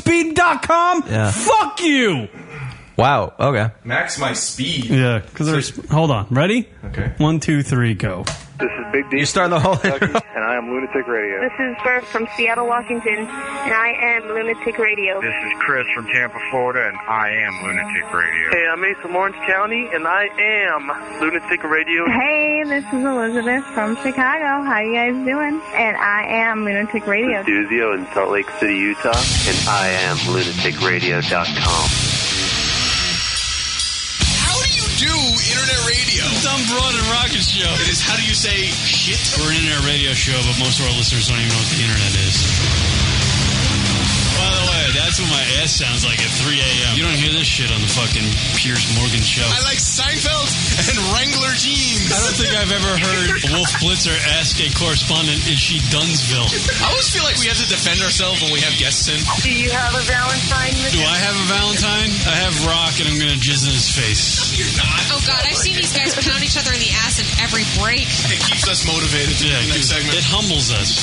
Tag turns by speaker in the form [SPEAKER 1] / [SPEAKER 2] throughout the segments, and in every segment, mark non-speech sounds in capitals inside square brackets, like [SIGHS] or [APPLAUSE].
[SPEAKER 1] MaxMySpeed.com?
[SPEAKER 2] Yeah.
[SPEAKER 1] Fuck you!
[SPEAKER 2] Wow. Okay.
[SPEAKER 3] Max my speed.
[SPEAKER 1] Yeah, because there's. Hold on. Ready?
[SPEAKER 3] Okay.
[SPEAKER 1] One, two, three, go.
[SPEAKER 4] This is Big D.
[SPEAKER 2] You start the [LAUGHS] whole.
[SPEAKER 4] and I am Lunatic Radio.
[SPEAKER 5] This is Bert from Seattle, Washington, and I am Lunatic Radio.
[SPEAKER 6] This is Chris from Tampa, Florida, and I am Lunatic Radio.
[SPEAKER 4] Hey, I'm Ace from Orange County, and I am Lunatic Radio.
[SPEAKER 5] Hey, this is Elizabeth from Chicago. How you guys doing? And I am Lunatic Radio.
[SPEAKER 7] Duzio in Salt Lake City, Utah, and I am lunaticradio.com.
[SPEAKER 8] How do you do internet radio?
[SPEAKER 9] Dumb Broad and Rocket Show.
[SPEAKER 8] It is how do you say shit?
[SPEAKER 9] We're an internet radio show, but most of our listeners don't even know what the internet is. By the way, that's what my ass sounds like at 3 a.m. You don't hear this shit on the fucking Piers Morgan show.
[SPEAKER 8] I like Seinfeld and Wrangler jeans.
[SPEAKER 9] I don't think I've ever heard Wolf Blitzer ask a correspondent, is she Dunsville?
[SPEAKER 8] I always feel like we have to defend ourselves when we have guests in.
[SPEAKER 5] Do you have a Valentine?
[SPEAKER 9] Do I have a Valentine? I have Rock, and I'm going to jizz in his face.
[SPEAKER 8] You're not.
[SPEAKER 10] Oh God, I've seen these guys pound each other in the ass at every break.
[SPEAKER 8] It keeps us motivated to do
[SPEAKER 9] Yeah,
[SPEAKER 8] the next segment.
[SPEAKER 9] it humbles us.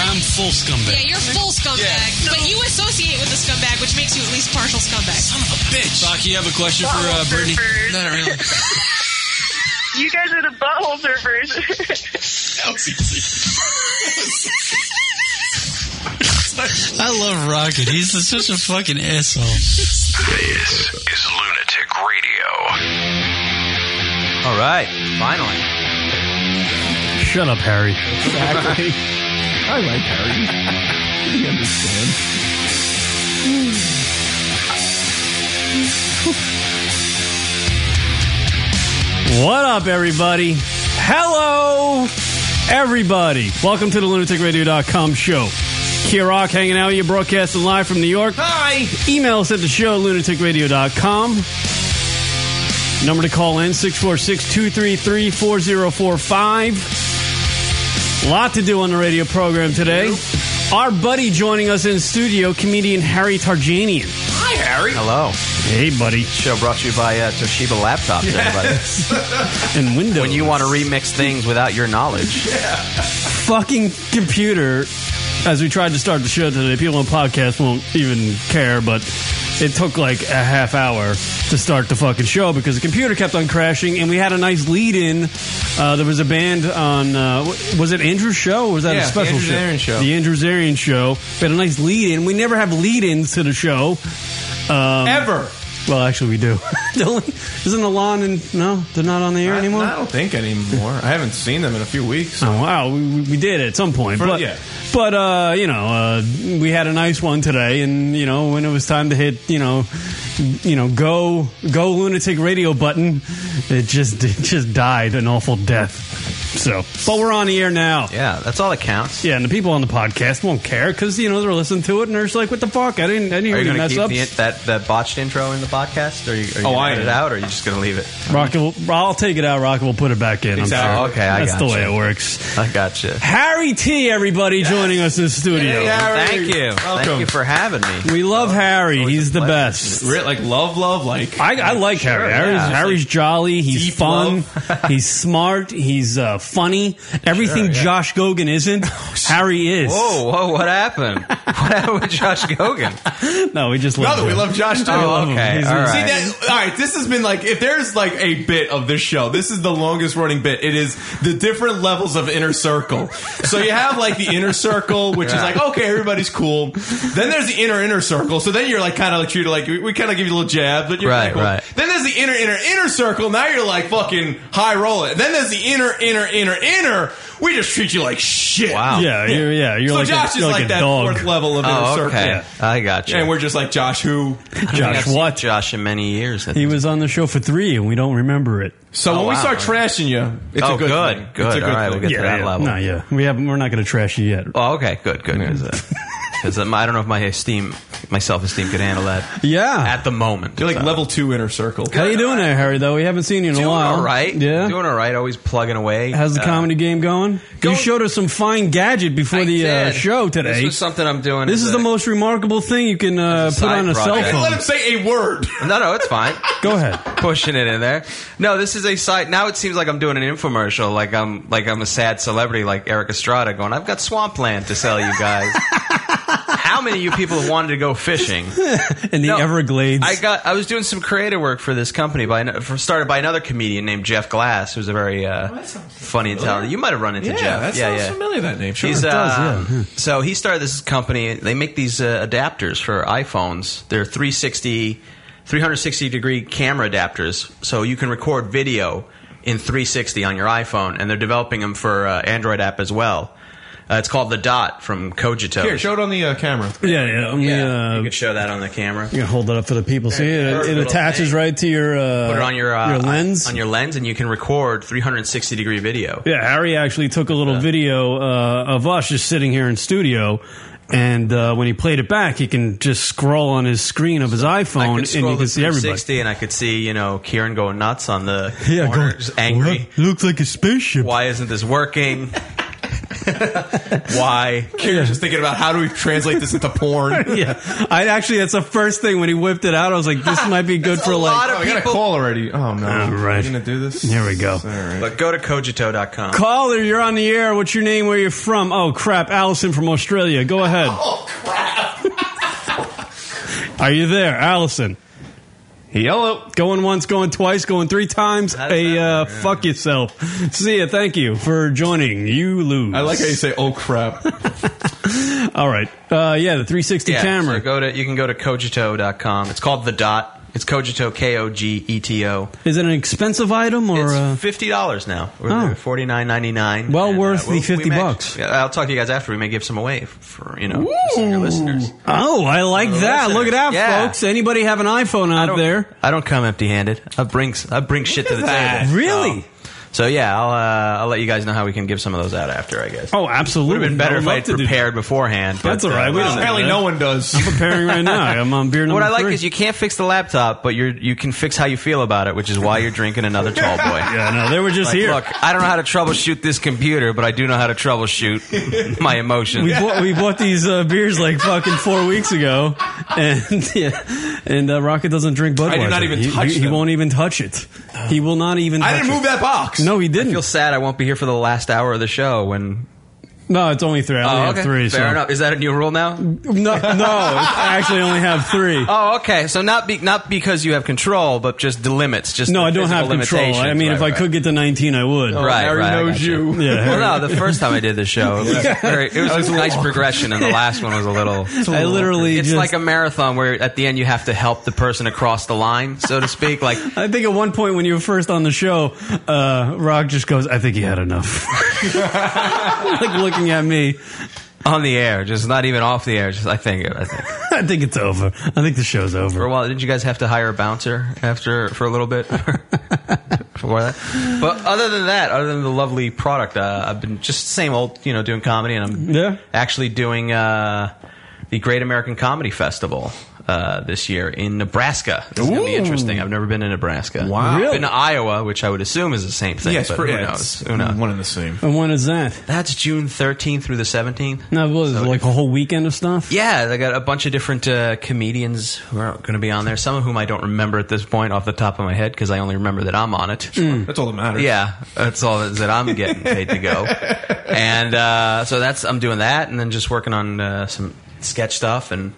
[SPEAKER 9] I'm full
[SPEAKER 10] Yeah,
[SPEAKER 9] scumbag.
[SPEAKER 10] you're full scumbag,
[SPEAKER 8] Yeah.
[SPEAKER 10] but you associate with the scumbag, which makes you at least partial scumbag.
[SPEAKER 8] Son of a bitch.
[SPEAKER 9] Rocky, you have a question for uh, Brittany?
[SPEAKER 8] Not really.
[SPEAKER 10] [LAUGHS]
[SPEAKER 5] You guys are the butthole
[SPEAKER 10] [LAUGHS]
[SPEAKER 5] surfers.
[SPEAKER 8] That was easy.
[SPEAKER 9] I love Rocket. He's such a fucking asshole.
[SPEAKER 6] This is Lunatic Radio.
[SPEAKER 2] All right. Finally.
[SPEAKER 1] Shut up, Harry.
[SPEAKER 11] Exactly. I like Harry. He understands.
[SPEAKER 1] What up, everybody? Hello, everybody. Welcome to the lunaticradio.com show. Kirok hanging out with you, broadcasting live from New York. Hi! Email us at the show, lunaticradio.com. Number to call in, 646 233 4045. Lot to do on the radio program today. Our buddy joining us in studio, comedian Harry Tarjanian.
[SPEAKER 3] Hi, Harry.
[SPEAKER 2] Hello.
[SPEAKER 1] Hey, buddy.
[SPEAKER 2] Show brought to you by uh, Toshiba Laptops. Everybody.
[SPEAKER 1] [LAUGHS] And Windows.
[SPEAKER 2] When you want to remix things without your
[SPEAKER 3] [LAUGHS]
[SPEAKER 2] knowledge,
[SPEAKER 1] fucking computer. As we tried to start the show today, people on podcast won't even care, but it took like a half hour to start the fucking show because the computer kept on crashing, and we had a nice lead in. Uh, there was a band on, uh, w- was it Andrew's show? Or was that
[SPEAKER 2] Yeah,
[SPEAKER 1] a
[SPEAKER 2] the
[SPEAKER 1] special
[SPEAKER 2] Andrew
[SPEAKER 1] show?
[SPEAKER 2] Zarian show.
[SPEAKER 1] The Andrew Zarian show. We had a nice lead in. We never have lead ins to the show. Um,
[SPEAKER 3] Ever.
[SPEAKER 1] well, actually, we do. [LAUGHS] The only- Isn't Alon and, no, they're not on the air
[SPEAKER 3] I,
[SPEAKER 1] anymore?
[SPEAKER 3] I don't think anymore. I haven't seen them in a few weeks.
[SPEAKER 1] Oh wow, we, we- we did at some point,
[SPEAKER 3] For-
[SPEAKER 1] but
[SPEAKER 3] yeah.
[SPEAKER 1] but uh, you know uh, we had a nice one today, and you know when it was time to hit you know you know go go lunatic radio button, it just [LAUGHS] it just died an awful death. So, but we're on the air now.
[SPEAKER 2] yeah, that's all that counts.
[SPEAKER 1] Yeah, and the people on the podcast won't care because you know they're listening to it and they're just like, "What the fuck? I didn't, I didn't
[SPEAKER 2] Are
[SPEAKER 1] hear
[SPEAKER 2] you
[SPEAKER 1] you
[SPEAKER 2] going to
[SPEAKER 1] mess
[SPEAKER 2] keep
[SPEAKER 1] up."
[SPEAKER 2] the, that that botched intro in the podcast? Or are you, are you
[SPEAKER 3] Oh, I
[SPEAKER 2] going to it
[SPEAKER 3] am.
[SPEAKER 2] out, or are you just going to leave it?
[SPEAKER 1] Rocket, will, I'll take it out. Rocket will put it back in.
[SPEAKER 3] Exactly.
[SPEAKER 1] I'm sure.
[SPEAKER 2] Oh, okay, I
[SPEAKER 1] that's the way
[SPEAKER 2] gotcha.
[SPEAKER 1] it works.
[SPEAKER 2] I gotcha.
[SPEAKER 1] Harry T, everybody joining us in the studio.
[SPEAKER 2] Thank you. Thank
[SPEAKER 3] Welcome.
[SPEAKER 2] you for having me.
[SPEAKER 1] We love Harry.
[SPEAKER 2] always
[SPEAKER 1] He's
[SPEAKER 2] a
[SPEAKER 1] the
[SPEAKER 2] pleasure.
[SPEAKER 1] best.
[SPEAKER 3] Re- like love, love, like
[SPEAKER 1] I, I like Harry. Harry's,
[SPEAKER 2] yeah.
[SPEAKER 1] Harry's jolly. He's
[SPEAKER 3] deep
[SPEAKER 1] fun. [LAUGHS] he's smart. He's uh, funny. Everything Josh Gogan
[SPEAKER 2] [LAUGHS]
[SPEAKER 1] isn't, Harry is.
[SPEAKER 2] Oh, Whoa, whoa! What happened? [LAUGHS] what happened with Josh Gogan?
[SPEAKER 1] [LAUGHS] No, we just
[SPEAKER 3] No,
[SPEAKER 1] love
[SPEAKER 3] that we
[SPEAKER 1] him.
[SPEAKER 3] love Josh too.
[SPEAKER 2] Oh,
[SPEAKER 1] him.
[SPEAKER 2] okay.
[SPEAKER 1] He's-
[SPEAKER 2] All
[SPEAKER 3] See
[SPEAKER 2] right.
[SPEAKER 3] that? All right, this has been like if there's like a bit of this show, this is the longest running bit. It is the different levels of inner circle. So you have like the inner circle, which
[SPEAKER 2] Yeah.
[SPEAKER 3] is like okay, everybody's cool. Then there's the inner inner circle. So then you're like kind of like treated like we, kind of give you a little jab, but you're
[SPEAKER 2] Right,
[SPEAKER 3] kinda cool.
[SPEAKER 2] right.
[SPEAKER 3] Then there's the inner inner inner circle. Now you're like fucking high roller. Then there's the inner inner inner inner. We just treat you like shit.
[SPEAKER 2] Wow.
[SPEAKER 1] Yeah, you're, yeah. You're
[SPEAKER 3] so
[SPEAKER 1] like
[SPEAKER 3] Josh
[SPEAKER 1] a,
[SPEAKER 3] is
[SPEAKER 1] you're
[SPEAKER 3] like,
[SPEAKER 1] a
[SPEAKER 3] that
[SPEAKER 1] dog.
[SPEAKER 3] fourth level of inner
[SPEAKER 2] Oh,
[SPEAKER 3] circle.
[SPEAKER 2] okay. I got you.
[SPEAKER 3] And we're just like Josh, who
[SPEAKER 1] Josh,
[SPEAKER 2] what?
[SPEAKER 1] what?
[SPEAKER 2] Josh in many years. I
[SPEAKER 1] He
[SPEAKER 2] think.
[SPEAKER 1] was on the show for three, and we don't remember it.
[SPEAKER 3] So when we
[SPEAKER 2] Oh, wow.
[SPEAKER 3] start trashing you, it's
[SPEAKER 2] Oh,
[SPEAKER 3] a good,
[SPEAKER 2] good,
[SPEAKER 3] thing.
[SPEAKER 2] good.
[SPEAKER 3] It's a
[SPEAKER 2] All right,
[SPEAKER 3] thing.
[SPEAKER 2] we'll get to that level.
[SPEAKER 1] No, yeah. We have. We're not going to trash you yet.
[SPEAKER 2] Oh, okay. Good, good. Because um, I don't know if my esteem, my self esteem, could handle that
[SPEAKER 1] Yeah.
[SPEAKER 2] at the moment.
[SPEAKER 3] You're like
[SPEAKER 2] So.
[SPEAKER 3] level two inner circle.
[SPEAKER 1] How you doing there, Harry? Though we haven't seen you in a
[SPEAKER 2] Doing
[SPEAKER 1] while.
[SPEAKER 2] all right.
[SPEAKER 1] Yeah.
[SPEAKER 2] Doing all right. Always plugging away.
[SPEAKER 1] How's the
[SPEAKER 2] Uh,
[SPEAKER 1] comedy game going?
[SPEAKER 2] going-
[SPEAKER 1] you showed us some fine gadget before
[SPEAKER 2] I
[SPEAKER 1] the uh,
[SPEAKER 2] did.
[SPEAKER 1] show today.
[SPEAKER 2] This was something I'm doing.
[SPEAKER 1] This
[SPEAKER 2] as
[SPEAKER 1] is
[SPEAKER 2] a-
[SPEAKER 1] the most remarkable thing you can uh,
[SPEAKER 2] As a
[SPEAKER 1] put
[SPEAKER 2] side
[SPEAKER 1] on a
[SPEAKER 2] project.
[SPEAKER 1] cell
[SPEAKER 3] Let him
[SPEAKER 1] phone.
[SPEAKER 3] say a word.
[SPEAKER 2] No, no, it's fine.
[SPEAKER 1] [LAUGHS] Go ahead.
[SPEAKER 2] Pushing it in there. No, this is a site. Now it seems like I'm doing an infomercial. Like I'm, like I'm a sad celebrity, like Eric Estrada, going, "I've got Swampland to sell you guys." [LAUGHS] how many of you people have wanted to go fishing?
[SPEAKER 1] [LAUGHS] in the Everglades.
[SPEAKER 2] I got. I was doing some creative work for this company by an- for- started by another comedian named Jeff Glass, who's a very uh, funny and talented. You might have run into
[SPEAKER 3] Yeah,
[SPEAKER 2] Jeff.
[SPEAKER 3] that sounds familiar, that name. Sure,
[SPEAKER 2] He's,
[SPEAKER 3] it does,
[SPEAKER 2] uh,
[SPEAKER 3] yeah. Hmm.
[SPEAKER 2] So he started this company. They make these uh, adapters for iPhones. They're 360, 360 degree camera adapters, so you can record video in 360 on your iPhone. And they're developing them for uh, Android app as well. Uh, it's called the Dot from Kojito.
[SPEAKER 3] Here, show it on the uh, camera.
[SPEAKER 1] Yeah, yeah. on the, uh,
[SPEAKER 2] you can show that on the camera.
[SPEAKER 1] You can hold that up for the people. See,
[SPEAKER 2] There,
[SPEAKER 1] it, it
[SPEAKER 2] little
[SPEAKER 1] attaches right to your uh,
[SPEAKER 2] Put it on your uh,
[SPEAKER 1] your lens.
[SPEAKER 2] on your lens, and you can record 360 degree video.
[SPEAKER 1] Yeah, Harry actually took a little video uh, of us just sitting here in studio. And uh, when he played it back, he can just scroll on his screen of his
[SPEAKER 2] I
[SPEAKER 1] iPhone
[SPEAKER 2] could
[SPEAKER 1] and you
[SPEAKER 2] scroll
[SPEAKER 1] can
[SPEAKER 2] to
[SPEAKER 1] see everybody.
[SPEAKER 2] 360, and I could see you know Kieran going nuts on the
[SPEAKER 1] [LAUGHS] Yeah,
[SPEAKER 2] corner,
[SPEAKER 1] going,
[SPEAKER 2] just angry.
[SPEAKER 1] Looks like a spaceship.
[SPEAKER 2] Why isn't this
[SPEAKER 3] [LAUGHS]
[SPEAKER 2] working? Why?
[SPEAKER 3] Kieran's just thinking about how do we translate this into
[SPEAKER 1] [LAUGHS]
[SPEAKER 3] porn.
[SPEAKER 1] yeah, I actually that's the first thing when he whipped it out. I was like,
[SPEAKER 3] [LAUGHS]
[SPEAKER 1] this might be good for like.
[SPEAKER 3] oh, I got a call already. Oh [LAUGHS] no!
[SPEAKER 1] All right.
[SPEAKER 3] We're gonna do this.
[SPEAKER 1] Here we go.
[SPEAKER 2] But go to Kojito.com.
[SPEAKER 1] Caller, you're on the air. What's your name? Where you from? Oh crap, Allison from Australia. Go
[SPEAKER 3] [LAUGHS]
[SPEAKER 1] ahead. Oh crap. Are you there, Allison? Hello. Going once, going twice, going three times. A uh, fuck yourself. See ya. Thank you for joining. You lose.
[SPEAKER 3] I like how you say, "Oh crap."
[SPEAKER 1] [LAUGHS] All right. Uh, yeah, the 360
[SPEAKER 2] Yeah,
[SPEAKER 1] camera.
[SPEAKER 2] so go to you can go to Kojito.com. It's called the Dot. It's Kojito K O G E T O.
[SPEAKER 1] Is it an expensive item or? uh,
[SPEAKER 2] Fifty dollars now. We're
[SPEAKER 1] Oh.
[SPEAKER 2] oh. forty nine ninety nine.
[SPEAKER 1] Well worth the 50
[SPEAKER 2] uh, we may-
[SPEAKER 1] bucks.
[SPEAKER 2] Yeah, I'll talk to you guys after. We may give some away for you know some of your listeners.
[SPEAKER 1] Oh, I like
[SPEAKER 2] Well,
[SPEAKER 1] that.
[SPEAKER 2] listen,
[SPEAKER 1] Look at that,
[SPEAKER 2] yeah.
[SPEAKER 1] folks. Anybody have an iPhone out there?
[SPEAKER 2] I don't come empty handed. I bring I bring shit to the table.
[SPEAKER 1] Really?
[SPEAKER 2] So, so yeah, I'll uh, I'll let you guys know how we can give some of those out after. I guess.
[SPEAKER 1] Oh, absolutely.
[SPEAKER 2] Would have been better
[SPEAKER 1] I
[SPEAKER 2] if
[SPEAKER 1] would
[SPEAKER 2] I
[SPEAKER 1] love
[SPEAKER 2] had
[SPEAKER 1] to do
[SPEAKER 2] prepared beforehand.
[SPEAKER 1] That's
[SPEAKER 2] but,
[SPEAKER 1] all right.
[SPEAKER 2] uh,
[SPEAKER 1] We don't
[SPEAKER 3] Apparently,
[SPEAKER 1] know
[SPEAKER 3] no
[SPEAKER 1] that.
[SPEAKER 3] one [LAUGHS] does.
[SPEAKER 1] I'm preparing right now. I'm on beer number
[SPEAKER 2] What I like
[SPEAKER 1] three.
[SPEAKER 2] is you can't fix the laptop, but you're you can fix how you feel about it, which is why you're drinking another tall boy.
[SPEAKER 1] [LAUGHS] Yeah, no, they were just
[SPEAKER 2] Like,
[SPEAKER 1] here.
[SPEAKER 2] Look, I don't know how to troubleshoot this computer, but I do know how
[SPEAKER 1] [LAUGHS]
[SPEAKER 2] to troubleshoot my emotions.
[SPEAKER 1] we bought we bought these uh, beers like fucking four weeks ago, and [LAUGHS] yeah, and uh, Rocket doesn't drink Budweiser.
[SPEAKER 3] did not even
[SPEAKER 1] he,
[SPEAKER 3] touch
[SPEAKER 1] he, he
[SPEAKER 3] them.
[SPEAKER 1] won't even touch it. He will not even.
[SPEAKER 3] I
[SPEAKER 1] touch
[SPEAKER 3] didn't
[SPEAKER 1] it.
[SPEAKER 3] move that box.
[SPEAKER 1] No, he
[SPEAKER 2] I
[SPEAKER 1] didn't.
[SPEAKER 2] feel sad I won't be here for the last hour of the show when
[SPEAKER 1] No, it's only three. I only
[SPEAKER 2] Oh,
[SPEAKER 1] have three.
[SPEAKER 2] Fair
[SPEAKER 1] so.
[SPEAKER 2] enough. Is that a new rule [LAUGHS] now?
[SPEAKER 1] No, no, I actually only have three.
[SPEAKER 2] Oh, okay. So not be, not because you have control, but just the limits. Just
[SPEAKER 1] no,
[SPEAKER 2] the
[SPEAKER 1] I don't have
[SPEAKER 2] physical
[SPEAKER 1] control. I
[SPEAKER 2] limitations.
[SPEAKER 1] mean, if
[SPEAKER 2] Right, Oh,
[SPEAKER 1] I could get to nineteen, I would. Oh,
[SPEAKER 2] right,
[SPEAKER 3] Harry
[SPEAKER 2] right, I
[SPEAKER 3] knows
[SPEAKER 2] got you.
[SPEAKER 3] you.
[SPEAKER 1] Yeah, Harry-
[SPEAKER 2] [LAUGHS] Well,
[SPEAKER 1] [LAUGHS]
[SPEAKER 2] no, the first time I did the show, it was, very, it was, a nice progression, and the last one was
[SPEAKER 1] [LAUGHS]
[SPEAKER 2] a little.
[SPEAKER 1] I literally
[SPEAKER 2] It's
[SPEAKER 1] just-
[SPEAKER 2] like a marathon where at the end you have to help the person across the line, so to speak. Like
[SPEAKER 1] I think at one point when you were first on the show, uh, Rock just goes, "I think he had enough." [LAUGHS] like looking at me,
[SPEAKER 2] on the air, just not even off the air. Just I think, I think.
[SPEAKER 1] [LAUGHS] I think it's over. I think the show's
[SPEAKER 2] For a
[SPEAKER 1] over.
[SPEAKER 2] while, didn't you guys have to hire a bouncer after for a
[SPEAKER 1] [LAUGHS]
[SPEAKER 2] little bit? Before that, but other than that, other than the lovely product, uh, I've been just same old, you know, doing comedy, and I'm
[SPEAKER 1] Yeah.
[SPEAKER 2] actually doing uh, the Great American Comedy Festival uh, this year in Nebraska. It's going to be interesting. I've never been to Nebraska.
[SPEAKER 3] Wow.
[SPEAKER 2] I've
[SPEAKER 3] Really?
[SPEAKER 2] been to Iowa, which I would assume is the same thing.
[SPEAKER 3] Yes,
[SPEAKER 2] but
[SPEAKER 3] for,
[SPEAKER 2] who
[SPEAKER 3] yeah,
[SPEAKER 2] knows?
[SPEAKER 3] it's
[SPEAKER 2] Who knows?
[SPEAKER 3] Mm, One and the same.
[SPEAKER 1] And when is that?
[SPEAKER 2] That's June 13th through the 17th.
[SPEAKER 1] No, it was like a whole weekend of stuff.
[SPEAKER 2] Yeah, they got a bunch of different uh, comedians who are going to be on there. Some of whom I don't remember at this point off the top of my head because I only remember that I'm on it.
[SPEAKER 3] That's all that matters.
[SPEAKER 2] Yeah, that's all that that I'm getting paid to go. And uh, so that's I'm doing that, and then just working on uh, some sketch stuff. And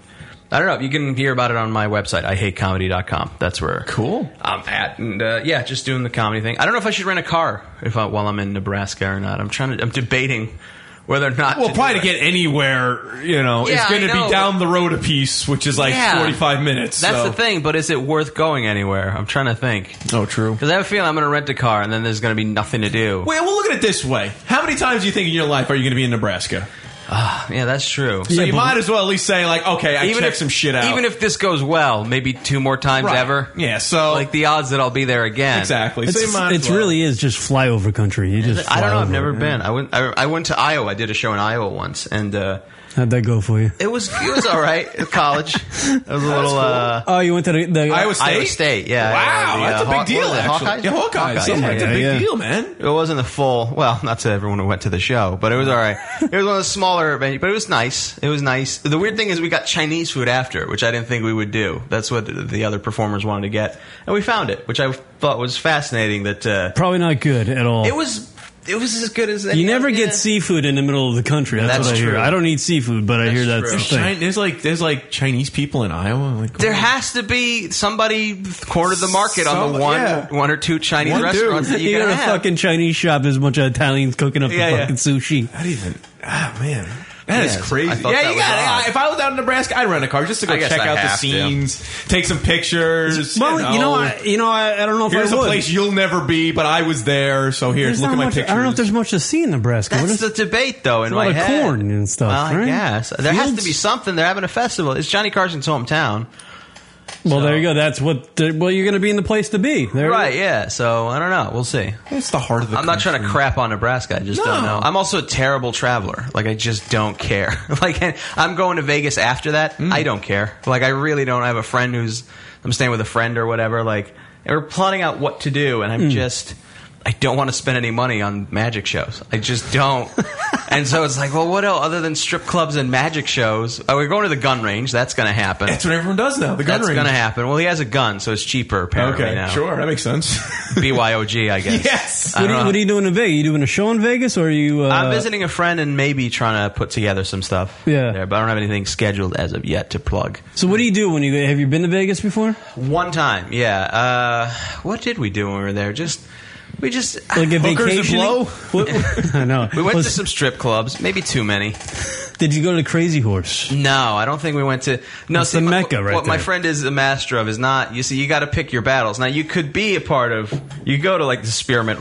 [SPEAKER 2] I don't know. You can hear about it on my website, ihatecomedy.com. That's where
[SPEAKER 3] Cool.
[SPEAKER 2] I'm at. And uh, yeah, just doing the comedy thing. I don't know if I should rent a car if I, while I'm in Nebraska or not. I'm trying to. I'm debating whether or not.
[SPEAKER 3] Well,
[SPEAKER 2] to
[SPEAKER 3] probably
[SPEAKER 2] do
[SPEAKER 3] to
[SPEAKER 2] it.
[SPEAKER 3] get anywhere, you know,
[SPEAKER 2] Yeah,
[SPEAKER 3] it's going
[SPEAKER 2] I know,
[SPEAKER 3] to be
[SPEAKER 2] but-
[SPEAKER 3] down the road a piece, which is like
[SPEAKER 2] Yeah.
[SPEAKER 3] 45 minutes.
[SPEAKER 2] That's
[SPEAKER 3] so.
[SPEAKER 2] the thing. But is it worth going anywhere? I'm trying to think
[SPEAKER 3] Oh, true.
[SPEAKER 2] because I have a feeling I'm going to rent a car, and then there's going to be nothing to do.
[SPEAKER 3] Well, we'll look at it this way. How many times do you think in your life are you going to be in Nebraska?
[SPEAKER 2] Ah, Yeah, that's true.
[SPEAKER 3] So
[SPEAKER 1] Yeah,
[SPEAKER 3] you
[SPEAKER 1] but-
[SPEAKER 3] might as well at least say, like, okay, I checked some shit out.
[SPEAKER 2] Even if this goes well, maybe two more times
[SPEAKER 3] Right.
[SPEAKER 2] ever.
[SPEAKER 3] Yeah, so.
[SPEAKER 2] Like the odds that I'll be there again.
[SPEAKER 3] exactly.
[SPEAKER 1] It's,
[SPEAKER 3] so you might as
[SPEAKER 1] it's
[SPEAKER 3] well.
[SPEAKER 1] really is just flyover country. You just
[SPEAKER 2] I don't know.
[SPEAKER 1] fly
[SPEAKER 2] I've never
[SPEAKER 1] over it.
[SPEAKER 2] been. I went. I, I went to Iowa. I did a show in Iowa once, and uh,
[SPEAKER 1] How'd that go for you?
[SPEAKER 2] it was it was all right. College. [LAUGHS] It was a little uh,
[SPEAKER 1] Oh, you went to the, the
[SPEAKER 3] Iowa State.
[SPEAKER 2] Iowa State. Yeah.
[SPEAKER 3] Wow,
[SPEAKER 2] yeah, the,
[SPEAKER 3] that's
[SPEAKER 2] uh,
[SPEAKER 3] a big
[SPEAKER 2] Haw-
[SPEAKER 3] deal,
[SPEAKER 2] what was it, Hawkeyes?
[SPEAKER 3] actually. Yeah, Hawkeyes.
[SPEAKER 2] Hawkeyes,
[SPEAKER 3] Yeah,
[SPEAKER 2] yeah,
[SPEAKER 3] that's
[SPEAKER 1] yeah,
[SPEAKER 3] a big
[SPEAKER 1] yeah.
[SPEAKER 3] deal, man.
[SPEAKER 2] It wasn't the full. Well, not to everyone who went to the show, but it was all right. It was one of the smaller venue, but it was nice. It was nice. The weird thing is we got Chinese food after, which I didn't think we would do. That's what the, the other performers wanted to get, and we found it, which I thought was fascinating. That uh,
[SPEAKER 3] Oh.
[SPEAKER 1] Probably not good at all.
[SPEAKER 2] it was it was as good as any
[SPEAKER 1] You never
[SPEAKER 2] other-
[SPEAKER 1] get
[SPEAKER 2] yeah.
[SPEAKER 1] seafood in the middle of the country. That's,
[SPEAKER 3] That's
[SPEAKER 1] what I hear.
[SPEAKER 3] true.
[SPEAKER 1] I don't eat seafood, but I hear that's the
[SPEAKER 3] There's,
[SPEAKER 1] thing.
[SPEAKER 3] Chi- there's like there's like Chinese people in Iowa. Like
[SPEAKER 2] There has to be somebody cornered the market on the
[SPEAKER 3] Some-
[SPEAKER 2] one,
[SPEAKER 3] yeah.
[SPEAKER 2] one or two Chinese restaurants
[SPEAKER 1] [LAUGHS]
[SPEAKER 2] that you
[SPEAKER 1] go
[SPEAKER 2] can
[SPEAKER 1] to a
[SPEAKER 2] have.
[SPEAKER 1] fucking Chinese shop. There's a bunch of Italians cooking up
[SPEAKER 2] Yeah,
[SPEAKER 1] the
[SPEAKER 2] yeah.
[SPEAKER 1] fucking sushi.
[SPEAKER 3] Not even. Ah, man.
[SPEAKER 1] That
[SPEAKER 3] that
[SPEAKER 1] is
[SPEAKER 3] is
[SPEAKER 1] crazy.
[SPEAKER 3] Yeah,
[SPEAKER 1] that
[SPEAKER 3] you
[SPEAKER 1] was
[SPEAKER 3] got it.
[SPEAKER 1] odd.
[SPEAKER 3] I- If I was out in Nebraska, I'd rent a car just to go
[SPEAKER 1] I guess
[SPEAKER 3] check
[SPEAKER 1] I
[SPEAKER 3] out the
[SPEAKER 1] have to.
[SPEAKER 3] scenes, take some pictures.
[SPEAKER 1] Well, you know, I- you know, I, I don't know if I
[SPEAKER 3] here's
[SPEAKER 1] would.
[SPEAKER 3] a place you'll never be, but I was there, so
[SPEAKER 1] There's
[SPEAKER 3] here's look
[SPEAKER 1] not
[SPEAKER 3] at my
[SPEAKER 1] much-
[SPEAKER 3] pictures.
[SPEAKER 1] I don't know if there's much to see in Nebraska. What
[SPEAKER 2] That's
[SPEAKER 1] is-
[SPEAKER 2] the debate, though, in
[SPEAKER 1] There's a
[SPEAKER 2] my
[SPEAKER 1] lot of
[SPEAKER 2] head.
[SPEAKER 1] corn and stuff,
[SPEAKER 2] Well,
[SPEAKER 1] right?
[SPEAKER 2] I guess there has to
[SPEAKER 1] Fields?
[SPEAKER 2] be something. They're having a festival. It's Johnny Carson's hometown,
[SPEAKER 1] well, there you go. That's what. The, well, you're going to be in the place to be. There
[SPEAKER 2] right? Yeah. So I don't know. We'll see.
[SPEAKER 3] It's the heart of the.
[SPEAKER 2] I'm not trying to crap on Nebraska. I just
[SPEAKER 1] No.
[SPEAKER 2] don't know. I'm also a terrible traveler. Like I just don't care. [LAUGHS] like I'm going to Vegas after that.
[SPEAKER 1] Mm.
[SPEAKER 2] I don't care. Like I really don't. I have a friend who's I'm staying with a friend or whatever. Like and we're plotting out what to do, and I'm
[SPEAKER 1] Mm.
[SPEAKER 2] just I don't want to spend any money on magic shows. I
[SPEAKER 1] [LAUGHS]
[SPEAKER 2] just don't. and so it's like, well, what else other than strip clubs and magic shows? Oh, we're going to the gun range. That's going to happen.
[SPEAKER 3] That's what everyone does now. The gun
[SPEAKER 2] That's
[SPEAKER 3] range.
[SPEAKER 2] going to happen. Well, he has a gun, so it's cheaper apparently
[SPEAKER 3] Okay,
[SPEAKER 2] now.
[SPEAKER 3] sure, that
[SPEAKER 2] [LAUGHS]
[SPEAKER 3] makes sense.
[SPEAKER 2] BYOG, I guess.
[SPEAKER 3] Yes.
[SPEAKER 2] I
[SPEAKER 1] What
[SPEAKER 2] don't
[SPEAKER 1] are, you,
[SPEAKER 2] know.
[SPEAKER 1] what are you doing in Vegas? you doing a show in Vegas, or are you? Uh,
[SPEAKER 2] I'm visiting a friend and maybe trying to put together some stuff.
[SPEAKER 1] Yeah.
[SPEAKER 2] there, but I don't have anything scheduled as of yet to plug.
[SPEAKER 1] So, what do you do when you have you been to Vegas before?
[SPEAKER 2] One time, yeah. Uh, what did we do when we were there? Just we just
[SPEAKER 1] Like a vacation? [LAUGHS] I know.
[SPEAKER 2] [LAUGHS] We went
[SPEAKER 1] Was-
[SPEAKER 2] to some strip clubs, maybe too many.
[SPEAKER 1] Did you go to the Crazy Horse?
[SPEAKER 2] No, I don't think we went to. No,
[SPEAKER 1] That's
[SPEAKER 2] see,
[SPEAKER 1] the
[SPEAKER 2] my-
[SPEAKER 1] Mecca right
[SPEAKER 2] What my
[SPEAKER 1] there.
[SPEAKER 2] friend is a master of is not. You see, you got to pick your battles. Now, you could be a part of. You go to like the Spearmint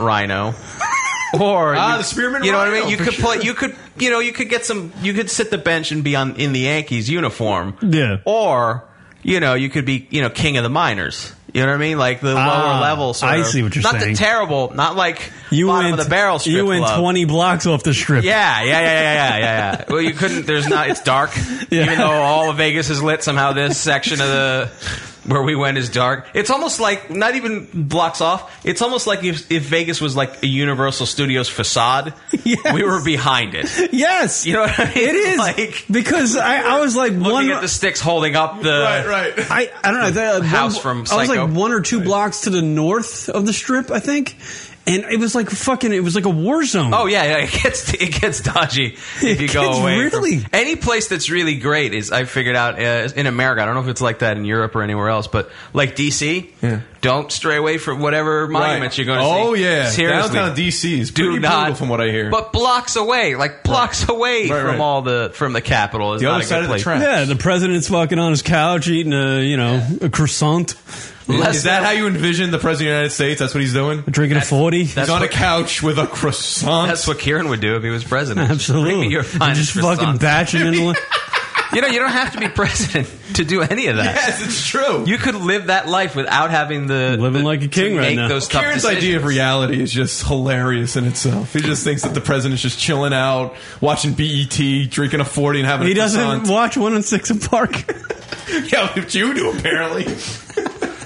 [SPEAKER 1] [LAUGHS]
[SPEAKER 2] Rhino, or
[SPEAKER 3] Ah,
[SPEAKER 2] you,
[SPEAKER 3] the Spearmint
[SPEAKER 2] You know what I
[SPEAKER 3] Rhino,
[SPEAKER 2] mean? You
[SPEAKER 3] for
[SPEAKER 2] could play.
[SPEAKER 3] sure.
[SPEAKER 2] You could. You know, you could get some. You could sit the bench and be on in the Yankees uniform.
[SPEAKER 1] Yeah.
[SPEAKER 2] Or you know, you could be you know king of the minors. You know what I mean? Like the
[SPEAKER 1] Ah,
[SPEAKER 2] lower level. Sort
[SPEAKER 1] I
[SPEAKER 2] of.
[SPEAKER 1] see what you're
[SPEAKER 2] not
[SPEAKER 1] saying.
[SPEAKER 2] Not the terrible. Not like
[SPEAKER 1] You
[SPEAKER 2] bottom
[SPEAKER 1] went
[SPEAKER 2] of the barrel strip
[SPEAKER 1] You went
[SPEAKER 2] club.
[SPEAKER 1] 20 blocks off the strip.
[SPEAKER 2] Yeah, yeah, yeah, yeah, yeah, yeah, yeah. Well, you couldn't. There's not. It's dark.
[SPEAKER 1] [LAUGHS] Yeah.
[SPEAKER 2] Even though all of Vegas is lit, somehow this section of the where we went is dark. It's almost like not even blocks off. It's almost like if, if Vegas was like a Universal
[SPEAKER 1] [LAUGHS]
[SPEAKER 2] Studios facade, we were behind it.
[SPEAKER 1] [LAUGHS] Yes.
[SPEAKER 2] You know what I mean?
[SPEAKER 1] It is
[SPEAKER 2] [LAUGHS] Like-
[SPEAKER 1] because I, I was like one.
[SPEAKER 2] Looking at the sticks holding up the
[SPEAKER 3] right.
[SPEAKER 1] I, I don't know. the-
[SPEAKER 2] House
[SPEAKER 1] one-
[SPEAKER 2] from
[SPEAKER 1] I was
[SPEAKER 2] Psycho.
[SPEAKER 1] like one or two blocks to the north of the strip, I think, and it was like fucking. It was like a war zone.
[SPEAKER 2] Oh yeah, yeah, it gets it gets dodgy if
[SPEAKER 1] It
[SPEAKER 2] you go
[SPEAKER 1] gets
[SPEAKER 2] away. from-
[SPEAKER 1] really-
[SPEAKER 2] any place that's really great is I figured out uh, in America. I don't know if it's like that in Europe or anywhere else, but like DC, don't stray away from whatever monuments you're going to
[SPEAKER 3] oh,
[SPEAKER 2] see.
[SPEAKER 3] yeah.
[SPEAKER 2] seriously,
[SPEAKER 3] Downtown DC is
[SPEAKER 2] do
[SPEAKER 3] pretty
[SPEAKER 2] not.
[SPEAKER 3] brutal from what I hear.
[SPEAKER 2] But blocks away, like blocks away
[SPEAKER 3] Right,
[SPEAKER 2] from
[SPEAKER 3] right.
[SPEAKER 2] all the from the capital is
[SPEAKER 3] The
[SPEAKER 2] not
[SPEAKER 3] other
[SPEAKER 2] a
[SPEAKER 3] side
[SPEAKER 2] good
[SPEAKER 3] of the
[SPEAKER 2] place.
[SPEAKER 3] tracks.
[SPEAKER 1] yeah. The president's fucking on his couch eating a you know a croissant,
[SPEAKER 3] is that how you envision the president of the United States? That's what he's doing.
[SPEAKER 1] drinking a forty.
[SPEAKER 3] He's
[SPEAKER 2] That's
[SPEAKER 3] on
[SPEAKER 2] what-
[SPEAKER 3] a couch with a croissant.
[SPEAKER 2] That's what Kieran would do if he was
[SPEAKER 3] [LAUGHS]
[SPEAKER 2] president. Just bring
[SPEAKER 1] [LAUGHS]
[SPEAKER 2] me
[SPEAKER 1] Absolutely,
[SPEAKER 2] your
[SPEAKER 1] And
[SPEAKER 2] finest
[SPEAKER 1] just fucking
[SPEAKER 2] croissants.
[SPEAKER 1] batching
[SPEAKER 2] [LAUGHS]
[SPEAKER 1] in. the-
[SPEAKER 2] You know, you don't have to be president to do any of that.
[SPEAKER 3] yes, it's true.
[SPEAKER 2] You could live that life without having the
[SPEAKER 1] Living
[SPEAKER 2] the-
[SPEAKER 1] like a king
[SPEAKER 2] to
[SPEAKER 1] right
[SPEAKER 2] make
[SPEAKER 1] now.
[SPEAKER 2] Those tough
[SPEAKER 3] Karen's
[SPEAKER 2] decisions.
[SPEAKER 3] idea of reality is just hilarious in itself. He just thinks that the president's just chilling out, watching BET, drinking a forty, and having.
[SPEAKER 1] he
[SPEAKER 3] a
[SPEAKER 1] doesn't
[SPEAKER 3] croissant.
[SPEAKER 1] watch one and six in park.
[SPEAKER 3] [LAUGHS] Yeah, but you do apparently.
[SPEAKER 2] [LAUGHS]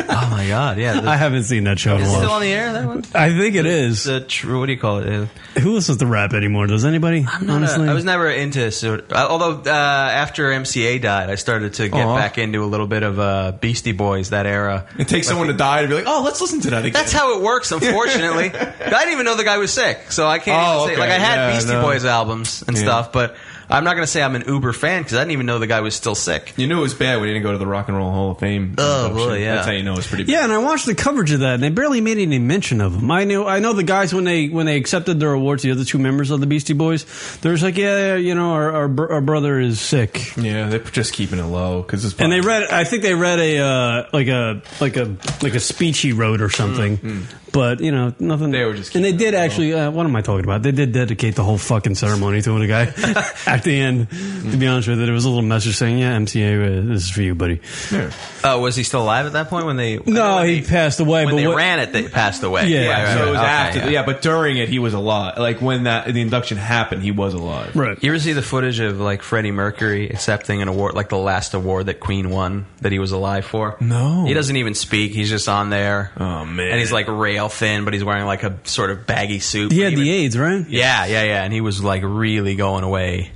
[SPEAKER 2] Oh my god! Yeah, the,
[SPEAKER 1] I haven't seen that show in a
[SPEAKER 2] is it still on
[SPEAKER 1] while.
[SPEAKER 2] the air? That one.
[SPEAKER 1] I think it is.
[SPEAKER 2] The tr- what do you call it? Uh,
[SPEAKER 1] Who listens to rap anymore? Does anybody?
[SPEAKER 2] I'm not
[SPEAKER 1] honestly,
[SPEAKER 2] a, I was never into. So, uh, although uh, after MCA died, I started to get
[SPEAKER 3] Aw.
[SPEAKER 2] back into a little bit of uh, Beastie Boys that era.
[SPEAKER 3] It takes someone to die to be like, "Oh, let's listen to that again."
[SPEAKER 2] That's how it works. Unfortunately, I didn't even know the guy was sick, so I can't
[SPEAKER 3] Oh,
[SPEAKER 2] even say.
[SPEAKER 3] okay.
[SPEAKER 2] Like I had
[SPEAKER 3] Yeah,
[SPEAKER 2] Beastie
[SPEAKER 3] no.
[SPEAKER 2] Boys albums and
[SPEAKER 3] Yeah.
[SPEAKER 2] stuff, but I'm not going to say I'm an uber fan because I didn't even know the guy was still sick.
[SPEAKER 3] you knew it was bad when you didn't go to the Rock and Roll Hall of Fame.
[SPEAKER 2] Oh,
[SPEAKER 3] induction.
[SPEAKER 2] boy, yeah.
[SPEAKER 3] That's how you know it's pretty. bad.
[SPEAKER 1] Yeah, and I watched the coverage of that, and they barely made any mention of them. I knew, I know the guys when they when they accepted their awards, the other two members of the Beastie Boys, they was like, yeah, yeah, you know, our our, br- our brother is sick,
[SPEAKER 3] [LAUGHS] Yeah, they're just keeping it low because it's.
[SPEAKER 1] and they read, I think they read a uh, like a like a like a speech he wrote or something, but you know, nothing.
[SPEAKER 3] Mm, They were just
[SPEAKER 1] and they
[SPEAKER 3] keeping
[SPEAKER 1] did
[SPEAKER 3] it low.
[SPEAKER 1] actually. Uh, what am I talking about? They did dedicate the whole fucking ceremony to
[SPEAKER 3] [LAUGHS]
[SPEAKER 1] the guy [LAUGHS] at the end. To be honest with you, there was a little message saying, yeah, MCA, uh, this is for you, buddy.
[SPEAKER 3] Yeah.
[SPEAKER 2] Oh, was he still alive at that point when they?
[SPEAKER 1] No,
[SPEAKER 2] when
[SPEAKER 1] he
[SPEAKER 2] they-
[SPEAKER 1] passed away,
[SPEAKER 2] When
[SPEAKER 1] but
[SPEAKER 2] they
[SPEAKER 1] what-
[SPEAKER 2] ran it, they passed away.
[SPEAKER 1] Yeah,
[SPEAKER 2] Right,
[SPEAKER 1] yeah.
[SPEAKER 2] right,
[SPEAKER 3] So it was
[SPEAKER 2] right. Okay,
[SPEAKER 3] after,
[SPEAKER 2] yeah.
[SPEAKER 3] yeah. but during it, he was alive. Like when that the induction happened, he was alive.
[SPEAKER 1] Right.
[SPEAKER 2] You ever see the footage of like Freddie Mercury accepting an award, like the last award that Queen won that he was alive for?
[SPEAKER 3] No.
[SPEAKER 2] he doesn't even speak. He's just on there.
[SPEAKER 3] Oh, man.
[SPEAKER 2] and he's like rail thin, but he's wearing like a sort of baggy suit.
[SPEAKER 1] He
[SPEAKER 2] But
[SPEAKER 1] had
[SPEAKER 2] even-
[SPEAKER 1] the AIDS, right?
[SPEAKER 2] Yeah, yeah, yeah, and he was like really going away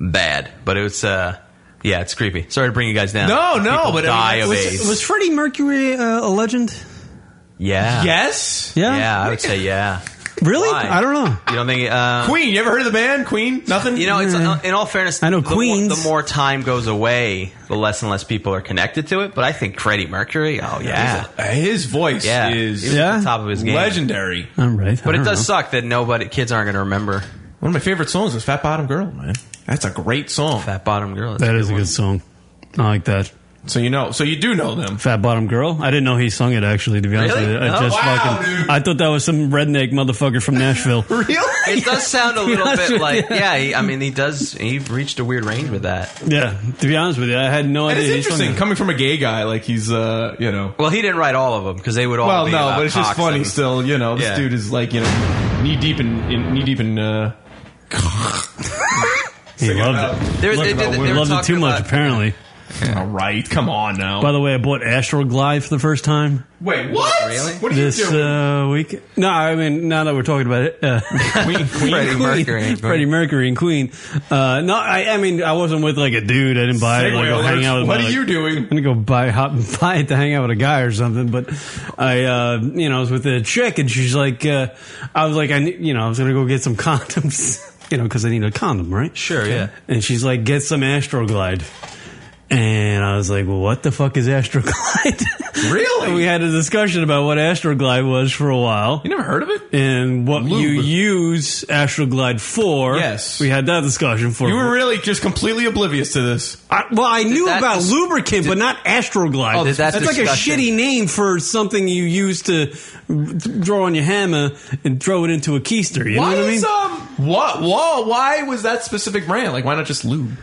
[SPEAKER 2] bad. But it was, uh, yeah, it's creepy. Sorry to bring you guys down.
[SPEAKER 3] No, no,
[SPEAKER 2] People
[SPEAKER 3] but I mean,
[SPEAKER 2] die
[SPEAKER 3] that's-
[SPEAKER 2] of
[SPEAKER 3] was-
[SPEAKER 2] AIDS.
[SPEAKER 1] Was Freddie Mercury uh, a legend?
[SPEAKER 2] yeah,
[SPEAKER 3] Yes.
[SPEAKER 1] Yeah.
[SPEAKER 2] yeah. I would say yeah.
[SPEAKER 1] Really?
[SPEAKER 2] Why?
[SPEAKER 1] I don't know.
[SPEAKER 2] You don't think uh,
[SPEAKER 3] Queen? You ever heard of the band Queen? Nothing.
[SPEAKER 2] You know, it's in all fairness,
[SPEAKER 1] I know
[SPEAKER 2] the more-
[SPEAKER 1] Queens.
[SPEAKER 2] the more time goes away, the less and less people are connected to it. But I think Freddie Mercury. Oh yeah,
[SPEAKER 3] his voice
[SPEAKER 2] yeah.
[SPEAKER 3] is
[SPEAKER 2] He was at the top of his game.
[SPEAKER 3] legendary.
[SPEAKER 1] All right.
[SPEAKER 2] But it does suck that nobody kids aren't going to remember.
[SPEAKER 3] One of my favorite songs is Fat Bottom Girl, man. That's a great song.
[SPEAKER 2] Fat Bottom Girl.
[SPEAKER 3] [LAUGHS]
[SPEAKER 1] That is a good song. I like that.
[SPEAKER 3] So you know, so you do know them.
[SPEAKER 1] Fat Bottom Girl. I didn't know he sung it actually. To be honest
[SPEAKER 2] Really?
[SPEAKER 1] with you, I
[SPEAKER 2] Oh,
[SPEAKER 1] just
[SPEAKER 2] wow,
[SPEAKER 1] fucking. I thought that was some redneck motherfucker from
[SPEAKER 3] [LAUGHS]
[SPEAKER 1] Nashville.
[SPEAKER 2] It does sound
[SPEAKER 1] [LAUGHS]
[SPEAKER 2] a
[SPEAKER 1] To be
[SPEAKER 2] little
[SPEAKER 1] honest
[SPEAKER 2] bit
[SPEAKER 1] with
[SPEAKER 2] like
[SPEAKER 1] you.
[SPEAKER 2] yeah. he, I mean, he does. He reached a weird range with that.
[SPEAKER 1] yeah, to be honest with you, I had no
[SPEAKER 3] And
[SPEAKER 1] idea.
[SPEAKER 3] it's
[SPEAKER 1] he sung
[SPEAKER 3] interesting
[SPEAKER 1] it.
[SPEAKER 3] coming from a gay guy, like he's, uh, you know.
[SPEAKER 2] Well, he didn't write all of them because they would all.
[SPEAKER 3] Well,
[SPEAKER 2] be
[SPEAKER 3] no,
[SPEAKER 2] about
[SPEAKER 3] but it's just
[SPEAKER 2] cocks
[SPEAKER 3] funny.
[SPEAKER 2] and-
[SPEAKER 3] Still, you know, this
[SPEAKER 2] Yeah.
[SPEAKER 3] dude is like, you know, knee deep in, in knee deep in. Uh,
[SPEAKER 1] He
[SPEAKER 3] singing about-
[SPEAKER 1] loved it.
[SPEAKER 2] There-
[SPEAKER 1] Look,
[SPEAKER 2] they did- they were
[SPEAKER 1] loved it
[SPEAKER 2] talking
[SPEAKER 1] too much,
[SPEAKER 2] about-
[SPEAKER 1] apparently.
[SPEAKER 3] All right, come on now.
[SPEAKER 1] By the way, I bought Astral Glide for the first time
[SPEAKER 3] Wait, what?
[SPEAKER 2] Really?
[SPEAKER 3] What are
[SPEAKER 1] this
[SPEAKER 3] you doing?
[SPEAKER 1] uh, week. No, I mean now that we're talking about it, uh,
[SPEAKER 3] [LAUGHS] Queen, Queen.
[SPEAKER 2] Freddie
[SPEAKER 1] Queen,
[SPEAKER 2] Mercury. and-
[SPEAKER 1] Freddie Mercury and Queen. Uh, no, I, I mean I wasn't with like a dude. I didn't buy it. Like,
[SPEAKER 3] Segway
[SPEAKER 1] go hang
[SPEAKER 3] alerts.
[SPEAKER 1] out with
[SPEAKER 3] what
[SPEAKER 1] my,
[SPEAKER 3] are
[SPEAKER 1] like,
[SPEAKER 3] you doing?
[SPEAKER 1] I'm gonna go buy hop [LAUGHS] buy it to hang out with a guy or something. But I, uh, you know, I was with a chick, and she's like, uh, I was like, I, ne- you know, I was gonna go get some [LAUGHS] condoms, you know, because I need a condom, right?
[SPEAKER 2] Sure, yeah.
[SPEAKER 1] And she's like, get some Astroglide. And I was like, well, what the fuck is [LAUGHS] Astroglide?
[SPEAKER 3] Really?
[SPEAKER 1] And we had a discussion about what Astroglide was for a while.
[SPEAKER 3] You never heard of it?
[SPEAKER 1] And what you
[SPEAKER 3] Lube.
[SPEAKER 1] use Astroglide for.
[SPEAKER 3] Yes.
[SPEAKER 1] We had that discussion for
[SPEAKER 3] You
[SPEAKER 1] a
[SPEAKER 3] were really just completely oblivious to this.
[SPEAKER 1] I, well, I knew
[SPEAKER 2] that
[SPEAKER 1] about
[SPEAKER 2] dis-
[SPEAKER 1] lubricant, but not Astroglide.
[SPEAKER 2] Oh, did that
[SPEAKER 1] That's like a
[SPEAKER 2] discussion-
[SPEAKER 1] shitty name for something you use to draw on your hammer and throw it into a keister. You
[SPEAKER 3] why
[SPEAKER 1] know what I mean?
[SPEAKER 3] is um what whoa? Why was that specific brand? Like, why not just lube?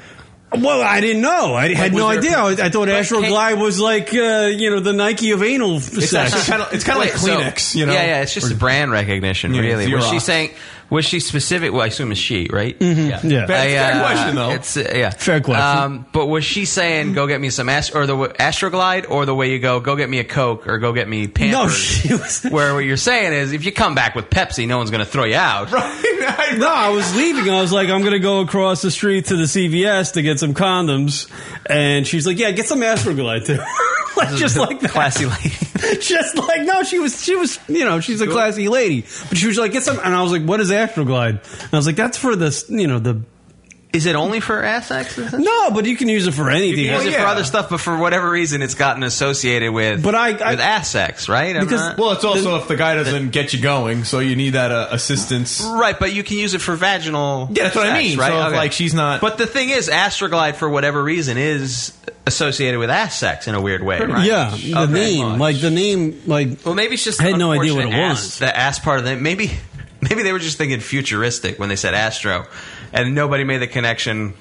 [SPEAKER 1] well, I didn't know. I had
[SPEAKER 3] was
[SPEAKER 1] no
[SPEAKER 3] there-
[SPEAKER 1] idea. I, I thought Astroglide was like uh, you know the Nike of anal
[SPEAKER 3] It's actually
[SPEAKER 1] sex.
[SPEAKER 3] kind of it's kind of like
[SPEAKER 2] Wait, so-
[SPEAKER 3] Kleenex, you know?
[SPEAKER 1] [LAUGHS]
[SPEAKER 2] Yeah, yeah. It's just a brand recognition,
[SPEAKER 3] Yeah,
[SPEAKER 2] really.
[SPEAKER 3] Xerox.
[SPEAKER 2] Was she saying? Was she specific? Well, I assume it's she, right? Mm-hmm. Yeah.
[SPEAKER 1] Yeah.
[SPEAKER 3] That's a fair question, though.
[SPEAKER 2] It's uh, yeah,
[SPEAKER 1] Fair question.
[SPEAKER 2] but was she saying, "Go get me some ast- or the w- Astroglide," or the way you go, "Go get me a Coke," or "Go get me Pampers"?
[SPEAKER 1] No, she was. [LAUGHS]
[SPEAKER 2] Where what you're saying is, if you come back with Pepsi, no one's going to throw you out.
[SPEAKER 3] Right?
[SPEAKER 1] No, I was leaving. I was like, I'm gonna go across the street to the CVS to get some condoms, and she's like, Yeah, get some Astroglide too. [LAUGHS] like just like that.
[SPEAKER 2] classy lady.
[SPEAKER 1] [LAUGHS] just like no, she was she was you know she's a classy lady, but she was like get some, and I was like, what is Astroglide? And I was like, that's for the you know the
[SPEAKER 2] Is it only for ass sex? Is it?
[SPEAKER 1] no, but you can use it for anything.
[SPEAKER 2] Use it for
[SPEAKER 3] yeah.
[SPEAKER 2] other stuff, but for whatever reason, it's gotten associated with
[SPEAKER 1] But I- I-
[SPEAKER 2] with ass sex, right? I'm
[SPEAKER 1] Because-
[SPEAKER 2] not-
[SPEAKER 3] Well, it's also if the guy doesn't get you going, so you need that uh, assistance.
[SPEAKER 2] Right, but you can use it for vaginal.
[SPEAKER 3] Yeah, that's what I
[SPEAKER 2] sex,
[SPEAKER 3] mean.
[SPEAKER 2] Right?
[SPEAKER 3] So, like, she's not-
[SPEAKER 2] But the thing is, Astroglide for whatever reason is associated with ass sex in a weird way. Right?
[SPEAKER 1] yeah, the
[SPEAKER 2] Okay.
[SPEAKER 1] name, like the name, like
[SPEAKER 2] Well, maybe it's just.
[SPEAKER 1] I had no idea what it
[SPEAKER 2] unfortunate ass-
[SPEAKER 1] was.
[SPEAKER 2] The ass part of it. Maybe, maybe they were just thinking futuristic when they said Astro, and nobody made the connection.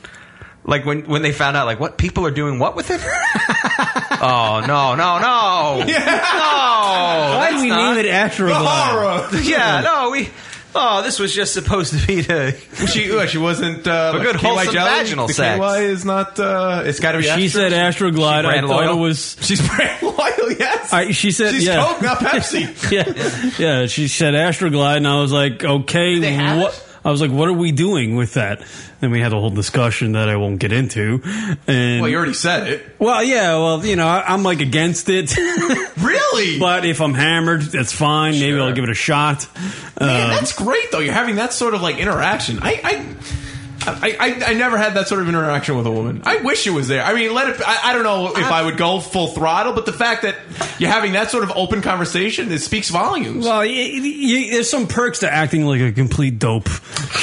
[SPEAKER 2] Like when when they found out, like what people are doing, what with it? [LAUGHS] oh no, no,
[SPEAKER 3] [LAUGHS]
[SPEAKER 2] no! No,
[SPEAKER 1] why do
[SPEAKER 2] that's
[SPEAKER 1] we
[SPEAKER 2] not-
[SPEAKER 1] name it Astroglide?
[SPEAKER 3] Horror.
[SPEAKER 2] [LAUGHS] Yeah, no, we. Oh, this was just supposed to be to.
[SPEAKER 3] she uh, she wasn't uh,
[SPEAKER 2] For
[SPEAKER 3] like
[SPEAKER 2] good
[SPEAKER 3] KY
[SPEAKER 2] wholesome
[SPEAKER 3] jelly?
[SPEAKER 2] vaginal
[SPEAKER 3] the
[SPEAKER 2] sex.
[SPEAKER 3] KY is not. Uh, it's got to be.
[SPEAKER 1] She
[SPEAKER 3] Astro.
[SPEAKER 1] said Astroglide.
[SPEAKER 2] She
[SPEAKER 1] I
[SPEAKER 2] brand
[SPEAKER 1] thought
[SPEAKER 2] loyal?
[SPEAKER 1] it was.
[SPEAKER 3] she's brand [LAUGHS] loyal. Yes,
[SPEAKER 1] I, she said,
[SPEAKER 3] she's
[SPEAKER 1] yeah.
[SPEAKER 3] Coke, not
[SPEAKER 1] [LAUGHS] yeah,
[SPEAKER 3] Pepsi.
[SPEAKER 1] yeah. She said Astroglide, and I was like,
[SPEAKER 2] They
[SPEAKER 1] okay,
[SPEAKER 2] have
[SPEAKER 1] what?
[SPEAKER 2] it?
[SPEAKER 1] I was like, what are we doing with that? Then we had a whole discussion that I won't get into. And
[SPEAKER 3] well, you already said it.
[SPEAKER 1] well, yeah, well, you know, I, I'm like against it, [LAUGHS]
[SPEAKER 3] Really?
[SPEAKER 1] but if I'm hammered, that's fine. Maybe I'll
[SPEAKER 2] Sure.
[SPEAKER 1] give it a shot.
[SPEAKER 3] Man,
[SPEAKER 1] Uh,
[SPEAKER 3] that's great though. You're having that sort of like interaction. I. I I, I, I never had that sort of interaction with a woman. I wish it was there. I mean, let it. I, I don't know if I, would go full throttle, but the fact that you're having that sort of open conversation it speaks volumes.
[SPEAKER 1] well, y y y there's some perks to acting like a complete dope. [LAUGHS]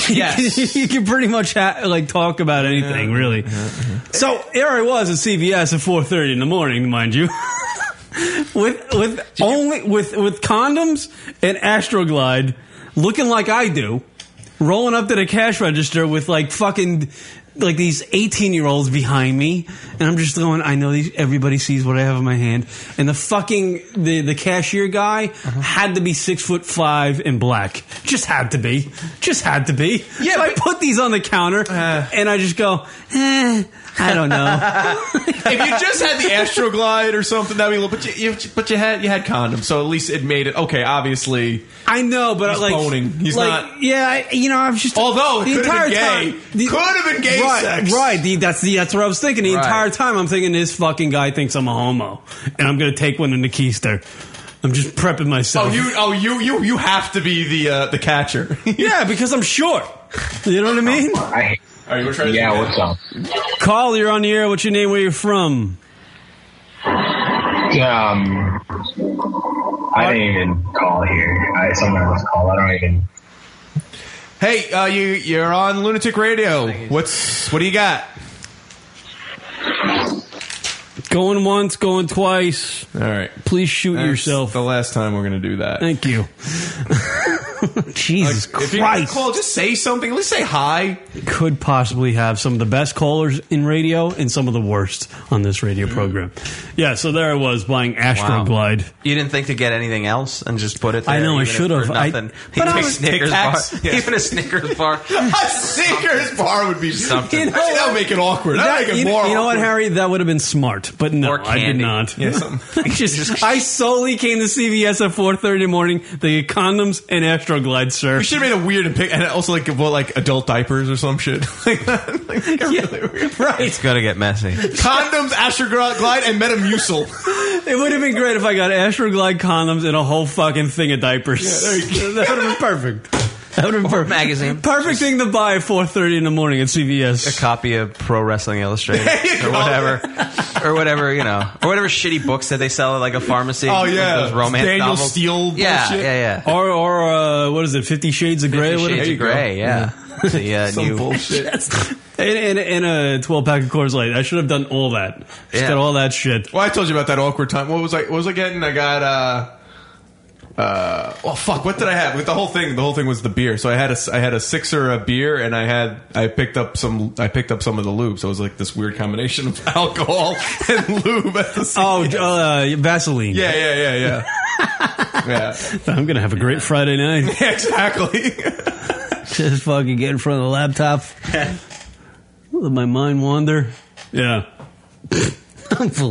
[SPEAKER 3] Yes.
[SPEAKER 1] you can pretty much ha- like talk about anything, really. So here I was at CVS at 4:30 in the morning, mind you. [LAUGHS] with with only with with condoms and Astroglide, looking like I do, rolling up to the cash register with like fucking like these eighteen year olds behind me, and I'm just going. I know these, everybody sees what I have in my hand, and the fucking the the cashier guy had to be six foot five and black. Just had to be. Just had to be. Yeah, so I put these on the counter, and I just go. Eh, I don't know.
[SPEAKER 3] [LAUGHS] if you just had the Astroglide or something, that'd be a little. But you, you, but you had you had condoms, so at least it made it okay. Obviously,
[SPEAKER 1] I know, but
[SPEAKER 3] He's
[SPEAKER 1] like,
[SPEAKER 3] boning. He's
[SPEAKER 1] like,
[SPEAKER 3] not-
[SPEAKER 1] Yeah, I- you know, I was just.
[SPEAKER 3] Although it
[SPEAKER 1] the
[SPEAKER 3] could've
[SPEAKER 1] entire
[SPEAKER 3] been gay.
[SPEAKER 1] time,
[SPEAKER 3] Could've been gay
[SPEAKER 1] right,
[SPEAKER 3] sex.
[SPEAKER 1] Right. The, that's the that's what I was thinking. The
[SPEAKER 2] Right.
[SPEAKER 1] entire time, I'm thinking this fucking guy thinks I'm a homo, and I'm gonna take one in the keister. I'm just prepping myself.
[SPEAKER 3] Oh, you, oh, you, you, you have to be the uh, the catcher.
[SPEAKER 1] [LAUGHS] yeah, because I'm short. You know what I mean? I,
[SPEAKER 3] Are you trying to
[SPEAKER 1] Yeah,
[SPEAKER 3] do
[SPEAKER 1] what's
[SPEAKER 3] that?
[SPEAKER 1] Carl, you're on the air. What's your name? Where you're from?
[SPEAKER 10] Um, I didn't even [LAUGHS] call here. I someone else called. I don't even.
[SPEAKER 3] Hey, uh, you, you're on Lunatic Radio. What's what do you got?
[SPEAKER 1] Going once, going twice.
[SPEAKER 3] All right,
[SPEAKER 1] please shoot yourself.
[SPEAKER 3] The last time we're gonna do that.
[SPEAKER 1] Thank
[SPEAKER 3] [LAUGHS]
[SPEAKER 1] you. Jesus
[SPEAKER 3] Like, if you're gonna
[SPEAKER 1] Christ!
[SPEAKER 3] call, just say something. At least say hi.
[SPEAKER 1] Could possibly have some of the best callers in radio and some of the worst on this radio program. Yeah, so there I was buying Astro Glide.
[SPEAKER 2] You didn't think to get anything else and just put it. There,
[SPEAKER 1] I know, I
[SPEAKER 2] even if
[SPEAKER 1] should have.
[SPEAKER 2] for
[SPEAKER 1] I-
[SPEAKER 2] Nothing. [LAUGHS]
[SPEAKER 1] but
[SPEAKER 2] Even
[SPEAKER 1] I
[SPEAKER 2] a
[SPEAKER 1] was- Tic
[SPEAKER 2] Snickers bar.
[SPEAKER 1] [LAUGHS] Tacs.
[SPEAKER 2] Even a Snickers bar.
[SPEAKER 3] [LAUGHS] A Snickers bar would be
[SPEAKER 2] Something.
[SPEAKER 3] You know Actually, that would make it awkward. That would make it
[SPEAKER 1] you,
[SPEAKER 3] more
[SPEAKER 1] you know what,
[SPEAKER 3] awkward.
[SPEAKER 1] Harry? That would have been smart, but no,
[SPEAKER 3] Or
[SPEAKER 1] I did
[SPEAKER 3] candy.
[SPEAKER 1] not. [LAUGHS]
[SPEAKER 3] Yeah, something.
[SPEAKER 1] I
[SPEAKER 3] [LAUGHS]
[SPEAKER 1] just, I solely came to CVS at four thirty in the morning. They get condoms and Astro Glide, sir.
[SPEAKER 3] We should have made a weird and, pic- and also like well, like adult diapers or some shit. [LAUGHS] Like,
[SPEAKER 2] It's gonna get messy.
[SPEAKER 3] Condoms, Astroglide, and Metamucil.
[SPEAKER 1] It would have been great if I got Astro Glide condoms and a whole fucking thing of diapers.
[SPEAKER 3] Yeah, there
[SPEAKER 1] [LAUGHS]
[SPEAKER 3] you
[SPEAKER 1] that would have been perfect. That would have been perfect.
[SPEAKER 2] magazine.
[SPEAKER 1] Perfect thing to buy at four thirty in the morning at CVS.
[SPEAKER 2] A copy of Pro
[SPEAKER 1] [LAUGHS]
[SPEAKER 2] Wrestling Illustrated or whatever, or whatever you know, or whatever shitty books that they sell at like a pharmacy.
[SPEAKER 1] Oh, yeah.
[SPEAKER 2] those romance
[SPEAKER 1] Daniel
[SPEAKER 2] novels.
[SPEAKER 1] Steele
[SPEAKER 2] Yeah,
[SPEAKER 1] bullshit.
[SPEAKER 2] yeah, yeah.
[SPEAKER 1] Or or uh, what is it? Fifty Shades of Grey.
[SPEAKER 2] Fifty
[SPEAKER 1] whatever.
[SPEAKER 2] Shades of Grey, yeah. The, uh,
[SPEAKER 1] Some
[SPEAKER 2] new-
[SPEAKER 1] bullshit. and, and, and a twelve pack of Coors Light. I should have done all that. Just got all that shit.
[SPEAKER 3] Well, I told you about that awkward time. What was I? What was I getting? I got. uh uh, oh fuck! What did I have? With the whole thing, the whole thing was the beer. So I had a, I had a sixer of beer, and I had, I picked up some, I picked up some of the lube. So it was like this weird combination of [LAUGHS] alcohol and lube. At the same
[SPEAKER 1] Oh, uh, Vaseline.
[SPEAKER 3] yeah, yeah, yeah, yeah.
[SPEAKER 1] [LAUGHS]
[SPEAKER 3] yeah. [LAUGHS]
[SPEAKER 1] I'm gonna have a great Friday night.
[SPEAKER 2] [LAUGHS]
[SPEAKER 3] exactly.
[SPEAKER 1] Just fucking get in front of the laptop. Let my mind wander. Yeah. [LAUGHS]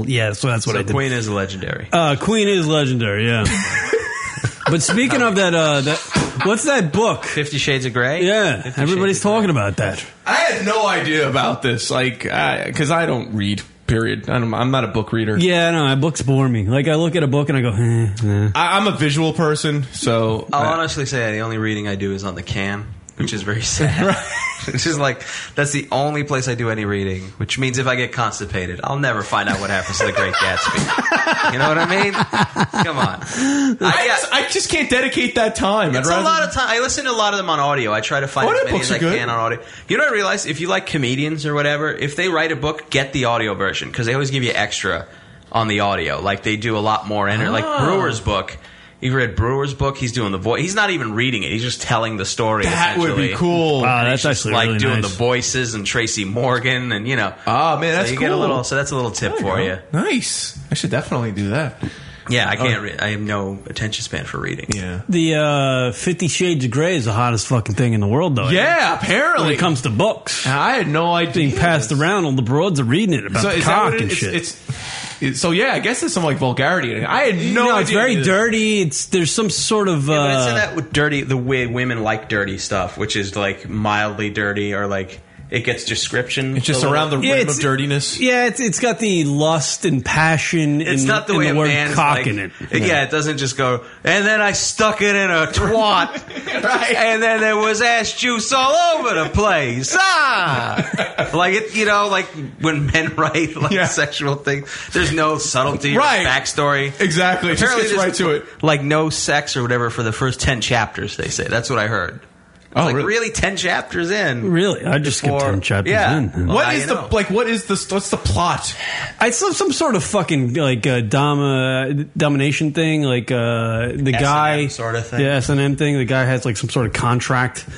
[SPEAKER 1] yeah, so that's what
[SPEAKER 2] So
[SPEAKER 1] I did.
[SPEAKER 2] Queen is legendary.
[SPEAKER 1] Uh, Queen is legendary, yeah. but speaking of that, uh, that what's that book?
[SPEAKER 2] Fifty Shades of Grey.
[SPEAKER 1] Yeah, everybody's talking about that.
[SPEAKER 3] I had no idea about this, like, because I, don't read. Period. I'm, I'm not a book reader.
[SPEAKER 1] Yeah, no, books bore me. Like I look at a book and I go, eh, nah.
[SPEAKER 3] [LAUGHS] I, I'm a visual person, so
[SPEAKER 2] I'll honestly say the only reading I do is on the can, which is
[SPEAKER 3] [LAUGHS]
[SPEAKER 2] very sad. [LAUGHS] It's just like that's the only place I do any reading, which means if I get constipated, I'll never find out what happens to the Great Gatsby. You know what I mean? Come on.
[SPEAKER 3] [LAUGHS]
[SPEAKER 2] uh,
[SPEAKER 3] I, just, I just can't dedicate that time.
[SPEAKER 2] It's
[SPEAKER 3] I'd
[SPEAKER 2] a
[SPEAKER 3] rather-
[SPEAKER 2] lot of time. I listen to a lot of them on audio. I try to find as many
[SPEAKER 3] Audiobooks
[SPEAKER 2] as
[SPEAKER 3] are
[SPEAKER 2] I
[SPEAKER 3] good.
[SPEAKER 2] can on audio. You know what I realized? If you like comedians or whatever, if they write a book, get the audio version because they always give you extra on the audio. Like they do a lot more. And like
[SPEAKER 3] Oh.
[SPEAKER 2] Brewer's book. You read Brewer's book? He's doing the voice. He's not even reading it. He's just telling the story.
[SPEAKER 3] That would be
[SPEAKER 2] essentially.
[SPEAKER 3] cool. Wow,
[SPEAKER 2] And
[SPEAKER 1] that's
[SPEAKER 2] he's just,
[SPEAKER 1] actually
[SPEAKER 2] like
[SPEAKER 1] really
[SPEAKER 2] doing
[SPEAKER 1] nice.
[SPEAKER 2] the voices and Tracy Morgan and you know.
[SPEAKER 3] Oh man, that's
[SPEAKER 2] so you get a
[SPEAKER 3] cool.
[SPEAKER 2] little. So that's a little tip for you.
[SPEAKER 3] Nice. I should definitely do that.
[SPEAKER 2] Yeah, I can't.
[SPEAKER 3] Oh.
[SPEAKER 2] Re- I have no attention span for reading.
[SPEAKER 3] Yeah.
[SPEAKER 1] The uh, Fifty Shades of Grey is the hottest fucking thing in the world, though.
[SPEAKER 3] Yeah,
[SPEAKER 1] When
[SPEAKER 3] apparently.
[SPEAKER 1] it comes to books,
[SPEAKER 3] I had no idea.
[SPEAKER 1] Being passed around, all the broads are reading it about
[SPEAKER 3] So
[SPEAKER 1] the
[SPEAKER 3] is that
[SPEAKER 1] cock
[SPEAKER 3] what it-
[SPEAKER 1] and
[SPEAKER 3] it's-
[SPEAKER 1] shit.
[SPEAKER 3] It's, it's- so yeah, I guess there's some like vulgarity. in it. I had no, idea.
[SPEAKER 1] it's very
[SPEAKER 3] this.
[SPEAKER 1] dirty. It's there's some sort of.
[SPEAKER 2] Yeah, but it's in
[SPEAKER 1] Uh,
[SPEAKER 2] that with dirty the way women like dirty stuff, which is like mildly dirty or like it gets description.
[SPEAKER 3] It's just
[SPEAKER 2] a little-
[SPEAKER 3] around the
[SPEAKER 1] Yeah,
[SPEAKER 3] rim
[SPEAKER 1] it's-
[SPEAKER 3] of dirtiness.
[SPEAKER 1] yeah, it's it's got the lust and passion.
[SPEAKER 2] It's
[SPEAKER 1] and,
[SPEAKER 2] not the
[SPEAKER 1] and
[SPEAKER 2] way
[SPEAKER 1] the
[SPEAKER 2] a
[SPEAKER 1] word
[SPEAKER 2] man's
[SPEAKER 1] cock
[SPEAKER 2] like-
[SPEAKER 1] in it.
[SPEAKER 2] Yeah. it doesn't just go. And then I stuck it in a twat, and then there was ass juice all over the place. Ah, like it, you know, like when men [LAUGHS] write like sexual things, there's no subtlety,
[SPEAKER 3] Right.
[SPEAKER 2] or backstory,
[SPEAKER 3] Exactly. It just
[SPEAKER 2] Apparently
[SPEAKER 3] gets
[SPEAKER 2] there's,
[SPEAKER 3] right to it.
[SPEAKER 2] Like no sex or whatever for the first ten chapters. They say that's what I heard. I was
[SPEAKER 3] Oh,
[SPEAKER 2] like
[SPEAKER 3] really?
[SPEAKER 2] really ten chapters in?
[SPEAKER 1] Really, I just skipped
[SPEAKER 2] Before-
[SPEAKER 1] ten chapters
[SPEAKER 2] yeah.
[SPEAKER 1] in.
[SPEAKER 2] Well,
[SPEAKER 3] What
[SPEAKER 2] now
[SPEAKER 3] is
[SPEAKER 2] you
[SPEAKER 3] the
[SPEAKER 2] know.
[SPEAKER 3] like? What is the what's the plot?
[SPEAKER 1] It's some, some sort of fucking like uh, dom, uh, domination thing. Like uh, the
[SPEAKER 2] S&M
[SPEAKER 1] guy
[SPEAKER 2] sort of thing.
[SPEAKER 1] the S and M thing. The guy has like some sort of contract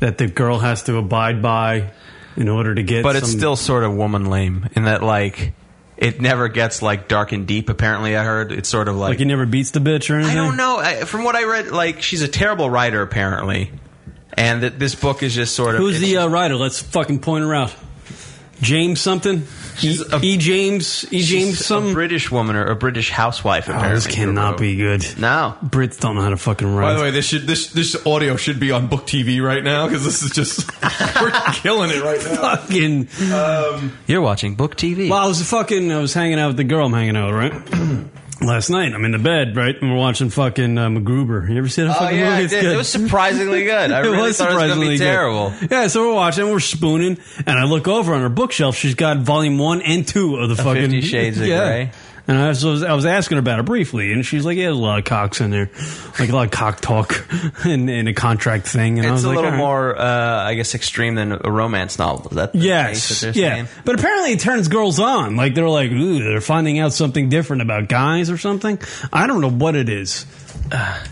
[SPEAKER 1] that the girl has to abide by in order to get.
[SPEAKER 2] but it's
[SPEAKER 1] some-
[SPEAKER 2] still sort of woman lame in that like it never gets like dark and deep. Apparently, I heard it's sort of like,
[SPEAKER 1] like he never beats the bitch or
[SPEAKER 2] I
[SPEAKER 1] anything.
[SPEAKER 2] don't know. I, from what I read, like she's a terrible writer apparently, and that this book is just sort of
[SPEAKER 1] Who's
[SPEAKER 2] it's-
[SPEAKER 1] the uh, writer? Let's fucking point her out. James something. E, E. James. E. James
[SPEAKER 2] she's
[SPEAKER 1] something.
[SPEAKER 2] a British woman or a British housewife.
[SPEAKER 1] Oh,
[SPEAKER 2] Apparently,
[SPEAKER 1] this cannot be good.
[SPEAKER 2] No,
[SPEAKER 1] Brits don't know how to fucking
[SPEAKER 3] By the
[SPEAKER 1] write.
[SPEAKER 3] way, this should this this audio should be on Book TV right now because this is just [LAUGHS] we're killing it right now.
[SPEAKER 1] Fucking.
[SPEAKER 2] You're watching book TV.
[SPEAKER 1] Well, I was fucking. I was hanging out with the girl I'm hanging out with, right? [CLEARS THROAT] last night. I'm in the bed, right? And we're watching fucking uh, MacGruber. You ever see that
[SPEAKER 2] Oh,
[SPEAKER 1] fucking
[SPEAKER 2] yeah,
[SPEAKER 1] movie?
[SPEAKER 2] I
[SPEAKER 1] It's
[SPEAKER 2] did.
[SPEAKER 1] good.
[SPEAKER 2] It was surprisingly good.
[SPEAKER 1] [LAUGHS]
[SPEAKER 2] I
[SPEAKER 1] It
[SPEAKER 2] really
[SPEAKER 1] was
[SPEAKER 2] thought it was gonna
[SPEAKER 1] surprisingly
[SPEAKER 2] be
[SPEAKER 1] good.
[SPEAKER 2] terrible.
[SPEAKER 1] Yeah, so we're watching, we're spooning, and I look over on her bookshelf. She's got volume one and two of the
[SPEAKER 2] Of
[SPEAKER 1] fucking
[SPEAKER 2] Fifty Shades of
[SPEAKER 1] [LAUGHS] yeah.
[SPEAKER 2] Grey.
[SPEAKER 1] And I was, I was I was asking her about it briefly, and she's like, "Yeah, there's a lot of cocks in there, like a lot of cock talk, [LAUGHS] and, and a contract thing." And I was
[SPEAKER 2] It's a
[SPEAKER 1] like,
[SPEAKER 2] little
[SPEAKER 1] "All right."
[SPEAKER 2] more, uh, I guess, extreme than a romance novel. Is that the case
[SPEAKER 1] Yes.
[SPEAKER 2] that they're
[SPEAKER 1] Yeah.
[SPEAKER 2] saying?
[SPEAKER 1] But apparently it turns girls on. Like they're like, ooh, they're finding out something different about guys or something. I don't know what it is.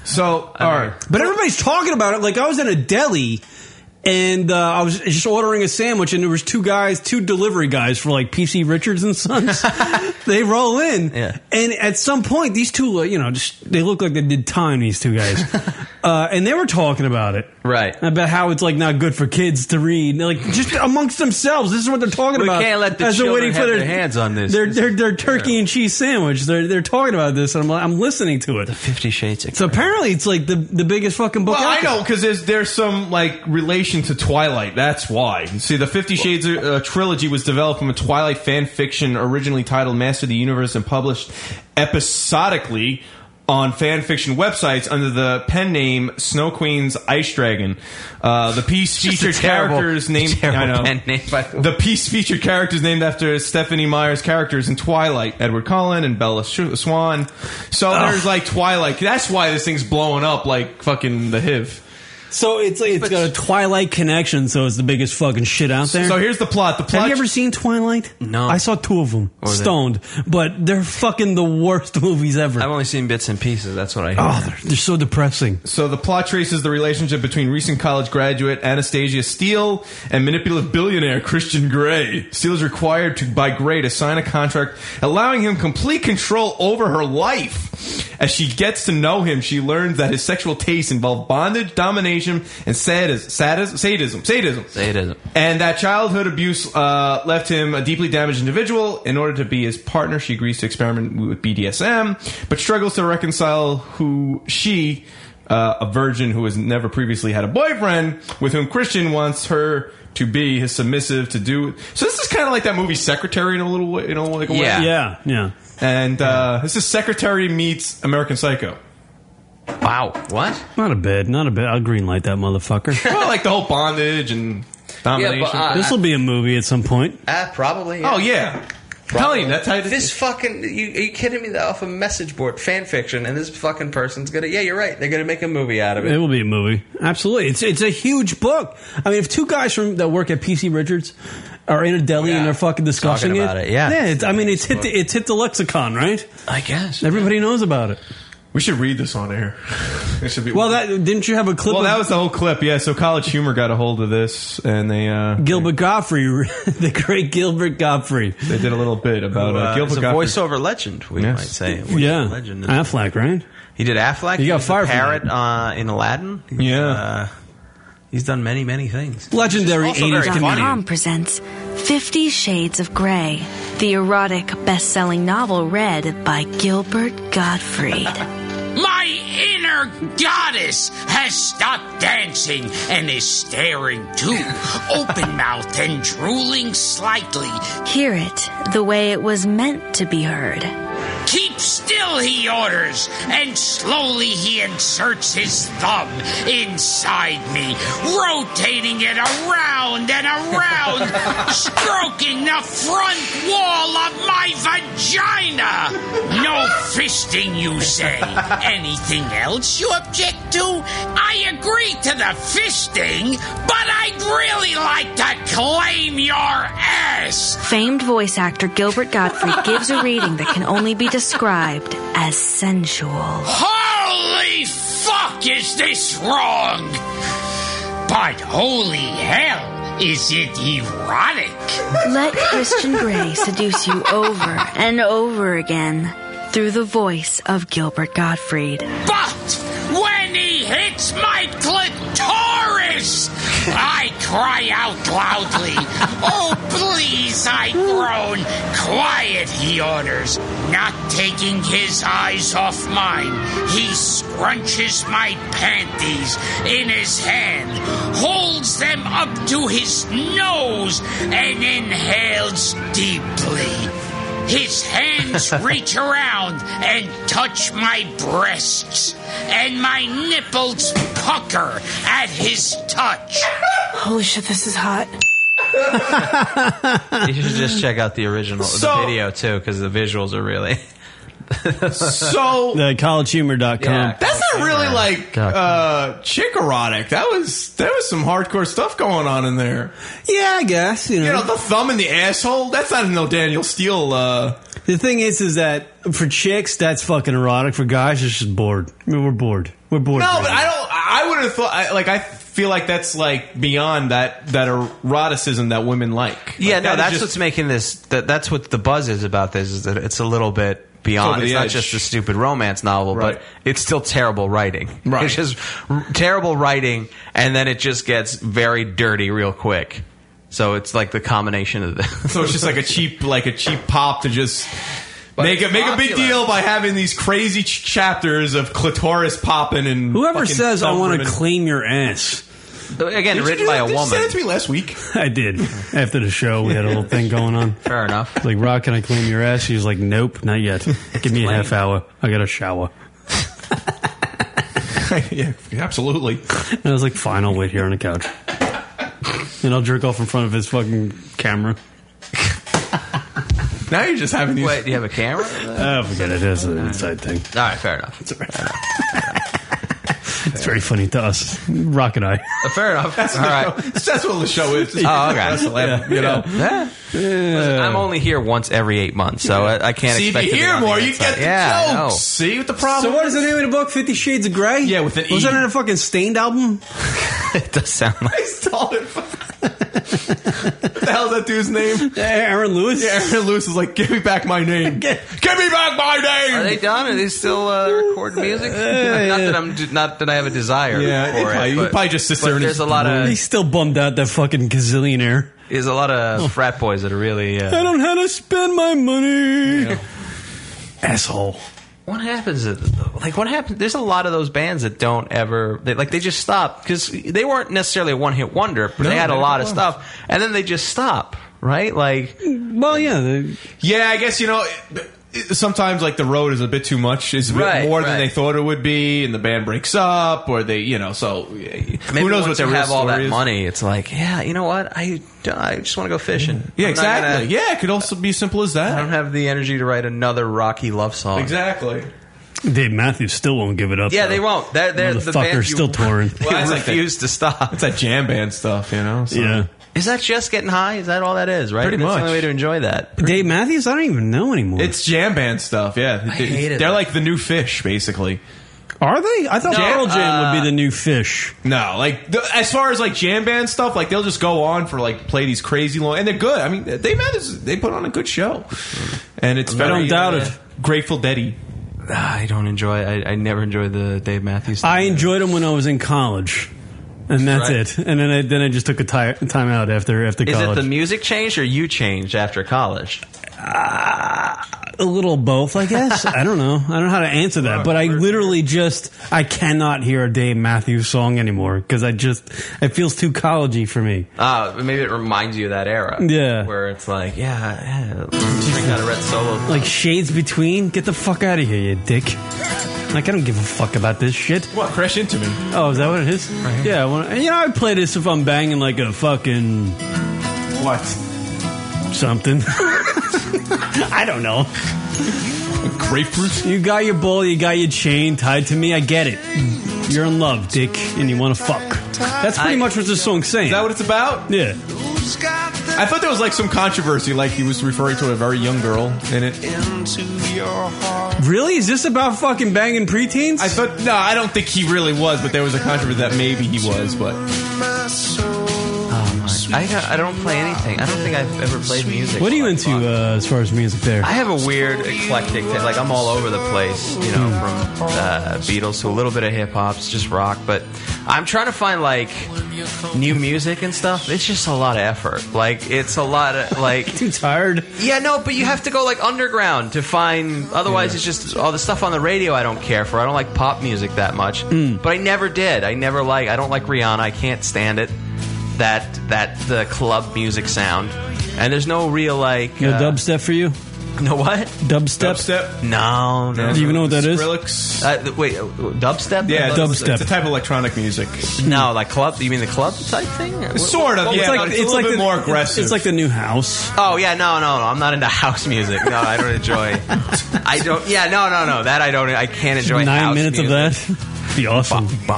[SPEAKER 3] So, all right.
[SPEAKER 1] But everybody's talking about it. Like I was in a deli and uh, I was just ordering a sandwich and there was two guys, two delivery guys for like PC Richards and
[SPEAKER 2] [LAUGHS]
[SPEAKER 1] Sons. they roll in. And at some point these two, uh, you know, just they look like they did time these two
[SPEAKER 2] [LAUGHS]
[SPEAKER 1] guys. uh, and they were talking about it.
[SPEAKER 2] Right.
[SPEAKER 1] About how it's like not good for kids to read. Like just amongst themselves, this is what they're talking
[SPEAKER 2] We
[SPEAKER 1] about.
[SPEAKER 2] can't let the
[SPEAKER 1] as they're
[SPEAKER 2] children
[SPEAKER 1] waiting
[SPEAKER 2] have
[SPEAKER 1] for their,
[SPEAKER 2] their hands on this.
[SPEAKER 1] Their
[SPEAKER 2] This
[SPEAKER 1] their, their turkey and cheese sandwich. They're they're talking about this, and I'm like, I'm listening to it. The
[SPEAKER 2] Fifty Shades.
[SPEAKER 1] So apparently, it's like the the biggest fucking book.
[SPEAKER 3] Well,
[SPEAKER 1] out
[SPEAKER 3] I
[SPEAKER 1] there.
[SPEAKER 3] know because there's there's some like relation to Twilight. That's why. See, the Fifty Shades uh, trilogy was developed from a Twilight fan fiction originally titled Master of the Universe and published episodically on fan fiction websites under the pen name Snow Queen's Ice Dragon. Uh, the piece
[SPEAKER 2] Just a
[SPEAKER 3] featured
[SPEAKER 2] terrible-
[SPEAKER 3] characters named
[SPEAKER 2] terrible
[SPEAKER 3] I know.
[SPEAKER 2] pen name, by
[SPEAKER 3] The piece featured characters named after Stephanie Meyer's characters in Twilight, Edward Cullen and Bella Sh- Swan. So there's like Twilight. That's why this thing's blowing up like fucking the HIV.
[SPEAKER 1] So it's like it's got a Twilight connection. So it's the biggest fucking shit out there.
[SPEAKER 3] So here's the plot. The plot.
[SPEAKER 1] Have you ever seen Twilight?
[SPEAKER 2] No.
[SPEAKER 1] I saw two of them,
[SPEAKER 2] Or they-
[SPEAKER 1] stoned, but they're fucking the worst [LAUGHS] movies ever.
[SPEAKER 2] I've only seen bits and pieces. That's what I hear.
[SPEAKER 1] Oh, they're, they're so depressing.
[SPEAKER 3] So the plot traces the relationship between recent college graduate Anastasia Steele and manipulative billionaire Christian Gray. Steele is required to by Gray to sign a contract allowing him complete control over her life. As she gets to know him, she learns that his sexual tastes involve bondage, domination, and sadis- sadis- sadism. Sadism.
[SPEAKER 2] Sadism.
[SPEAKER 3] And that childhood abuse uh, left him a deeply damaged individual. In order to be his partner, she agrees to experiment with BDSM, but struggles to reconcile who she, uh, a virgin who has never previously had a boyfriend, with whom Christian wants her to be his submissive to do. So this is kind of like that movie Secretary in a little way, in a like a
[SPEAKER 1] Yeah.
[SPEAKER 3] way.
[SPEAKER 1] Yeah, yeah.
[SPEAKER 3] And uh, this is Secretary meets American Psycho.
[SPEAKER 2] Wow, what?
[SPEAKER 1] Not a bit. Not a bit. I'll greenlight that motherfucker.
[SPEAKER 3] well, like the whole bondage and domination.
[SPEAKER 1] this will be a movie at some point.
[SPEAKER 2] Ah, probably.
[SPEAKER 3] Oh, yeah.
[SPEAKER 2] Probably.
[SPEAKER 3] Telling you, that's how it is.
[SPEAKER 2] This fucking you, are you kidding me? They're Off a message board, fan fiction, and this fucking person's gonna. Yeah, you're right. They're gonna make a movie out of
[SPEAKER 1] It
[SPEAKER 2] it.
[SPEAKER 1] will be a movie. Absolutely. It's it's a huge book. I mean, if two guys from that work at PC Richards are in a deli and they're fucking discussing
[SPEAKER 2] Talking about it, yeah.
[SPEAKER 1] It's, I mean, it's hit the, it's hit the lexicon, right?
[SPEAKER 2] I guess
[SPEAKER 1] everybody knows about it.
[SPEAKER 3] We should read this on air. [LAUGHS] It should be
[SPEAKER 1] Well, that didn't you have a clip? of
[SPEAKER 3] Well, that was the whole clip. Yeah, so College Humor got a hold of this, and they uh,
[SPEAKER 1] Gilbert Godfrey, [LAUGHS] the great Gilbert Godfrey.
[SPEAKER 3] They did a little bit about
[SPEAKER 2] Who,
[SPEAKER 3] uh,
[SPEAKER 2] uh,
[SPEAKER 3] Gilbert
[SPEAKER 2] is a
[SPEAKER 3] Gottfried.
[SPEAKER 2] voiceover legend, we
[SPEAKER 3] Yes.
[SPEAKER 2] might say. A voiceover
[SPEAKER 1] yeah,
[SPEAKER 2] legend.
[SPEAKER 1] Affleck, right?
[SPEAKER 2] He did Affleck. He
[SPEAKER 1] got
[SPEAKER 2] was the
[SPEAKER 1] fired from
[SPEAKER 2] parrot uh, in Aladdin. yeah, uh, he's done many, many things.
[SPEAKER 1] Legendary
[SPEAKER 2] Also very funny.
[SPEAKER 12] Com presents Fifty Shades of Grey, the erotic best-selling novel read by Gilbert Gottfried.
[SPEAKER 13] My inner goddess has stopped dancing and is staring too, open mouthed and drooling slightly.
[SPEAKER 12] Hear it the way it was meant to be heard.
[SPEAKER 13] Keep still, he orders, and slowly he inserts his thumb inside me, rotating it around and around, stroking the front wall of my vagina. No fisting, you say. Anything else you object to? I agree to the fisting, but I'd really like to claim your ass.
[SPEAKER 12] Famed voice actor Gilbert Gottfried gives a reading that can only be described as sensual.
[SPEAKER 13] Holy fuck, is this wrong? But holy hell, is it erotic?
[SPEAKER 12] Let Christian Grey seduce you over and over again through the voice of Gilbert Gottfried.
[SPEAKER 13] But when he hits my clitoris, I cry out loudly. Oh, please, I groan. Quiet, he orders, not taking his eyes off mine. He scrunches my panties in his hand, holds them up to his nose, and inhales deeply. His hands reach around and touch my breasts, and my nipples pucker at his touch.
[SPEAKER 12] Holy shit, this is hot.
[SPEAKER 2] [LAUGHS] you should just check out the original,
[SPEAKER 13] So-
[SPEAKER 2] the video too, because the visuals are really.
[SPEAKER 3] [LAUGHS]
[SPEAKER 2] [LAUGHS]
[SPEAKER 1] [LAUGHS]
[SPEAKER 3] So
[SPEAKER 1] the collegehumor.com.
[SPEAKER 3] That's not really like
[SPEAKER 1] Doc.
[SPEAKER 3] uh, chick erotic. That was that was some hardcore stuff going on in there.
[SPEAKER 14] Yeah, I guess you know,
[SPEAKER 3] the thumb in the asshole. That's not no Daniel Steele. Uh,
[SPEAKER 1] The thing is, is that for chicks, that's fucking erotic. For guys, it's just bored. I mean, we're bored. We're bored.
[SPEAKER 3] no, but I don't. I would have thought. I, like I feel like that's like beyond that that eroticism that women like.
[SPEAKER 2] Yeah,
[SPEAKER 3] Like,
[SPEAKER 2] no,
[SPEAKER 3] that is
[SPEAKER 2] that's
[SPEAKER 3] just-
[SPEAKER 2] what's making this. That, that's what the buzz is about this. Is that it's a little bit beyond.
[SPEAKER 3] over
[SPEAKER 2] It's,
[SPEAKER 3] the
[SPEAKER 2] not
[SPEAKER 3] edge.
[SPEAKER 2] just a stupid romance novel,
[SPEAKER 3] Right.
[SPEAKER 2] but it's still terrible writing.
[SPEAKER 3] Right.
[SPEAKER 2] It's just r- terrible writing, and then it just gets very dirty real quick. So it's like the combination of the. [LAUGHS]
[SPEAKER 3] So it's just like a cheap, like a cheap pop to just make a
[SPEAKER 2] it's
[SPEAKER 3] make a big
[SPEAKER 2] popular.
[SPEAKER 3] deal by having these crazy ch- chapters of clitoris popping and
[SPEAKER 1] Whoever says I want to
[SPEAKER 3] clean
[SPEAKER 1] claim your ass.
[SPEAKER 2] again written by a
[SPEAKER 3] You
[SPEAKER 2] woman.
[SPEAKER 3] said it to me last week.
[SPEAKER 1] I did. [LAUGHS] After the show, we had a little thing going on.
[SPEAKER 2] Fair enough.
[SPEAKER 1] Like, Rock, can I claim your ass? He was like, Nope, not yet.
[SPEAKER 2] [LAUGHS]
[SPEAKER 1] Give me a half hour. I got a shower.
[SPEAKER 3] [LAUGHS] yeah, absolutely.
[SPEAKER 1] And I was like, Fine, I'll wait here on the couch. And I'll jerk off in front of his fucking camera.
[SPEAKER 3] Now you're just having these.
[SPEAKER 2] Wait, do you have a camera?
[SPEAKER 1] [LAUGHS] Oh, forget it. That's an inside thing.
[SPEAKER 2] All right, fair enough.
[SPEAKER 1] It's very funny to us. Rock and I.
[SPEAKER 2] Uh, fair enough.
[SPEAKER 3] [LAUGHS] That's
[SPEAKER 2] All
[SPEAKER 3] the
[SPEAKER 1] [LAUGHS]
[SPEAKER 2] right.
[SPEAKER 3] show- that's what the show is. Just
[SPEAKER 2] Oh, okay.
[SPEAKER 3] wrestle him, you know.
[SPEAKER 2] Yeah. Listen, I'm only here once every eight months, so I, I can't
[SPEAKER 3] See, if
[SPEAKER 2] expect
[SPEAKER 3] you
[SPEAKER 2] to be
[SPEAKER 3] hear
[SPEAKER 2] on the
[SPEAKER 3] more, you
[SPEAKER 2] inside.
[SPEAKER 3] get the
[SPEAKER 2] yeah, I know.
[SPEAKER 3] jokes. See what the problem
[SPEAKER 1] So what is the name of the book? Fifty Shades of Grey. Yeah, with
[SPEAKER 3] an
[SPEAKER 1] was
[SPEAKER 3] E.
[SPEAKER 1] that in a fucking Stained album?
[SPEAKER 2] [LAUGHS] it does
[SPEAKER 3] [LAUGHS]
[SPEAKER 2] sound like.
[SPEAKER 3] What the hell's that dude's name?
[SPEAKER 1] Aaron Lewis.
[SPEAKER 3] Yeah, Aaron Lewis is like, give me back my
[SPEAKER 2] [LAUGHS]
[SPEAKER 3] name. give me back my name.
[SPEAKER 2] Are they done? Are they still uh, recording music? not that I'm not that I have a desire.
[SPEAKER 1] Yeah,
[SPEAKER 2] for
[SPEAKER 1] he
[SPEAKER 2] it,
[SPEAKER 1] probably- he
[SPEAKER 2] but,
[SPEAKER 1] probably just
[SPEAKER 3] sits
[SPEAKER 2] but There's a lot of
[SPEAKER 1] He's still bummed out that fucking gazillionaire.
[SPEAKER 2] there's a lot of
[SPEAKER 1] Oh.
[SPEAKER 2] frat boys that are really. Uh,
[SPEAKER 1] don't know how to spend my money.
[SPEAKER 2] [LAUGHS]
[SPEAKER 1] Asshole.
[SPEAKER 2] what happens? to- Like what happens? There's a lot of those bands that don't ever they, like they just stop because they weren't necessarily a one hit wonder, but
[SPEAKER 3] No,
[SPEAKER 2] they had a
[SPEAKER 3] they
[SPEAKER 2] lot of
[SPEAKER 3] weren't.
[SPEAKER 2] stuff, and then they just stop. Right? Like,
[SPEAKER 1] well, yeah, they,
[SPEAKER 3] Yeah, I guess you know. it- it- Sometimes like the road is a bit too much. It's a bit
[SPEAKER 2] Right,
[SPEAKER 3] more than
[SPEAKER 2] right.
[SPEAKER 3] they thought it would be, and the band breaks up, or they, you know. So
[SPEAKER 2] Maybe
[SPEAKER 3] who knows
[SPEAKER 2] once
[SPEAKER 3] what their
[SPEAKER 2] you
[SPEAKER 3] real
[SPEAKER 2] have all
[SPEAKER 3] story
[SPEAKER 2] that
[SPEAKER 3] is.
[SPEAKER 2] money, it's like, yeah, you know what? I, I just want to go fishing.
[SPEAKER 3] Yeah,
[SPEAKER 2] I'm not gonna- [LAUGHS]
[SPEAKER 3] exactly. yeah, it could also be as simple as
[SPEAKER 2] I
[SPEAKER 3] that.
[SPEAKER 2] don't have the energy to write another Rocky love song.
[SPEAKER 3] Exactly.
[SPEAKER 1] Dave Matthews still won't give it up.
[SPEAKER 2] Oh. Yeah,
[SPEAKER 1] though.
[SPEAKER 2] they won't. They're, they're the
[SPEAKER 1] Motherfucker's
[SPEAKER 2] band
[SPEAKER 1] still
[SPEAKER 2] [LAUGHS]
[SPEAKER 1] touring.
[SPEAKER 2] Well, that's like refuse to stop.
[SPEAKER 3] It's that jam band stuff, you know. So.
[SPEAKER 1] Yeah.
[SPEAKER 2] Is that just getting high? Is that all that is? Right.
[SPEAKER 3] Pretty
[SPEAKER 2] That's
[SPEAKER 3] much.
[SPEAKER 2] the only way to enjoy that.
[SPEAKER 1] Dave Matthews. I don't even know anymore.
[SPEAKER 3] It's jam band stuff. Yeah,
[SPEAKER 2] hate it.
[SPEAKER 3] they're like the new fish, basically. uh,
[SPEAKER 1] Are they? I thought Pearl Jam would be the new fish.
[SPEAKER 3] No, like the, as far as like jam band stuff, like they'll just go on for like play these crazy long, and they're good. I mean, they matters. They put on a good show, and it's
[SPEAKER 1] I
[SPEAKER 3] very uh,
[SPEAKER 1] don't doubt it.
[SPEAKER 3] Grateful Deady.
[SPEAKER 2] Ah, I don't enjoy. I, I never enjoy the Dave Matthews.
[SPEAKER 1] I enjoyed them when I was in college, and that's
[SPEAKER 2] Right.
[SPEAKER 1] it. And then I then I just took a ti time out after after
[SPEAKER 2] Is it
[SPEAKER 1] college.
[SPEAKER 2] the music changed or you changed after college?
[SPEAKER 1] a little both, I guess. I don't know. I don't know how to answer that, but I literally just I cannot hear a Dave Matthews song anymore because I just it feels too collegey for me.
[SPEAKER 2] Uh, maybe it reminds you of that era.
[SPEAKER 1] Yeah.
[SPEAKER 2] Where it's like, yeah, yeah drink out of red solo.
[SPEAKER 1] Like Shades Between, get the fuck out of here, you dick. Like I don't give a fuck about this shit.
[SPEAKER 3] What? Crash into me.
[SPEAKER 1] Oh, is that what it is? Yeah, I wanna, you know I play this if I'm banging like a fucking
[SPEAKER 3] What?
[SPEAKER 1] something. [LAUGHS] I don't know.
[SPEAKER 3] grapefruit.
[SPEAKER 1] You got your bull, you got your chain tied to me. I get it. You're in love, dick, and you want to fuck. That's pretty
[SPEAKER 3] I-
[SPEAKER 1] much what this song's saying.
[SPEAKER 3] Is that what it's about?
[SPEAKER 1] Yeah.
[SPEAKER 3] I thought there was like some controversy, like he was referring to a very young girl in it.
[SPEAKER 1] Really? Is this about fucking banging preteens?
[SPEAKER 3] I thought no, I don't think he really was, but there was a controversy that maybe he was, but
[SPEAKER 2] Oh my. I, don't- I don't play anything. I don't think I've ever played music.
[SPEAKER 1] What are you into uh, as far as music there?
[SPEAKER 2] I have a weird eclectic ta- like I'm all over the place, you know,
[SPEAKER 1] Hmm.
[SPEAKER 2] from uh, Beatles to a little bit of hip hop, it's just rock, but I'm trying to find like new music and stuff. It's just a lot of effort. Like it's a lot of like
[SPEAKER 1] [LAUGHS] Too tired.
[SPEAKER 2] Yeah, no, but you have to go like underground to find otherwise it's just all the stuff on the radio I don't care for. I don't like pop music that much.
[SPEAKER 1] Hmm.
[SPEAKER 2] But I never did. I never like I don't like Rihanna. I can't stand it. That that the club music sound. And there's no real like
[SPEAKER 1] No
[SPEAKER 2] uh,
[SPEAKER 1] dubstep for you?
[SPEAKER 2] No what?
[SPEAKER 1] Dubstep.
[SPEAKER 3] Dubstep.
[SPEAKER 2] No, no.
[SPEAKER 1] Do you even know what that is?
[SPEAKER 3] Skrillex.
[SPEAKER 2] Uh, th- wait, uh, dubstep?
[SPEAKER 3] Yeah,
[SPEAKER 2] That's-
[SPEAKER 3] it's- It's a type of electronic music.
[SPEAKER 2] No, like club. You mean the club type thing? What-
[SPEAKER 3] Sort of,
[SPEAKER 2] what was
[SPEAKER 3] yeah.
[SPEAKER 2] that?
[SPEAKER 3] It's a little bit more aggressive.
[SPEAKER 1] It's like the new house.
[SPEAKER 2] Oh yeah, no, no, no. I'm not into [LAUGHS] house music. No, I don't enjoy. I don't. Yeah, no, no, no. That I don't. I can't enjoy.
[SPEAKER 1] Nine
[SPEAKER 2] house
[SPEAKER 1] minutes
[SPEAKER 2] music.
[SPEAKER 1] of that. [LAUGHS] Be awesome. [LAUGHS]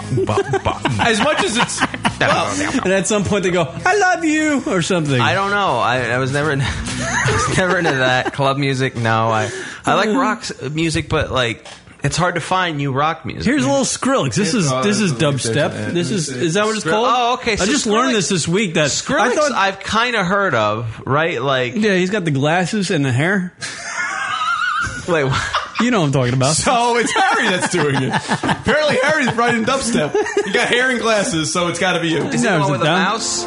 [SPEAKER 3] As much
[SPEAKER 2] [LAUGHS]
[SPEAKER 3] as it's.
[SPEAKER 1] and at some point they go, "I love you" or something.
[SPEAKER 2] I don't know. I, I was never, in, [LAUGHS] I was never into that club music. No, I, I like rock s- music, but like it's hard to find new rock music.
[SPEAKER 1] Here's a little Skrillex. This is
[SPEAKER 2] Oh,
[SPEAKER 1] this is
[SPEAKER 2] that's what they
[SPEAKER 1] dubstep.
[SPEAKER 2] said.
[SPEAKER 1] This is is that what it's
[SPEAKER 2] Skrill-
[SPEAKER 1] called?
[SPEAKER 2] Oh, okay.
[SPEAKER 1] I
[SPEAKER 2] so
[SPEAKER 1] just learned
[SPEAKER 2] Skrillex-
[SPEAKER 1] this this week. That
[SPEAKER 2] Skrillex,
[SPEAKER 1] I thought
[SPEAKER 2] I've kind of heard of, right? Like,
[SPEAKER 1] yeah, he's got the glasses and the hair.
[SPEAKER 2] Wait, what?
[SPEAKER 1] you know what I'm talking about.
[SPEAKER 3] So it's Harry that's doing it.
[SPEAKER 2] [LAUGHS]
[SPEAKER 3] Apparently, Harry's right in dubstep. You got hair and glasses, so it's got to be you.
[SPEAKER 1] Is it the No, one is it with the dumb?
[SPEAKER 2] mouse?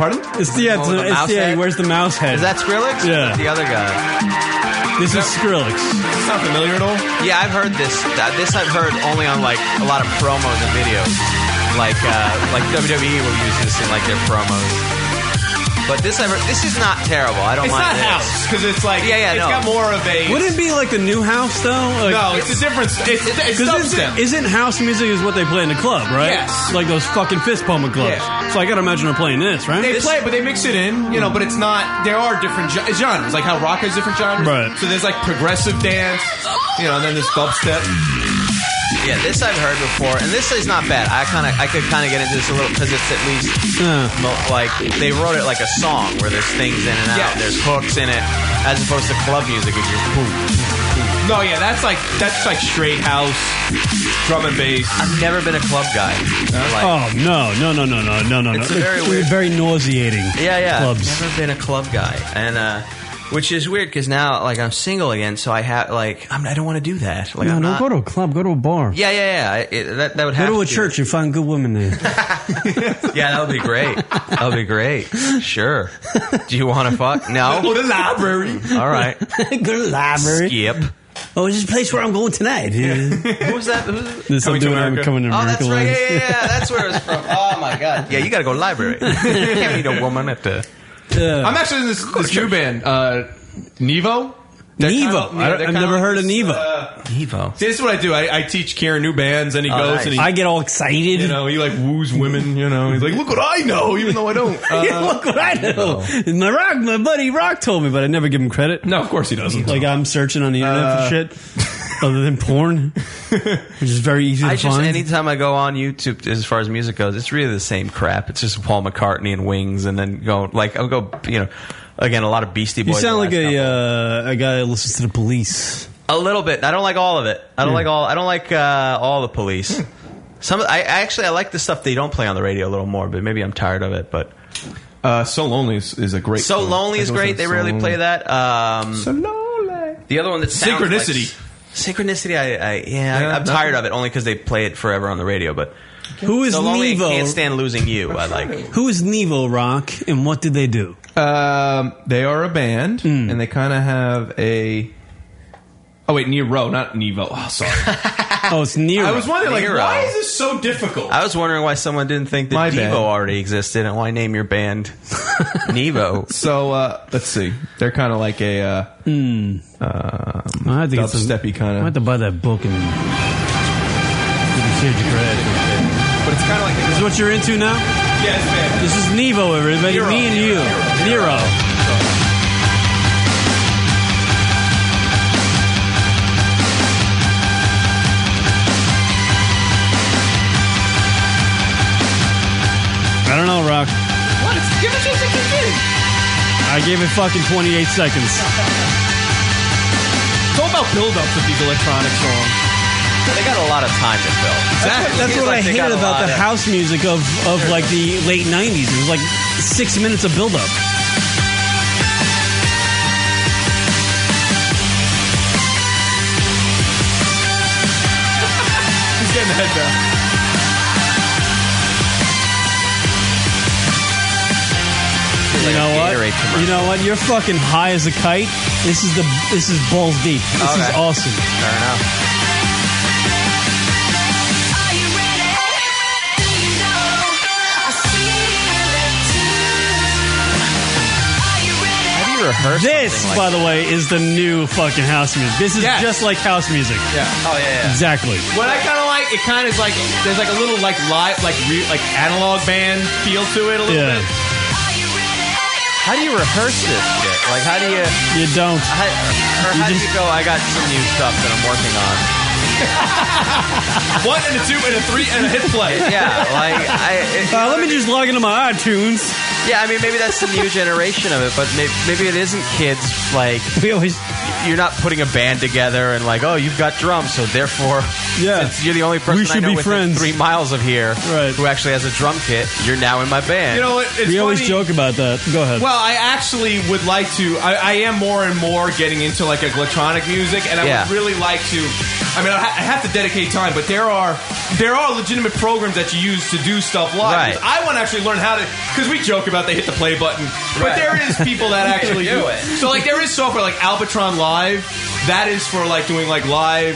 [SPEAKER 3] Pardon?
[SPEAKER 1] It's yeah, it's,
[SPEAKER 3] Oh, the
[SPEAKER 1] it's-
[SPEAKER 3] mouse
[SPEAKER 1] yeah.
[SPEAKER 3] head?
[SPEAKER 1] Where's the mouse head?
[SPEAKER 2] Is that Skrillex?
[SPEAKER 1] Yeah.
[SPEAKER 2] The other guy.
[SPEAKER 1] This is Skrillex.
[SPEAKER 3] It's not familiar at all.
[SPEAKER 2] Yeah, I've heard this. Uh, this I've heard only on like a lot of promos and videos. Like uh, like WWE will use this in like their promos. But this I've heard, this is not terrible. I don't
[SPEAKER 3] It's
[SPEAKER 2] mind
[SPEAKER 3] not
[SPEAKER 2] this.
[SPEAKER 3] house because it's like
[SPEAKER 2] Yeah, yeah,
[SPEAKER 3] it's
[SPEAKER 2] no.
[SPEAKER 3] got more of a.
[SPEAKER 1] Wouldn't it be like the new house though? Like-
[SPEAKER 3] no, it's a different. It's, it's
[SPEAKER 1] 'Cause
[SPEAKER 3] dubstep.
[SPEAKER 1] isn't, isn't house music is what they play in the club, right?
[SPEAKER 3] Yes.
[SPEAKER 1] Like those fucking fist pumping clubs. So I gotta imagine they're playing this, right?
[SPEAKER 3] They play, it, but they mix it in, you know. But it's not. There are different gen- genres, like how rock has different genres.
[SPEAKER 1] Right.
[SPEAKER 3] So there's like progressive dance, you know, and then there's dubstep.
[SPEAKER 2] Yeah, this I've heard before, and this is not bad. I kind of, I could kind of get into this a little because it's at least mo- like they wrote it like a song where there's things in and out,
[SPEAKER 3] Yeah.
[SPEAKER 2] there's hooks in it, as opposed to club music, which is boom.
[SPEAKER 3] No, yeah, that's like that's like straight house, drum and bass.
[SPEAKER 2] I've never been a club guy. Like,
[SPEAKER 1] Oh no, no, no, no, no, no, no,
[SPEAKER 2] It's
[SPEAKER 1] no!
[SPEAKER 2] very
[SPEAKER 1] It's
[SPEAKER 2] weird.
[SPEAKER 1] very nauseating.
[SPEAKER 2] Yeah, yeah.
[SPEAKER 1] [LAUGHS] Clubs.
[SPEAKER 2] I've never been a club guy, and uh, which is weird because now like I'm single again, so I have like I'm, I don't want to do that. Like
[SPEAKER 1] no,
[SPEAKER 2] I'm
[SPEAKER 1] no,
[SPEAKER 2] not.
[SPEAKER 1] go to a club, go to a bar,
[SPEAKER 2] yeah, yeah, yeah. It, that that would
[SPEAKER 1] go
[SPEAKER 2] have
[SPEAKER 1] to a
[SPEAKER 2] be-
[SPEAKER 1] church and find good women there.
[SPEAKER 2] [LAUGHS] Yeah, that would be great. That would be great. Sure. Do you want Oh. to fuck?
[SPEAKER 1] [LAUGHS]
[SPEAKER 2] No.
[SPEAKER 1] Go to the [LAUGHS] library.
[SPEAKER 2] All right.
[SPEAKER 1] go to the library.
[SPEAKER 2] Skip.
[SPEAKER 1] Oh, is this place where I'm going tonight?
[SPEAKER 2] Who was that? Who-
[SPEAKER 1] This I'm
[SPEAKER 2] Coming to
[SPEAKER 1] doing. I'm
[SPEAKER 2] America.
[SPEAKER 1] coming to
[SPEAKER 2] Oh,
[SPEAKER 1] America.
[SPEAKER 2] that's right.
[SPEAKER 1] Live.
[SPEAKER 2] Yeah, yeah, yeah. That's where it was from. Oh my god. Yeah, you got to go to library. [LAUGHS] You can't meet a woman at the.
[SPEAKER 3] I'm actually in this, this new band, uh, Nevo. They're
[SPEAKER 1] Nevo.
[SPEAKER 3] kind of-
[SPEAKER 1] I don't-
[SPEAKER 3] they're
[SPEAKER 1] I've
[SPEAKER 3] kind
[SPEAKER 1] never
[SPEAKER 3] like
[SPEAKER 1] heard of
[SPEAKER 3] this,
[SPEAKER 1] Nevo.
[SPEAKER 3] uh,
[SPEAKER 2] Nevo.
[SPEAKER 3] See, this is what I do. I, I teach Kieran new bands, and he
[SPEAKER 1] Oh,
[SPEAKER 3] goes
[SPEAKER 1] nice.
[SPEAKER 3] and he,
[SPEAKER 1] I get all excited.
[SPEAKER 3] You know, he like woos women. You know, he's like, look what I know, even though I don't.
[SPEAKER 1] [LAUGHS]
[SPEAKER 3] Uh,
[SPEAKER 1] Yeah, look what I know. My rock, my buddy Rock told me, but I never give him credit.
[SPEAKER 3] No, of course he doesn't.
[SPEAKER 1] Like I'm searching on the internet
[SPEAKER 2] Uh,
[SPEAKER 1] for shit other than porn, which is very easy to
[SPEAKER 2] I just
[SPEAKER 1] find.
[SPEAKER 2] anytime I go on YouTube, as far as music goes, it's really the same crap. It's just Paul McCartney and Wings, and then go like I'll go, you know, again a lot of Beastie
[SPEAKER 1] you
[SPEAKER 2] Boys.
[SPEAKER 1] sound
[SPEAKER 2] the
[SPEAKER 1] like
[SPEAKER 2] last
[SPEAKER 1] a
[SPEAKER 2] couple.
[SPEAKER 1] uh, a guy that listens to the police.
[SPEAKER 2] a little bit. I don't like all of it. I don't
[SPEAKER 1] Yeah. Hmm.
[SPEAKER 2] like all. I don't like uh, all the police. Some I I actually I like the stuff they don't play on the radio a little more, but maybe I'm tired of it. But
[SPEAKER 3] Uh, so lonely is, is a great.
[SPEAKER 2] so
[SPEAKER 3] song.
[SPEAKER 2] lonely is
[SPEAKER 3] Everyone
[SPEAKER 2] great.
[SPEAKER 3] says
[SPEAKER 2] They
[SPEAKER 3] So
[SPEAKER 2] rarely
[SPEAKER 3] Lonely.
[SPEAKER 2] play that. Um,
[SPEAKER 3] So lonely.
[SPEAKER 2] The other one that sounds like-
[SPEAKER 3] Synchronicity.
[SPEAKER 2] synchronicity. I, I yeah, I, I'm tired of it only because they play it forever on the radio. But
[SPEAKER 1] Who is
[SPEAKER 2] so lonely?
[SPEAKER 1] Nevo?
[SPEAKER 2] Can't stand losing you. I like.
[SPEAKER 1] Who is Nevo Rock, and what did they do? Mm.
[SPEAKER 3] Um, they are a band, and they kind of have a. Oh wait, Nero, not Nevo.
[SPEAKER 2] [LAUGHS]
[SPEAKER 3] Oh, sorry.
[SPEAKER 1] Oh, it's Nero.
[SPEAKER 3] I was wondering, like,
[SPEAKER 2] Nero.
[SPEAKER 3] why is this so difficult?
[SPEAKER 2] I was wondering why someone didn't think that
[SPEAKER 3] My
[SPEAKER 2] Devo
[SPEAKER 3] bad.
[SPEAKER 2] already existed and why name your
[SPEAKER 3] [LAUGHS]
[SPEAKER 2] band Nevo.
[SPEAKER 3] So uh, let's see. They're kind of like a uh, [LAUGHS] um,
[SPEAKER 1] I think it's a-
[SPEAKER 3] dubsteppy
[SPEAKER 1] I
[SPEAKER 3] kind
[SPEAKER 1] have to
[SPEAKER 3] of,
[SPEAKER 1] buy that book and. give this kid credit.
[SPEAKER 3] but it's kind of like
[SPEAKER 1] This is what you're into now?
[SPEAKER 3] Yes, man.
[SPEAKER 1] This is Nevo, everybody.
[SPEAKER 3] Nero,
[SPEAKER 1] Me and
[SPEAKER 3] Nero,
[SPEAKER 1] you. Nero. I don't know, Rock.
[SPEAKER 3] What? It's, give us just a kick
[SPEAKER 1] I gave it fucking 28 seconds.
[SPEAKER 3] It's all about build-ups of these electronic songs.
[SPEAKER 2] They got a lot of time to fill.
[SPEAKER 1] That's,
[SPEAKER 2] Seems
[SPEAKER 1] what
[SPEAKER 2] like
[SPEAKER 1] I
[SPEAKER 2] they got
[SPEAKER 1] hated
[SPEAKER 2] a
[SPEAKER 1] about
[SPEAKER 2] lot
[SPEAKER 1] the
[SPEAKER 2] of-
[SPEAKER 1] house music of, of like the late 90s. It was like six minutes of buildup.
[SPEAKER 3] He's getting the head down.
[SPEAKER 1] You know
[SPEAKER 2] Gatorade
[SPEAKER 1] what?
[SPEAKER 2] commercial.
[SPEAKER 1] You know what? You're fucking high as a kite. This is the this is balls deep. This
[SPEAKER 2] All
[SPEAKER 1] is
[SPEAKER 2] right.
[SPEAKER 1] awesome.
[SPEAKER 2] Fair enough. Have you rehearse.
[SPEAKER 1] This,
[SPEAKER 2] something
[SPEAKER 1] by
[SPEAKER 2] like
[SPEAKER 1] the way, is the new fucking house music. This is
[SPEAKER 3] Yes.
[SPEAKER 1] just like house music.
[SPEAKER 3] Yeah.
[SPEAKER 2] Oh yeah.
[SPEAKER 1] Exactly.
[SPEAKER 3] What I kind of like, it kind of is like there's like a little like live, like re- like analog band feel to it a little
[SPEAKER 1] Yeah.
[SPEAKER 3] bit.
[SPEAKER 2] How do you rehearse this shit? Like, how do you?
[SPEAKER 1] You don't.
[SPEAKER 2] How, or how do you go? I got some new stuff that I'm working on.
[SPEAKER 3] [LAUGHS] One and a two and a three and a hit play.
[SPEAKER 2] Yeah, like I. It,
[SPEAKER 1] uh, let me just log into my iTunes.
[SPEAKER 2] Yeah, I mean maybe that's the new generation of it, but maybe, maybe it isn't kids like
[SPEAKER 1] we always.
[SPEAKER 2] You're not putting a band together and like, oh, you've got drums, so therefore,
[SPEAKER 1] yeah,
[SPEAKER 2] since you're the only person
[SPEAKER 1] We should
[SPEAKER 2] I know
[SPEAKER 1] be
[SPEAKER 2] within
[SPEAKER 1] friends.
[SPEAKER 2] three miles of here who actually has a drum kit. You're now in my band.
[SPEAKER 3] You know what? It's
[SPEAKER 1] we always
[SPEAKER 3] funny-
[SPEAKER 1] joke about that. Go ahead.
[SPEAKER 3] Well, I actually would like to. I, I am more and more getting into like electronic music, and I
[SPEAKER 2] Yeah.
[SPEAKER 3] would really like to. I mean, I, ha- I have to dedicate time, but there are there are legitimate programs that you use to do stuff live.
[SPEAKER 2] Right.
[SPEAKER 3] I want to actually learn how to because we joke about they hit the play button,
[SPEAKER 2] Right.
[SPEAKER 3] but there is people
[SPEAKER 2] [LAUGHS]
[SPEAKER 3] that
[SPEAKER 2] They
[SPEAKER 3] actually
[SPEAKER 2] do
[SPEAKER 3] do
[SPEAKER 2] it.
[SPEAKER 3] it. So like there is software like Albatron Live that is for like doing like live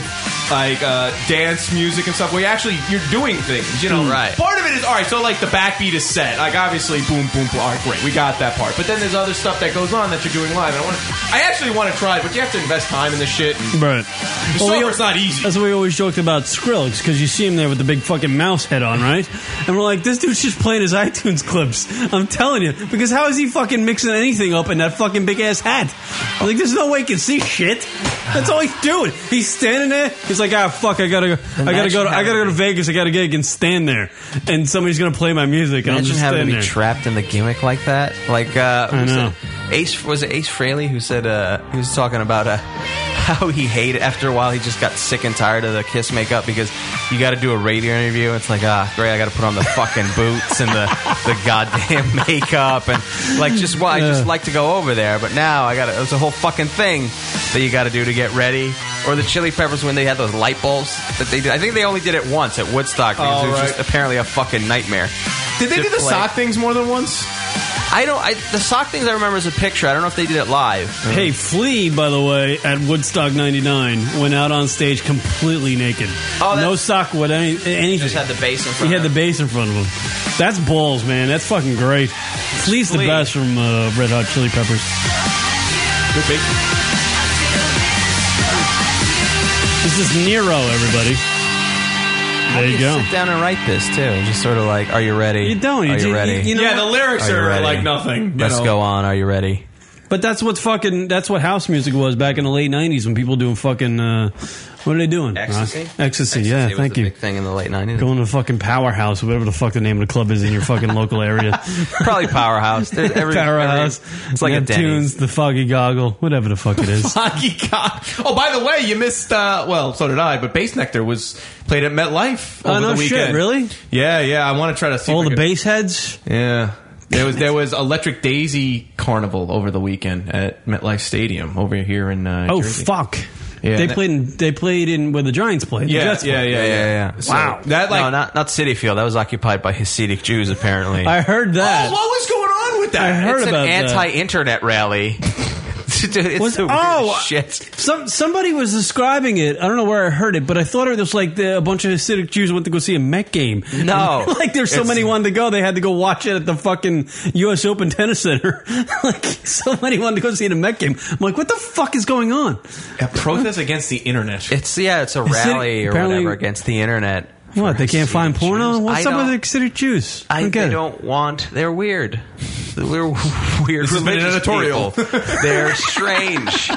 [SPEAKER 3] like uh, dance music and stuff where you actually you're doing things, you know.
[SPEAKER 2] Mm. Right.
[SPEAKER 3] Part of it is all right. So like the backbeat is set. Like obviously, boom, boom, boom. All right, great, we got that part. But then there's other stuff that goes on that you're doing live. And I want, I actually want to try, it, but you have to invest time in this shit. And
[SPEAKER 1] Right.
[SPEAKER 3] The software's not easy.
[SPEAKER 1] That's what we always joked about Skrillex because you see him there with the big fucking mouse head on, right? And we're like, this dude's just playing his iTunes clips. I'm telling you, because how is he fucking mixing anything up in that fucking big ass hat? I'm like, there's no way he can see shit. That's all he's doing. He's standing there. He's like, ah, fuck, I gotta, go. I gotta go, to, I gotta go to Vegas. I gotta gig and stand there, and somebody's gonna play my music. and I'm
[SPEAKER 2] Imagine
[SPEAKER 1] just
[SPEAKER 2] having to
[SPEAKER 1] standing
[SPEAKER 2] be
[SPEAKER 1] there.
[SPEAKER 2] trapped in the gimmick like that. Like, uh, who
[SPEAKER 1] I know.
[SPEAKER 2] Said, Ace was it Ace Fraley who said uh, he was talking about uh, [LAUGHS] how he hated after a while he just got sick and tired of the Kiss makeup because you got to do a radio interview. It's like ah, great, I got to put on the
[SPEAKER 1] [LAUGHS]
[SPEAKER 2] fucking boots and the the goddamn [LAUGHS] makeup and like just why I just
[SPEAKER 1] Yeah.
[SPEAKER 2] like to go over there, but now I got to it's a whole fucking thing that you got to do to get ready. Or the Chili Peppers when they had those light bulbs that they did. I think they only did it once at Woodstock because
[SPEAKER 3] Oh,
[SPEAKER 2] it was
[SPEAKER 3] right.
[SPEAKER 2] just apparently a fucking nightmare.
[SPEAKER 3] Did they
[SPEAKER 2] to
[SPEAKER 3] do the
[SPEAKER 2] play.
[SPEAKER 3] sock things more than once?
[SPEAKER 2] I don't. I, the sock things I remember is a picture. I don't know if they did it live.
[SPEAKER 1] Hey, Flea, by the way, at Woodstock '99, went out on stage completely naked.
[SPEAKER 2] Oh,
[SPEAKER 1] no sock with any anything.
[SPEAKER 2] just had the bass in front
[SPEAKER 1] He
[SPEAKER 2] of
[SPEAKER 1] had the bass in front of him. That's balls, man. That's fucking great. Flea's the
[SPEAKER 2] Flea.
[SPEAKER 1] best from uh, Red Hot Chili Peppers. This is Nero, everybody. There you go.
[SPEAKER 2] Sit down and write this too. Just sort of like, are you ready? You
[SPEAKER 1] don't. You
[SPEAKER 2] Are you,
[SPEAKER 1] do-
[SPEAKER 2] ready?
[SPEAKER 1] you- you know Yeah, what? the lyrics
[SPEAKER 2] you
[SPEAKER 1] are
[SPEAKER 2] ready?
[SPEAKER 1] like nothing, you
[SPEAKER 2] Let's
[SPEAKER 1] know.
[SPEAKER 2] go on. Are you ready?
[SPEAKER 1] But that's what fucking that's what house music was back in the late '90s when people doing fucking uh, what are they doing?
[SPEAKER 2] Ecstasy?
[SPEAKER 1] Ross? ecstasy. Yeah,
[SPEAKER 2] Ecstasy was
[SPEAKER 1] thank
[SPEAKER 2] the
[SPEAKER 1] you.
[SPEAKER 2] big thing in the late '90s.
[SPEAKER 1] Going to the fucking powerhouse, whatever the fuck the name of the club is in your fucking local area.
[SPEAKER 2] [LAUGHS] Probably powerhouse. There's every-
[SPEAKER 1] powerhouse.
[SPEAKER 2] every- it's like a Denny's.
[SPEAKER 1] tunes, the foggy goggle, whatever the fuck it
[SPEAKER 2] [LAUGHS]
[SPEAKER 1] is.
[SPEAKER 3] Foggy cock. Oh, by the way, you missed. Uh, well, so did I. But Bass Nectar was played at MetLife
[SPEAKER 1] Oh,
[SPEAKER 3] over
[SPEAKER 1] no
[SPEAKER 3] the
[SPEAKER 1] shit,
[SPEAKER 3] weekend.
[SPEAKER 1] really?
[SPEAKER 3] Yeah, yeah. I want to try to see
[SPEAKER 1] All
[SPEAKER 3] if I
[SPEAKER 1] the
[SPEAKER 3] could-
[SPEAKER 1] bass heads.
[SPEAKER 3] Yeah. There was there was Electric Daisy Carnival over the weekend at MetLife Stadium over here in uh,
[SPEAKER 1] Oh
[SPEAKER 3] Jersey.
[SPEAKER 1] fuck!
[SPEAKER 3] Yeah,
[SPEAKER 1] they
[SPEAKER 3] that-
[SPEAKER 1] played. In, they played in where the Giants played.
[SPEAKER 3] Yeah,
[SPEAKER 1] the Jets
[SPEAKER 3] yeah,
[SPEAKER 1] played.
[SPEAKER 3] yeah, yeah,
[SPEAKER 2] So- no, not not City Field. That was occupied by Hasidic Jews, apparently.
[SPEAKER 1] I heard that.
[SPEAKER 3] Oh, what was going on with that?
[SPEAKER 1] I heard
[SPEAKER 2] it's
[SPEAKER 1] about
[SPEAKER 2] an
[SPEAKER 1] that.
[SPEAKER 2] anti-internet
[SPEAKER 1] [LAUGHS]
[SPEAKER 2] rally. it's
[SPEAKER 1] Was-
[SPEAKER 2] the weirdest
[SPEAKER 1] oh,
[SPEAKER 2] shit.
[SPEAKER 1] Some somebody was describing it. I don't know where I heard it, but I thought it was like the, a bunch of Hasidic Jews went to go see a Met game.
[SPEAKER 2] No.
[SPEAKER 1] [LAUGHS] like there's so
[SPEAKER 2] It's-
[SPEAKER 1] many wanted to go, they had to go watch it at the fucking U.S. Open Tennis Center. [LAUGHS] like so many wanted to go see the Met game. I'm like, what the fuck is going on?
[SPEAKER 3] A protest against the internet.
[SPEAKER 2] It's yeah, it's a
[SPEAKER 1] Is it-
[SPEAKER 2] rally or
[SPEAKER 1] apparently-
[SPEAKER 2] whatever against the internet.
[SPEAKER 1] What they can't find porno?
[SPEAKER 2] I
[SPEAKER 1] What's up
[SPEAKER 2] don't-
[SPEAKER 1] with Hasidic Jews?
[SPEAKER 2] I
[SPEAKER 1] don't get
[SPEAKER 2] they
[SPEAKER 1] it.
[SPEAKER 2] don't want. They're weird. They're [LAUGHS] weird.
[SPEAKER 3] This has been an
[SPEAKER 2] religious
[SPEAKER 3] editorial.
[SPEAKER 2] people.
[SPEAKER 3] [LAUGHS]
[SPEAKER 2] They're strange.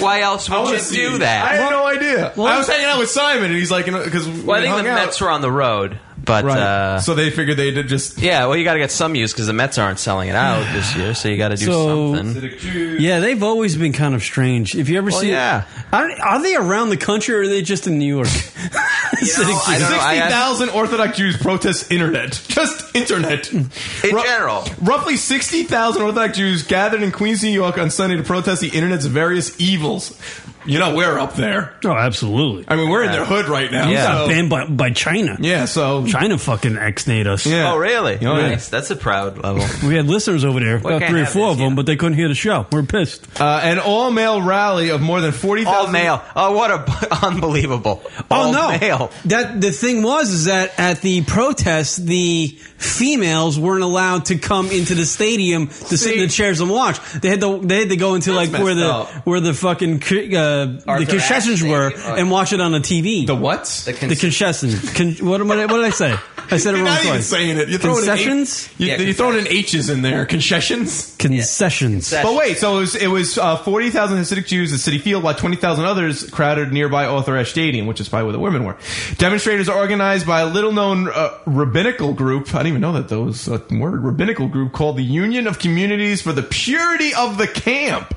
[SPEAKER 2] Why else
[SPEAKER 3] I
[SPEAKER 2] would
[SPEAKER 3] wanna
[SPEAKER 2] you
[SPEAKER 3] see.
[SPEAKER 2] do that?
[SPEAKER 3] I had no idea.
[SPEAKER 2] Well-
[SPEAKER 3] I was hanging out with Simon, and he's like, because you know,
[SPEAKER 2] Well, I think the Mets were on the road, but
[SPEAKER 3] Right.
[SPEAKER 2] uh,
[SPEAKER 3] So they figured they did just
[SPEAKER 2] yeah. Well, you got to get some use because the Mets aren't selling it out this year, so you got to do
[SPEAKER 1] So-
[SPEAKER 2] something.
[SPEAKER 1] Yeah, they've always been kind of strange. If you ever
[SPEAKER 2] Well,
[SPEAKER 1] see,
[SPEAKER 2] yeah.
[SPEAKER 1] I don't, are they around the country or are they just in New York? [LAUGHS]
[SPEAKER 2] I don't know. I
[SPEAKER 3] sixty
[SPEAKER 2] asked-
[SPEAKER 3] thousand Orthodox Jews protest internet, [LAUGHS] just internet in
[SPEAKER 2] general.
[SPEAKER 3] Roughly sixty thousand Orthodox Jews gathered in Queens, New York, on Sunday to protest the internet's various evils. You know, we're up there.
[SPEAKER 15] Oh, absolutely.
[SPEAKER 3] I mean, we're in their hood right now.
[SPEAKER 15] We
[SPEAKER 3] so-
[SPEAKER 15] got banned by, by China.
[SPEAKER 3] Yeah, so
[SPEAKER 15] China fucking exnate us.
[SPEAKER 2] Oh, really?
[SPEAKER 15] Yeah.
[SPEAKER 2] Nice. That's a proud [LAUGHS] level.
[SPEAKER 15] We had listeners over there, about
[SPEAKER 2] can't
[SPEAKER 15] three or
[SPEAKER 2] have
[SPEAKER 15] four of them, but they couldn't hear the show. We're pissed.
[SPEAKER 3] Uh, an all male rally of more than 40,000. All male.
[SPEAKER 2] Oh, what a [LAUGHS] unbelievable.
[SPEAKER 1] Oh no! That the thing was is that at the protest, the females weren't allowed to come into the stadium to sit in the chairs and watch. They had to they had to go into like where
[SPEAKER 15] messed
[SPEAKER 1] the
[SPEAKER 15] up.
[SPEAKER 1] where the fucking cr- uh, the
[SPEAKER 15] Arthur
[SPEAKER 1] concessions
[SPEAKER 15] Ashe
[SPEAKER 1] were
[SPEAKER 15] Stadium.
[SPEAKER 1] and watch it on a TV. The
[SPEAKER 3] what?
[SPEAKER 1] The, concessions. Con- what, am I- what did I say? I said it
[SPEAKER 3] You're
[SPEAKER 1] wrong
[SPEAKER 3] not even
[SPEAKER 1] twice.
[SPEAKER 3] saying it. You're throwing an
[SPEAKER 1] concessions.
[SPEAKER 3] H- you, you're throwing an H's in there. Concessions.
[SPEAKER 1] Concessions.
[SPEAKER 3] But wait, so it was, it was uh, 40,000 Hasidic Jews at City Field while 20,000 others crowded nearby Arthur Ashe Stadium, which is probably where the women were. Demonstrators organized by a little known uh, rabbinical group, I didn't even know that there was a word, rabbinical group called the Union of Communities for the Purity of the Camp.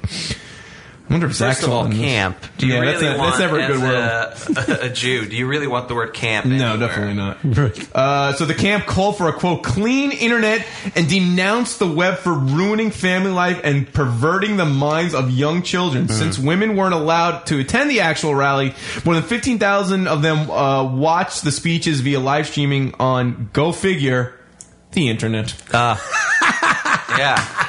[SPEAKER 3] I wonder if Zach's
[SPEAKER 2] First of all,
[SPEAKER 3] on this.
[SPEAKER 2] camp. Do you
[SPEAKER 3] yeah,
[SPEAKER 2] really
[SPEAKER 3] that's, a,
[SPEAKER 2] want,
[SPEAKER 3] that's never a good word.
[SPEAKER 2] as [LAUGHS] A, a Jew, do you really want the word camp?
[SPEAKER 3] No, definitely not. Uh, so the camp called for a quote clean internet and denounced the web for ruining family life and perverting the minds of young children. Since women weren't allowed to attend the actual rally, more than fifteen thousand of them uh, watched the speeches via live streaming on Go Figure, the internet. [LAUGHS]
[SPEAKER 2] Uh, yeah.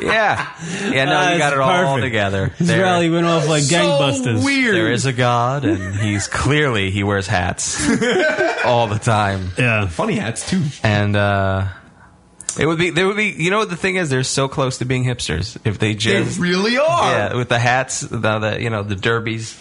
[SPEAKER 2] Yeah. Yeah, no,
[SPEAKER 1] Ah,
[SPEAKER 2] you
[SPEAKER 1] it's
[SPEAKER 2] got it all
[SPEAKER 1] perfect. [LAUGHS]
[SPEAKER 2] together.
[SPEAKER 1] This
[SPEAKER 2] There-
[SPEAKER 1] rally went off like
[SPEAKER 2] So
[SPEAKER 1] gangbusters.
[SPEAKER 2] weird. There is a God, and [LAUGHS] he's clearly, he wears hats [LAUGHS] all the time.
[SPEAKER 15] Yeah.
[SPEAKER 3] Funny hats, too.
[SPEAKER 2] And, uh,. It would be. There would be. You know what the thing is? They're so close to being hipsters. If they just
[SPEAKER 3] really are.
[SPEAKER 2] Yeah, with the hats, the, the you know the derbies.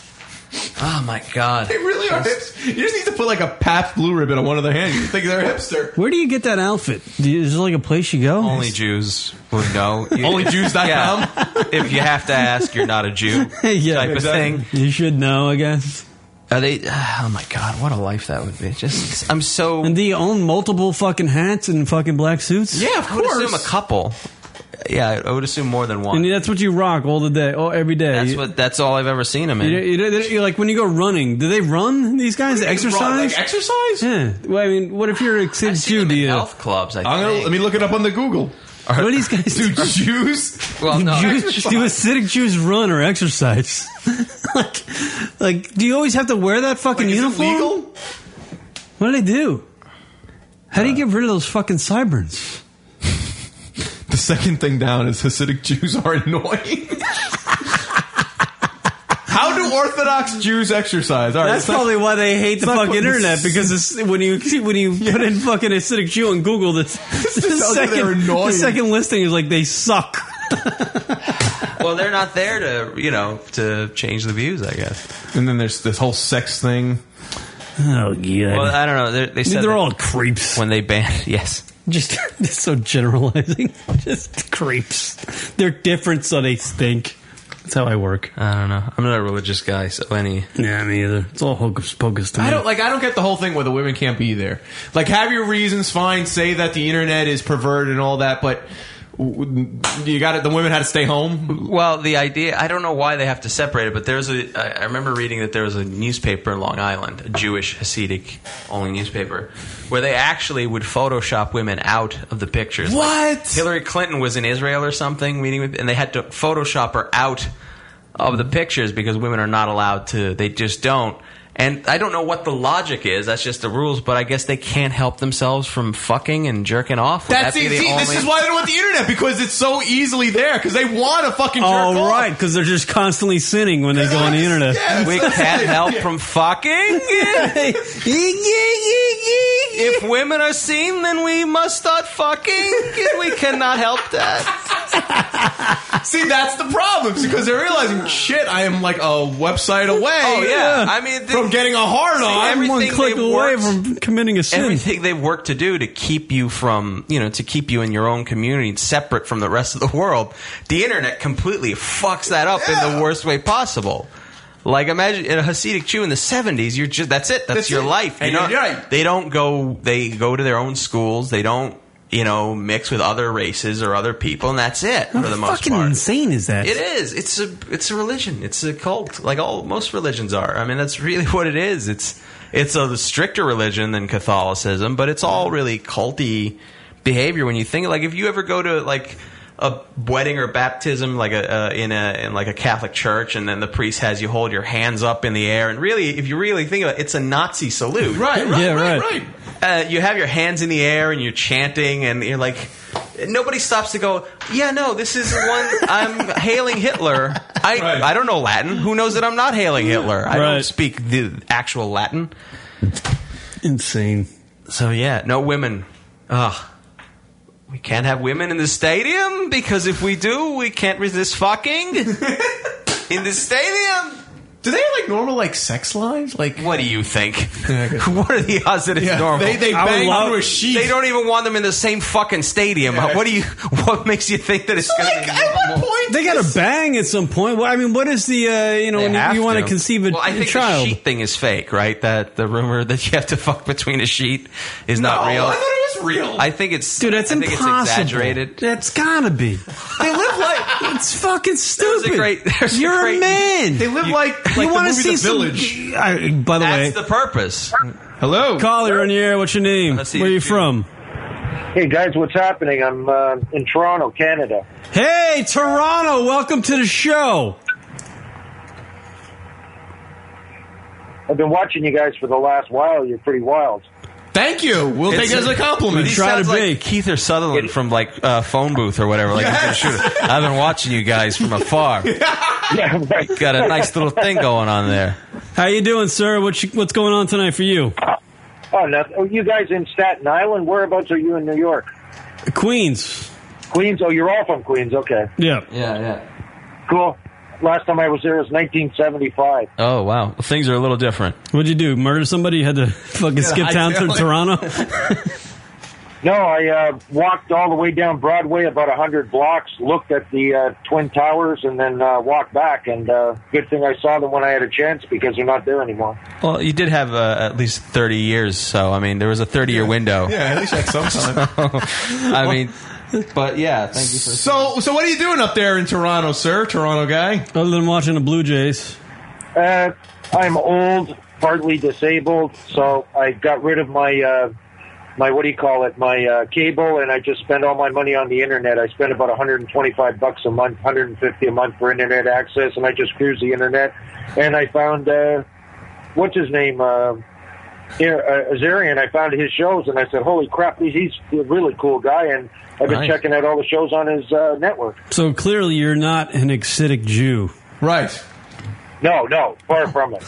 [SPEAKER 2] Oh my god!
[SPEAKER 3] They really are hipsters. You just need to put like a Pabst Blue Ribbon on one of their hands. You think they're a hipster.
[SPEAKER 1] Where do you get that outfit? Do you- Is there like a place you go? [LAUGHS]
[SPEAKER 2] Only Jews would [LAUGHS] know.
[SPEAKER 3] Onlyjews.com?
[SPEAKER 2] Yeah. If you have to ask, you're not a Jew.
[SPEAKER 1] [LAUGHS] yeah,
[SPEAKER 2] type of
[SPEAKER 1] exactly.
[SPEAKER 2] thing.
[SPEAKER 1] You should know, I guess.
[SPEAKER 2] Are they? Oh my god, what a life that would be! Just I'm so.
[SPEAKER 1] And do you own multiple fucking hats and fucking black suits?
[SPEAKER 2] I would assume a couple. Yeah, I would assume more than
[SPEAKER 1] And
[SPEAKER 2] one.
[SPEAKER 1] that's what you rock all the day, all every day.
[SPEAKER 2] That's
[SPEAKER 1] You-
[SPEAKER 2] what. That's all I've ever seen them
[SPEAKER 1] you,
[SPEAKER 2] in.
[SPEAKER 1] you, you- like when you go running. Do they run? These guys
[SPEAKER 2] What do you mean
[SPEAKER 1] exercise?
[SPEAKER 2] run? Like exercise?
[SPEAKER 1] Yeah. Well, I mean, what if you're a kid Jew? Do you? Health
[SPEAKER 2] clubs. I
[SPEAKER 3] I'm gonna let me look it up on the Google.
[SPEAKER 1] What do these guys
[SPEAKER 3] do? Jews?
[SPEAKER 2] Well, no,
[SPEAKER 1] Jews,
[SPEAKER 2] exercise.
[SPEAKER 1] do Hasidic Jews run or exercise? [LAUGHS] like, like, do you always have to wear that fucking uniform? What do they do? How do you get rid of those fucking sideburns?
[SPEAKER 3] [LAUGHS] The second thing down is Hasidic Jews are annoying. How do Orthodox Jews exercise? All right,
[SPEAKER 1] That's
[SPEAKER 3] it's not-
[SPEAKER 1] probably why they hate the
[SPEAKER 3] it's not
[SPEAKER 1] fucking
[SPEAKER 3] putting-
[SPEAKER 1] internet because it's, when you when you put in fucking acidic Jew on Google,
[SPEAKER 3] [LAUGHS]
[SPEAKER 1] the, the
[SPEAKER 3] tells you they're
[SPEAKER 1] second
[SPEAKER 3] annoying.
[SPEAKER 1] the second listing is like they suck.
[SPEAKER 2] Well, they're not there to you know to change the views. I guess.
[SPEAKER 3] and then there's this whole sex thing.
[SPEAKER 1] Oh yeah.
[SPEAKER 2] Well, I don't know. They're, they
[SPEAKER 1] They're
[SPEAKER 2] said that
[SPEAKER 1] all creeps
[SPEAKER 2] when they banned. [LAUGHS] Yes.
[SPEAKER 1] Just [LAUGHS] it's so generalizing. [LAUGHS] Just creeps. They're different, so they stink. That's how I work.
[SPEAKER 2] I don't know. I'm not a religious guy, so any.
[SPEAKER 1] Yeah, me either. It's all hocus pocus to me.
[SPEAKER 3] [LAUGHS] I don't like. I don't get the whole thing where the women can't be there. Like, have your reasons, fine. Say that the internet is perverted and all that, but w- you got it. The women had to stay home.
[SPEAKER 2] Well, the idea, I don't know why they have to separate it, but there's a, I I remember reading that there was a newspaper in Long Island, a Jewish Hasidic only newspaper, where they actually would Photoshop women out of the pictures. Like,
[SPEAKER 1] What?
[SPEAKER 2] Hillary Clinton was in Israel or something meeting with, and they had to Photoshop her out of the pictures because women are not allowed to, they just don't. And I don't know what the logic is. That's just the rules. But I guess they can't help themselves from fucking and jerking off. Would
[SPEAKER 3] That's
[SPEAKER 2] that be the
[SPEAKER 3] easy. This
[SPEAKER 2] only-
[SPEAKER 3] is why they don't want the internet because it's so easily there. Because they want to fucking. Jerk
[SPEAKER 1] Oh
[SPEAKER 3] off.
[SPEAKER 1] right, because they're just constantly sinning when they go on the internet.
[SPEAKER 2] we can't help from fucking. if women are seen, then we must start fucking. and We cannot help that.
[SPEAKER 3] [LAUGHS] See, that's the problem it's because they're realizing, shit, I am like a website away.
[SPEAKER 2] Oh, yeah. I mean,
[SPEAKER 3] from getting a hard
[SPEAKER 2] See,
[SPEAKER 3] on.
[SPEAKER 2] everything
[SPEAKER 1] One click
[SPEAKER 2] they
[SPEAKER 1] away
[SPEAKER 2] worked-
[SPEAKER 1] from committing a sin.
[SPEAKER 2] Everything they've worked to do to keep you from, you know, to keep you in your own community and separate from the rest of the world, the internet completely fucks that up in the worst way possible. Like imagine in a Hasidic Jew in the seventies, you're just that's it. That's,
[SPEAKER 3] That's
[SPEAKER 2] your
[SPEAKER 3] it.
[SPEAKER 2] life.
[SPEAKER 3] And
[SPEAKER 2] you know,
[SPEAKER 3] you're right.
[SPEAKER 2] they don't go. They go to their own schools. They don't, you know, mix with other races or other people, and that's it for the most
[SPEAKER 1] fucking
[SPEAKER 2] part.
[SPEAKER 1] insane is that?
[SPEAKER 2] It is. It's a it's a religion. It's a cult, like all most religions are. I mean, that's really [LAUGHS] what it is. It's it's a stricter religion than Catholicism, but it's all really culty behavior when you think. Like if you ever go to like a wedding or baptism like a uh, in a in like a Catholic church, and then the priest has you hold your hands up in the air, and really, if you really think about it, it's a Nazi salute. [LAUGHS]
[SPEAKER 3] Right, right, Yeah, right, right.
[SPEAKER 2] Uh, you have your hands in the air and you're chanting, and you're like, nobody stops to go. Yeah, no, this is one. I'm hailing Hitler. I I don't know Latin. Who knows that I'm not hailing Hitler? I don't speak the actual Latin.
[SPEAKER 1] Insane.
[SPEAKER 2] So yeah, no women. Ugh. We can't have women in the stadium because if we do, we can't resist fucking in the stadium.
[SPEAKER 3] Do they have like normal like sex lives? Like
[SPEAKER 2] what do you think? [LAUGHS] what are the odds that it's normal?
[SPEAKER 3] They, they bang through a sheet.
[SPEAKER 2] They don't even want them in the same fucking stadium.
[SPEAKER 3] Yeah.
[SPEAKER 2] What do you? [LAUGHS] What makes you think that it's going to be normal?
[SPEAKER 1] They got to bang at some point. Well, I mean, what is the uh, you know
[SPEAKER 2] They
[SPEAKER 1] when you,
[SPEAKER 2] have
[SPEAKER 1] want to
[SPEAKER 2] to.
[SPEAKER 1] conceive a,
[SPEAKER 2] Well, I
[SPEAKER 1] a
[SPEAKER 2] think
[SPEAKER 1] child?
[SPEAKER 2] the sheet thing is fake, right? That the rumor [LAUGHS] that you have to fuck between a sheet is not
[SPEAKER 1] No,
[SPEAKER 2] real.
[SPEAKER 1] I thought it was real.
[SPEAKER 2] I think it's
[SPEAKER 1] Dude, that's
[SPEAKER 2] I think
[SPEAKER 1] impossible.
[SPEAKER 2] It's exaggerated.
[SPEAKER 1] That's gotta be. They live
[SPEAKER 2] [LAUGHS]
[SPEAKER 1] like it's fucking stupid. You're a, man. They
[SPEAKER 3] live like,
[SPEAKER 1] you want to
[SPEAKER 2] movie
[SPEAKER 1] see
[SPEAKER 2] The
[SPEAKER 1] some-
[SPEAKER 2] Village.
[SPEAKER 1] I, by the way,
[SPEAKER 2] That's the purpose.
[SPEAKER 3] Hello.
[SPEAKER 1] Call, you're on the air. What's your name? Where are you from?
[SPEAKER 6] Hey guys, what's happening? I'm uh, in Toronto, Canada.
[SPEAKER 1] Hey, Toronto, welcome to the show.
[SPEAKER 6] I've been watching you guys for the last while. You're pretty wild.
[SPEAKER 3] Thank you. We'll
[SPEAKER 2] It's
[SPEAKER 3] take it as a compliment.
[SPEAKER 2] He sounds like Keith or Sutherland from like uh, phone booth or whatever. Like, he's gonna shoot it. I've been watching you guys from
[SPEAKER 3] [LAUGHS]
[SPEAKER 2] afar. Got a nice little thing going on there.
[SPEAKER 1] How you doing, sir? What's what's going on tonight for you?
[SPEAKER 6] Oh, nothing. Oh, you guys in Staten Island? Whereabouts are you in New York?
[SPEAKER 1] Queens.
[SPEAKER 6] Queens. Oh, you're all from Queens. Okay,
[SPEAKER 1] Yeah.
[SPEAKER 2] Yeah, yeah.
[SPEAKER 6] cool. Last time I was there was 1975.
[SPEAKER 2] Oh wow, well, things are a little different.
[SPEAKER 1] What'd you do? Murder somebody? You had to fucking
[SPEAKER 6] Yeah,
[SPEAKER 1] skip
[SPEAKER 6] I
[SPEAKER 1] town
[SPEAKER 6] feel
[SPEAKER 1] through
[SPEAKER 6] it.
[SPEAKER 1] Toronto?
[SPEAKER 2] [LAUGHS]
[SPEAKER 6] No, I uh, walked all the way down Broadway, about a hundred blocks, looked at the uh, Twin Towers, and then uh, walked back. And uh, good thing I saw them when I had a chance because they're not there anymore.
[SPEAKER 2] Well, you did have uh, at least thirty years, so I mean, there was a thirty-year window.
[SPEAKER 3] Yeah, at least that's some time.
[SPEAKER 1] [LAUGHS]
[SPEAKER 2] I mean, but yeah, thank you for.
[SPEAKER 3] So, so what are you doing up there in Toronto, sir? Toronto guy.
[SPEAKER 1] Other than watching the Blue Jays.
[SPEAKER 6] Uh, I'm old, partly disabled, so I got rid of my uh, my what do you call it? My uh, cable, and I just spent all my money on the internet. I spend about 125 bucks a month, 150 a month for internet access, and I just cruise the internet. And I found uh, what's his name. Uh, here, uh, Azarian, I found his shows and I said, "Holy crap, he's- he's a really cool guy!" And I've been
[SPEAKER 1] Nice.
[SPEAKER 6] checking out all the shows on his uh, network.
[SPEAKER 1] So clearly you're not an excitic Jew.
[SPEAKER 3] Right.
[SPEAKER 6] No, no, far from it.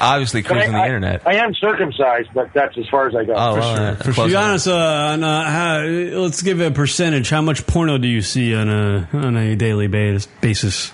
[SPEAKER 2] obviously
[SPEAKER 6] But
[SPEAKER 2] cruising
[SPEAKER 6] I,
[SPEAKER 2] the internet.
[SPEAKER 6] I, I am circumcised, but that's as far as I go.
[SPEAKER 2] Oh, well, uh,
[SPEAKER 1] To
[SPEAKER 2] close
[SPEAKER 1] be
[SPEAKER 2] enough.
[SPEAKER 1] honest, uh, on, uh, how, let's give a percentage. How much porno do you see on a on a daily bas- [LAUGHS] basis?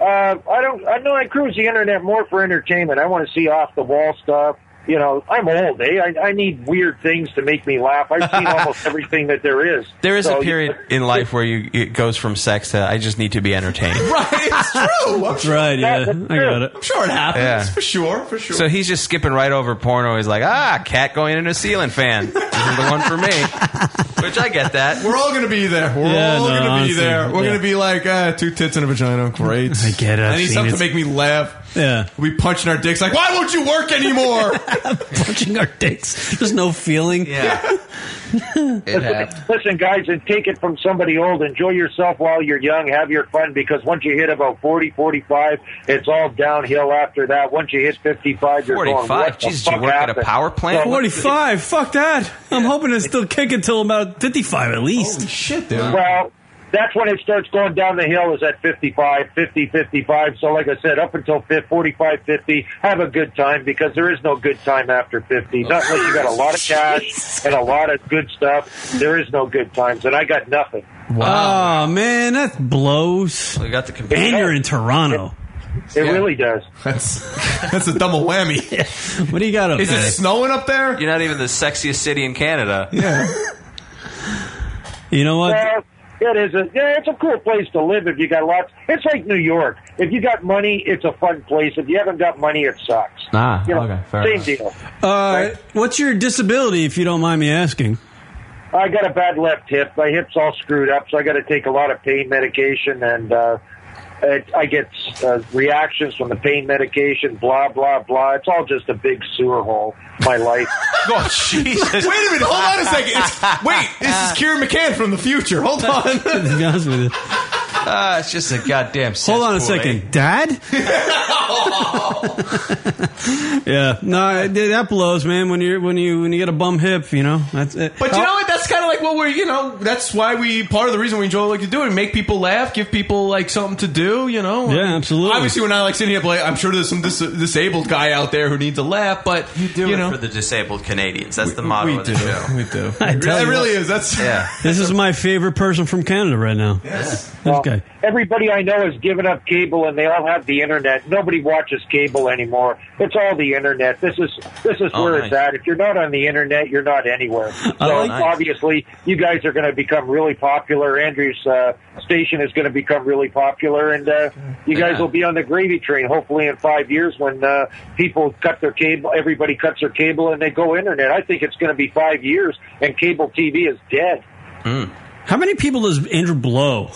[SPEAKER 6] Uh, I don't. I know I cruise the internet more for entertainment. I want to see off the wall stuff. You know, I'm old, eh? I, I need weird things to make me laugh. I've seen
[SPEAKER 2] [LAUGHS]
[SPEAKER 6] almost everything that there is.
[SPEAKER 2] There is
[SPEAKER 6] So,
[SPEAKER 2] a period in life where you it goes from sex to I just need to be entertained.
[SPEAKER 3] Right.
[SPEAKER 2] [LAUGHS]
[SPEAKER 3] It's true. I'm
[SPEAKER 1] That's right. Yeah, I got it.
[SPEAKER 3] I'm sure it happens.
[SPEAKER 2] Yeah.
[SPEAKER 3] For sure. For sure.
[SPEAKER 2] So he's just skipping right over porno. He's like, ah, cat going in a ceiling fan. This is the one for [LAUGHS] me. Which I get that.
[SPEAKER 3] We're all gonna be there. We're
[SPEAKER 2] Yeah,
[SPEAKER 3] all
[SPEAKER 2] no,
[SPEAKER 3] gonna
[SPEAKER 2] honestly,
[SPEAKER 3] be there. We're
[SPEAKER 2] yeah.
[SPEAKER 3] gonna be like uh, two tits and a vagina. Great. I
[SPEAKER 1] get it.
[SPEAKER 3] I
[SPEAKER 1] I've
[SPEAKER 3] need
[SPEAKER 1] seen
[SPEAKER 3] something
[SPEAKER 1] it.
[SPEAKER 3] to make me laugh.
[SPEAKER 1] Yeah.
[SPEAKER 3] We'll be punching our dicks like, why won't you work anymore?
[SPEAKER 1] [LAUGHS] Punching our dicks. There's no feeling.
[SPEAKER 2] Yeah.
[SPEAKER 6] [LAUGHS]
[SPEAKER 1] [LAUGHS]
[SPEAKER 6] Listen, listen, guys, and take it from somebody old. Enjoy yourself while you're young. Have your fun because once you hit about 40, 45, it's all downhill after that. Once you hit 55, you're going,
[SPEAKER 2] 45?
[SPEAKER 6] what the
[SPEAKER 2] Jesus, you
[SPEAKER 6] fuck
[SPEAKER 2] work at a
[SPEAKER 6] happened?
[SPEAKER 2] power plant?
[SPEAKER 6] So-
[SPEAKER 1] 45. Fuck that. I'm hoping it's still kicking till about 55 at least. Holy
[SPEAKER 3] shit,
[SPEAKER 6] Well, that's when it starts going down the hill is at 55, 50, 55. So like I said, up until fif- 45, 50, have a good time because there is no good time after 50. Not unless you got a lot of cash and a lot of good stuff. There is no good times, and I got nothing.
[SPEAKER 1] Wow. Oh, man, that blows.
[SPEAKER 2] We got the computer.
[SPEAKER 1] And you're in Toronto.
[SPEAKER 6] It really does.
[SPEAKER 3] That's that's a double whammy.
[SPEAKER 2] [LAUGHS]
[SPEAKER 1] What do you got up
[SPEAKER 3] Is it
[SPEAKER 1] there?
[SPEAKER 3] snowing up there?
[SPEAKER 2] You're not even the sexiest city in Canada.
[SPEAKER 3] Yeah.
[SPEAKER 1] You know what?
[SPEAKER 6] Yeah, it is a yeah, it's a cool place to live if you got lots. It's like New York. If you got money, it's a fun place. If you haven't got money, it sucks.
[SPEAKER 2] Ah,
[SPEAKER 6] You know,
[SPEAKER 2] okay, fair
[SPEAKER 6] same
[SPEAKER 2] enough.
[SPEAKER 6] deal.
[SPEAKER 1] Uh, what's your disability, if you don't mind me asking?
[SPEAKER 6] I got a bad left hip. My hip's all screwed up, so I got to take a lot of pain medication, and uh, it, I get uh, reactions from the pain medication, blah blah blah. It's all just a big sewer hole. My life.
[SPEAKER 3] [LAUGHS] oh Jesus! Wait a minute. Hold on a second. It's, wait, this is Kieran McCann from the future.
[SPEAKER 1] [LAUGHS]
[SPEAKER 3] Hold on.
[SPEAKER 1] to be honest with you.
[SPEAKER 2] Uh, it's just a goddamn.
[SPEAKER 1] Hold on a
[SPEAKER 2] cesspool,
[SPEAKER 1] second,
[SPEAKER 2] eh?
[SPEAKER 3] [LAUGHS]
[SPEAKER 1] Dad. [LAUGHS] yeah, no, it- that blows, man. When you when you when you get a bum hip, you know that's it. Oh.
[SPEAKER 3] But you know what? That's kind of like what we're, you know, that's why we, part of the reason we enjoy like to do it, make people laugh, give people like something to do, you know?
[SPEAKER 1] Yeah, absolutely.
[SPEAKER 3] Obviously, we're not like sitting here, like, I'm sure there's some dis- disabled guy out there who needs a laugh, but, you,
[SPEAKER 2] Do it
[SPEAKER 3] know.
[SPEAKER 2] for the disabled Canadians. That's the motto
[SPEAKER 3] we
[SPEAKER 2] of the
[SPEAKER 3] do. [LAUGHS]
[SPEAKER 2] show.
[SPEAKER 3] We do.
[SPEAKER 1] [LAUGHS] I
[SPEAKER 3] It
[SPEAKER 1] tell
[SPEAKER 3] really,
[SPEAKER 1] you
[SPEAKER 3] really
[SPEAKER 1] what.
[SPEAKER 3] is. That's [LAUGHS]
[SPEAKER 2] yeah.
[SPEAKER 1] This is my favorite person from Canada right now. Yes. This guy.
[SPEAKER 6] Everybody I know has given up cable, and they all have the internet. Nobody watches cable anymore. It's all the internet. This is this is
[SPEAKER 1] Oh,
[SPEAKER 6] where
[SPEAKER 1] nice.
[SPEAKER 6] it's at. If you're not on the internet, you're not
[SPEAKER 1] [LAUGHS]
[SPEAKER 6] anywhere. So
[SPEAKER 1] like- Nice.
[SPEAKER 6] obviously, you guys are going to become really popular. Andrew's uh, station is going to become really popular, and uh, you guys will be on the gravy train. Hopefully, in five years, when uh, people cut their cable, everybody cuts their cable, and they go internet. I think it's going to be five years, and cable TV is dead.
[SPEAKER 3] mm.
[SPEAKER 1] How many people does Andrew blow?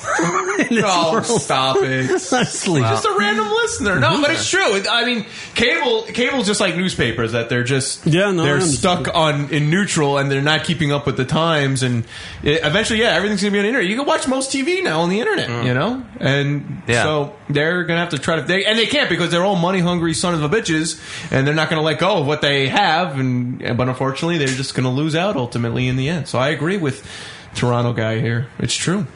[SPEAKER 1] in this
[SPEAKER 3] [LAUGHS] Oh,
[SPEAKER 1] world?
[SPEAKER 3] stop [LAUGHS]
[SPEAKER 1] [LAUGHS]
[SPEAKER 3] it.
[SPEAKER 1] Honestly,
[SPEAKER 3] Just a random listener. No,
[SPEAKER 1] Mhm.
[SPEAKER 3] but it's true. It- I mean, cable cable's just like newspapers that they're just yeah,
[SPEAKER 1] no, I
[SPEAKER 3] they're
[SPEAKER 1] understand.
[SPEAKER 3] stuck on in neutral and they're not keeping up with the times and it, eventually yeah, everything's going to be on the internet. You can watch most TV now on the internet, you know? And
[SPEAKER 2] Yeah.
[SPEAKER 3] so they're going to have to try to they, and they can't because they're all money-hungry son of a bitches and they're not going to let go of what they have and but unfortunately they're just going to lose out ultimately in the end. So I agree with Toronto guy here. It's true.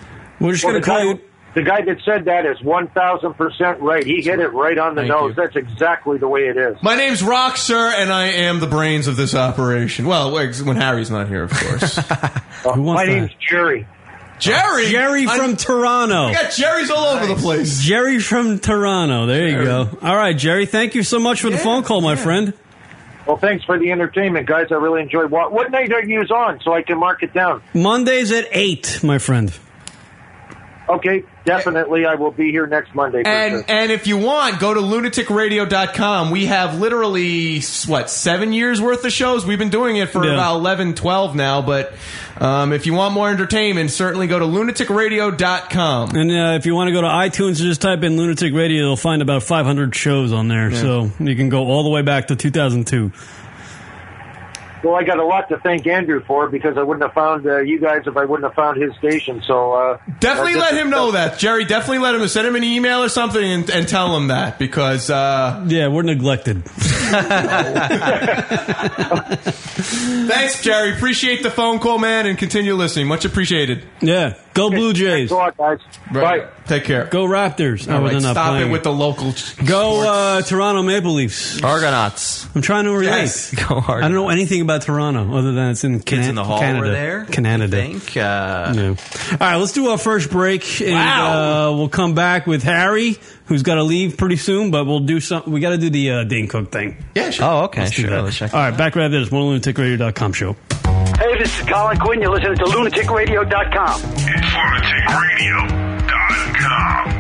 [SPEAKER 1] We're just
[SPEAKER 6] Well, the guy- The guy that said that is one thousand percent right. He hit it right on the nose. That's exactly the way it is.
[SPEAKER 3] My name's Rock, sir, and I am the brains of this operation. Well, ex- when Harry's not here, of course.
[SPEAKER 6] My name's Jerry.
[SPEAKER 3] Jerry,
[SPEAKER 1] Jerry from Toronto.
[SPEAKER 3] We got Jerry's all over the place.
[SPEAKER 1] Jerry from Toronto. There you go. All right, Jerry. Thank you so much for the phone call, my friend.
[SPEAKER 6] Well, thanks for the entertainment, guys. I really enjoyed. What, what night are you on so I can mark it down?
[SPEAKER 1] Mondays at eight, my friend.
[SPEAKER 6] Okay, definitely, I will be here next Monday. For sure.
[SPEAKER 3] And and if you want, go to lunaticradio.com. We have literally what seven years worth of shows. We've been doing it for
[SPEAKER 1] Yeah.
[SPEAKER 3] about 11, 12 now. But um, if you want more entertainment, certainly go to lunaticradio.com.
[SPEAKER 1] And uh, if you want to go to iTunes, just type in Lunatic Radio. You'll find about 500 shows on there,
[SPEAKER 3] Yeah.
[SPEAKER 1] so you can go all the way back to 2002.
[SPEAKER 6] well, I got a lot to thank Andrew for because I wouldn't have found uh, you guys if I wouldn't have found his station. So uh,
[SPEAKER 3] Definitely
[SPEAKER 6] uh,
[SPEAKER 3] let
[SPEAKER 6] this-
[SPEAKER 3] him know that, Jerry. Definitely let him send him an email or something and, and tell him that because uh,
[SPEAKER 1] yeah, we're neglected.
[SPEAKER 3] [LAUGHS] Thanks, Jerry. Appreciate the phone call, man, and continue listening. Much appreciated.
[SPEAKER 1] Yeah, go Blue Jays.
[SPEAKER 3] Right. Take care.
[SPEAKER 1] Go Raptors.
[SPEAKER 3] All
[SPEAKER 1] Oh,
[SPEAKER 3] right,
[SPEAKER 1] they're not
[SPEAKER 3] stop
[SPEAKER 1] playing.
[SPEAKER 3] it with the local.
[SPEAKER 1] Go uh, Toronto Maple Leafs.
[SPEAKER 2] Argonauts.
[SPEAKER 1] I'm trying to relate.
[SPEAKER 2] Yes.
[SPEAKER 3] [LAUGHS]
[SPEAKER 2] Go Argonauts.
[SPEAKER 1] I don't know anything about Toronto other than it's in Canada.
[SPEAKER 2] Kids in the Hall
[SPEAKER 1] Canada.
[SPEAKER 2] were there.
[SPEAKER 1] Canada.
[SPEAKER 2] I think. Uh,
[SPEAKER 1] All right, let's do our first break, and uh, we'll come back with Harry, who's got to leave pretty soon. But we'll do some. We got to do the uh, Dane Cook thing.
[SPEAKER 3] Yeah, sure.
[SPEAKER 1] Oh, okay,
[SPEAKER 2] sure. Let's
[SPEAKER 1] All right, back right after this. One lunaticradio.com show.
[SPEAKER 16] Hey, this is Colin Quinn. You're listening to lunaticradio.com.
[SPEAKER 17] Lunaticradio.com.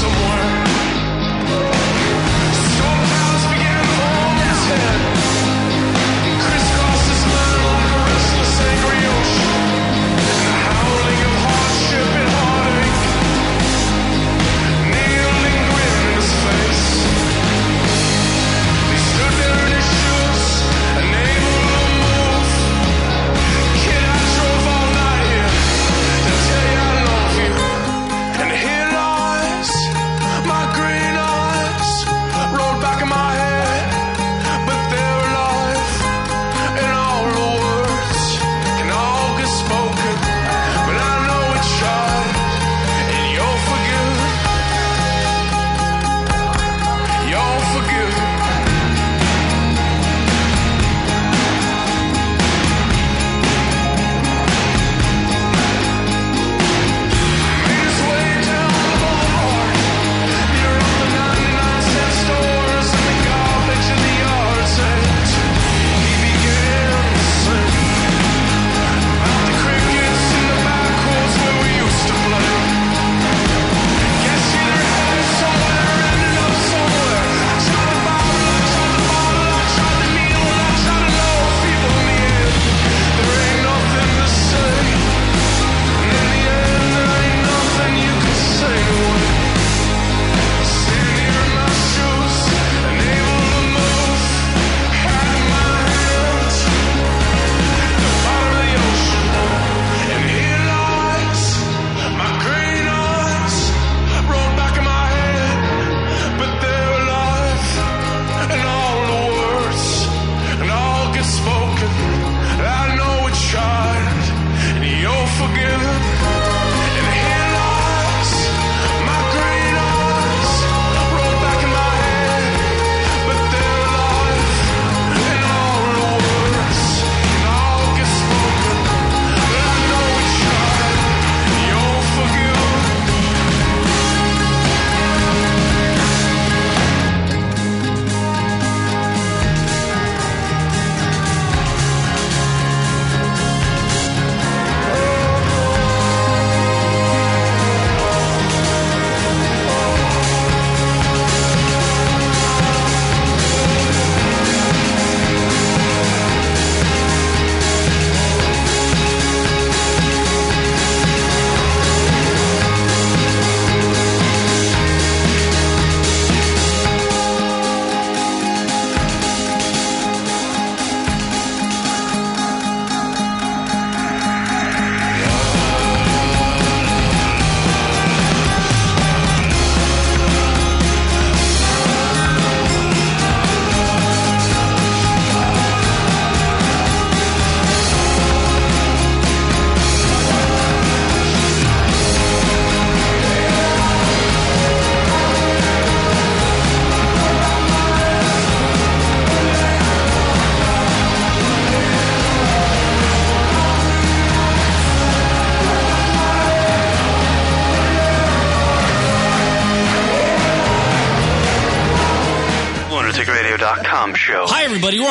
[SPEAKER 18] Somewhere. Storm clouds began to
[SPEAKER 19] everybody. We're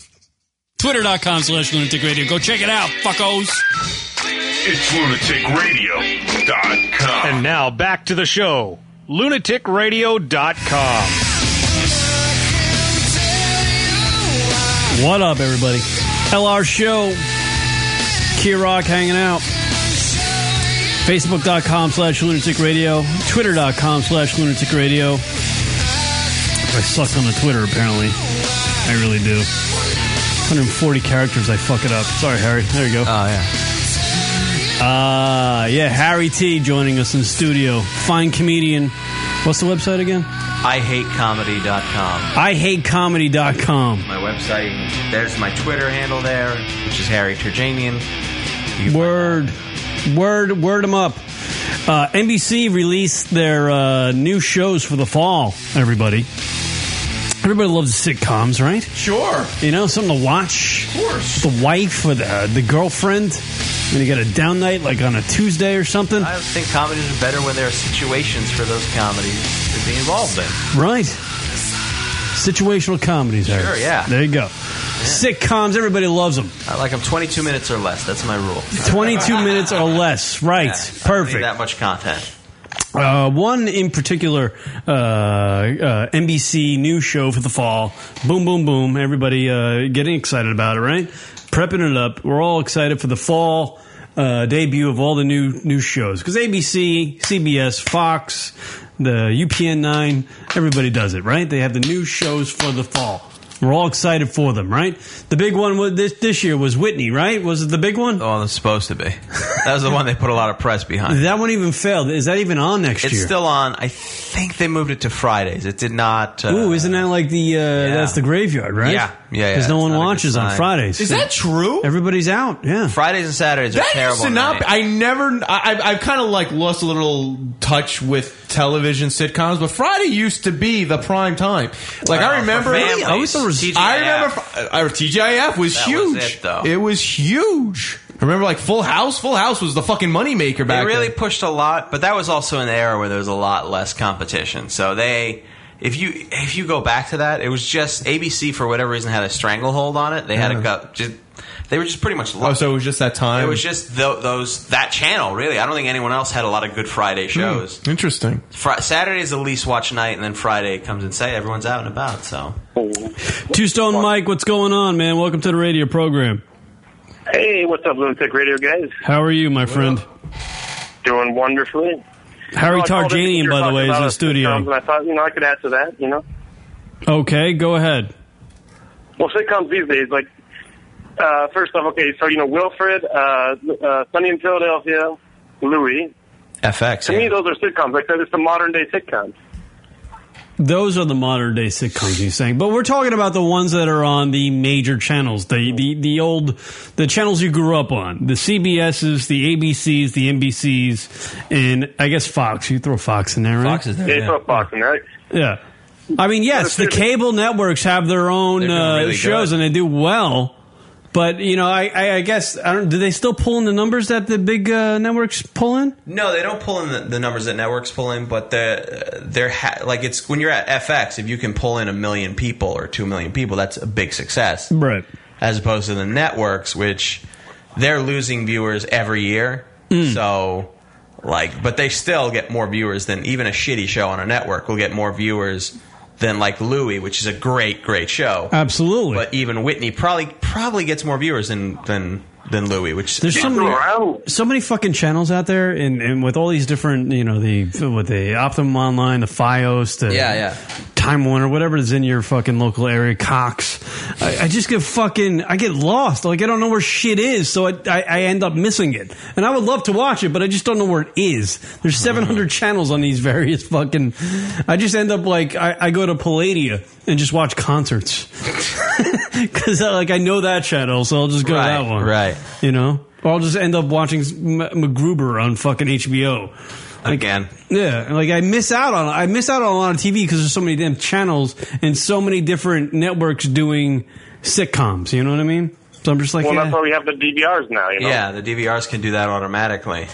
[SPEAKER 19] Twitter.com slash lunatic radio. Go check it out, fuckos.
[SPEAKER 10] It's lunaticradio.com.
[SPEAKER 6] And now back to the show. LunaticRadio.com.
[SPEAKER 1] What up, everybody? LR Show. Key Rock hanging out. Facebook.com slash lunatic radio. Twitter.com slash lunatic radio. I suck on the Twitter, apparently. I really do. 140 characters, I fuck it up. Sorry, Harry. There you go. Oh, yeah. Uh, yeah, Harry T joining us in studio. Fine comedian. What's the website again?
[SPEAKER 2] I hate comedy.com.
[SPEAKER 1] I hate comedy.com.
[SPEAKER 2] My website, there's my Twitter handle there, which is Harry Turjanian.
[SPEAKER 1] Word, word, word them up. Uh, NBC released their uh, new shows for the fall. Everybody, everybody loves sitcoms, right?
[SPEAKER 3] Sure.
[SPEAKER 1] You know, something to watch. Of course. The wife or the the girlfriend, and you get a down night like on a Tuesday or something.
[SPEAKER 2] I think comedies are better when there are situations for those comedies to be involved in.
[SPEAKER 1] Right. Situational comedies. Sure,
[SPEAKER 2] yeah.
[SPEAKER 1] There you go. Sitcoms, everybody loves them.
[SPEAKER 2] I like them 22 minutes or less. That's my rule. [LAUGHS]
[SPEAKER 1] 22 minutes or less. Right.
[SPEAKER 2] Yeah, I don't need
[SPEAKER 1] Perfect.
[SPEAKER 2] that much content.
[SPEAKER 1] Uh, one in particular, uh, uh, NBC news show for the fall. Boom, boom, boom. Everybody uh, getting excited about it, right? Prepping it up. We're all excited for the fall uh, debut of all the new news shows because ABC, CBS, Fox, the UPN nine, everybody does it, right? They have the new shows for the fall. We're all excited for them, right? The big one was this this year was Whitney, right? Was it the big one?
[SPEAKER 2] Oh, that's supposed to be. That was the one they put a lot of press behind.
[SPEAKER 1] [LAUGHS] That one even failed. Is that even on next
[SPEAKER 2] It's
[SPEAKER 1] year?
[SPEAKER 2] still on. I think they moved it to Fridays. It did not. Uh,
[SPEAKER 1] Ooh, isn't that like the uh, that's the graveyard, right?
[SPEAKER 2] Yeah. Yeah, yeah.
[SPEAKER 1] Because no
[SPEAKER 2] It's
[SPEAKER 1] one
[SPEAKER 2] not a good
[SPEAKER 1] watches on
[SPEAKER 2] sign.
[SPEAKER 1] Fridays.
[SPEAKER 2] Is that
[SPEAKER 1] true? Everybody's out. Yeah.
[SPEAKER 2] Fridays and Saturdays are
[SPEAKER 3] That
[SPEAKER 2] terrible.
[SPEAKER 3] used to not.
[SPEAKER 2] nights.
[SPEAKER 3] be- I never. I, I've- I've kind of like lost a little touch with television sitcoms, but Friday used to be the prime time. Like
[SPEAKER 2] Well,
[SPEAKER 3] I remember.
[SPEAKER 2] for families,
[SPEAKER 3] I always thought it was-
[SPEAKER 2] TGIF.
[SPEAKER 3] I remember. uh, fr- Our TGIF was
[SPEAKER 2] That was
[SPEAKER 3] huge.
[SPEAKER 2] it, though.
[SPEAKER 3] It was huge. Remember, like Full House. Full House was the fucking moneymaker
[SPEAKER 2] They
[SPEAKER 3] back.
[SPEAKER 2] really
[SPEAKER 3] then.
[SPEAKER 2] pushed a lot, but that was also an era where there was a lot less competition. So they, if you if you go back to that, it was just ABC for whatever reason had a stranglehold on it. They had
[SPEAKER 3] Yeah.
[SPEAKER 2] a gut. Just, they were just pretty much.
[SPEAKER 3] Oh, so it was just that time.
[SPEAKER 2] It was just tho- those that channel. Really, I don't think anyone else had a lot of good Friday shows.
[SPEAKER 3] Hmm, interesting.
[SPEAKER 2] Fri- Saturday is the least watched night, and then Friday comes and say everyone's out and about. So
[SPEAKER 1] Two Stone Mike, what's going on, man? Welcome to the radio program.
[SPEAKER 7] Hey, what's up, Lunatic Radio guys?
[SPEAKER 1] How are you, my friend?
[SPEAKER 7] Doing wonderfully.
[SPEAKER 1] Harry
[SPEAKER 7] Well, Oh, I called in because you
[SPEAKER 1] Tarjanian,
[SPEAKER 7] were
[SPEAKER 1] by the
[SPEAKER 7] talking
[SPEAKER 1] way, is in
[SPEAKER 7] about
[SPEAKER 1] the
[SPEAKER 7] us sitcoms,
[SPEAKER 1] studio.
[SPEAKER 7] And I thought, you know, I could answer that, you know?
[SPEAKER 1] Okay, go ahead.
[SPEAKER 7] Well, sitcoms these days, like, uh, first off, okay, so, you know, Wilfred, uh, uh, Sunny in Philadelphia, Louis.
[SPEAKER 2] FX.
[SPEAKER 7] To me, those are sitcoms. Like, it's the modern day sitcoms.
[SPEAKER 1] Those are the modern day sitcoms he's saying, but we're talking about the ones that are on the major channels, the the the old the channels you grew up on, the CBSs, the ABCs, the NBCs, and I guess Fox. You throw Fox in there, right? Fox is
[SPEAKER 7] Yeah, it's not Fox, right?
[SPEAKER 1] Yeah. I mean, yes, the cable networks have their own uh,
[SPEAKER 7] really
[SPEAKER 1] shows
[SPEAKER 7] good.
[SPEAKER 1] and they do well. But you know, I, I, I guess I don't. Do they still pull in the numbers that the big uh, networks pull in?
[SPEAKER 2] No, they don't pull in the, the numbers that networks pull in, but the they're ha- like it's when you're at FX, if you can pull in a million people or two million people, that's a big success.
[SPEAKER 1] Right.
[SPEAKER 2] As opposed to the networks, which they're losing viewers every year.
[SPEAKER 1] Mm.
[SPEAKER 2] So, like, but they still get more viewers than even a shitty show on a network will get more viewers than like Louis, which is a great, great show.
[SPEAKER 1] Absolutely.
[SPEAKER 2] But even Whitney probably probably gets more viewers than than than Louis, which
[SPEAKER 1] There's so many, so many fucking channels out there, and, and with all these different, you know, the with the Optimum Online, the FiOS, the
[SPEAKER 2] Yeah, yeah.
[SPEAKER 1] Time Warner, whatever is in your fucking local area, Cox. I, I just get fucking, I get lost. Like I don't know where shit is, so I, I, I end up missing it. And I would love to watch it, but I just don't know where it is. There's
[SPEAKER 2] Oh,
[SPEAKER 1] 700 channels on these various fucking. I just end up like I, I go to Palladia and just watch
[SPEAKER 2] [LAUGHS]
[SPEAKER 1] [LAUGHS] uh, concerts because like I know that channel, so I'll just go to that one.
[SPEAKER 2] right.
[SPEAKER 1] You know. Or I'll just end up watching M- MacGruber on fucking HBO.
[SPEAKER 2] Again.
[SPEAKER 1] Yeah, and, like I miss out on I miss out on a lot of TV because there's so many damn channels and so many different networks doing sitcoms. You know what I mean? So I'm just like, eh. uh,
[SPEAKER 7] well,
[SPEAKER 1] yeah.
[SPEAKER 7] that's why we have the DVRs now. You know,
[SPEAKER 2] Yeah, the DVRs can do that automatically.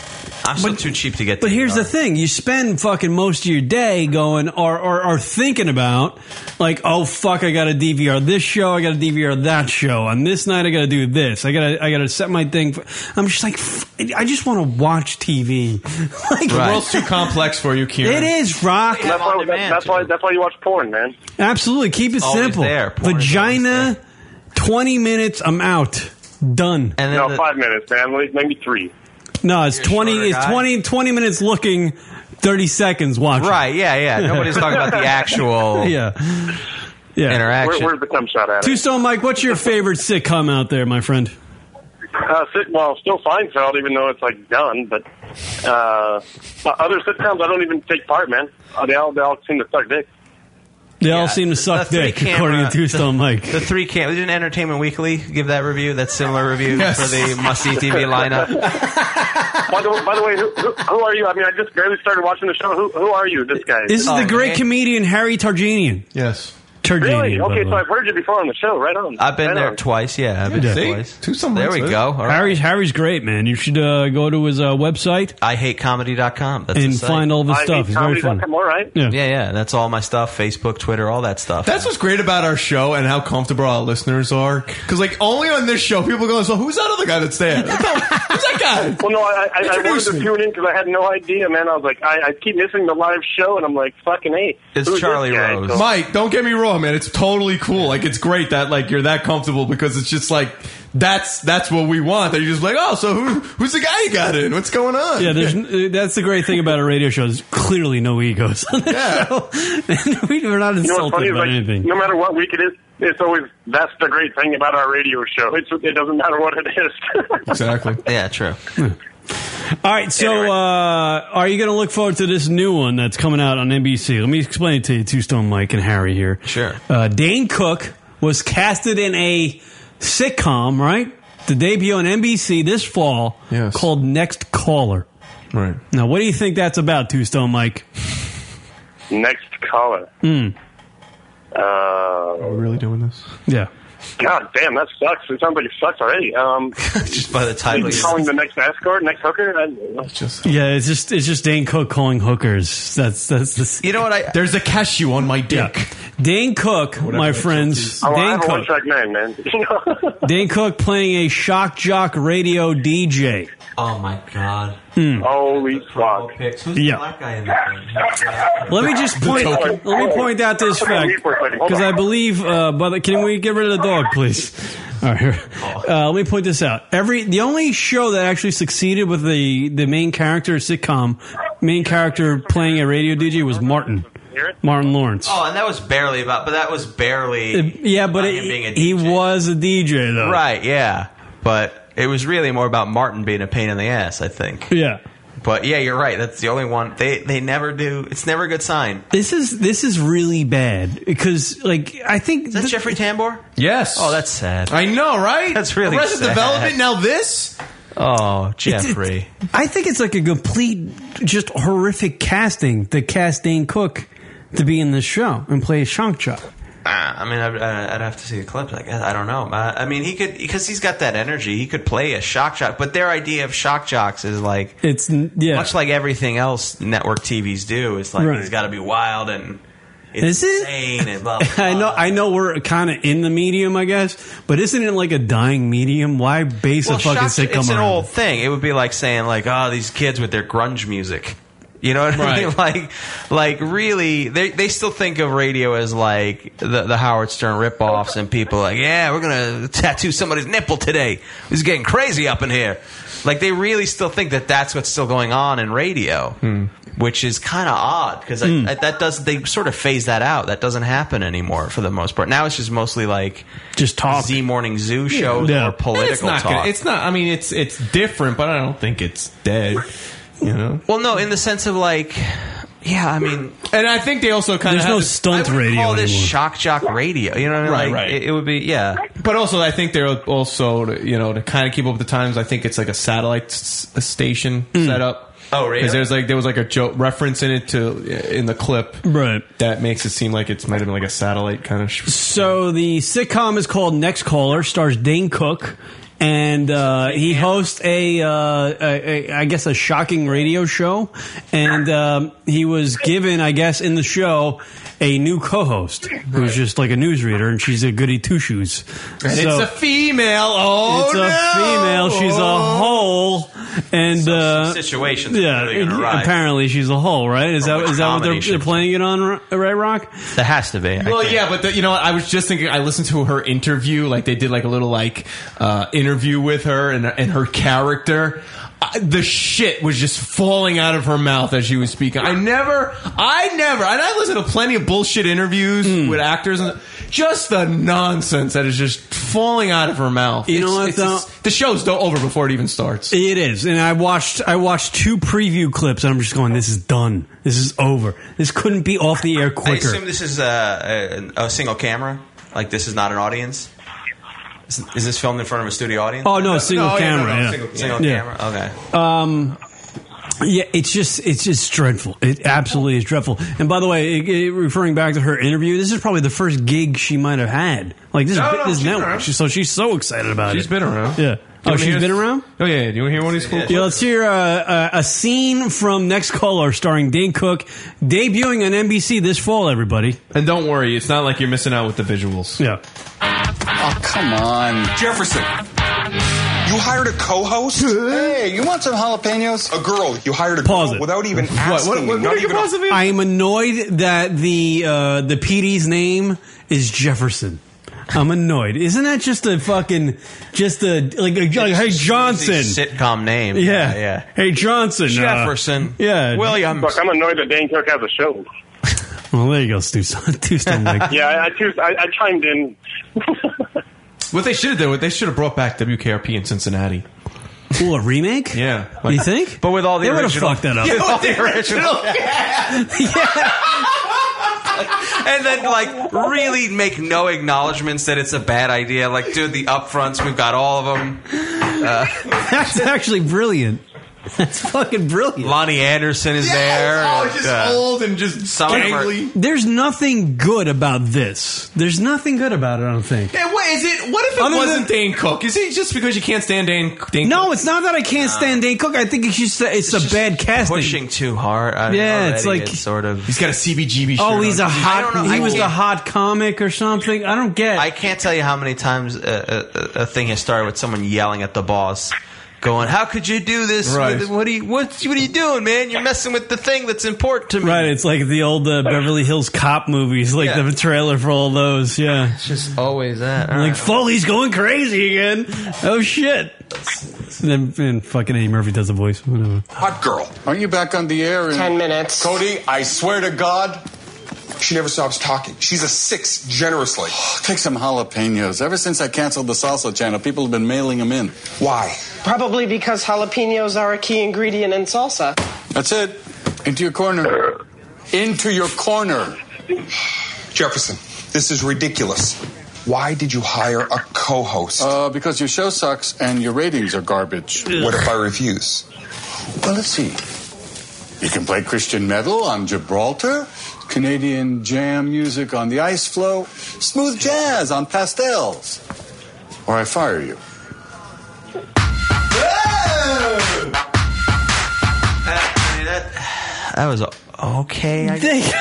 [SPEAKER 2] I'm still too cheap to get.
[SPEAKER 1] But here's the thing: you spend fucking most of your day going or, or or thinking about like, oh fuck, I got a DVR this show, I got a DVR that show. On this night, I got to do this. I gotta I gotta set my thing. For, I'm just like, f- I just want to watch TV. [LAUGHS] like,
[SPEAKER 3] The world's too complex for you,
[SPEAKER 1] It
[SPEAKER 3] Kieran.
[SPEAKER 1] is rock.
[SPEAKER 7] that's, why, that's why. That's why you watch porn, man.
[SPEAKER 1] Absolutely, keep it
[SPEAKER 7] Always
[SPEAKER 1] simple.
[SPEAKER 7] there.
[SPEAKER 1] Vagina, twenty minutes. I'm out. Done.
[SPEAKER 7] no, five minutes, man. Maybe- Maybe three.
[SPEAKER 1] No, it's twenty. It's
[SPEAKER 7] guy.
[SPEAKER 1] 20, 20 minutes looking, thirty seconds watching.
[SPEAKER 2] Right?
[SPEAKER 1] [LAUGHS]
[SPEAKER 2] Yeah, yeah. Nobody's talking about the actual
[SPEAKER 1] yeah. Yeah.
[SPEAKER 2] interaction.
[SPEAKER 7] Where, where's the cum shot at? it?
[SPEAKER 1] Tombstone Mike, what's your favorite sitcom out there, my friend?
[SPEAKER 7] Uh, sit, well, still Seinfeld, even though it's like done. But uh, other sitcoms, I don't even take part, man. Uh, they all they all seem to suck
[SPEAKER 1] [LAUGHS]
[SPEAKER 7] dick.
[SPEAKER 1] They all seem to suck
[SPEAKER 2] three
[SPEAKER 1] dick, according
[SPEAKER 2] camera-
[SPEAKER 1] to Tombstone
[SPEAKER 2] the,
[SPEAKER 1] Mike.
[SPEAKER 2] The three cam. Didn't Entertainment Weekly give that review? That similar review
[SPEAKER 1] Yes.
[SPEAKER 2] for the must
[SPEAKER 7] [LAUGHS]
[SPEAKER 2] see TV lineup.
[SPEAKER 7] by, the, by the way, who, who, who are you? I mean, I just barely started watching the show. Who, who are you? This guy.
[SPEAKER 1] This is
[SPEAKER 2] oh,
[SPEAKER 1] the great comedian Harry Targinian.
[SPEAKER 3] Yes.
[SPEAKER 1] Targinian.
[SPEAKER 7] Really?
[SPEAKER 1] by the
[SPEAKER 7] Okay,
[SPEAKER 1] way.
[SPEAKER 7] so I've heard you before on the show. Right on.
[SPEAKER 2] I've been
[SPEAKER 7] Right
[SPEAKER 2] there
[SPEAKER 7] on.
[SPEAKER 2] twice. Yeah, I've been
[SPEAKER 1] Yeah.
[SPEAKER 2] there
[SPEAKER 1] See?
[SPEAKER 2] twice.
[SPEAKER 3] Two
[SPEAKER 2] There we go. All right.
[SPEAKER 1] Harry's Harry's great, man. You should uh, go to his uh, website.
[SPEAKER 2] I hate comedy.com. That's
[SPEAKER 1] And
[SPEAKER 2] the site.
[SPEAKER 1] find all the I stuff. hate It's very funny.
[SPEAKER 7] comedy.com, All right.
[SPEAKER 1] Yeah.
[SPEAKER 2] yeah, That's all my stuff. Facebook, Twitter, all that stuff.
[SPEAKER 3] That's what's great about our show and how comfortable our listeners are. Because like only on this show, people go, "So who's that other guy that's there?"
[SPEAKER 2] [LAUGHS]
[SPEAKER 7] Well, no, I, I, I
[SPEAKER 3] Introduce
[SPEAKER 7] wanted to
[SPEAKER 3] me.
[SPEAKER 7] tune in because I had no idea, man. I was like, I, I keep missing the live show, and I'm like, fucking hey, who's this guy? So-
[SPEAKER 3] Mike, don't get me wrong, man. It's totally cool. Like it's great that like you're that comfortable because it's just like that's that's what we want. That you're just like, oh, so who who's the guy you got in? What's going on? [LAUGHS]
[SPEAKER 1] Yeah, there's, uh, that's the great thing about a radio show. There's clearly no egos on this show. [LAUGHS] And we- We're not
[SPEAKER 7] You know what's
[SPEAKER 1] insulted
[SPEAKER 7] funny is
[SPEAKER 1] about
[SPEAKER 7] like,
[SPEAKER 1] anything.
[SPEAKER 7] no matter what week it is, it's always that's the great thing about our radio show. It's it doesn't matter what it is. [LAUGHS]
[SPEAKER 3] exactly.
[SPEAKER 2] Yeah, true.
[SPEAKER 1] [LAUGHS] All right, so uh, are you going to look forward to this new one that's coming out on NBC? Let me explain it to you, Two Stone Mike and Harry here. Sure. Uh, Dane Cook was casted in a sitcom, right? The debut on NBC this fall called Next Caller.
[SPEAKER 3] Right.
[SPEAKER 1] Now, what do you think that's about, Two Stone Mike?
[SPEAKER 7] Next caller.
[SPEAKER 1] Mm,
[SPEAKER 7] Uh, Are
[SPEAKER 3] we really doing this?
[SPEAKER 1] yeah.
[SPEAKER 7] God damn, that sucks. It sounds like it sucks already. Um,
[SPEAKER 2] [LAUGHS] just by the
[SPEAKER 1] title, yeah.
[SPEAKER 7] calling the next escort, next hooker. I,
[SPEAKER 3] just
[SPEAKER 1] Yeah, it's just it's just Dane Cook calling hookers. That's that's the
[SPEAKER 2] You know what? I
[SPEAKER 3] there's a cashew on my dick.
[SPEAKER 1] Dane Cook, my friends.
[SPEAKER 7] Oh, I, I
[SPEAKER 1] Dane
[SPEAKER 7] have a
[SPEAKER 1] Cook.
[SPEAKER 7] one track name, man. [LAUGHS] You know?
[SPEAKER 1] Dane Cook playing a shock jock radio Hmm. DJ.
[SPEAKER 2] Oh my god.
[SPEAKER 7] Holy fuck!
[SPEAKER 1] Yeah. Let me just point. Let me point out this fact because I believe. Uh, by the, can we get rid of the dog, please? All right. here. Uh, let me point this out. Every the only show that actually succeeded with the the main character sitcom main character playing a radio DJ was Martin Martin Lawrence.
[SPEAKER 2] Oh, and that was barely about, but that was barely.
[SPEAKER 1] Uh, yeah, but
[SPEAKER 2] about
[SPEAKER 1] it,
[SPEAKER 2] him being a
[SPEAKER 1] he was a DJ though.
[SPEAKER 2] Right, yeah. But it was really more about Martin being a pain in the ass, I think.
[SPEAKER 1] Yeah.
[SPEAKER 2] But yeah, you're right. That's the only one. They they never do. It's never a good sign.
[SPEAKER 1] This is this is really bad because like I think
[SPEAKER 2] that Jeffrey Tambor?
[SPEAKER 3] Yes.
[SPEAKER 2] Oh, that's sad.
[SPEAKER 3] I know, right?
[SPEAKER 2] That's really
[SPEAKER 3] Arrested
[SPEAKER 2] sad.
[SPEAKER 3] Development. Now this.
[SPEAKER 2] [LAUGHS] Oh,
[SPEAKER 1] It's-
[SPEAKER 2] Jeffrey.
[SPEAKER 1] it's- I think it's like a complete, just horrific casting to cast Dane Cook to be in this show and play Shank Chop.
[SPEAKER 2] Ah, I mean, I'd, I'd have to see the clip. I guess I don't know. Uh, I, I mean, he could because he's got that energy. He could play a shock jock. But their idea of shock jocks is like
[SPEAKER 1] it's yeah,
[SPEAKER 2] much like everything else network TVs do. It's like
[SPEAKER 1] Right.
[SPEAKER 2] he's got to be wild and
[SPEAKER 1] Is
[SPEAKER 2] it's
[SPEAKER 1] it?
[SPEAKER 2] insane and blah. blah.
[SPEAKER 1] [LAUGHS] I know, I know, we're kind of in the medium, I guess, but isn't it like a dying medium? Why base a fucking
[SPEAKER 2] shock-
[SPEAKER 1] sitcom
[SPEAKER 2] It's an
[SPEAKER 1] around?
[SPEAKER 2] old thing. It would be like saying like, oh, these kids with their grunge music. You know what I mean? [LAUGHS] Like, like really, they they still think of radio as like the the Howard Stern ripoffs, and people like, yeah, we're gonna tattoo somebody's nipple today. It's getting crazy up in here. Like they really still think that that's what's still going on in radio,
[SPEAKER 1] Hmm.
[SPEAKER 2] which is kind of odd because I, I, that does they sort of phase that out. That doesn't happen anymore for the most part. Now it's just mostly like
[SPEAKER 1] just talk
[SPEAKER 2] Z Morning Zoo shows or political
[SPEAKER 3] it's not
[SPEAKER 2] talk.
[SPEAKER 3] Gonna, it's not. I mean, it's it's different, but I don't think it's dead. You know.
[SPEAKER 2] Well, no, in the sense of like, Yeah, I mean,
[SPEAKER 3] and I think they also kind
[SPEAKER 2] There's
[SPEAKER 3] of
[SPEAKER 2] no
[SPEAKER 3] stunt radio.
[SPEAKER 2] all this shock jock radio. You know what I mean?
[SPEAKER 3] Right,
[SPEAKER 2] Like,
[SPEAKER 3] right.
[SPEAKER 2] It, it would be yeah.
[SPEAKER 3] But also, I think they're also to- you know to kind of keep up with the times. I think it's like a satellite s- a station set up.
[SPEAKER 2] Oh, really?
[SPEAKER 3] Because there's like there was like a joke reference in it to in the clip,
[SPEAKER 1] right?
[SPEAKER 3] That makes it seem like it's might have been like a satellite kind of. Sh-
[SPEAKER 1] So the sitcom is called Next Caller, stars Dane Cook, and uh, he hosts a, uh, a, a, I guess, a shocking radio show. And um, he was given, I guess, in the show, a new co-host who's just like a newsreader, and she's a goody two shoes.
[SPEAKER 3] and it's a female. Oh
[SPEAKER 1] it's a
[SPEAKER 3] no!
[SPEAKER 1] female.
[SPEAKER 3] Oh.
[SPEAKER 1] She's a hole, and uh,
[SPEAKER 2] situations are
[SPEAKER 1] Yeah,
[SPEAKER 2] really gonna rise.
[SPEAKER 1] apparently she's a hole, right? Is that is that what they're,
[SPEAKER 2] comedy
[SPEAKER 1] they're playing it on, Ro- right, Rock?
[SPEAKER 2] That has to be.
[SPEAKER 3] Well, yeah, but the, you know, what? I was just thinking. I listened to her interview. Like they did, like a little like uh, interview with her and and her character. I, the shit was just falling out of her mouth as she was speaking. I never, I never, and I listen to plenty of bullshit interviews
[SPEAKER 1] Hmm.
[SPEAKER 3] with actors, and just the nonsense that is just falling out of her mouth.
[SPEAKER 1] You know what,
[SPEAKER 3] It's, it's, the show's do- over before it even starts.
[SPEAKER 1] It is, and I watched I watched two preview clips, and I'm just going, "This is done. This is over. This couldn't be off the air
[SPEAKER 2] I
[SPEAKER 1] quicker."
[SPEAKER 2] assume this is uh, a, a, a single camera. Like this is not an audience. Is, is this filmed in front of a studio audience?
[SPEAKER 1] Oh, no, single
[SPEAKER 2] yeah,
[SPEAKER 1] camera, yeah.
[SPEAKER 2] Single,
[SPEAKER 1] Yeah.
[SPEAKER 2] single
[SPEAKER 1] Yeah.
[SPEAKER 2] camera. Okay.
[SPEAKER 1] Um, yeah, it's just it's just dreadful. It absolutely is dreadful. And by the way, it, it- referring back to her interview, this is probably the first gig she might have had. Like this,
[SPEAKER 3] No,
[SPEAKER 1] bi-
[SPEAKER 3] no,
[SPEAKER 1] this
[SPEAKER 3] she's been
[SPEAKER 1] network.
[SPEAKER 3] around.
[SPEAKER 1] She- so she's so excited about
[SPEAKER 3] She's
[SPEAKER 1] it.
[SPEAKER 3] been around.
[SPEAKER 1] Yeah.
[SPEAKER 3] You
[SPEAKER 1] Oh,
[SPEAKER 3] wanna
[SPEAKER 1] she's
[SPEAKER 3] hear
[SPEAKER 1] been
[SPEAKER 3] this?
[SPEAKER 1] around.
[SPEAKER 3] Oh yeah, do you want to hear one of these cool?
[SPEAKER 1] Yeah, let's hear uh, uh, a scene from Next Caller starring Dane Cook, debuting on NBC this fall. Everybody,
[SPEAKER 3] and don't worry, it's not like you're missing out with the visuals.
[SPEAKER 1] Yeah.
[SPEAKER 18] Oh, come on. Jefferson. You hired a co-host? hey, you want some jalapenos? A girl. You hired a
[SPEAKER 1] Pause
[SPEAKER 18] girl
[SPEAKER 1] it.
[SPEAKER 18] without even asking. me, not even a-
[SPEAKER 1] I am annoyed that the uh, the PD's name is Jefferson. I'm annoyed. Isn't that just a fucking just a like, a, like hey Johnson
[SPEAKER 2] sitcom name?
[SPEAKER 1] Yeah,
[SPEAKER 2] yeah.
[SPEAKER 1] Hey Johnson, uh,
[SPEAKER 2] Jefferson.
[SPEAKER 1] yeah,
[SPEAKER 7] Look, I'm annoyed that Dane Cook has a show.
[SPEAKER 1] Well, there you go, Stu. [LAUGHS] Stu
[SPEAKER 3] [LAUGHS]
[SPEAKER 1] Stonelake.
[SPEAKER 7] yeah, I, I, choose- I, I chimed in.
[SPEAKER 3] What they should have done, they should have brought back WKRP in Cincinnati.
[SPEAKER 1] Ooh, a remake?
[SPEAKER 3] Yeah.
[SPEAKER 1] you think?
[SPEAKER 2] But with all the
[SPEAKER 1] they would've
[SPEAKER 2] original-
[SPEAKER 1] fucked that
[SPEAKER 3] [LAUGHS]
[SPEAKER 1] up.
[SPEAKER 2] Yeah, with all the original. and then like really make no acknowledgments that it's a bad idea. Like, dude, the upfronts, we've got all of them.
[SPEAKER 1] [LAUGHS]
[SPEAKER 2] Uh,
[SPEAKER 1] [LAUGHS] That's actually brilliant. [LAUGHS] That's fucking brilliant.
[SPEAKER 2] Lonnie Anderson is there. and, uh,
[SPEAKER 3] Oh, and just
[SPEAKER 2] some of her- gangly.
[SPEAKER 1] There's nothing good about this. There's nothing good about it. I don't think.
[SPEAKER 3] Yeah, what is it? What if it
[SPEAKER 1] Other than-
[SPEAKER 3] wasn't Dane Cook? Is it just because you can't stand Dane? Dane
[SPEAKER 1] No, it's not that I can't
[SPEAKER 3] Nah.
[SPEAKER 1] stand Dane Cook. I think it's just it's, a bad casting.
[SPEAKER 2] pushing too hard. I
[SPEAKER 1] Yeah,
[SPEAKER 2] already,
[SPEAKER 1] it's like-
[SPEAKER 2] sort of.
[SPEAKER 3] He's got a CBGB.
[SPEAKER 1] Oh, he's a
[SPEAKER 2] I don't
[SPEAKER 1] hot.
[SPEAKER 2] know.
[SPEAKER 1] He
[SPEAKER 2] I
[SPEAKER 1] was the
[SPEAKER 2] can't-
[SPEAKER 1] hot comic or something. I don't get.
[SPEAKER 2] I can't tell you how many times a, a, a thing has started with someone yelling at the boss, going, "How could you do this?
[SPEAKER 1] Right.
[SPEAKER 2] What, what are you what, what are you doing, man? You're messing with the thing that's important to me."
[SPEAKER 1] Right, it's like the old uh, Beverly Hills Cop movies, like
[SPEAKER 2] Yeah.
[SPEAKER 1] the trailer for all those. Yeah, it's
[SPEAKER 2] just always that.
[SPEAKER 1] like Foley's going [LAUGHS] crazy again. Oh shit! And then and fucking Eddie Murphy does the voice. Whatever.
[SPEAKER 18] Hot girl. Aren't you back on the air in ten minutes? Cody, I swear to God, she never stops talking. She's a six, generously.
[SPEAKER 20] Oh, Take some jalapenos. Ever since I canceled the salsa channel, people have been mailing them in.
[SPEAKER 18] Why?
[SPEAKER 21] Probably because jalapenos are a key ingredient in salsa.
[SPEAKER 20] That's it. Into your corner.
[SPEAKER 18] Into your corner. Jefferson, this is ridiculous. Why did you hire a co host?
[SPEAKER 20] Uh, because your show sucks and your ratings are garbage.
[SPEAKER 18] What if I refuse?
[SPEAKER 20] Well, let's see. You can play Christian metal on Gibraltar, Canadian jam music on the ice floe, smooth jazz on pastels. Or I fire you.
[SPEAKER 2] That was okay. I
[SPEAKER 1] They-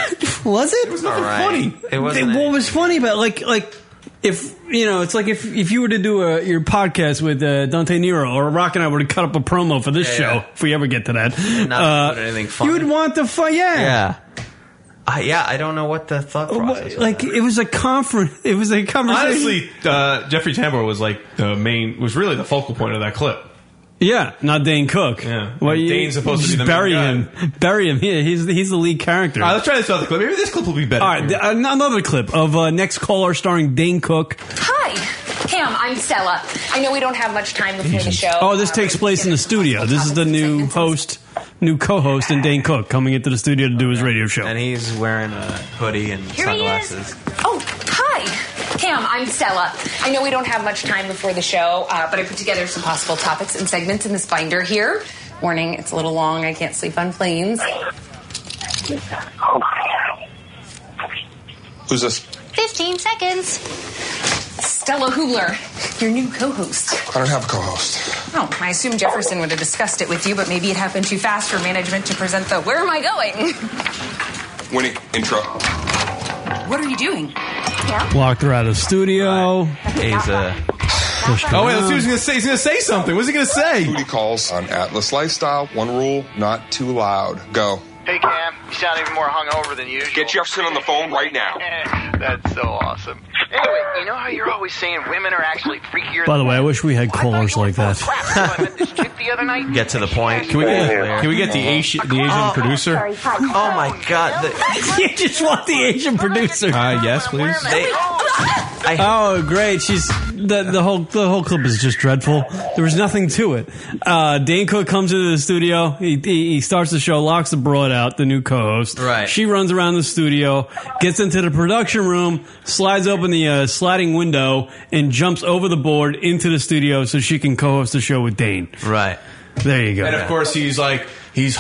[SPEAKER 1] [LAUGHS] was it? It was
[SPEAKER 2] nothing All right. funny. It wasn't
[SPEAKER 1] What was funny about like like if you know it's like if if you were to do a your podcast with uh, Dante Nero or Rock and I were to cut up a promo for this
[SPEAKER 2] Yeah,
[SPEAKER 1] show
[SPEAKER 2] yeah.
[SPEAKER 1] if we ever get to that.
[SPEAKER 2] not
[SPEAKER 1] uh,
[SPEAKER 2] put anything funny.
[SPEAKER 1] you would want the fun, yeah. Oh,
[SPEAKER 2] yeah. I yeah, I don't know what the thought process. was.
[SPEAKER 1] Like it was a conference. [LAUGHS] It was a conversation.
[SPEAKER 3] Honestly, uh, Jeffrey Tambor was like the main, was really the focal point of that clip.
[SPEAKER 1] yeah, not Dane Cook. Yeah, well,
[SPEAKER 3] And
[SPEAKER 1] you-
[SPEAKER 3] Dane's supposed to
[SPEAKER 1] just
[SPEAKER 3] be the main
[SPEAKER 1] bury
[SPEAKER 3] guy.
[SPEAKER 1] him. Bury him. Yeah, he's he's the lead character.
[SPEAKER 3] All right, let's try this other clip. Maybe this clip will be better.
[SPEAKER 1] All right, th- an- another clip of uh, next caller starring Dane Cook.
[SPEAKER 22] Hi, Cam. I'm Stella. I know we don't have much time before the show. uh,
[SPEAKER 1] Oh, this takes place in the studio. This is the new host new co-host in Dane Cook coming into the studio to do his radio show.
[SPEAKER 2] And he's wearing a hoodie and
[SPEAKER 22] Here he is.
[SPEAKER 2] sunglasses.
[SPEAKER 22] Oh, hi. Cam, I'm Stella. I know we don't have much time before the show, uh, but I put together some possible topics and segments in this binder here. Warning, it's a little long. I can't sleep on planes.
[SPEAKER 18] Who's this?
[SPEAKER 22] 15 seconds. Stella Hubler, your new co host.
[SPEAKER 18] I don't have a co-host.
[SPEAKER 22] Oh, I assume Jefferson would have discussed it with you, but maybe it happened too fast for management to present the Where Am I Going?
[SPEAKER 18] Winnie, intro.
[SPEAKER 22] What are you doing? Yeah.
[SPEAKER 1] Locked her out of the studio.
[SPEAKER 2] He's uh,
[SPEAKER 3] Oh wait, let's see what he's gonna say. He's gonna say something. What's he gonna say?
[SPEAKER 18] Booty calls on Atlas Lifestyle. One rule: not too loud. Go.
[SPEAKER 4] Hey Cam, you sound even more hungover than usual. Eh,
[SPEAKER 18] Get Jefferson on the phone right now.
[SPEAKER 4] That's so awesome. Anyway, you know how you're always [LAUGHS] saying women are actually freakier.
[SPEAKER 1] By the way, I wish we had callers like that.
[SPEAKER 2] Get to the point.
[SPEAKER 3] Can we get- can we get the Asi- the Asian
[SPEAKER 2] Oh,
[SPEAKER 3] producer?
[SPEAKER 2] Oh my god!
[SPEAKER 1] [LAUGHS]
[SPEAKER 2] The,
[SPEAKER 1] you just want the Asian producer?
[SPEAKER 3] Uh, yes, please.
[SPEAKER 1] oh, great! She's the the whole the whole clip is just dreadful. There was nothing to it. Uh, Dane Cook comes into the studio. He, he he starts the show, locks the broad out, the new co-host.
[SPEAKER 2] Right.
[SPEAKER 1] She runs around the studio, gets into the production room, slides open the uh, sliding window, and jumps over the board into the studio so she can co-host the show with Dane.
[SPEAKER 2] Right.
[SPEAKER 1] There you go.
[SPEAKER 3] And of course, he's like he's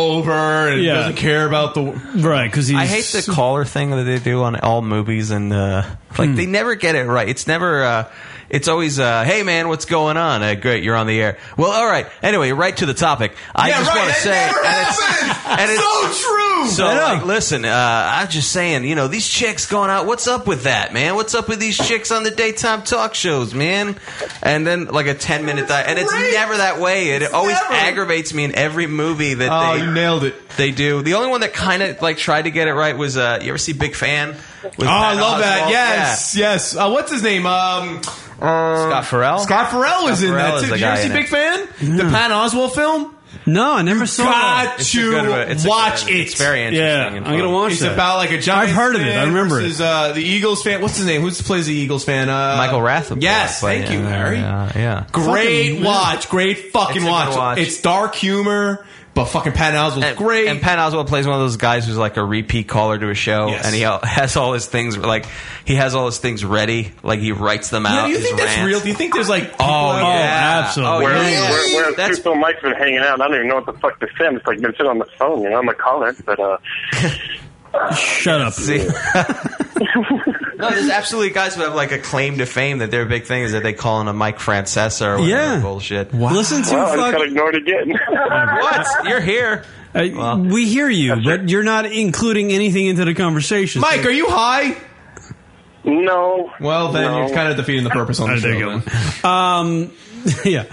[SPEAKER 3] hungover and
[SPEAKER 1] Yeah.
[SPEAKER 3] doesn't care about the
[SPEAKER 1] right because
[SPEAKER 2] I hate the caller thing that they do on all movies, and uh,
[SPEAKER 1] Hmm.
[SPEAKER 2] like they never get it right. It's never. Uh, it's always, uh, hey man, what's going on? Uh, great, you're on the air. Well, all right. Anyway, right to the topic. I
[SPEAKER 3] Yeah,
[SPEAKER 2] just
[SPEAKER 3] right,
[SPEAKER 2] want to
[SPEAKER 3] that
[SPEAKER 2] say,
[SPEAKER 3] never
[SPEAKER 2] and it's- and it's-
[SPEAKER 3] so true.
[SPEAKER 2] So, like, listen, uh, I'm just saying, you know, these chicks going out, what's up with that, man? What's up with these chicks on the daytime talk shows, man? And then, like, a 10 minute diet. And it's never that way. It always aggravates me in every movie that
[SPEAKER 3] Oh,
[SPEAKER 2] they.
[SPEAKER 3] you nailed it.
[SPEAKER 2] They do. The only one that kind of, like, tried to get it right was, uh, you ever see Big Fan?
[SPEAKER 3] Oh, I love that. Yes, yes. Uh, what's his name? Um, Scott
[SPEAKER 2] Farrell.
[SPEAKER 3] Scott Farrell was
[SPEAKER 2] Scott
[SPEAKER 3] in
[SPEAKER 2] Farrell
[SPEAKER 3] that
[SPEAKER 2] is
[SPEAKER 3] too.
[SPEAKER 2] the
[SPEAKER 3] Did you ever
[SPEAKER 2] guy
[SPEAKER 3] see
[SPEAKER 2] in
[SPEAKER 3] Big
[SPEAKER 2] it.
[SPEAKER 3] Fan? The Pat Oswald film.
[SPEAKER 1] No, I never saw
[SPEAKER 3] Got
[SPEAKER 1] that.
[SPEAKER 3] to watch it.
[SPEAKER 2] It's very interesting.
[SPEAKER 1] I'm gonna watch
[SPEAKER 3] It's
[SPEAKER 1] that.
[SPEAKER 3] about like a giant.
[SPEAKER 1] I've heard of it. I remember it.
[SPEAKER 3] versus, uh, the Eagles fan. What's his name? Who plays the Eagles fan? Uh,
[SPEAKER 2] Michael Rathbun.
[SPEAKER 3] Yes,
[SPEAKER 2] But,
[SPEAKER 3] thank you,
[SPEAKER 2] uh,
[SPEAKER 3] Harry.
[SPEAKER 2] Yeah. yeah.
[SPEAKER 3] Great
[SPEAKER 2] Fucking-
[SPEAKER 3] watch. Great
[SPEAKER 2] It's
[SPEAKER 3] fucking
[SPEAKER 2] a good
[SPEAKER 3] watch.
[SPEAKER 2] watch.
[SPEAKER 3] It's dark humor, but fucking Pat Oswald's
[SPEAKER 2] And-
[SPEAKER 3] great.
[SPEAKER 2] And Pat Oswald plays one of those guys who's like a repeat caller to a show,
[SPEAKER 3] Yes.
[SPEAKER 2] and he al- has all [LAUGHS] his things like he has all his things ready, like he writes them
[SPEAKER 3] yeah,
[SPEAKER 2] out.
[SPEAKER 3] do you
[SPEAKER 2] his
[SPEAKER 3] think that's
[SPEAKER 2] rants.
[SPEAKER 3] real? Do you think there's like people
[SPEAKER 2] Oh,
[SPEAKER 3] out
[SPEAKER 2] yeah.
[SPEAKER 3] there-
[SPEAKER 2] Oh,
[SPEAKER 7] Where,
[SPEAKER 2] yeah.
[SPEAKER 7] where, where
[SPEAKER 2] That's-
[SPEAKER 7] Super Mike's been hanging out, and I don't even know what the fuck to say. I'm just like been sitting on the phone, you know. I'm a caller, but uh,
[SPEAKER 1] Shut up.
[SPEAKER 3] [LAUGHS]
[SPEAKER 2] See? no, there's absolutely guys who have like a claim to fame that their big thing is that they call in a Mike Francesa or whatever
[SPEAKER 1] Yeah.
[SPEAKER 2] bullshit.
[SPEAKER 1] Listen to
[SPEAKER 7] well, I just
[SPEAKER 1] fuck-
[SPEAKER 7] got ignored again.
[SPEAKER 2] what? You're here.
[SPEAKER 1] Uh, we hear you, but you're not including anything into the conversation.
[SPEAKER 3] Mike, are you high?
[SPEAKER 7] No.
[SPEAKER 3] Well, then
[SPEAKER 1] No.
[SPEAKER 3] you're kind of defeating the purpose on the show. man.
[SPEAKER 1] Um, [LAUGHS] yeah.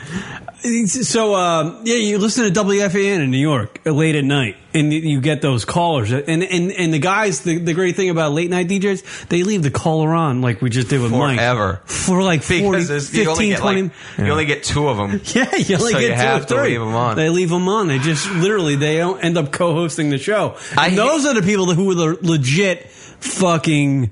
[SPEAKER 1] So um, yeah, you listen to WFAN in New York uh, late at night, and you- you get those callers. And and, and the guys, the, the great thing about late night DJs, they leave the caller on like we just did with Mike
[SPEAKER 2] Forever.
[SPEAKER 1] for like 40,
[SPEAKER 2] Because there's-
[SPEAKER 1] 15,
[SPEAKER 2] you only get
[SPEAKER 1] 20
[SPEAKER 2] like, you only get two of
[SPEAKER 3] [LAUGHS]
[SPEAKER 2] them.
[SPEAKER 1] [LAUGHS] Yeah, you only
[SPEAKER 2] so
[SPEAKER 1] get
[SPEAKER 2] you
[SPEAKER 1] two
[SPEAKER 2] have
[SPEAKER 1] or
[SPEAKER 2] to
[SPEAKER 1] three.
[SPEAKER 2] leave them on.
[SPEAKER 1] They leave them on. They just literally they don't end up co-hosting the show. and those are the people who are the legit fucking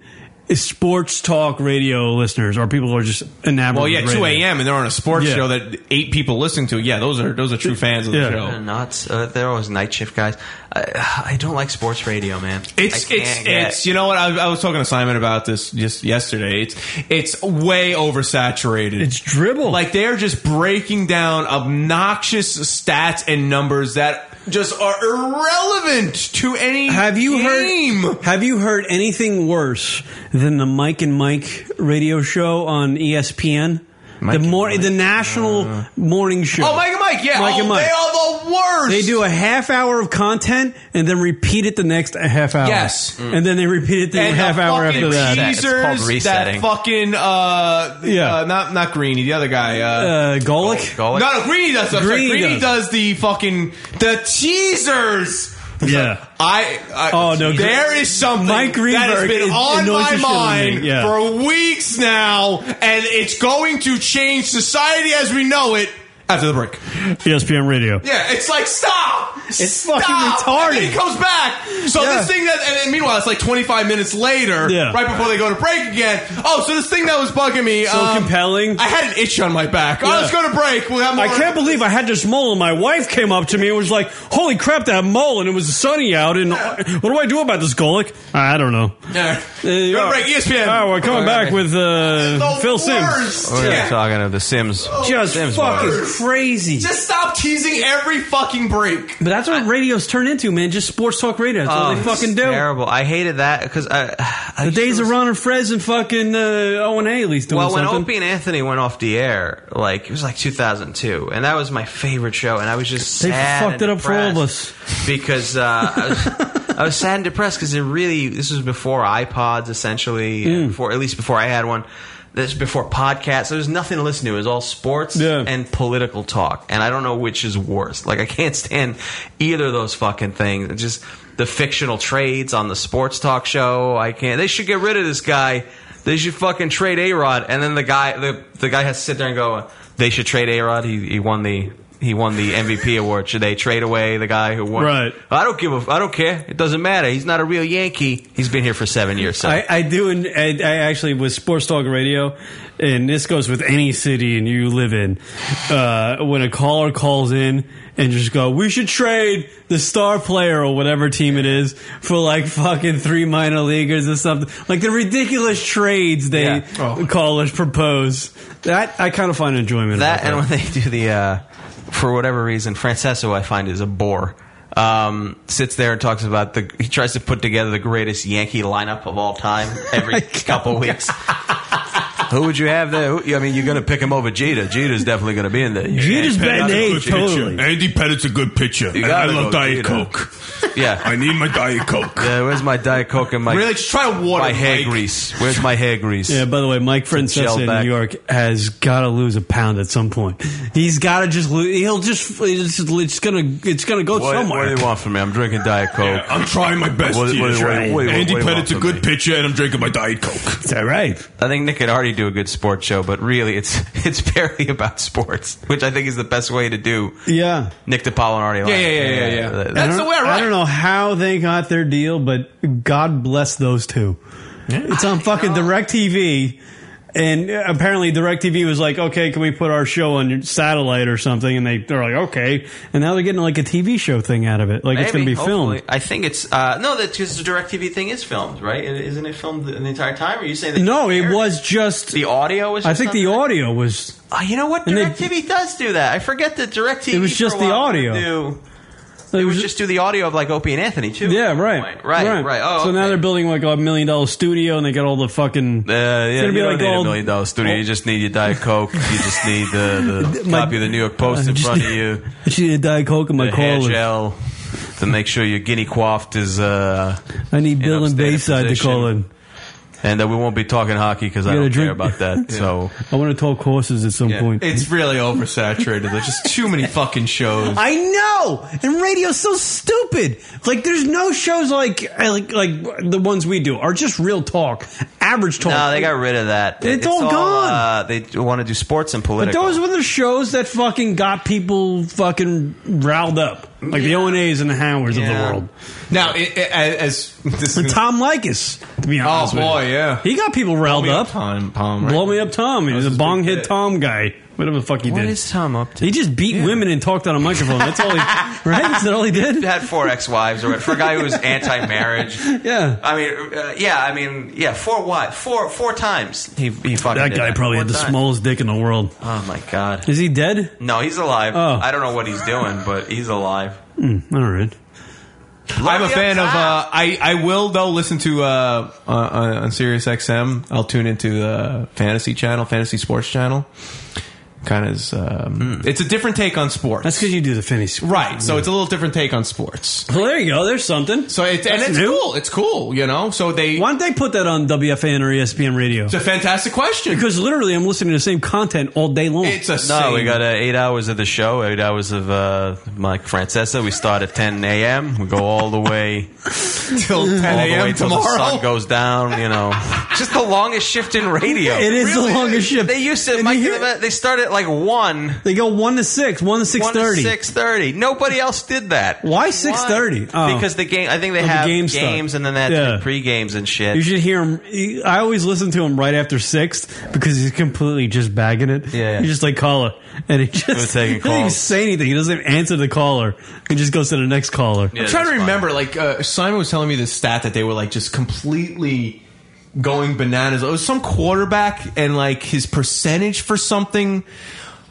[SPEAKER 1] sports talk radio listeners, or people who are just enamored.
[SPEAKER 3] Well, yeah,
[SPEAKER 1] with
[SPEAKER 3] two
[SPEAKER 1] radio.
[SPEAKER 3] a.m. and they're on a sports
[SPEAKER 1] Yeah.
[SPEAKER 3] show that eight people listening to. Yeah, those are those are true fans of the
[SPEAKER 2] They're
[SPEAKER 3] show.
[SPEAKER 2] nuts. Uh, they're always night shift guys. I, I don't like sports radio, man.
[SPEAKER 3] It's
[SPEAKER 2] I can't
[SPEAKER 3] it's
[SPEAKER 2] get-
[SPEAKER 3] it's you know
[SPEAKER 2] [LAUGHS]
[SPEAKER 3] what I, I was talking to Simon about this just yesterday. It's it's way oversaturated. It's
[SPEAKER 1] dribble.
[SPEAKER 3] Like they're just breaking down obnoxious stats and numbers that just are irrelevant to any.
[SPEAKER 1] Have you heard? Have you heard anything worse than the Mike and Mike radio show on E ESPN? the more the national
[SPEAKER 3] Uh.
[SPEAKER 1] morning show.
[SPEAKER 3] Oh, Mike and Mike, yeah,
[SPEAKER 1] Mike
[SPEAKER 3] oh,
[SPEAKER 1] and Mike.
[SPEAKER 3] they are the worst.
[SPEAKER 1] They do a half hour of content and then repeat it the next half hour.
[SPEAKER 3] Yes. Mm.
[SPEAKER 1] and then they repeat it the
[SPEAKER 3] and
[SPEAKER 1] half
[SPEAKER 3] the
[SPEAKER 1] hour
[SPEAKER 3] fucking
[SPEAKER 1] after that.
[SPEAKER 3] Teasers, that fucking uh,
[SPEAKER 1] Yeah.
[SPEAKER 3] yeah, not not Greeny, the other guy,
[SPEAKER 1] uh,
[SPEAKER 3] uh,
[SPEAKER 1] Golic?
[SPEAKER 3] No, no, Greeny does. I'm sorry,
[SPEAKER 1] Greeny
[SPEAKER 3] Greeny
[SPEAKER 1] does.
[SPEAKER 3] does. the fucking the teasers.
[SPEAKER 1] Yeah.
[SPEAKER 3] I, I
[SPEAKER 1] Oh, no,
[SPEAKER 3] there
[SPEAKER 1] Gre-
[SPEAKER 3] is something
[SPEAKER 1] Mike
[SPEAKER 3] that has
[SPEAKER 1] Greenberg
[SPEAKER 3] been
[SPEAKER 1] is-
[SPEAKER 3] on
[SPEAKER 1] knows
[SPEAKER 3] my
[SPEAKER 1] you're shitting
[SPEAKER 3] mind
[SPEAKER 1] me, yeah.
[SPEAKER 3] for weeks now, and it's going to change society as we know it. After the break.
[SPEAKER 1] E
[SPEAKER 15] ESPN Radio.
[SPEAKER 3] Yeah, it's like stop. It's fucking retarded. And then he comes back. So
[SPEAKER 15] Yeah.
[SPEAKER 3] this thing that, and then meanwhile, it's like 25 minutes later,
[SPEAKER 15] Yeah.
[SPEAKER 3] right before they go to break again. Oh, so this thing that was bugging me,
[SPEAKER 15] So
[SPEAKER 3] um,
[SPEAKER 15] compelling.
[SPEAKER 3] I had an itch on my back. Oh, let's go to break. We'll have more.
[SPEAKER 15] I can't believe I had this mole, and my wife came up to me and was like, "Holy crap, that mole!" And it was sunny out. And what do I do about this Golic? I don't know.
[SPEAKER 3] Yeah.
[SPEAKER 15] Uh,
[SPEAKER 3] Go to break, E ESPN.
[SPEAKER 15] All
[SPEAKER 2] Oh,
[SPEAKER 15] right, we're coming
[SPEAKER 3] Okay.
[SPEAKER 15] back with uh,
[SPEAKER 3] The
[SPEAKER 15] Phil Sims.
[SPEAKER 3] worst.
[SPEAKER 2] We're talking of The Sims.
[SPEAKER 1] Oh,
[SPEAKER 15] Just
[SPEAKER 2] Sims
[SPEAKER 15] fucking
[SPEAKER 2] mode.
[SPEAKER 15] crazy.
[SPEAKER 3] Just stop teasing every fucking break.
[SPEAKER 1] But that's what radio's turned into, man. Just sports talk radio. That's all
[SPEAKER 2] Oh,
[SPEAKER 1] they
[SPEAKER 2] it's
[SPEAKER 1] fucking do.
[SPEAKER 2] Terrible. I hated that because I, I
[SPEAKER 1] The days of Ron and Fres and fucking uh, Owen A at least doing
[SPEAKER 2] well, when
[SPEAKER 1] something.
[SPEAKER 2] Opie and Anthony went off the air, like it was like 2002, and that was my favorite show, and I was just
[SPEAKER 1] They
[SPEAKER 2] sad
[SPEAKER 1] fucked
[SPEAKER 2] and
[SPEAKER 1] it up for all of
[SPEAKER 2] depressed because uh, I, was, I was sad and depressed because it really this was before iPods essentially, and before at least before I had one. This before podcasts, there was nothing to listen to. It was all sports and political talk, and I don't know which is worse. Like I can't stand either of those fucking things. It's just the fictional trades on the sports talk show. I can't. They should get rid of this guy. They should fucking trade A Rod, and then the guy the, the guy has to sit there and go, "They should trade A Rod. He, he won the he won the MVP award. Should they trade away the guy who won?
[SPEAKER 1] Right.
[SPEAKER 2] I don't give a. I don't care. It doesn't matter. He's not a real Yankee. He's been here for seven years. So
[SPEAKER 1] I, I do, and I, I actually with sports talk radio, and this goes with any city and you live in. Uh, when a caller calls in and just go, "We should trade the star player or whatever team it is for like fucking three minor leaguers or something," like the ridiculous trades they
[SPEAKER 2] Yeah. Oh.
[SPEAKER 1] callers propose. That I kind of find enjoyment.
[SPEAKER 2] that, and
[SPEAKER 1] about
[SPEAKER 2] when they do the uh, for whatever reason, Francesco I find is a bore. Um, sits there and talks about the. He tries to put together the greatest Yankee lineup of all time [LAUGHS] every couple weeks. Who would you have there? Who- I mean, you're going to pick him over Jeter. Jeter's definitely going to be in there.
[SPEAKER 10] Andy Pettit's a good pitcher. Andy Pettit's a good pitcher.
[SPEAKER 2] You
[SPEAKER 10] And I
[SPEAKER 2] gotta
[SPEAKER 10] love
[SPEAKER 2] go
[SPEAKER 10] Diet
[SPEAKER 2] Jeter.
[SPEAKER 10] Coke.
[SPEAKER 2] Yeah,
[SPEAKER 10] I need my Diet Coke.
[SPEAKER 2] Yeah, where's my Diet Coke and my
[SPEAKER 10] Really? Just try to water
[SPEAKER 2] my hair
[SPEAKER 10] Mike.
[SPEAKER 2] grease? Where's my hair grease?
[SPEAKER 1] Yeah, by the way, Mike Francesa
[SPEAKER 2] gel
[SPEAKER 1] in
[SPEAKER 2] back.
[SPEAKER 1] New York has got to lose a pound at some point. He's got to just lose. He'll just it's, it's gonna Oh, it's gonna go
[SPEAKER 2] What,
[SPEAKER 1] somewhere.
[SPEAKER 2] what do you want from me? I'm drinking Diet Coke.
[SPEAKER 10] I'm trying my best
[SPEAKER 2] What-
[SPEAKER 10] here.
[SPEAKER 2] what- what- what-
[SPEAKER 10] Andy
[SPEAKER 2] what do you want
[SPEAKER 10] Pettit's a [LAUGHS]
[SPEAKER 2] from
[SPEAKER 10] good
[SPEAKER 2] me?
[SPEAKER 10] pitcher, and I'm drinking my Diet Coke.
[SPEAKER 1] Is that right?
[SPEAKER 2] I think Nick and Artie do a good sports show, but really, it's [LAUGHS] it's barely about sports, which I think is the best way to do.
[SPEAKER 1] Yeah.
[SPEAKER 2] Nick DePaul and Artie. Lang. Uh, uh-huh.
[SPEAKER 1] I don't- I don't know how they got their deal, but God bless those two. It's on fucking DirecTV. And uh, apparently, DirecTV was like, okay, can we put our show on your satellite or something? And they, they're like, okay. And now they're getting like a TV show thing out of it. Like, it's going to be
[SPEAKER 2] Maybe,
[SPEAKER 1] filmed.
[SPEAKER 2] hopefully. I think it's uh, no. That's because the Directv thing is filmed, right? Isn't it filmed the, the entire time? Or are you saying that
[SPEAKER 1] No, it was just.
[SPEAKER 2] the audio was?
[SPEAKER 1] I
[SPEAKER 2] just
[SPEAKER 1] think the
[SPEAKER 2] not-
[SPEAKER 1] audio was.
[SPEAKER 2] Oh, you know what?
[SPEAKER 1] And they-
[SPEAKER 2] DirecTV does do that. I forget that DirecTV.
[SPEAKER 1] It was just
[SPEAKER 2] for a
[SPEAKER 1] the
[SPEAKER 2] while would
[SPEAKER 1] audio.
[SPEAKER 2] Do, they would just do the audio of like Opie and Anthony too.
[SPEAKER 1] Yeah, right.
[SPEAKER 2] Right, right. Oh,
[SPEAKER 1] so now they're building like a million dollar studio and they got all the fucking.
[SPEAKER 2] Uh, yeah,
[SPEAKER 1] It's gonna be
[SPEAKER 2] you don't
[SPEAKER 1] like
[SPEAKER 2] need
[SPEAKER 1] all-
[SPEAKER 2] a million dollar studio. You just need your Diet Coke. You just need the, the
[SPEAKER 1] [LAUGHS] My-
[SPEAKER 2] copy of the New York Post
[SPEAKER 1] I [LAUGHS]
[SPEAKER 2] in
[SPEAKER 1] just
[SPEAKER 2] front of
[SPEAKER 1] need-
[SPEAKER 2] you.
[SPEAKER 1] I just need a Diet Coke and my
[SPEAKER 2] The hair
[SPEAKER 1] callers.
[SPEAKER 2] gel to make sure your guinea quaffed is. Uh,
[SPEAKER 1] I need Bill and
[SPEAKER 2] upstanding
[SPEAKER 1] Bayside to
[SPEAKER 2] position.
[SPEAKER 1] call in.
[SPEAKER 2] and uh, we won't be talking hockey because
[SPEAKER 1] You
[SPEAKER 2] I don't
[SPEAKER 1] gotta
[SPEAKER 2] care
[SPEAKER 1] drink- [LAUGHS]
[SPEAKER 2] about that. So
[SPEAKER 1] I want to talk horses at some point.
[SPEAKER 3] It's really oversaturated. There's just too many fucking shows.
[SPEAKER 1] I know, and radio's so stupid. Like, there's no shows like uh, like like the ones we do are just real talk, average talk.
[SPEAKER 2] no, they got rid of that.
[SPEAKER 1] It's all gone.
[SPEAKER 2] Uh, they want to do sports and
[SPEAKER 1] But
[SPEAKER 2] political.
[SPEAKER 1] those were the shows that fucking got people fucking riled up, like the ONAs and the Howards of the world.
[SPEAKER 3] Now, i i as this
[SPEAKER 1] And Tom Likas, to be honest
[SPEAKER 3] Oh,
[SPEAKER 1] with
[SPEAKER 3] boy,
[SPEAKER 1] you.
[SPEAKER 3] yeah.
[SPEAKER 1] he got people riled up.
[SPEAKER 3] Tom, Tom,
[SPEAKER 1] Blow me up, Tom. He's a bong hit Tom guy. Whatever the fuck he
[SPEAKER 2] What
[SPEAKER 1] did.
[SPEAKER 2] is Tom up to?
[SPEAKER 1] He just beat women and talked on a microphone. That's all he. right? Is that all he did?
[SPEAKER 2] had four ex-wives or for a guy who was anti-marriage.
[SPEAKER 1] [LAUGHS] Yeah.
[SPEAKER 2] I mean, uh, yeah, I mean, yeah, four what? Four four times. He, he fucking
[SPEAKER 1] That
[SPEAKER 2] did
[SPEAKER 1] guy probably
[SPEAKER 2] Four
[SPEAKER 1] had the
[SPEAKER 2] times.
[SPEAKER 1] smallest dick in the world.
[SPEAKER 2] Oh my god.
[SPEAKER 1] Is he dead?
[SPEAKER 2] No, he's alive.
[SPEAKER 1] Oh.
[SPEAKER 2] I don't know what he's doing, but he's alive.
[SPEAKER 1] Hmm, all right.
[SPEAKER 3] I'm a fan of. Uh, I I will though listen to uh, uh, on Sirius XM. I'll tune into the fantasy channel, fantasy sports channel. Kind of, is, um, it's a different take on sports. That's
[SPEAKER 1] because Hmm. you do the fantasy,
[SPEAKER 3] right? So it's a little different take on sports.
[SPEAKER 1] Well, there you go. There's something.
[SPEAKER 3] So it's and
[SPEAKER 1] That's
[SPEAKER 3] it's
[SPEAKER 1] new.
[SPEAKER 3] cool. It's cool, you know. So they
[SPEAKER 1] Why don't they put that on WFAN or E ESPN radio?
[SPEAKER 3] It's a fantastic question.
[SPEAKER 1] Because literally, I'm listening to the same content all day long.
[SPEAKER 3] It's a
[SPEAKER 2] No, we
[SPEAKER 3] [LAUGHS]
[SPEAKER 2] got uh, eight hours of the show, eight hours of uh, Mike Francesa. We start at 10 a.m. We go all the way all
[SPEAKER 3] till 10
[SPEAKER 2] the
[SPEAKER 3] a.m.
[SPEAKER 2] way till the
[SPEAKER 3] tomorrow.
[SPEAKER 2] sun goes down. You know, just the longest shift in radio.
[SPEAKER 1] It is the longest shift.
[SPEAKER 2] They used to. Mike, they started like one.
[SPEAKER 1] They go one to six, one to six thirty.
[SPEAKER 2] Six thirty. Nobody else did that.
[SPEAKER 1] Why 6:30?
[SPEAKER 2] Why?
[SPEAKER 1] Oh.
[SPEAKER 2] Because the game. I think they
[SPEAKER 1] Oh, the
[SPEAKER 2] have
[SPEAKER 1] game stuff.
[SPEAKER 2] games and then they have to
[SPEAKER 1] Yeah.
[SPEAKER 2] do pre games and shit.
[SPEAKER 1] You should hear him. I always listen to him right after six because he's completely just bagging it.
[SPEAKER 2] Yeah.
[SPEAKER 1] You just like caller, and he just
[SPEAKER 2] was
[SPEAKER 1] [LAUGHS]
[SPEAKER 2] taking
[SPEAKER 1] he doesn't even
[SPEAKER 3] calls.
[SPEAKER 1] say anything. He doesn't even answer the caller. He just goes to the next caller.
[SPEAKER 3] I'm trying to remember. Like uh, Simon was telling me the stat that they were like just completely going bananas. It was some quarterback and like his percentage for something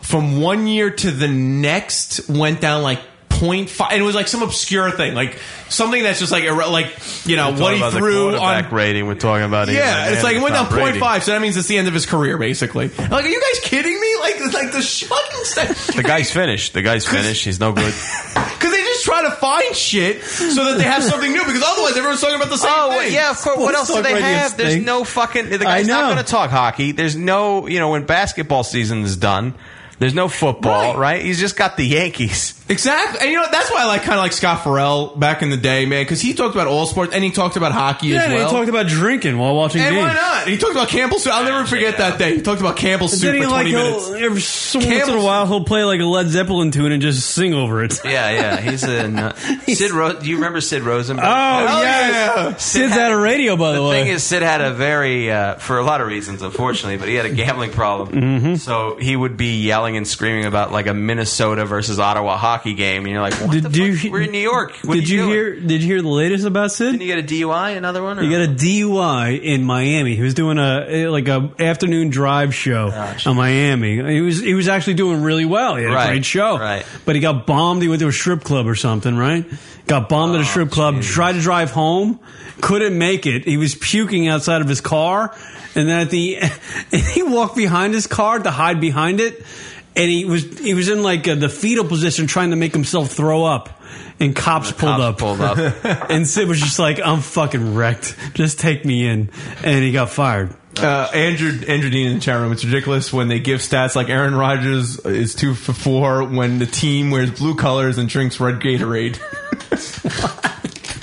[SPEAKER 3] from one year to the next went down like. 0.5 and it was like some obscure thing like something that's just like irre- like you know what he threw on
[SPEAKER 2] rating. We're talking about
[SPEAKER 3] yeah it's like it went down 0.5 so that means it's the end of his career basically like are you guys kidding me like like the sh- fucking stat
[SPEAKER 23] The guy's finished. The guy's finished. He's no good.
[SPEAKER 3] Because they just try to find shit so that they have something new. Because otherwise, everyone's talking about the same
[SPEAKER 2] Oh
[SPEAKER 3] thing.
[SPEAKER 2] yeah, of course. What else do they have? There's no fucking. The guy's not going to talk hockey. There's no. You know, when basketball season is done, there's no football. Right? He's just got the Yankees.
[SPEAKER 3] Exactly, and you know that's why I like kind of like Scott Farrell back in the day, man, because he talked about all sports and he talked about hockey
[SPEAKER 1] Yeah,
[SPEAKER 3] as
[SPEAKER 1] and he
[SPEAKER 3] well.
[SPEAKER 1] talked about drinking while watching
[SPEAKER 3] and
[SPEAKER 1] games. Ah,
[SPEAKER 3] why not? He talked about Campbell's soup. I'll never forget that day. He talked about Campbell's
[SPEAKER 1] And
[SPEAKER 3] soup
[SPEAKER 1] then he
[SPEAKER 3] for
[SPEAKER 1] like
[SPEAKER 3] twenty minutes.
[SPEAKER 1] he'll, every so once in a
[SPEAKER 3] Campbell's-
[SPEAKER 1] while he'll play like a Led Zeppelin tune and just sing over it.
[SPEAKER 2] [LAUGHS] Yeah, yeah. He's
[SPEAKER 1] [LAUGHS]
[SPEAKER 2] a nut. Sid. Ro- do you remember Sid Rosenberg?
[SPEAKER 1] Oh, yeah. Sid's out of radio, by the,
[SPEAKER 2] The
[SPEAKER 1] way.
[SPEAKER 2] thing is, Sid had a very, uh, for a lot of reasons, unfortunately, but he had a gambling problem.
[SPEAKER 1] Mhm.
[SPEAKER 2] So he would be yelling and screaming about like a Minnesota versus Ottawa hockey game, and you're like, what
[SPEAKER 1] did,
[SPEAKER 2] the
[SPEAKER 1] do you,
[SPEAKER 2] fuck? We're in New York. What
[SPEAKER 1] did
[SPEAKER 2] are you, doing?
[SPEAKER 1] hear? Did you hear the latest about Sid?
[SPEAKER 2] Didn't you get a DUI? Another one? Or?
[SPEAKER 1] He got a DUI in Miami. He was doing a like a afternoon drive show in Miami. He was he was actually doing really well. He had
[SPEAKER 2] Right,
[SPEAKER 1] a great show. Right. But he got bombed. He went to a strip club or something. Right. Got bombed at a strip club. Tried to drive home. Couldn't make it. He was puking outside of his car. And then at the [LAUGHS] and he walked behind his car to hide behind it. And he was he was in like uh the fetal position, trying to make himself throw up. And cops pulled up.
[SPEAKER 2] pulled up.
[SPEAKER 1] [LAUGHS] and Sid was just like, "I'm fucking wrecked. Just take me in." And he got fired.
[SPEAKER 3] Uh, Andrew Andrew Dean in the chat room. It's ridiculous when they give stats like Aaron Rodgers is two for four when the team wears blue colors and drinks red
[SPEAKER 1] [LAUGHS]
[SPEAKER 3] Gatorade.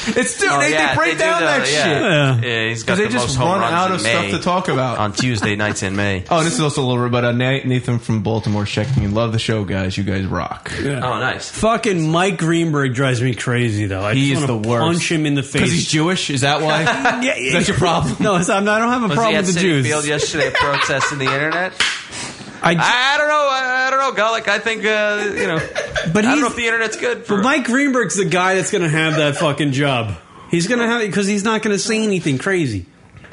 [SPEAKER 3] it's dude,
[SPEAKER 2] Oh,
[SPEAKER 3] they,
[SPEAKER 2] yeah,
[SPEAKER 3] they break
[SPEAKER 2] do
[SPEAKER 3] down
[SPEAKER 2] the-
[SPEAKER 3] that
[SPEAKER 2] yeah.
[SPEAKER 3] shit.
[SPEAKER 2] Yeah, he's got
[SPEAKER 3] They
[SPEAKER 2] the
[SPEAKER 3] just
[SPEAKER 2] most home
[SPEAKER 3] run
[SPEAKER 2] runs
[SPEAKER 3] out
[SPEAKER 2] in
[SPEAKER 3] of
[SPEAKER 2] May
[SPEAKER 3] stuff to talk about.
[SPEAKER 2] on Tuesday nights
[SPEAKER 1] [LAUGHS]
[SPEAKER 2] in May.
[SPEAKER 3] Oh, and this is also a little bit about Na- Nathan from Baltimore checking in. Love the show, guys. You guys rock.
[SPEAKER 2] Oh, nice.
[SPEAKER 1] Fucking Mike Greenberg drives me crazy though. I
[SPEAKER 3] He
[SPEAKER 1] just
[SPEAKER 3] is
[SPEAKER 1] want
[SPEAKER 3] the
[SPEAKER 1] to
[SPEAKER 3] worst.
[SPEAKER 1] punch him in the face.
[SPEAKER 3] Because he's Jewish? Is that why?
[SPEAKER 1] [LAUGHS] Yeah, yeah.
[SPEAKER 3] That's your problem?
[SPEAKER 1] [LAUGHS] No, it's, I'm, I don't have a
[SPEAKER 2] Was he
[SPEAKER 1] problem
[SPEAKER 2] at
[SPEAKER 1] with the
[SPEAKER 2] City
[SPEAKER 1] Jews.
[SPEAKER 2] Field yesterday protesting the internet?
[SPEAKER 1] [LAUGHS] I,
[SPEAKER 2] I don't know. I, I don't know, Garlic. I think uh, you know.
[SPEAKER 1] But
[SPEAKER 2] I don't
[SPEAKER 1] he's-
[SPEAKER 2] know if the internet's good. For,
[SPEAKER 1] But Mike Greenberg's the guy that's going to have that fucking job. He's going to have it because he's not going to say anything crazy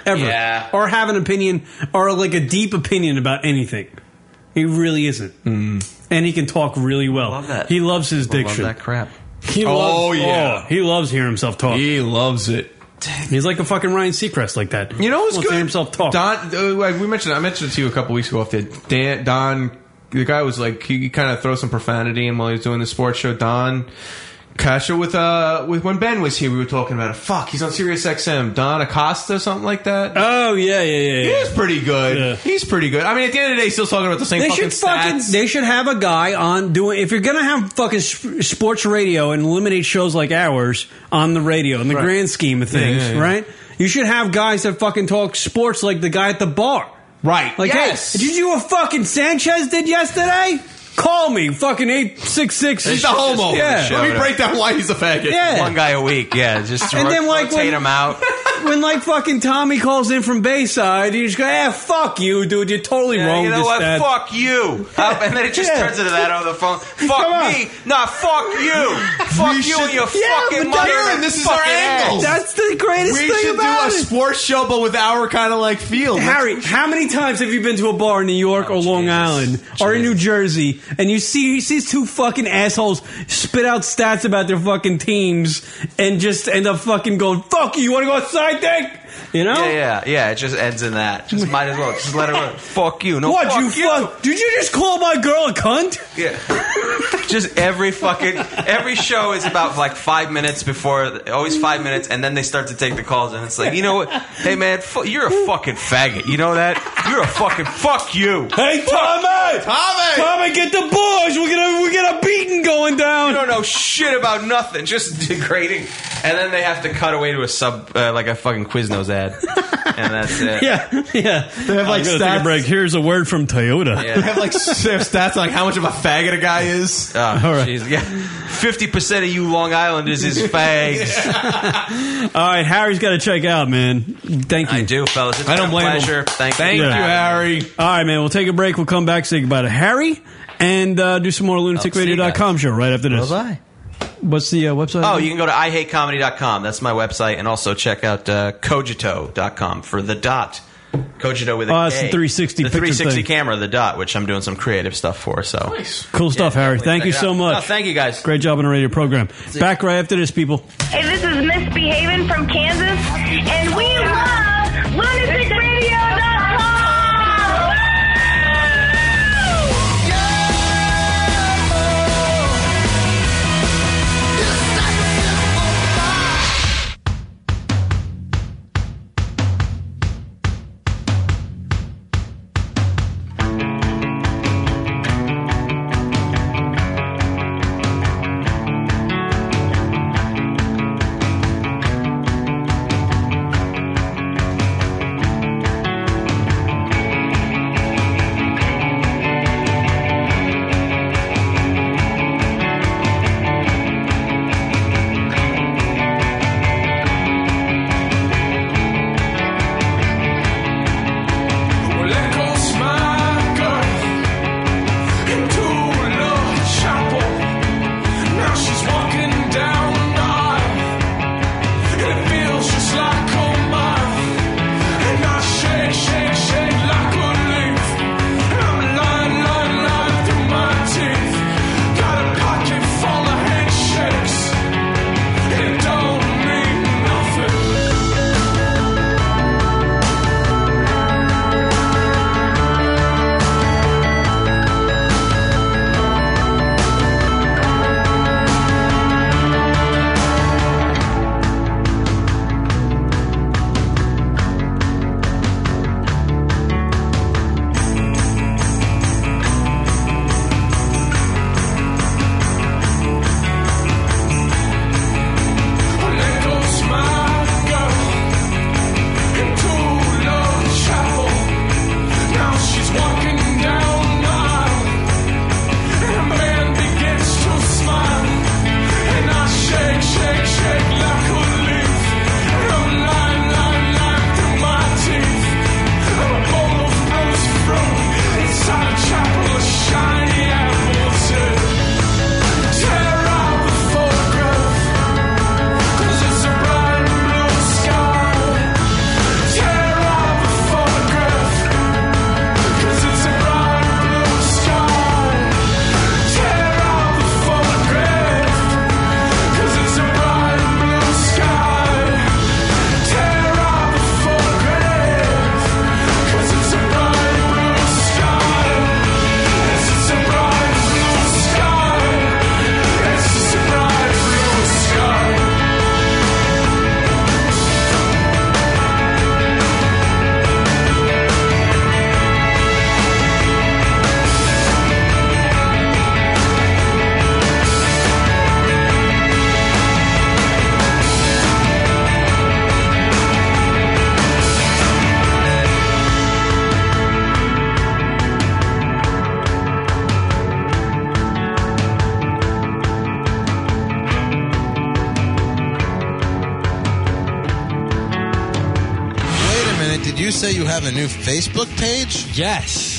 [SPEAKER 1] ever,
[SPEAKER 2] Yeah.
[SPEAKER 1] or have an opinion or like a deep opinion about anything. He really isn't, and he can talk really well.
[SPEAKER 2] Hmm. love that.
[SPEAKER 1] He loves his
[SPEAKER 2] People love
[SPEAKER 1] diction.
[SPEAKER 2] that crap.
[SPEAKER 1] He
[SPEAKER 2] Oh,
[SPEAKER 1] loves,
[SPEAKER 2] yeah.
[SPEAKER 1] oh, he loves hearing himself talk.
[SPEAKER 3] He loves it.
[SPEAKER 1] He's like a fucking Ryan Seacrest, like that.
[SPEAKER 3] You know who's
[SPEAKER 1] Wants to
[SPEAKER 3] good?
[SPEAKER 1] hear himself talk.
[SPEAKER 3] Don, uh, we mentioned. I mentioned it to you a couple weeks ago. Off the Dan, Don, the guy was like he, kind of throw some profanity in while he was doing the sports show. Don Kasha with uh with when Ben was here, we were talking about it. Fuck, he's on Sirius XM. Don Acosta, something like that.
[SPEAKER 1] Oh yeah, yeah, yeah.
[SPEAKER 3] He's pretty good. He's pretty good. I mean, at the end of the day, he's still talking about the same.
[SPEAKER 1] They
[SPEAKER 3] fucking
[SPEAKER 1] should fucking.
[SPEAKER 3] stats.
[SPEAKER 1] They should have a guy on doing. If you're gonna have fucking sp- sports radio and eliminate shows like ours on the radio in the grand scheme of
[SPEAKER 3] Yeah,
[SPEAKER 1] things,
[SPEAKER 3] yeah, yeah.
[SPEAKER 1] right? You should have guys that fucking talk sports like the guy at the bar,
[SPEAKER 3] right?
[SPEAKER 1] Like,
[SPEAKER 3] Yes.
[SPEAKER 1] hey, did you see what fucking Sanchez did yesterday? Call me, fucking eight six six.
[SPEAKER 3] He's the homo.
[SPEAKER 1] Yeah.
[SPEAKER 3] Let me break down why he's a faggot.
[SPEAKER 1] Yeah.
[SPEAKER 2] One guy a week. Yeah, just
[SPEAKER 1] And
[SPEAKER 2] ro-
[SPEAKER 1] then, like,
[SPEAKER 2] rotate
[SPEAKER 1] when-
[SPEAKER 2] him out.
[SPEAKER 1] [LAUGHS] When like fucking Tommy calls in from Bayside, you just go, "Ah, fuck you, dude. You're totally
[SPEAKER 2] Yeah,
[SPEAKER 1] wrong."
[SPEAKER 2] you
[SPEAKER 1] with
[SPEAKER 2] know
[SPEAKER 1] this,
[SPEAKER 2] what?
[SPEAKER 1] that."
[SPEAKER 2] Fuck you. Uh, and then it just
[SPEAKER 1] Yeah.
[SPEAKER 2] turns into that over the phone. Fuck
[SPEAKER 1] Come on.
[SPEAKER 2] me. Nah, fuck you. fuck you and your fucking mother.
[SPEAKER 3] Aaron, this is our
[SPEAKER 2] fucking ass.
[SPEAKER 3] angle.
[SPEAKER 1] That's the greatest
[SPEAKER 3] we
[SPEAKER 1] thing
[SPEAKER 3] should
[SPEAKER 1] about
[SPEAKER 3] do
[SPEAKER 1] it.
[SPEAKER 3] a sports show, but with our kind of like Oh, feel. Let's-
[SPEAKER 1] Harry, how many times have you been to a bar in New York or Long Island or in New Jersey and you see you see these two fucking assholes spit out stats about their fucking teams and just end up fucking going, fuck you, you wanna go outside, dick? You know?
[SPEAKER 2] Yeah, yeah, yeah. It just ends in that. Just might as well. Just let it
[SPEAKER 1] [LAUGHS]
[SPEAKER 2] run. Fuck you. No,
[SPEAKER 1] what
[SPEAKER 2] fuck
[SPEAKER 1] you fuck? Did you just call my girl a cunt?
[SPEAKER 2] Yeah. Just every fucking every show is about like five minutes before, always five minutes, and then they start to take the calls, and it's like, you know what? Hey man, fu- you're a fucking faggot. You know that? You're a fucking fuck you.
[SPEAKER 1] Hey Tommy! Tommy! Tommy, get the boys! We're gonna we get a beating going down.
[SPEAKER 2] You don't know shit about nothing. Just degrading, and then they have to cut away to a sub uh, like a fucking Quiznos ad. and
[SPEAKER 1] [LAUGHS]
[SPEAKER 2] that's it.
[SPEAKER 24] Yeah, yeah. They
[SPEAKER 25] have, like,
[SPEAKER 24] Oh, Take a
[SPEAKER 25] stats.
[SPEAKER 24] break. Here's a word from Toyota.
[SPEAKER 25] They have like s- they have stats on like how much of a faggot a guy is.
[SPEAKER 2] All right. Oh, Yeah, fifty percent of you Long Islanders is fags.
[SPEAKER 24] All right, Harry's got to check out, man. Thank you.
[SPEAKER 2] I do, fellas. It's
[SPEAKER 24] I don't
[SPEAKER 2] been a
[SPEAKER 24] blame him.
[SPEAKER 2] pleasure. Thank, for having me.
[SPEAKER 24] Harry. All right, man. We'll take a break. We'll come back, say goodbye to Harry, and uh, do some more lunaticradio.com show right after this.
[SPEAKER 2] Bye-bye.
[SPEAKER 24] What's the uh, website?
[SPEAKER 2] Oh, you can go to ihatecomedy.com. That's my website. And also check out uh, cogito.com for the dot. Cogito with a
[SPEAKER 24] Oh, it's
[SPEAKER 2] K.
[SPEAKER 24] the 360
[SPEAKER 2] The
[SPEAKER 24] picture
[SPEAKER 2] 360
[SPEAKER 24] thing.
[SPEAKER 2] camera, the dot, which I'm doing some creative stuff for. So
[SPEAKER 24] Cool stuff, Harry. Thank you
[SPEAKER 2] check it
[SPEAKER 24] so
[SPEAKER 2] out.
[SPEAKER 24] much.
[SPEAKER 2] No, thank you, guys.
[SPEAKER 24] Great job on the radio program.
[SPEAKER 2] See ya.
[SPEAKER 24] Back right after this, people.
[SPEAKER 26] Hey, this is Misbehaving from Kansas, and we love lunaticradio.com.
[SPEAKER 10] Well, echoes my girl into a little chapel. Now she's walking down the aisle, and it feels just like a mile. And I shake, shake, shake like a leaf. And I'm lying, lying, lying through my teeth. Got a pocket full of handshakes. It don't mean nothing. Shiny apples, yeah. tear out the photograph. Cause it's a bright blue sky. Tear out the photograph. 'Cause it's a bright blue sky. Tear out the photograph. 'Cause it's a bright blue sky. Tear out the photograph. 'Cause it's a bright blue sky. Yes, it's a bright blue sky. Yes, it's a bright blue sky.
[SPEAKER 3] Wait a minute, did you say you have a new Facebook page?
[SPEAKER 1] Yes.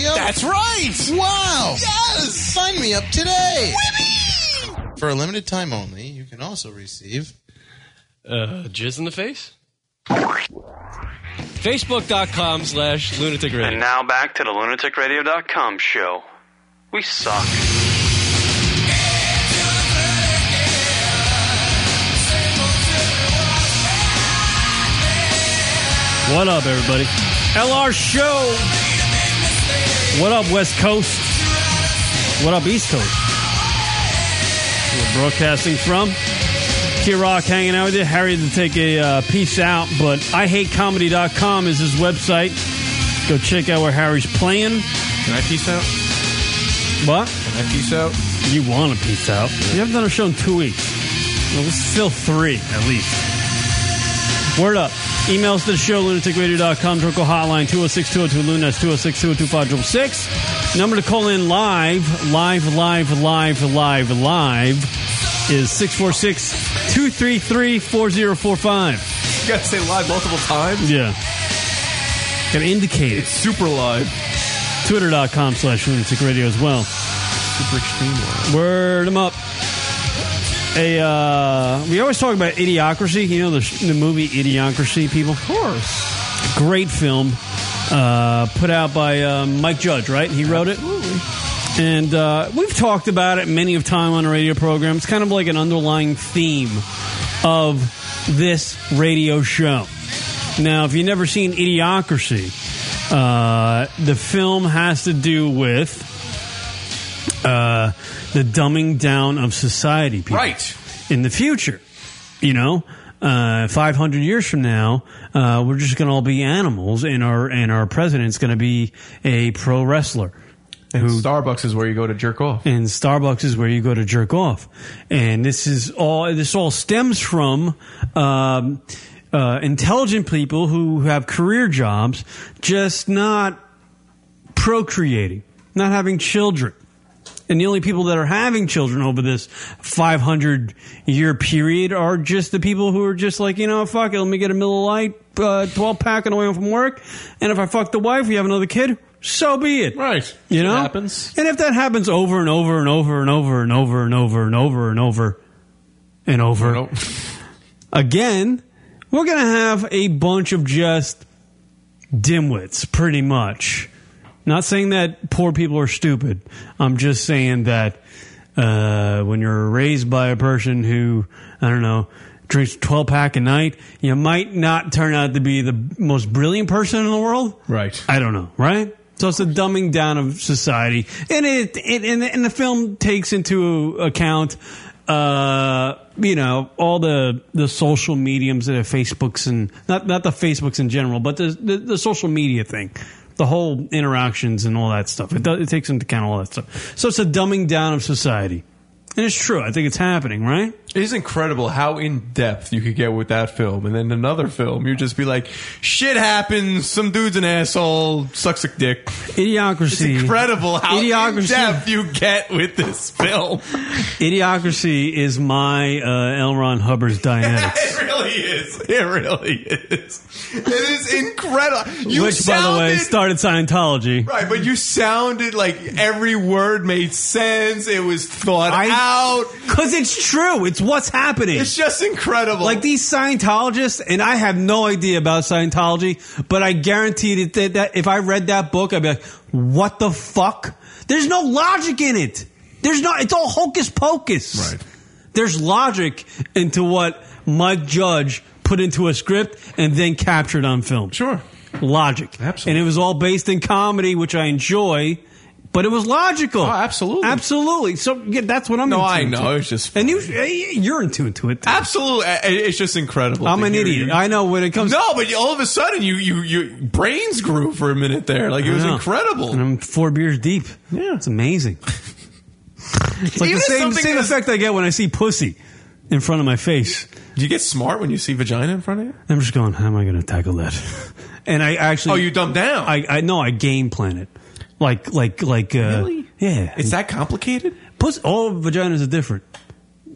[SPEAKER 1] That's right.
[SPEAKER 3] Wow. Yes. Sign me up today. For a limited time only, you can also receive.
[SPEAKER 1] Uh, jizz in the face? Facebook.com slash lunatic radio.
[SPEAKER 27] And now back to the lunaticradio.com show. We suck.
[SPEAKER 1] What up, everybody? LR Show. What up, West Coast? What up, East Coast? We're broadcasting from Key Rock hanging out with you. Harry to take a uh, piece out, but IHateComedy.com is his website. Go check out where Harry's playing. Can I piece out? What? Can I piece out? You want to piece out. You haven't done a show in two weeks. Well, it's still three, at least. Word up. Emails to the show, lunaticradio.com, Drunkle Hotline, 206-202-LUNA, 206-202-5666. Number to call in live, live, live, live, live, live, is 646-233-4045.
[SPEAKER 3] You gotta say live multiple times.
[SPEAKER 1] Yeah. Gotta indicate it. It's super live. Twitter.com slash lunatic radio as well. Super extreme live. Word them up. A, uh, we always talk about Idiocracy. You know the, sh- the movie Idiocracy, people? Of course. Great film. Uh, put out by uh, Mike Judge, right? He wrote it. And uh, we've talked about it many of time on a radio program. It's kind of like an underlying theme of this radio show. Now, if you've never seen Idiocracy, uh, the film has to do with uh, the dumbing down of society, people.
[SPEAKER 3] Right.
[SPEAKER 1] In the future, you know, uh, 500 years from now, uh, we're just going to all be animals, and our and our president's going to be a pro wrestler.
[SPEAKER 3] And Starbucks is where you go to jerk off.
[SPEAKER 1] And Starbucks is where you go to jerk off. And this is all. This all stems from. Um, uh, intelligent people who have career jobs just not procreating, not having children. And the only people that are having children over this 500 year period are just the people who are just like, you know, fuck it, let me get a Miller Lite, uh, 12 pack on the way home from work. And if I fuck the wife, you have another kid, so be it. Right. You know? happens. And if that happens over and over and over and over and over and over and over and over and over [LAUGHS] again, we're going to have a bunch of just dimwits, pretty much. Not saying that poor people are stupid. I'm just saying that uh, when you're raised by a person who, I don't know, drinks 12 pack a night, you might not turn out to be the most brilliant person in the world. Right. I don't know, right? So it's a dumbing down of society. And it, it and, and the film takes into account uh, you know, all the the social mediums that have Facebooks and not not the Facebooks in general, but the the, the social media thing, the whole interactions and all that stuff. It does, it takes into account all that stuff. So it's a dumbing down of society, and it's true. I think it's happening, right?
[SPEAKER 3] It is incredible how in depth you could get with that film, and then another film, you'd just be like, "Shit happens. Some dude's an asshole, sucks a dick."
[SPEAKER 1] Idiocracy.
[SPEAKER 3] It's incredible how in
[SPEAKER 1] Idiocracy.
[SPEAKER 3] depth you get with this film.
[SPEAKER 1] Idiocracy is my uh, L. Ron
[SPEAKER 3] [LAUGHS]
[SPEAKER 1] Hubbard's Dianetics.
[SPEAKER 3] It really is. It really is. It is incredible. You
[SPEAKER 1] which, by the way, started
[SPEAKER 3] sounded-
[SPEAKER 1] Scientology.
[SPEAKER 3] Right, but you sounded like every word made sense. It was thought out.
[SPEAKER 1] Because it's true. It's what's happening.
[SPEAKER 3] It's just incredible.
[SPEAKER 1] Like these Scientologists, and I have no idea about Scientology, but I guarantee that, that, that if I read that book, I'd be like, what the fuck? There's no logic in it. There's no, it's all hocus pocus. Right. There's logic into what Mike Judge put into a script and then captured on film. Sure. Logic. Absolutely. And it was all based in comedy, which I enjoy. But it was logical. Oh, absolutely, absolutely. So yeah, that's what I'm.
[SPEAKER 3] No,
[SPEAKER 1] in
[SPEAKER 3] I
[SPEAKER 1] tune to.
[SPEAKER 3] know. It's just
[SPEAKER 1] and you, eh, you're in tune to it.
[SPEAKER 3] Absolutely, I- I- it's just incredible.
[SPEAKER 1] I'm
[SPEAKER 3] to
[SPEAKER 1] an
[SPEAKER 3] hear
[SPEAKER 1] idiot.
[SPEAKER 3] you.
[SPEAKER 1] I know when it comes.
[SPEAKER 3] No, Oh, but you, all of a sudden, you you your brains grew for a minute there. Like it
[SPEAKER 1] I
[SPEAKER 3] was
[SPEAKER 1] know.
[SPEAKER 3] incredible.
[SPEAKER 1] And I'm four beers deep. Yeah, it's amazing. it's like
[SPEAKER 3] Even
[SPEAKER 1] the same,
[SPEAKER 3] something
[SPEAKER 1] same
[SPEAKER 3] as-
[SPEAKER 1] effect I get when I see pussy in front of my face.
[SPEAKER 3] Do you get smart when you see vagina in front of you?
[SPEAKER 1] I'm just going, how am I going to tackle that? [LAUGHS] and I actually,
[SPEAKER 3] Oh, you dumb down.
[SPEAKER 1] I, I no, I game plan it. Like, like, like. Uh,
[SPEAKER 3] Really?
[SPEAKER 1] Yeah.
[SPEAKER 3] It's that complicated?
[SPEAKER 1] Puss, all vaginas are different.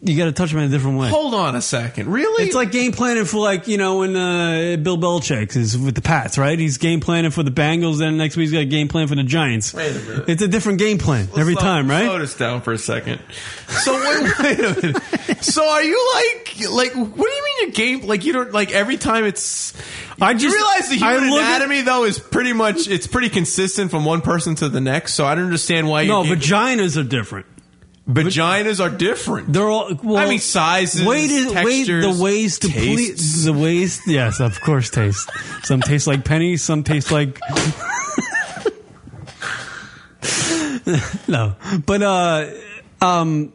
[SPEAKER 1] You got to touch them in a different way.
[SPEAKER 3] Hold on a second. Really?
[SPEAKER 1] It's like game planning for like you know when uh, Bill Belichick is with the Pats, right? He's game planning for the Bengals. Then next week he's got a game plan for the Giants.
[SPEAKER 3] Wait a minute.
[SPEAKER 1] It's a different game plan every
[SPEAKER 3] Slow-
[SPEAKER 1] time, right?
[SPEAKER 3] Slow this down for a second. So wait, wait a minute. So are you like like what do you mean your game like you don't like every time it's
[SPEAKER 1] I just-
[SPEAKER 3] you realize the
[SPEAKER 1] I
[SPEAKER 3] human
[SPEAKER 1] look at-
[SPEAKER 3] anatomy though is pretty much it's pretty consistent from one person to the next. So I don't understand why you
[SPEAKER 1] No, vaginas are different.
[SPEAKER 3] Vaginas are different.
[SPEAKER 1] They're all. Well,
[SPEAKER 3] I mean, sizes,
[SPEAKER 1] Weight is weight,
[SPEAKER 3] textures,
[SPEAKER 1] the ways to please the ways. Yes, of course, taste. Some taste like pennies. Some taste like. [LAUGHS] no, but uh, um,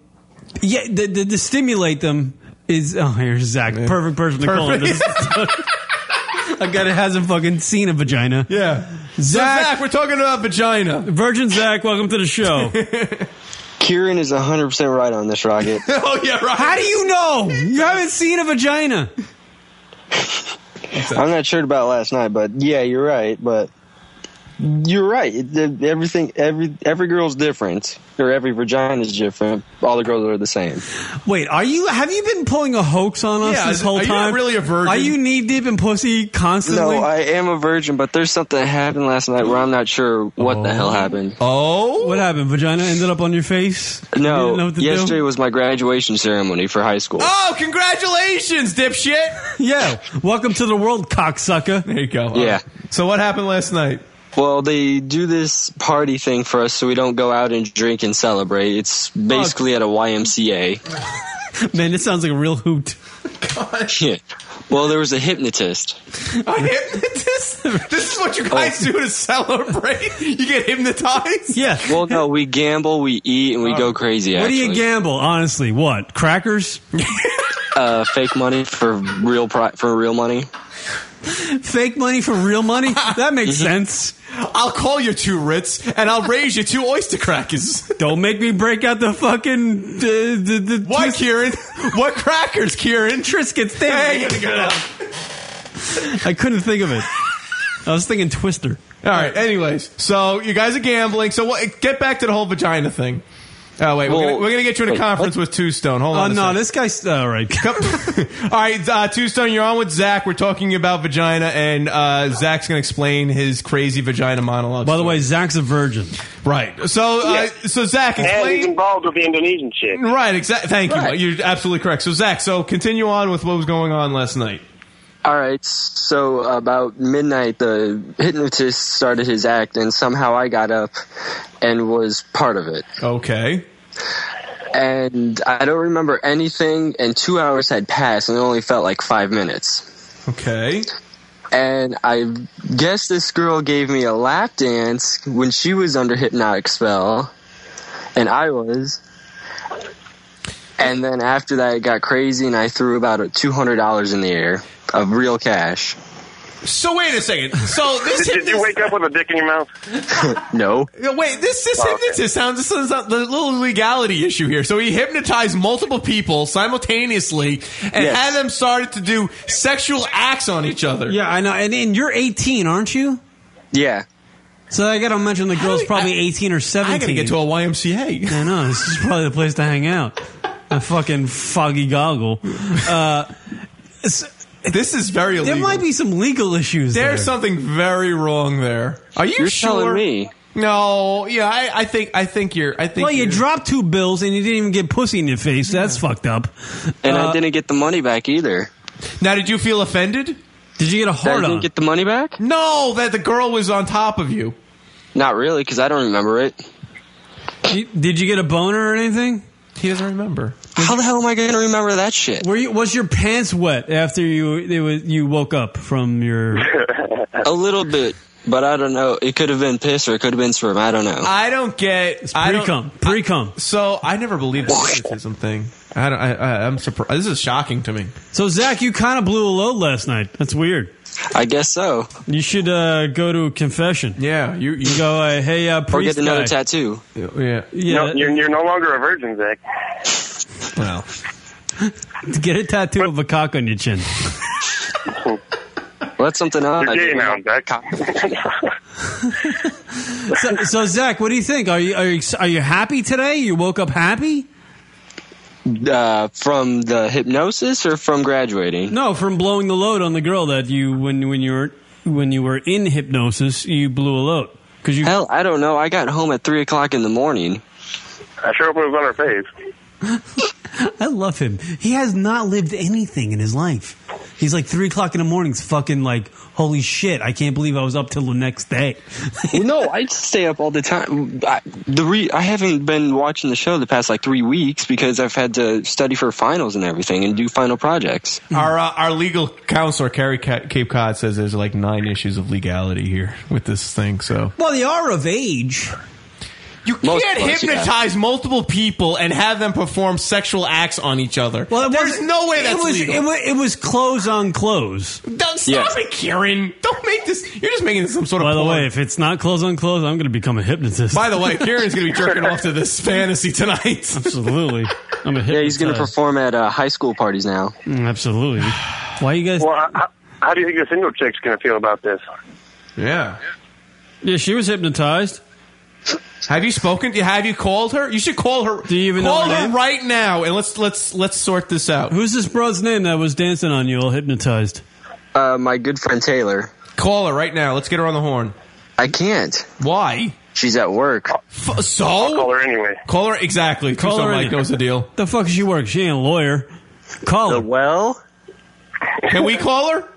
[SPEAKER 1] yeah, the, the, to stimulate them is. Oh, here's Zach, perfect person to call.
[SPEAKER 10] Perfect.
[SPEAKER 1] This [LAUGHS] a guy that hasn't fucking seen a vagina.
[SPEAKER 3] Yeah.
[SPEAKER 1] Zach,
[SPEAKER 3] we're talking about vagina.
[SPEAKER 1] Virgin Zach, welcome to the
[SPEAKER 3] [LAUGHS]
[SPEAKER 1] show.
[SPEAKER 28] Kieran is 100% right on this
[SPEAKER 15] [LAUGHS]
[SPEAKER 28] [LAUGHS] rocket.
[SPEAKER 3] oh yeah, right.
[SPEAKER 1] How do you know? You haven't seen a vagina.
[SPEAKER 28] I'm not sure about last night, but yeah, you're right. But you're right. It- the- Everything, every every girl's different, or every vagina is different. All the girls are the same.
[SPEAKER 1] Wait, are you? Have you been pulling a hoax on us
[SPEAKER 28] Yeah,
[SPEAKER 1] this whole
[SPEAKER 28] are you not
[SPEAKER 1] time?
[SPEAKER 28] really a virgin?
[SPEAKER 1] Are you knee deep in pussy constantly?
[SPEAKER 28] No, I am a virgin, but there's something that happened last night where I'm not sure what the hell happened.
[SPEAKER 3] Oh,
[SPEAKER 1] what happened? Vagina ended up on your face. You didn't know
[SPEAKER 28] No,
[SPEAKER 1] what to do?
[SPEAKER 28] Oh, yesterday was my graduation ceremony for high school.
[SPEAKER 3] Oh, congratulations, dipshit.
[SPEAKER 1] yeah. Welcome to the world, cocksucker.
[SPEAKER 3] There you go.
[SPEAKER 28] Yeah.
[SPEAKER 3] So what happened last night?
[SPEAKER 28] Well, they do this party thing for us so we don't go out and drink and celebrate. It's basically at a YMCA.
[SPEAKER 1] Man, this sounds like a real hoot.
[SPEAKER 3] Oh,
[SPEAKER 28] [LAUGHS] Yeah. Well, there was a hypnotist. Oh.
[SPEAKER 3] this, this is what you guys do to celebrate. [LAUGHS] You get hypnotized. Oh.
[SPEAKER 1] Yeah.
[SPEAKER 28] Well, no, we gamble, we eat, and we go crazy.
[SPEAKER 1] What do
[SPEAKER 28] Actually.
[SPEAKER 1] you gamble? Honestly, what crackers? [LAUGHS]
[SPEAKER 28] Uh, fake money for real pri- for real money.
[SPEAKER 1] Fake money for real money? That makes
[SPEAKER 28] Mm-hmm.
[SPEAKER 1] sense.
[SPEAKER 3] I'll call you two Ritz and I'll raise you two oyster crackers.
[SPEAKER 1] [LAUGHS] Don't make me break out the fucking. The, the, the
[SPEAKER 3] what, Kieran? What crackers, Kieran?
[SPEAKER 1] Triscuits, damn
[SPEAKER 3] Hey,
[SPEAKER 1] it.
[SPEAKER 3] get up.
[SPEAKER 1] I couldn't think of it. I was thinking Twister.
[SPEAKER 3] All right. Anyways, so you guys are gambling. So what, get back to the whole vagina thing. Oh wait, we're,
[SPEAKER 1] Well,
[SPEAKER 3] gonna, we're gonna get you in a
[SPEAKER 1] wait,
[SPEAKER 3] conference with Two Stone. Hold
[SPEAKER 1] Oh,
[SPEAKER 3] on. a
[SPEAKER 1] no,
[SPEAKER 3] sec.
[SPEAKER 1] this guy's. All
[SPEAKER 3] [LAUGHS]
[SPEAKER 1] right.
[SPEAKER 3] All right, uh, Two Stone, you're on with Zach. We're talking about vagina, and uh, Zach's gonna explain his crazy vagina monologue.
[SPEAKER 1] By the way, Zach's a virgin.
[SPEAKER 3] Right. So, uh, so Zach,
[SPEAKER 7] and
[SPEAKER 3] explain.
[SPEAKER 7] he's involved with the Indonesian chick.
[SPEAKER 3] Right, exactly. Thank you.
[SPEAKER 7] Right.
[SPEAKER 3] You're absolutely correct. So, Zach, so continue on with what was going on last night.
[SPEAKER 28] All right. So about midnight, the hypnotist started his act, and somehow I got up and was part of it.
[SPEAKER 3] Okay.
[SPEAKER 28] And I don't remember anything. And two hours had passed, and it only felt like five minutes.
[SPEAKER 3] Okay.
[SPEAKER 28] And I guess this girl gave me a lap dance when she was under hypnotic spell, and I was. And then after that, it got crazy, and I threw about two hundred dollars in the air of real cash.
[SPEAKER 3] So, wait a second.
[SPEAKER 7] [LAUGHS]
[SPEAKER 3] So, this
[SPEAKER 7] did, did you wake up with a dick in your mouth?
[SPEAKER 28] [LAUGHS] no.
[SPEAKER 3] No, Wait, this this
[SPEAKER 7] Oh, okay.
[SPEAKER 3] hypnotist sounds this is a little legality issue here. So he hypnotized multiple people simultaneously and
[SPEAKER 1] Yes.
[SPEAKER 3] had them started to do sexual acts on each other.
[SPEAKER 1] Yeah, I know. And, and you're 18, aren't you?
[SPEAKER 28] Yeah.
[SPEAKER 1] So I gotta mention the girl's probably 18 or 17.
[SPEAKER 3] get to a YMCA.
[SPEAKER 1] I know. This is probably the place to hang out. A fucking foggy goggle. Uh,
[SPEAKER 3] this is very illegal.
[SPEAKER 1] There might be some legal issues.
[SPEAKER 3] There's
[SPEAKER 1] there.
[SPEAKER 3] something very wrong there. Are you
[SPEAKER 1] You're
[SPEAKER 3] sure?
[SPEAKER 1] telling me.
[SPEAKER 3] No, yeah, I, I think I think you're I think
[SPEAKER 1] Well, you
[SPEAKER 3] you're-
[SPEAKER 1] dropped two bills and you didn't even get pussy in your face. That's fucked up. Uh,
[SPEAKER 28] And
[SPEAKER 3] uh,
[SPEAKER 28] I didn't get the money back either.
[SPEAKER 3] Now did you feel offended?
[SPEAKER 1] Did you get a
[SPEAKER 28] That I didn't get the money back?
[SPEAKER 3] No, that the girl was on top of you.
[SPEAKER 28] Not really, because I don't remember
[SPEAKER 7] [LAUGHS]
[SPEAKER 28] it.
[SPEAKER 1] Did you get a boner or anything?
[SPEAKER 3] He doesn't remember.
[SPEAKER 28] How the hell am I going to remember that shit?
[SPEAKER 1] Were you? Was your pants wet after you? It was, you woke up from your.
[SPEAKER 28] A little bit, but I don't know. It could have been piss or it could have been sperm. I don't know.
[SPEAKER 3] I don't get I don't-
[SPEAKER 1] Pre-cum. Pre-cum.
[SPEAKER 3] So I never believed the hypnotism thing. I don't. I, I, I'm surprised. This is shocking to me.
[SPEAKER 1] So Zach, you kind of blew a load last night. That's weird.
[SPEAKER 28] I guess so.
[SPEAKER 1] You should uh, go to confession.
[SPEAKER 3] Yeah, you you
[SPEAKER 1] go. Uh, hey, uh, priest
[SPEAKER 28] or get another
[SPEAKER 1] guy.
[SPEAKER 28] tattoo.
[SPEAKER 3] Yeah.
[SPEAKER 1] Yeah.
[SPEAKER 7] No, you're, you're no longer a virgin, Zach.
[SPEAKER 3] Well,
[SPEAKER 1] [LAUGHS] get a tattoo of a cock on your chin.
[SPEAKER 28] That's something odd.
[SPEAKER 7] You're gay now, Zach.
[SPEAKER 1] So, so Zach, what do you think? Are you are you, are you happy today? You woke up happy?
[SPEAKER 28] [LAUGHS] Uh, from the hypnosis or from graduating?
[SPEAKER 1] No, from blowing the load on the girl that you when when you were when you were in hypnosis, you blew a [LAUGHS] load because you
[SPEAKER 28] Hell, I don't know. I got home at 3 o'clock in the morning.
[SPEAKER 7] I sure hope it was on her face.
[SPEAKER 1] I love him. He has not lived anything in his life. He's like three o'clock in the morning. It's fucking like holy shit! I can't believe I was up till the next day.
[SPEAKER 28] Well, no, I stay up all the time. I, the re- I haven't been watching the show the past like three weeks because I've had to study for finals and everything and do final projects.
[SPEAKER 1] Hmm.
[SPEAKER 3] Our uh, our legal counselor, Carrie Ca- Cape Cod, says there's like nine issues of legality here with this thing. So
[SPEAKER 1] Well, they are of age.
[SPEAKER 3] You can't hypnotize multiple people and have them perform sexual acts on each other. Well, there's no way that's
[SPEAKER 1] it was,
[SPEAKER 3] legal.
[SPEAKER 1] It was, it was clothes on clothes.
[SPEAKER 3] Don't stop it, Kieran. Don't make this. You're just making this some sort of.
[SPEAKER 1] By the
[SPEAKER 3] porn.
[SPEAKER 1] way, if it's not clothes on clothes, I'm going to become a hypnotist.
[SPEAKER 3] By
[SPEAKER 1] [LAUGHS]
[SPEAKER 3] the way, Kieran's going to be jerking off to this fantasy tonight.
[SPEAKER 1] Absolutely. I'm a
[SPEAKER 28] Yeah, he's going to
[SPEAKER 1] hypnotized.
[SPEAKER 28] perform at uh, high school parties now.
[SPEAKER 1] Mm, Absolutely. Why you guys?
[SPEAKER 7] Well, how, how do you think this Indo chick's going to feel about this?
[SPEAKER 3] Yeah.
[SPEAKER 1] Yeah, she was hypnotized.
[SPEAKER 3] Have you spoken? to- Have you called her? You should call her. Do you even
[SPEAKER 1] know
[SPEAKER 3] call
[SPEAKER 1] her
[SPEAKER 3] her
[SPEAKER 1] name?
[SPEAKER 3] right now and let's let's let's sort this out.
[SPEAKER 1] Who's this broad's name that was dancing on you, all hypnotized?
[SPEAKER 28] Uh, my good friend Taylor.
[SPEAKER 3] Call her right now. Let's get her on the horn.
[SPEAKER 28] I can't.
[SPEAKER 3] Why? Uh,
[SPEAKER 28] She's at work.
[SPEAKER 3] F- so call
[SPEAKER 7] her anyway.
[SPEAKER 3] Call her exactly.
[SPEAKER 1] Call her
[SPEAKER 3] Mike
[SPEAKER 1] in.
[SPEAKER 3] knows the deal.
[SPEAKER 1] [LAUGHS] The fuck is she work? She ain't a lawyer. Call her.
[SPEAKER 28] Well,
[SPEAKER 3] Can we call her?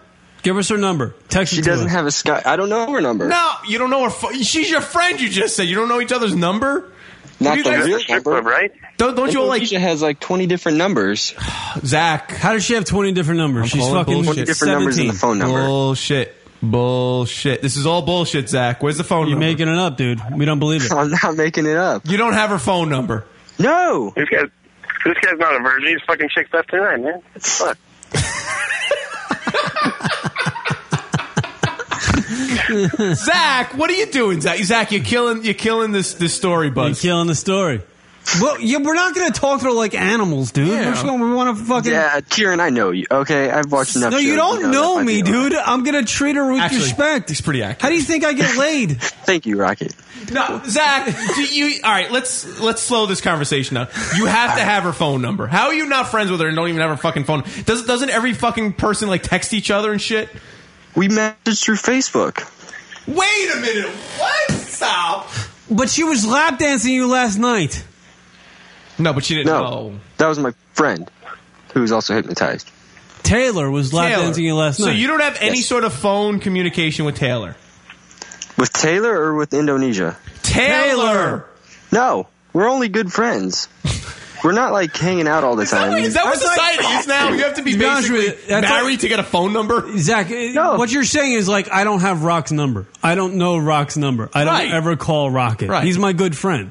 [SPEAKER 1] Give us her number. Text.
[SPEAKER 28] She doesn't have a sky. I don't know her number.
[SPEAKER 3] No, you don't know her. Fo- She's your friend. You just said you don't know each other's number.
[SPEAKER 28] Not
[SPEAKER 3] You
[SPEAKER 28] the
[SPEAKER 3] guys-
[SPEAKER 28] real number,
[SPEAKER 7] right?
[SPEAKER 3] Don't, don't you all like
[SPEAKER 28] Alicia has like twenty different
[SPEAKER 3] [SIGHS]
[SPEAKER 28] numbers.
[SPEAKER 3] Zach?
[SPEAKER 1] How does she have twenty different numbers? She's
[SPEAKER 3] calling
[SPEAKER 1] fucking
[SPEAKER 3] bullshit.
[SPEAKER 28] Different numbers in the phone number.
[SPEAKER 3] Bullshit. Bullshit. This is all bullshit, Zach. Where's the phone
[SPEAKER 1] You're
[SPEAKER 3] number?
[SPEAKER 1] making it up, dude. We don't believe it.
[SPEAKER 28] I'm not making it up.
[SPEAKER 3] You don't have her phone number.
[SPEAKER 28] No. [LAUGHS]
[SPEAKER 7] This guy's, this guy's not a virgin. He's fucking chicks left and right, man. Fuck.
[SPEAKER 3] [LAUGHS] Zach, what are you doing, Zach? Zach, you're killing you're killing this this story, bud. You're
[SPEAKER 1] killing the story. Well, yeah, we're not going to talk to her like animals, dude. We're just gonna- we want to fucking.
[SPEAKER 28] Yeah, Kieran, I know you. Okay, I've watched enough.
[SPEAKER 1] No, you
[SPEAKER 28] shows
[SPEAKER 1] don't
[SPEAKER 28] to
[SPEAKER 1] know
[SPEAKER 28] that might
[SPEAKER 1] me,
[SPEAKER 28] be a lot.
[SPEAKER 1] dude. I'm gonna treat her with respect. He's
[SPEAKER 3] pretty accurate.
[SPEAKER 1] How do you think I get
[SPEAKER 3] [LAUGHS]
[SPEAKER 1] laid?
[SPEAKER 28] Thank you, Rocket.
[SPEAKER 3] No, Zach, do you all right? Let's let's slow this conversation down. You have to have her phone number. How are you not friends with her and don't even have her fucking phone? Does doesn't every fucking person like text each other and shit?
[SPEAKER 28] We messaged through Facebook.
[SPEAKER 3] Wait a minute. What? Stop.
[SPEAKER 1] But she was lap dancing you last night.
[SPEAKER 3] No, but she didn't
[SPEAKER 28] No,
[SPEAKER 3] know.
[SPEAKER 28] that was my friend, who was also hypnotized.
[SPEAKER 1] Taylor was lap
[SPEAKER 3] Taylor.
[SPEAKER 1] dancing you last
[SPEAKER 3] so
[SPEAKER 1] night.
[SPEAKER 3] you don't have any sort of phone communication with Taylor.
[SPEAKER 28] With Taylor or with Indonesia?
[SPEAKER 3] Taylor.
[SPEAKER 28] No, we're only good
[SPEAKER 3] [LAUGHS]
[SPEAKER 28] friends. we're not like hanging out all the time.
[SPEAKER 3] Is that what
[SPEAKER 1] That's like-
[SPEAKER 3] society is now? Oh, You have to be,
[SPEAKER 1] To be honest
[SPEAKER 3] basically
[SPEAKER 1] with you, that's
[SPEAKER 3] married
[SPEAKER 1] like-
[SPEAKER 3] to get a phone number.
[SPEAKER 1] Zach, eh, what you're saying is like I don't have Rock's number. I don't know Rock's number. I don't
[SPEAKER 28] Right.
[SPEAKER 1] ever call Rocket.
[SPEAKER 28] Right.
[SPEAKER 1] He's my good friend.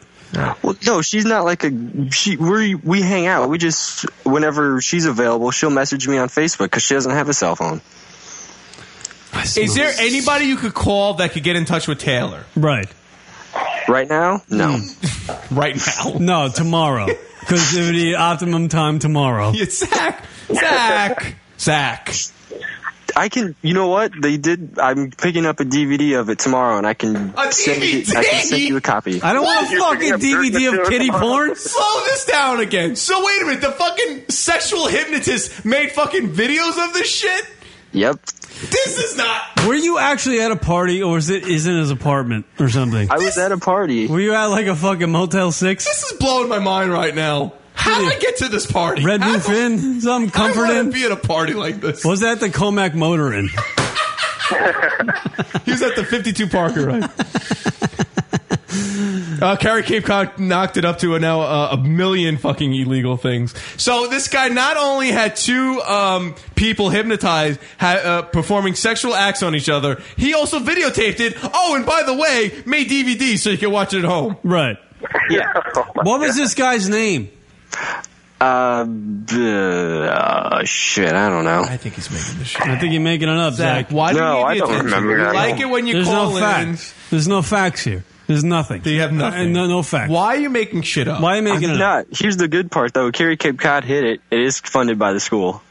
[SPEAKER 28] Well, no, she's not like a she. We we hang out. We just whenever she's available, she'll message me on Facebook because she doesn't have a cell phone.
[SPEAKER 3] Is there anybody you could call that could get in touch with Taylor
[SPEAKER 1] Right.
[SPEAKER 28] Right now, no.
[SPEAKER 1] Hmm.
[SPEAKER 3] right now?
[SPEAKER 1] [LAUGHS] No, tomorrow. Because it would be optimum time tomorrow.
[SPEAKER 3] Yeah, Zach. [LAUGHS] Zach. Zach.
[SPEAKER 28] I can. You know what they did? I'm picking up a DVD of it tomorrow, and I can
[SPEAKER 3] A
[SPEAKER 28] send you. I can send you a copy.
[SPEAKER 1] I don't want a
[SPEAKER 3] You're picking
[SPEAKER 1] fucking
[SPEAKER 3] up
[SPEAKER 1] DVD
[SPEAKER 3] dirt
[SPEAKER 1] of
[SPEAKER 3] material
[SPEAKER 1] kitty
[SPEAKER 3] tomorrow.
[SPEAKER 28] [LAUGHS]
[SPEAKER 1] porn.
[SPEAKER 3] Slow this down again. So wait a minute. The fucking sexual hypnotist made fucking videos of this shit.
[SPEAKER 28] Yep.
[SPEAKER 3] This is not.
[SPEAKER 1] Were you actually at a party, or is it is in his apartment or something?
[SPEAKER 28] I was at a party.
[SPEAKER 1] Were you at like a fucking Motel Six?
[SPEAKER 3] This is blowing my mind right now. How did I get to this party?
[SPEAKER 1] Red
[SPEAKER 3] How
[SPEAKER 1] Roof Inn, something
[SPEAKER 3] I
[SPEAKER 1] comforting.
[SPEAKER 3] want to be at a party like this.
[SPEAKER 1] Was that the Comac Motor Inn?
[SPEAKER 3] [LAUGHS] He was at the 52 Parker, right? Uh, Carrie Cape Cod knocked it up to a, now uh, a million fucking illegal things. So this guy not only had two um, people hypnotized, ha- uh, performing sexual acts on each other, he also videotaped it. Oh, and by the way, made DVD so you can watch it at home.
[SPEAKER 1] Right.
[SPEAKER 28] Yeah.
[SPEAKER 1] What was this guy's name?
[SPEAKER 28] Uh, the- uh, shit. I don't know. I
[SPEAKER 3] think he's making this
[SPEAKER 1] I think you're making it up, Zach.
[SPEAKER 28] Zach, why do you No, need I the don't attention? remember. We I like don't- it
[SPEAKER 3] when you
[SPEAKER 1] There's
[SPEAKER 3] call
[SPEAKER 1] no
[SPEAKER 3] in.
[SPEAKER 1] facts. There's no facts here. There's nothing. Uh,
[SPEAKER 3] You have nothing.
[SPEAKER 1] no, no facts.
[SPEAKER 3] Why are you making shit up?
[SPEAKER 1] Why are you making
[SPEAKER 28] I'm
[SPEAKER 1] it up?
[SPEAKER 28] not. Here's the good part, though. Carrie Cape Cod hit it. It is funded by the school.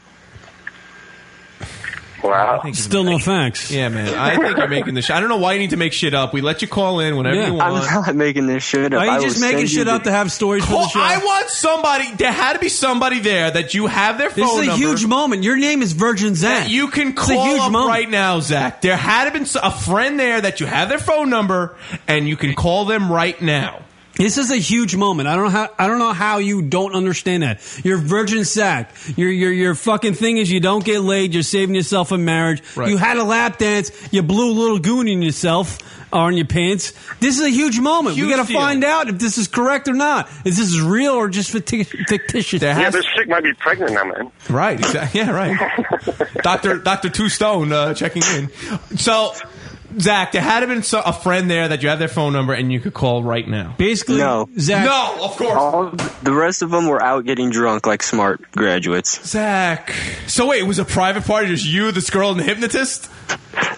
[SPEAKER 3] Wow.
[SPEAKER 1] Still no facts.
[SPEAKER 3] Yeah, man. I think you're making this. Shit. I don't know why you need to make shit up. We let you call in whenever you want.
[SPEAKER 28] I'm not making this shit up.
[SPEAKER 1] Are
[SPEAKER 28] I
[SPEAKER 1] you
[SPEAKER 28] will
[SPEAKER 1] just
[SPEAKER 28] send
[SPEAKER 1] making
[SPEAKER 28] you
[SPEAKER 1] shit
[SPEAKER 28] the-
[SPEAKER 1] up to have stories for
[SPEAKER 3] Call-
[SPEAKER 1] the show?
[SPEAKER 3] I want somebody. There had to be somebody there that you have their phone
[SPEAKER 1] this is a
[SPEAKER 3] number.
[SPEAKER 1] huge moment. Your name is Virgin Zach.
[SPEAKER 3] You can
[SPEAKER 1] It's a
[SPEAKER 3] call
[SPEAKER 1] huge
[SPEAKER 3] up
[SPEAKER 1] moment.
[SPEAKER 3] right now, Zach. There had to been s- a friend there that you have their phone number and you can call them right now.
[SPEAKER 1] This is a huge moment. I don't know how I don't know how you don't understand that. You're virgin sack. Your your your fucking thing is you don't get laid. You're saving yourself a marriage.
[SPEAKER 15] Right.
[SPEAKER 1] You had a lap dance. You blew a little goon in yourself or in your pants. This is a huge moment. we
[SPEAKER 7] Huge
[SPEAKER 1] got to
[SPEAKER 7] deal.
[SPEAKER 1] find out if this is correct or not. Is this real or just ficti- fictitious?
[SPEAKER 7] yeah, this chick might be pregnant now, man.
[SPEAKER 3] Right.
[SPEAKER 1] [LAUGHS]
[SPEAKER 3] Exactly. Yeah. Right. [LAUGHS] Doctor Doctor Two Stone uh, checking in. So, Zach, there had to been so- a friend there that you have their phone number and you could call right now.
[SPEAKER 1] Basically,
[SPEAKER 28] No.
[SPEAKER 1] Zach.
[SPEAKER 3] No, of course.
[SPEAKER 28] All of- the rest of them were out getting drunk like smart graduates.
[SPEAKER 3] Zach. So wait, it was a private party. Just you, this girl, and the hypnotist.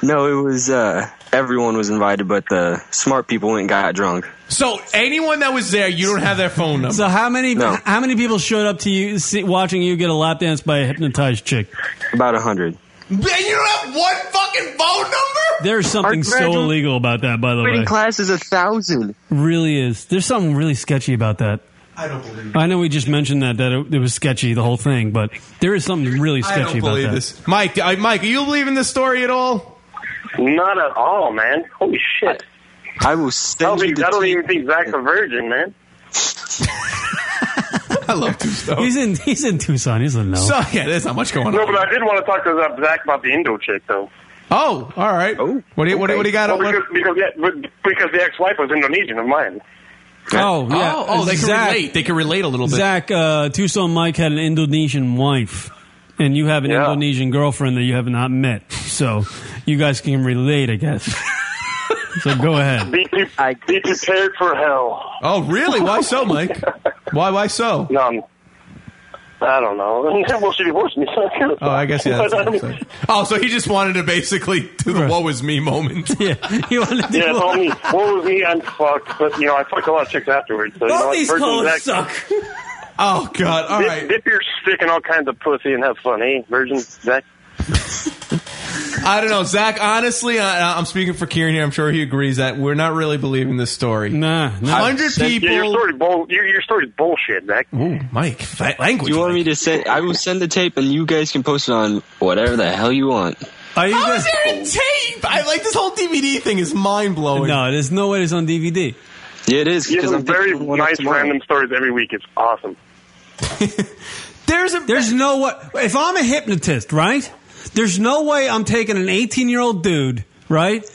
[SPEAKER 28] No, it was uh, everyone was invited, but the smart people went and got drunk.
[SPEAKER 3] So anyone that was there, you don't have their phone number.
[SPEAKER 1] So how many
[SPEAKER 28] No.
[SPEAKER 1] how many people showed up to you see, watching you get a lap dance by a hypnotized chick?
[SPEAKER 28] About a hundred.
[SPEAKER 3] Man, you don't have one fucking phone number.
[SPEAKER 1] There's something so
[SPEAKER 28] graduating-
[SPEAKER 1] illegal about that, by the way.
[SPEAKER 28] Reading class is a thousand.
[SPEAKER 1] Really is. There's something really sketchy about that.
[SPEAKER 3] I don't believe.
[SPEAKER 1] I know we just mentioned that that it, it was sketchy the whole thing, but there is something really
[SPEAKER 3] I
[SPEAKER 1] sketchy
[SPEAKER 3] don't
[SPEAKER 1] about
[SPEAKER 3] believe
[SPEAKER 1] that.
[SPEAKER 3] this, Mike. I, Mike, do you believe in this story at all?
[SPEAKER 7] Not at all, man. Holy shit.
[SPEAKER 28] I will
[SPEAKER 7] I
[SPEAKER 28] send
[SPEAKER 7] don't,
[SPEAKER 28] you
[SPEAKER 7] think,
[SPEAKER 28] the
[SPEAKER 7] I don't
[SPEAKER 28] tape.
[SPEAKER 7] even think Zach's a virgin, man.
[SPEAKER 3] I love two stone.
[SPEAKER 1] [LAUGHS] He's in he's in Tucson. He's in no.
[SPEAKER 3] So yeah, there's not much going on.
[SPEAKER 7] No, but I did want to talk to uh, Zach about the Indo chick, though.
[SPEAKER 3] Oh, all right. What do you, what, do- what do you got?
[SPEAKER 7] Well,
[SPEAKER 3] what-
[SPEAKER 7] because, because, yeah, but- because the ex-wife was Indonesian of mine.
[SPEAKER 1] Oh yeah.
[SPEAKER 3] Oh, oh, they
[SPEAKER 1] Zach,
[SPEAKER 3] can relate. They can relate a little bit.
[SPEAKER 1] Zach uh, Tucson Mike had an Indonesian wife, and you have an Indonesian girlfriend that you have not met. So you guys can relate,
[SPEAKER 28] [LAUGHS]
[SPEAKER 1] I guess. so go ahead.
[SPEAKER 7] Be, pre- be prepared for hell.
[SPEAKER 3] Oh,
[SPEAKER 7] [LAUGHS]
[SPEAKER 3] really? Why so, Mike? Why? Why so?
[SPEAKER 7] No, I'm- I don't know. [LAUGHS] well, she divorced me. So
[SPEAKER 3] Oh, I guess yeah. that's what I'm saying. oh, so he just wanted to basically do the "woe is me" moment.
[SPEAKER 1] [LAUGHS] Yeah, he
[SPEAKER 3] [LAUGHS]
[SPEAKER 1] wanted
[SPEAKER 7] Yeah, it's all me. Woe is me, I'm fucked. But, you know, I fucked a lot of chicks afterwards. So, you know, like, virgin Zach- [LAUGHS]
[SPEAKER 3] Oh God! All
[SPEAKER 7] dip,
[SPEAKER 3] right.
[SPEAKER 7] dip your stick in all kinds of pussy and have fun, eh, Virgin Zach?
[SPEAKER 3] I don't know, Zach. Honestly, I, I'm speaking for Kieran here. I'm sure he agrees that we're not really believing this story.
[SPEAKER 1] Nah,
[SPEAKER 3] hundred people.
[SPEAKER 7] Yeah, your story, bull, your, your story's bullshit, Zach.
[SPEAKER 3] Ooh, Mike, language.
[SPEAKER 28] You want me to send? I will send the tape, and you guys can post it on whatever the hell you want.
[SPEAKER 1] Are you
[SPEAKER 3] How
[SPEAKER 1] guys-
[SPEAKER 3] [LAUGHS] is there a tape? I like this whole DVD thing is mind blowing.
[SPEAKER 1] No, there's no way it's on DVD.
[SPEAKER 28] Yeah, it is
[SPEAKER 7] You have some very nice random stories every week. It's awesome.
[SPEAKER 1] There's a, there's no way. If I'm a hypnotist, right? There's no way I'm taking an 18 year old dude, right,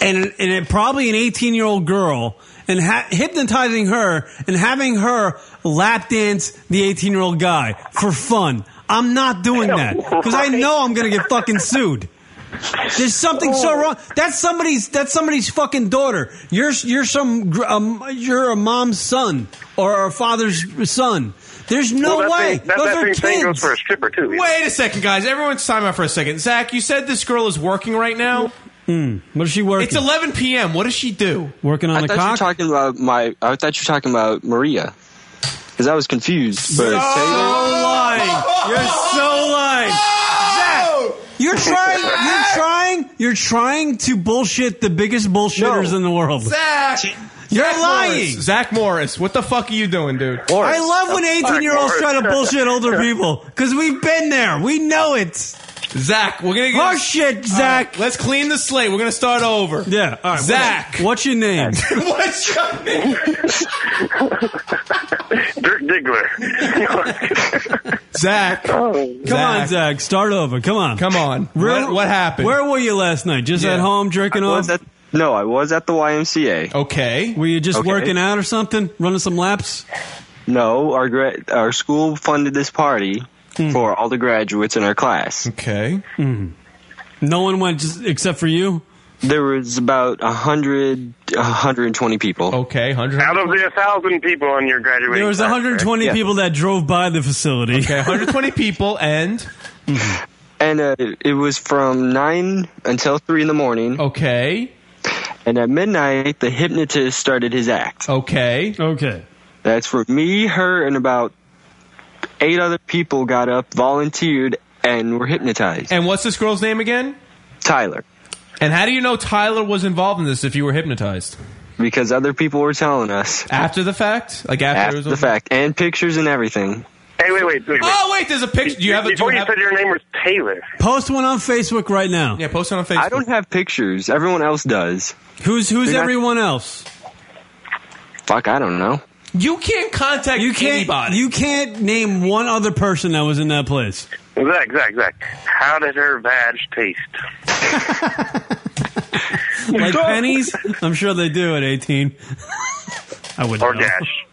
[SPEAKER 1] and and it- probably an 18 year old girl, and ha- hypnotizing her and having her lap dance the 18 year old guy for fun. I'm not doing that because I know I'm gonna get fucking sued. There's something so wrong. That's somebody's. That's somebody's fucking daughter. You're you're some gr- um, you're a mom's son or a father's son. There's no
[SPEAKER 7] well, that
[SPEAKER 1] way.
[SPEAKER 7] Thing, that
[SPEAKER 1] Those
[SPEAKER 7] that
[SPEAKER 1] are
[SPEAKER 7] same thing
[SPEAKER 1] kids.
[SPEAKER 7] goes for a stripper too. you know?
[SPEAKER 3] Wait a second, guys. Everyone's time out for a second. Zach, you said this girl is working right now.
[SPEAKER 1] Hmm, What is she working?
[SPEAKER 3] It's 11 p.m. What does she do?
[SPEAKER 1] working on
[SPEAKER 28] I
[SPEAKER 1] the
[SPEAKER 28] thought you were
[SPEAKER 1] cock.
[SPEAKER 28] talking about my. I thought you were talking about Maria, because I was confused. But Taylor,
[SPEAKER 1] lying. You're so lying.
[SPEAKER 3] [LAUGHS]
[SPEAKER 1] Zach,
[SPEAKER 3] Oh,
[SPEAKER 1] you're trying. You're trying. You're trying to bullshit the biggest bullshitters in the world. [LAUGHS]
[SPEAKER 3] Zach,
[SPEAKER 1] You're
[SPEAKER 3] Zach
[SPEAKER 1] lying.
[SPEAKER 3] Morris. Zach Morris, what the fuck are you doing, dude?
[SPEAKER 1] I love when 18 year olds try to bullshit
[SPEAKER 28] [LAUGHS]
[SPEAKER 1] older people because we've been there. We know it.
[SPEAKER 3] Zach, we're gonna get
[SPEAKER 1] Oh, shit, Zach.
[SPEAKER 3] All right, let's clean the slate. We're gonna start over.
[SPEAKER 1] Yeah. All right.
[SPEAKER 3] Zach.
[SPEAKER 1] What's your name?
[SPEAKER 3] What's your name?
[SPEAKER 7] Dirk Diggler.
[SPEAKER 3] Zach?
[SPEAKER 7] Oh,
[SPEAKER 1] Come on, Zach. Start over. Come on.
[SPEAKER 3] Come on.
[SPEAKER 1] Where-
[SPEAKER 3] what, what happened?
[SPEAKER 1] Where were you last night? Just
[SPEAKER 3] Yeah.
[SPEAKER 1] at home jerking
[SPEAKER 28] I
[SPEAKER 1] off?
[SPEAKER 28] was at, no, I was at the YMCA.
[SPEAKER 3] okay.
[SPEAKER 1] were you just
[SPEAKER 28] Okay.
[SPEAKER 1] working out or something? Running some laps?
[SPEAKER 28] No, our gra- our school funded this party
[SPEAKER 1] Hmm.
[SPEAKER 28] for all the graduates in our class.
[SPEAKER 3] Okay.
[SPEAKER 1] No one went just, except for you?
[SPEAKER 28] There was about 100, 120 people.
[SPEAKER 3] Okay. Hundred.
[SPEAKER 7] Out of the thousand people on your graduating,
[SPEAKER 1] There was
[SPEAKER 7] class,
[SPEAKER 1] 120
[SPEAKER 28] Yeah.
[SPEAKER 1] people that drove by the facility.
[SPEAKER 3] Okay. 120 people and
[SPEAKER 28] [LAUGHS] And uh, it was from 9 until 3 in the morning.
[SPEAKER 3] okay.
[SPEAKER 28] And at midnight, the hypnotist started his act.
[SPEAKER 3] Okay.
[SPEAKER 1] Okay.
[SPEAKER 28] That's where me, her, and about eight other people got up, volunteered, and were hypnotized.
[SPEAKER 3] And what's this girl's name again?
[SPEAKER 28] Tyler.
[SPEAKER 3] And how do you know Tyler was involved in this if you were hypnotized?
[SPEAKER 28] Because other people were telling us.
[SPEAKER 3] After the fact? Like after, it
[SPEAKER 28] After
[SPEAKER 3] was
[SPEAKER 28] the
[SPEAKER 3] over?
[SPEAKER 28] fact. And pictures and everything.
[SPEAKER 7] Hey, wait, wait, wait. wait.
[SPEAKER 3] Oh wait, there's a picture. Do you
[SPEAKER 7] [LAUGHS]
[SPEAKER 3] have a do
[SPEAKER 7] Before
[SPEAKER 3] you
[SPEAKER 7] Oh, you
[SPEAKER 3] have
[SPEAKER 7] said your name was Taylor.
[SPEAKER 1] Post one on Facebook right now.
[SPEAKER 3] Yeah, post it on Facebook.
[SPEAKER 28] I don't have pictures. Everyone else does.
[SPEAKER 1] Who's who's
[SPEAKER 28] They're not-
[SPEAKER 1] everyone else?
[SPEAKER 28] Fuck, I don't know.
[SPEAKER 3] You can't contact
[SPEAKER 1] you can't, anybody. You can't name one other person that was in that place.
[SPEAKER 17] Zach, Zach, Zach. How did her badge taste?
[SPEAKER 1] Like pennies? I'm sure they do at 18. I wouldn't
[SPEAKER 17] Or
[SPEAKER 1] know.
[SPEAKER 17] gash?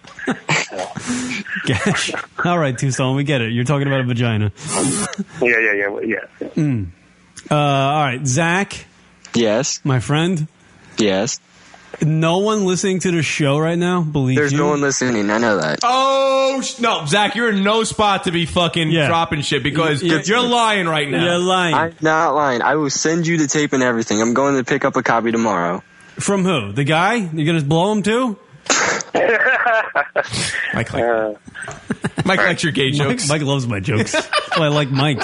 [SPEAKER 1] [LAUGHS] Gash. All right, Tucson, we get it. You're talking about a vagina.
[SPEAKER 17] yeah, yeah, yeah, well, yeah.
[SPEAKER 1] Mm. Uh, all right, Zach.
[SPEAKER 28] Yes.
[SPEAKER 1] My friend.
[SPEAKER 28] Yes.
[SPEAKER 1] No one listening to the show right now believes
[SPEAKER 28] There's
[SPEAKER 1] you.
[SPEAKER 28] no one listening. I know that.
[SPEAKER 3] Oh sh- no, Zach, you're in no spot to be fucking dropping shit because
[SPEAKER 28] Yeah.
[SPEAKER 3] you're lying right now.
[SPEAKER 28] I'm not lying. I will send you the tape and everything. I'm going to pick up a copy tomorrow.
[SPEAKER 1] From who? The guy? You're going to blow
[SPEAKER 17] [LAUGHS]
[SPEAKER 1] him too?
[SPEAKER 3] Mike,
[SPEAKER 17] Uh,
[SPEAKER 3] Mike likes your gay jokes.
[SPEAKER 1] Mike, loves my
[SPEAKER 3] [LAUGHS]
[SPEAKER 1] jokes. well, I like Mike.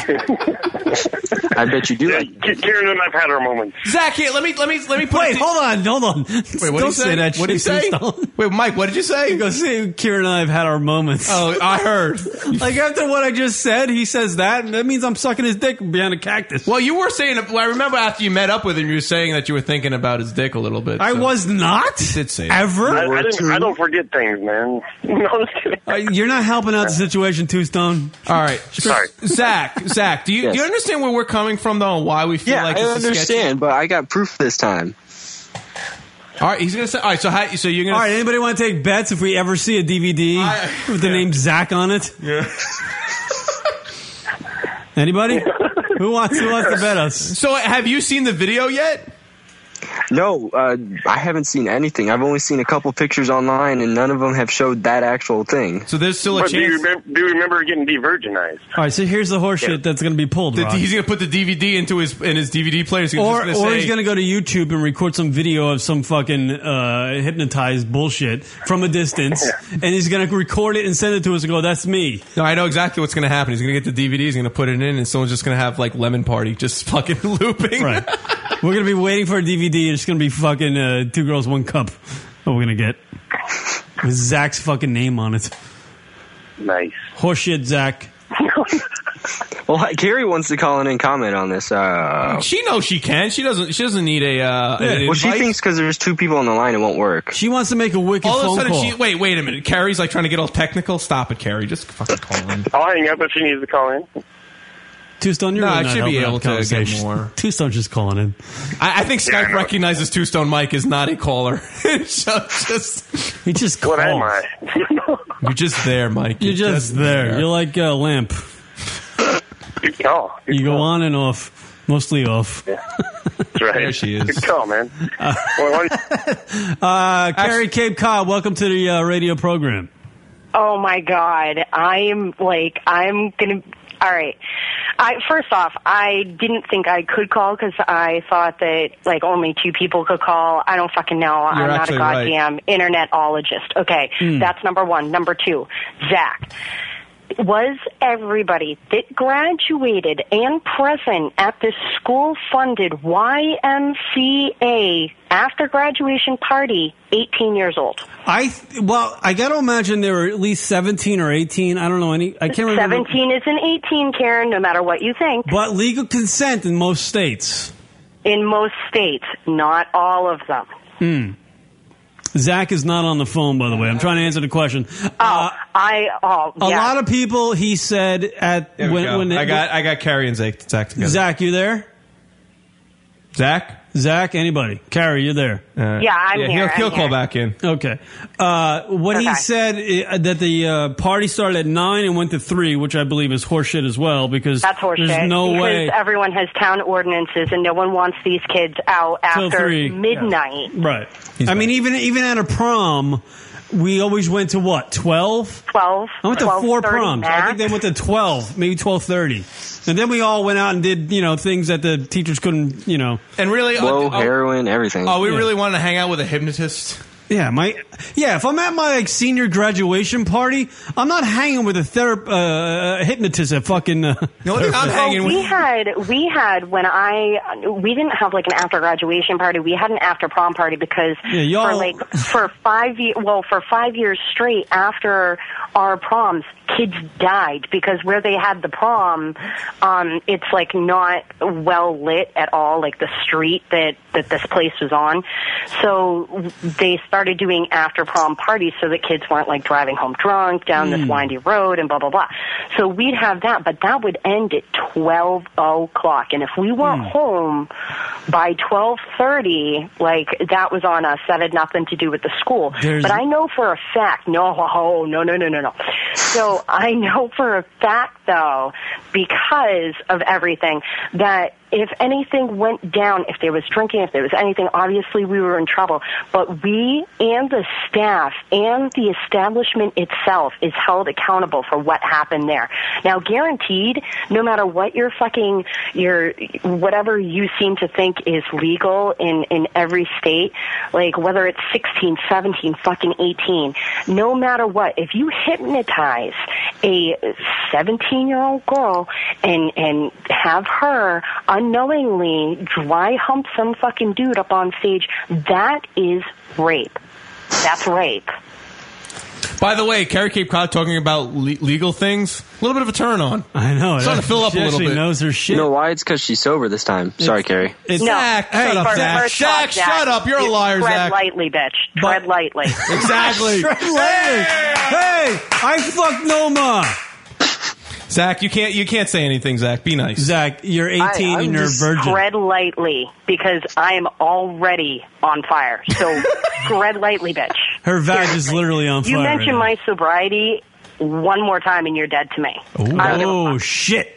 [SPEAKER 28] I bet you do.
[SPEAKER 17] K- Karen and I've had our moments.
[SPEAKER 3] Zach, here, let me let me let me put
[SPEAKER 1] Wait, hold on, hold on.
[SPEAKER 3] Wait, what
[SPEAKER 1] Don't
[SPEAKER 3] did you
[SPEAKER 1] say,
[SPEAKER 3] say?
[SPEAKER 1] that
[SPEAKER 3] What did you
[SPEAKER 1] shit,
[SPEAKER 3] say?
[SPEAKER 1] Stone.
[SPEAKER 3] Wait, Mike, what did you say?
[SPEAKER 1] You go see, Kieran and I have had our moments.
[SPEAKER 3] Oh, I heard.
[SPEAKER 1] [LAUGHS] like after what I just said, he says that, and that means I'm sucking his dick behind a cactus.
[SPEAKER 3] Well, you were saying. Well, I remember after you met up with him, you were saying that you were thinking about his dick a little bit.
[SPEAKER 1] I
[SPEAKER 3] so-
[SPEAKER 1] was not.
[SPEAKER 3] You did say that.
[SPEAKER 1] Ever?
[SPEAKER 17] I, I, didn't, I don't forget things,
[SPEAKER 7] [LAUGHS]
[SPEAKER 17] man. No, I'm just kidding.
[SPEAKER 1] Uh, you're not helping out the situation, Two Stone.
[SPEAKER 3] All right,
[SPEAKER 17] Sorry.
[SPEAKER 3] Zach, Zach, do you do you
[SPEAKER 28] Yes.
[SPEAKER 3] understand where we're coming from though, and why we feel
[SPEAKER 28] Yeah,
[SPEAKER 3] like
[SPEAKER 28] I
[SPEAKER 3] this is sketchy?
[SPEAKER 28] understand, but I got proof this time.
[SPEAKER 3] All right, he's gonna say. All right, so how, so you're gonna.
[SPEAKER 1] All right, anybody want to take bets if we ever see a DVD with the name Zach on it?
[SPEAKER 3] Yeah.
[SPEAKER 28] [LAUGHS]
[SPEAKER 1] Anybody? who wants who wants to bet us?
[SPEAKER 3] So have you seen the video yet?
[SPEAKER 28] No, uh, I haven't seen anything. I've only seen a couple pictures online, and none of them have showed that actual thing.
[SPEAKER 3] So there's still
[SPEAKER 17] But do you, remember, do you remember getting de-virginized?
[SPEAKER 1] All right, so here's the horseshit that's going to be pulled.
[SPEAKER 3] The,
[SPEAKER 1] Rob.
[SPEAKER 3] he's gonna put the DVD into his in his DVD player. He's gonna,
[SPEAKER 1] or
[SPEAKER 3] just
[SPEAKER 1] or
[SPEAKER 3] gonna say,
[SPEAKER 1] he's going to go to YouTube and record some video of some fucking uh, hypnotized bullshit from a distance, and he's going to record it and send it to us and go, "That's me."
[SPEAKER 3] No, I know exactly what's going to happen. He's going to get the DVD. He's going to put it in, and someone's just going to have like lemon party, just [LAUGHS] fucking looping.
[SPEAKER 1] Right. we're going to be waiting for a DVD. It's going to be fucking uh, two girls, one cup. What we're going to get with Zach's fucking name on it.
[SPEAKER 17] Nice.
[SPEAKER 1] Horseshit, Zach.
[SPEAKER 28] Well, hi- Carrie wants to call in and comment on this. Uh,
[SPEAKER 3] She knows she can. She doesn't. She doesn't need a. Uh, an
[SPEAKER 28] well, she
[SPEAKER 3] invite.
[SPEAKER 28] thinks because there's two people on the line, it won't work.
[SPEAKER 1] She wants to make a wicked
[SPEAKER 3] All of a
[SPEAKER 1] phone
[SPEAKER 3] sudden,
[SPEAKER 1] call.
[SPEAKER 3] she wait. Wait a minute. Carrie's like trying to get all technical. Stop it, Carrie. Just fucking call
[SPEAKER 1] [LAUGHS]
[SPEAKER 3] in.
[SPEAKER 17] I'll hang up if she needs to call in.
[SPEAKER 1] Two Stone, you're really
[SPEAKER 3] Nah, I
[SPEAKER 1] not
[SPEAKER 3] should be
[SPEAKER 1] helping out
[SPEAKER 3] able
[SPEAKER 1] the
[SPEAKER 3] to get
[SPEAKER 1] conversation. [LAUGHS]
[SPEAKER 3] more.
[SPEAKER 1] Two Stone just calling in.
[SPEAKER 3] I, I think Skype recognizes Two Stone Mike is not a caller. [LAUGHS] so just
[SPEAKER 1] He just
[SPEAKER 17] What am
[SPEAKER 1] calls.
[SPEAKER 17] I?
[SPEAKER 3] you're just there, Mike.
[SPEAKER 1] You're just, there. You're like a lamp.
[SPEAKER 17] Good call.
[SPEAKER 1] You go on and off, mostly off.
[SPEAKER 17] That's right.
[SPEAKER 7] [LAUGHS]
[SPEAKER 3] There she is. Uh,
[SPEAKER 17] Good call, man. Well, why don't you-
[SPEAKER 1] [LAUGHS] Uh, Carrie Cape Cod, welcome to the uh, radio program.
[SPEAKER 5] Oh my god, I'm like I'm gonna. All right. I first off, I didn't think I could call because I thought that like only two people could call. I don't fucking know.
[SPEAKER 12] You're
[SPEAKER 5] I'm not a
[SPEAKER 12] actually right.
[SPEAKER 5] goddamn internetologist. Okay,
[SPEAKER 12] Hmm.
[SPEAKER 5] that's number one. Number two, Zach. Was everybody that graduated and present at this school funded YMCA after graduation party 18 years old?
[SPEAKER 1] I th- well, I got to imagine there were at least seventeen or eighteen. I don't know any. I can't remember.
[SPEAKER 5] 17 is an 18, Karen, no matter what you think.
[SPEAKER 1] But legal consent in most states.
[SPEAKER 5] In most states, not all of them.
[SPEAKER 1] Hmm. Zach is not on the phone, by the way. I'm trying to answer the question.
[SPEAKER 5] Oh, I, oh,
[SPEAKER 1] Uh, A
[SPEAKER 5] yeah.
[SPEAKER 1] lot of people, he said, at
[SPEAKER 3] There we
[SPEAKER 1] when,
[SPEAKER 3] go.
[SPEAKER 1] when
[SPEAKER 3] I got I got Carrie and Zach, Zach together.
[SPEAKER 1] Zach, you there?
[SPEAKER 3] Zach? Uh,
[SPEAKER 1] Zach, anybody? Carrie, you're there?
[SPEAKER 5] Yeah, I'm
[SPEAKER 3] yeah,
[SPEAKER 5] here,
[SPEAKER 3] He'll,
[SPEAKER 5] I'm
[SPEAKER 3] he'll call
[SPEAKER 5] here.
[SPEAKER 3] back in.
[SPEAKER 1] Okay. Uh, what he
[SPEAKER 5] Okay.
[SPEAKER 1] said uh, that the uh, party started at nine and went to three, which I believe is horseshit as well because
[SPEAKER 5] That's horseshit.
[SPEAKER 1] there's no
[SPEAKER 5] because
[SPEAKER 1] way.
[SPEAKER 5] everyone has town ordinances, and no one wants these kids out
[SPEAKER 1] Till
[SPEAKER 5] after
[SPEAKER 1] three, yeah.
[SPEAKER 5] midnight.
[SPEAKER 1] Right. I mean, even even at a prom, we always went to what twelve?
[SPEAKER 5] Twelve.
[SPEAKER 1] I went to
[SPEAKER 5] 12:30
[SPEAKER 1] four proms. I think they went to twelve, maybe twelve thirty, and then we all went out and did you know things that the teachers couldn't you know.
[SPEAKER 3] And really, uh,
[SPEAKER 28] Blow, heroin, everything.
[SPEAKER 3] Oh, we
[SPEAKER 1] Yeah.
[SPEAKER 3] really wanted to hang out with a hypnotist.
[SPEAKER 1] Yeah, my yeah. If I'm at my like senior graduation party, I'm not hanging with a therap uh, hypnotist at fucking. Uh,
[SPEAKER 3] No, I'm hanging
[SPEAKER 5] we had we had when I we didn't have like an after graduation party. We had an after prom party because
[SPEAKER 1] Yeah, y'all-
[SPEAKER 5] for like for five ye well for five years straight after our proms, kids died because where they had the prom, um, it's like not well lit at all. Like the street that that this place was on, so they started doing after prom parties so that kids weren't like driving home drunk down this
[SPEAKER 12] Mm.
[SPEAKER 5] windy road and blah blah blah. So we'd have that, but that would end at twelve o'clock, and if we weren't home by twelve thirty, like that was on us. That had nothing to do with the school.
[SPEAKER 6] There's-
[SPEAKER 5] But I know for a fact, no, oh, no, no, no, no, no. So I know for a fact though, because of everything that if anything went down, if there was drinking, if there was anything, obviously we were in trouble. But we and the staff and the establishment itself is held accountable for what happened there. Now, guaranteed, no matter what your fucking, your, whatever you seem to think is legal in, in every state, like whether it's 16, 17, fucking 18, no matter what, if you hypnotize a 17 year old girl and, and have her unknowingly dry hump some fucking dude up on stage, that is rape. That's rape.
[SPEAKER 3] By the way, Carrie Cape Cod talking about le- legal things, a little bit of a turn on. I know. Starting to fill up a little bit.
[SPEAKER 28] her shit. You know why? It's because she's sober this time. Sorry, Carrie.
[SPEAKER 3] it's- No. Zach, shut up,
[SPEAKER 5] First-
[SPEAKER 3] Zach.
[SPEAKER 5] first off,
[SPEAKER 3] Zach, shut up. You're a
[SPEAKER 5] you
[SPEAKER 3] liar,
[SPEAKER 5] tread
[SPEAKER 3] Zach.
[SPEAKER 5] lightly, bitch. Tread
[SPEAKER 1] [LAUGHS]
[SPEAKER 5] lightly.
[SPEAKER 3] Exactly.
[SPEAKER 1] Shred layers. Hey, I fucked Noma.
[SPEAKER 3] Zach, you can't you can't say anything, Zach. Be nice.
[SPEAKER 1] Zach, you're
[SPEAKER 5] I, I'm just Tread lightly because I am already on fire.
[SPEAKER 1] [LAUGHS]
[SPEAKER 5] So tread lightly, bitch.
[SPEAKER 1] Her vag is literally on fire.
[SPEAKER 5] You
[SPEAKER 1] right
[SPEAKER 5] mention
[SPEAKER 1] now.
[SPEAKER 5] my sobriety one more time and you're dead to me. I don't
[SPEAKER 1] Oh, shit.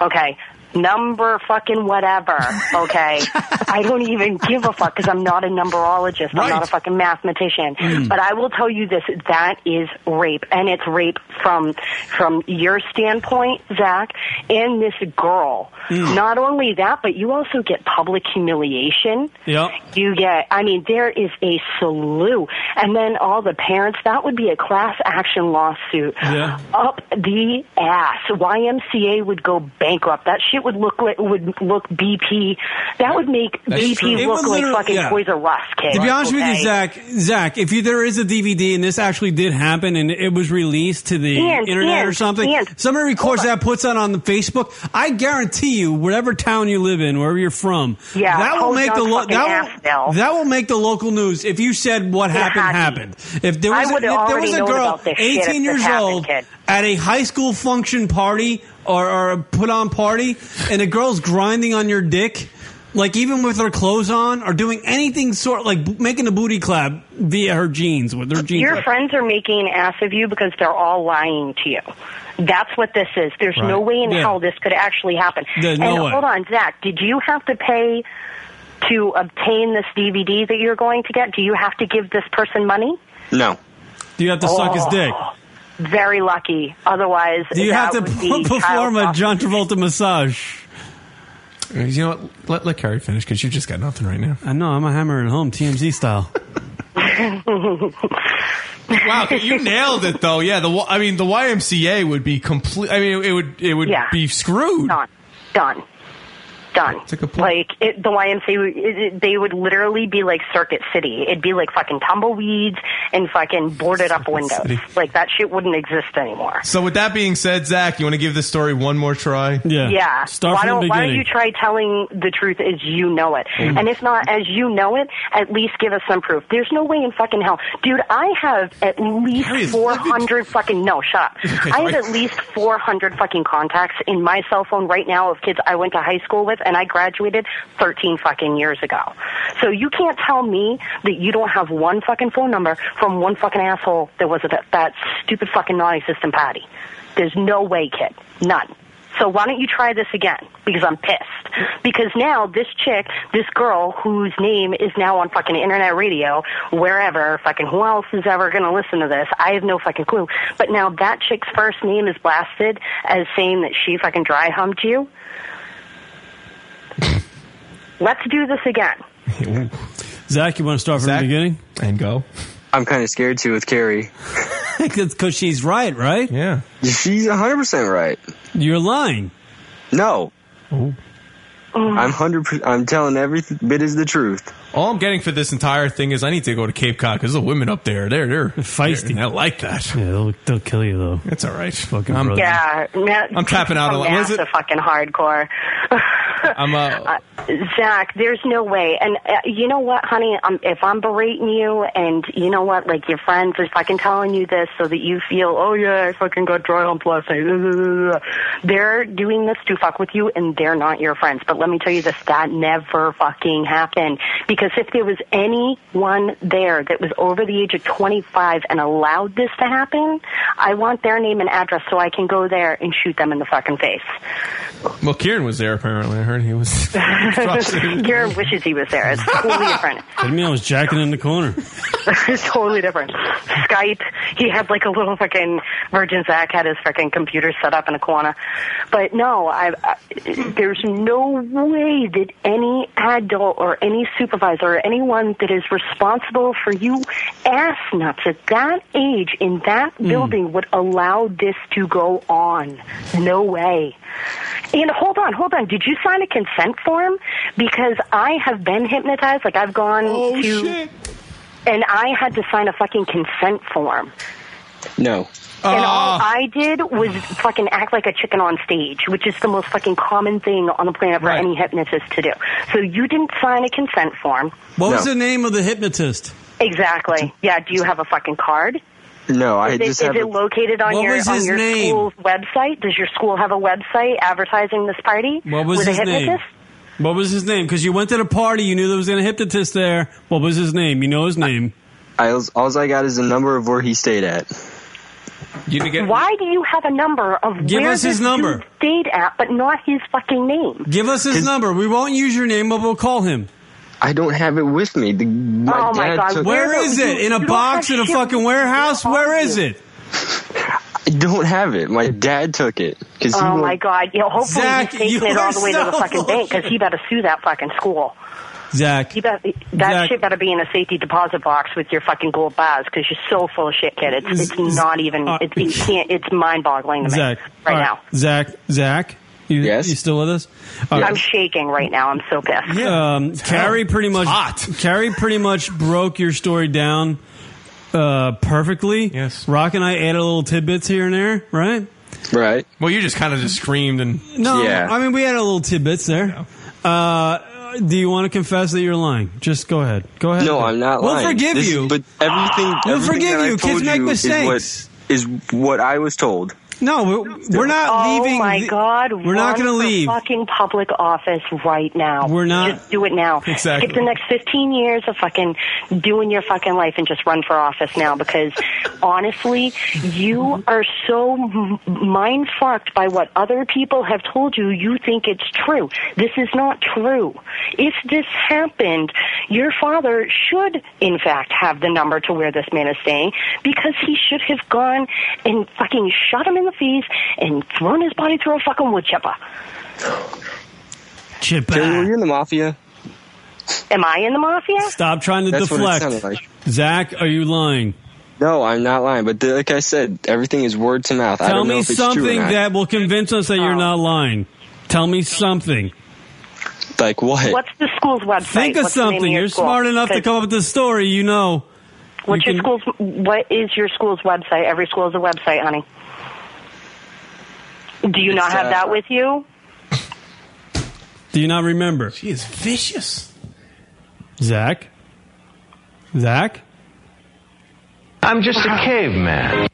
[SPEAKER 5] Okay. Number fucking whatever. Okay. I don't even give a fuck because I'm not a numberologist. I'm not a fucking mathematician.
[SPEAKER 16] Mm.
[SPEAKER 5] But I will tell you this: that is rape, and it's rape from from your standpoint, Zach, and this girl.
[SPEAKER 16] Mm.
[SPEAKER 5] Not only that, but you also get public humiliation.
[SPEAKER 16] Yep.
[SPEAKER 5] You get, I mean, there is a slew. And then all the parents, that would be a class action lawsuit.
[SPEAKER 16] Yeah.
[SPEAKER 5] Up the ass. YMCA would go bankrupt. That shit would look like, would look BP. That would make
[SPEAKER 1] That's
[SPEAKER 5] BP
[SPEAKER 1] true. It
[SPEAKER 5] look
[SPEAKER 1] would
[SPEAKER 5] like
[SPEAKER 1] literally-
[SPEAKER 5] fucking
[SPEAKER 1] yeah.
[SPEAKER 5] Toys R Us, kid.
[SPEAKER 1] To be honest with
[SPEAKER 5] okay?
[SPEAKER 1] you, Zach, Zach, if you, there is a DVD and this actually did happen and it was released to the
[SPEAKER 5] Ian,
[SPEAKER 1] internet
[SPEAKER 5] Ian,
[SPEAKER 1] or something,
[SPEAKER 5] Ian,
[SPEAKER 1] somebody records
[SPEAKER 5] hold
[SPEAKER 1] that, puts that on the Facebook. I guarantee you, whatever town you live in, wherever you're from,
[SPEAKER 5] Yeah,
[SPEAKER 1] that will
[SPEAKER 5] hold
[SPEAKER 1] make
[SPEAKER 5] your
[SPEAKER 1] the lo-
[SPEAKER 5] fucking ass
[SPEAKER 1] that will, that will make the local news. If you said what
[SPEAKER 5] Yeah,
[SPEAKER 1] happened
[SPEAKER 5] hockey.
[SPEAKER 1] happened, if there
[SPEAKER 5] I
[SPEAKER 1] was a, if
[SPEAKER 5] would've
[SPEAKER 1] there was
[SPEAKER 5] already
[SPEAKER 1] a
[SPEAKER 5] known
[SPEAKER 1] girl
[SPEAKER 5] about this shit if this
[SPEAKER 1] 18 years
[SPEAKER 5] happened,
[SPEAKER 1] old
[SPEAKER 5] kid.
[SPEAKER 1] at a high school function party or, or a put on party and the girl's grinding on your dick like even with her clothes on or doing anything sort like b- making a booty clap via her jeans with her jeans
[SPEAKER 5] Your
[SPEAKER 1] up.
[SPEAKER 5] friends are making an ass of you because they're all lying to you. That's what this is. There's no
[SPEAKER 1] Right.
[SPEAKER 5] way in
[SPEAKER 1] Yeah.
[SPEAKER 5] hell this could actually happen.
[SPEAKER 1] There's
[SPEAKER 5] and
[SPEAKER 1] no way.
[SPEAKER 5] hold on, Zach, did you have to pay to obtain this DVD that you're going to get? Do you have to give this person money?
[SPEAKER 28] No.
[SPEAKER 1] Do you have to suck his dick?
[SPEAKER 5] Very lucky. Otherwise,
[SPEAKER 1] Do you have
[SPEAKER 5] Oh, that
[SPEAKER 1] to
[SPEAKER 5] would be
[SPEAKER 1] p- [LAUGHS] perform
[SPEAKER 5] child
[SPEAKER 1] a John Travolta massage?
[SPEAKER 3] You know what? Let, let Carrie finish because you just got nothing right now.
[SPEAKER 1] I know I'm a hammer at home, TMZ
[SPEAKER 3] [LAUGHS]
[SPEAKER 1] style.
[SPEAKER 3] [LAUGHS]
[SPEAKER 5] [LAUGHS]
[SPEAKER 3] wow, you nailed it though. Yeah, the I mean the YMCA would be complete. I mean it would it would be screwed.
[SPEAKER 5] Done. Done. Done. Like it, the YMCA, would- it, it- they would literally be like Circuit City. It'd be like fucking tumbleweeds and fucking boarded up windows.
[SPEAKER 3] City.
[SPEAKER 5] Like that shit wouldn't exist anymore.
[SPEAKER 3] So with that being said, Zach, you want to give this story one more try?
[SPEAKER 5] Yeah. why don't Why don't you try telling the truth as you know it?
[SPEAKER 3] Mm.
[SPEAKER 5] And if not as you know it, at least give us some proof. There's no way in fucking hell, dude. I have at least 400 fucking no. Shut up. I have
[SPEAKER 16] sorry.
[SPEAKER 5] at least 400 fucking contacts in my cell phone right now of kids I went to high school with, and I graduated 13 fucking years ago. So you can't tell me that you don't have one fucking phone number from one fucking asshole that was at that, that stupid fucking non-existent party. There's no way, kid. None. So why don't you try this again? Because I'm pissed. Because now this chick, this girl whose name is now on fucking internet radio, wherever, fucking who else is ever going to listen to this? I have no fucking clue. But now that chick's first name is blasted as saying that she fucking dry humped you. [LAUGHS] Let's do this again.
[SPEAKER 1] Zach, you want to start from the beginning
[SPEAKER 3] and go?
[SPEAKER 28] I'm kind of scared too with
[SPEAKER 1] [LAUGHS]
[SPEAKER 28] Carrie.
[SPEAKER 1] Because she's right, right?
[SPEAKER 3] Yeah.
[SPEAKER 28] She's 100% right.
[SPEAKER 1] You're lying.
[SPEAKER 28] No. I'm 100 I'm telling every bit is the truth.
[SPEAKER 3] All I'm getting for this entire thing is I need to go to Cape Cod because the women up there, they're they're feisty. They're, I like that. Yeah,
[SPEAKER 1] they'll, they'll kill you though.
[SPEAKER 3] It's all right.
[SPEAKER 1] Fucking
[SPEAKER 3] I'm,
[SPEAKER 5] Yeah, now,
[SPEAKER 3] I'm tapping out a
[SPEAKER 5] from
[SPEAKER 3] lot. What is
[SPEAKER 5] NASA fucking hardcore.
[SPEAKER 12] I'm uh,
[SPEAKER 5] [LAUGHS] Uh, Zach, there's no way. And uh, you know what, honey? Um, if I'm berating you, and you know what, like your friends are fucking telling you this so that you feel, oh yeah, I fucking got dry on plus night. [LAUGHS] They're doing this to fuck with you, and they're not your friends. But let me tell you this: that never fucking happened. Because if there was anyone there that was over the age of 25 and allowed this to happen, I want their name and address so I can go there and shoot them in the fucking face.
[SPEAKER 3] Well, Kieran was there apparently. I heard he
[SPEAKER 5] [LAUGHS]
[SPEAKER 3] was.
[SPEAKER 5] Garrett wishes he was there. It's totally different.
[SPEAKER 1] I mean, I was jacking in the corner.
[SPEAKER 5] [LAUGHS] it's totally different. Skype, he had like a little fucking Virgin Zach had his fucking computer set up in a corner. But no, I, I there's no way that any adult or any supervisor or anyone that is responsible for you ass nuts at that age in that building would allow this to go on. No way. And hold on, hold on. Did you sign a consent form? Because I have been hypnotized. Like I've gone to, and I had to sign a fucking consent form.
[SPEAKER 28] No.
[SPEAKER 1] Ah.
[SPEAKER 5] And all I did was fucking act like a chicken on stage, which is the most fucking common thing on the planet for any hypnotist to do. So you didn't sign a consent form.
[SPEAKER 1] What was the name of the hypnotist?
[SPEAKER 5] Exactly. Yeah. Do you have a fucking card?
[SPEAKER 28] No, Oh, I
[SPEAKER 5] is it,
[SPEAKER 28] just
[SPEAKER 5] is
[SPEAKER 28] have.
[SPEAKER 5] it located on
[SPEAKER 1] What
[SPEAKER 5] your
[SPEAKER 1] was
[SPEAKER 5] on
[SPEAKER 1] his
[SPEAKER 5] your
[SPEAKER 1] name?
[SPEAKER 5] school's website? Does your school have a website advertising this party
[SPEAKER 1] What was
[SPEAKER 5] with
[SPEAKER 1] his
[SPEAKER 5] a hypnotist?
[SPEAKER 1] name? What was his name? Because you went to the party, you knew there was a hypnotist there. What was his name? You know his name.
[SPEAKER 28] I was, all I got is a number of where he stayed at.
[SPEAKER 1] You didn't
[SPEAKER 5] Why do you have a number of
[SPEAKER 1] Give
[SPEAKER 5] where
[SPEAKER 1] us his
[SPEAKER 5] this
[SPEAKER 1] number.
[SPEAKER 5] dude stayed at, but not his fucking name?
[SPEAKER 1] Give us his, number. We won't use your name, but we'll call him.
[SPEAKER 28] I don't have it with me. The, my
[SPEAKER 5] Oh, my
[SPEAKER 28] dad
[SPEAKER 5] God,
[SPEAKER 28] took-
[SPEAKER 1] Where is it? In a box in a fucking warehouse? Where is it?
[SPEAKER 28] I don't have it. My dad took it because he
[SPEAKER 5] Oh
[SPEAKER 28] won't-
[SPEAKER 5] my god! You know, hopefully
[SPEAKER 28] Zach,
[SPEAKER 5] he's taking
[SPEAKER 28] you
[SPEAKER 5] it all the way to
[SPEAKER 28] are
[SPEAKER 5] the
[SPEAKER 28] so
[SPEAKER 5] fucking bank because he better sue that fucking school.
[SPEAKER 1] Zach.
[SPEAKER 5] He better, that shit better be in a safety deposit box with your fucking gold bars because you're so full of shit, kid. It's, it's not even. It's you
[SPEAKER 1] [LAUGHS]
[SPEAKER 5] can't. It's mind boggling to me
[SPEAKER 1] uh, Zach.
[SPEAKER 5] right
[SPEAKER 1] All
[SPEAKER 5] now.
[SPEAKER 1] Zach. Zach. You, yes. You still with us? All right.
[SPEAKER 5] I'm shaking right now. I'm so pissed.
[SPEAKER 1] Um, Carrie pretty much [LAUGHS] Carrie pretty much broke your story down uh, perfectly. Yes. Rock and I added little tidbits here and there, right?
[SPEAKER 28] Right.
[SPEAKER 3] Well, you just kind of just screamed and.
[SPEAKER 1] No, I mean we had a little tidbits there. Uh, do you want to confess that you're lying? Just go ahead. Go ahead.
[SPEAKER 28] No, I'm not
[SPEAKER 1] We'll
[SPEAKER 28] lying.
[SPEAKER 1] forgive
[SPEAKER 28] This-
[SPEAKER 1] you.
[SPEAKER 28] But everything,
[SPEAKER 1] We'll
[SPEAKER 28] everything
[SPEAKER 1] forgive
[SPEAKER 28] that I
[SPEAKER 1] you. Kids
[SPEAKER 28] told
[SPEAKER 1] make
[SPEAKER 28] you
[SPEAKER 1] mistakes.
[SPEAKER 28] Is what, is what I was told.
[SPEAKER 1] No, we're, we're not
[SPEAKER 5] oh
[SPEAKER 1] leaving
[SPEAKER 5] my
[SPEAKER 1] the-
[SPEAKER 5] god!
[SPEAKER 1] we're not
[SPEAKER 5] run
[SPEAKER 1] gonna
[SPEAKER 5] for
[SPEAKER 1] leave.
[SPEAKER 5] Fucking public office right now. We're
[SPEAKER 1] not-
[SPEAKER 5] Just do it now.
[SPEAKER 1] Exactly.
[SPEAKER 5] Skip the next fifteen years of fucking doing your fucking life and just run for office now because honestly, you are so m- mind fucked by what other people have told you. You think it's true. This is not true. If this happened, your father should, in fact, have the number to where this man is staying because he should have gone and fucking shot him in the face and thrown his body through a fucking wood chipper.
[SPEAKER 1] Chip
[SPEAKER 28] were you in the mafia?
[SPEAKER 5] Am I in the mafia?
[SPEAKER 1] Stop trying to
[SPEAKER 28] That's what it
[SPEAKER 1] deflect.
[SPEAKER 28] sounded like.
[SPEAKER 1] Zach, are you lying?
[SPEAKER 28] No, I'm not lying. But the, like I said, everything is word to mouth. I
[SPEAKER 1] Tell
[SPEAKER 28] don't know
[SPEAKER 1] me
[SPEAKER 28] if it's true or
[SPEAKER 1] something
[SPEAKER 28] not.
[SPEAKER 1] that will convince us that you're not lying. Tell me something.
[SPEAKER 28] Like what?
[SPEAKER 5] What's the school's website?
[SPEAKER 1] Think of
[SPEAKER 5] What's the name
[SPEAKER 1] something.
[SPEAKER 5] your
[SPEAKER 1] You're
[SPEAKER 5] school?
[SPEAKER 1] smart enough to
[SPEAKER 5] 'Cause
[SPEAKER 1] come up with a story. You know.
[SPEAKER 5] What's
[SPEAKER 1] you
[SPEAKER 5] your school's? What is your school's website? Every school has a website, honey. Do you not
[SPEAKER 1] It's,
[SPEAKER 5] have
[SPEAKER 1] uh,
[SPEAKER 5] that with you?
[SPEAKER 1] Do you not remember?
[SPEAKER 3] She is vicious.
[SPEAKER 1] Zach. Zach.
[SPEAKER 6] I'm just a caveman.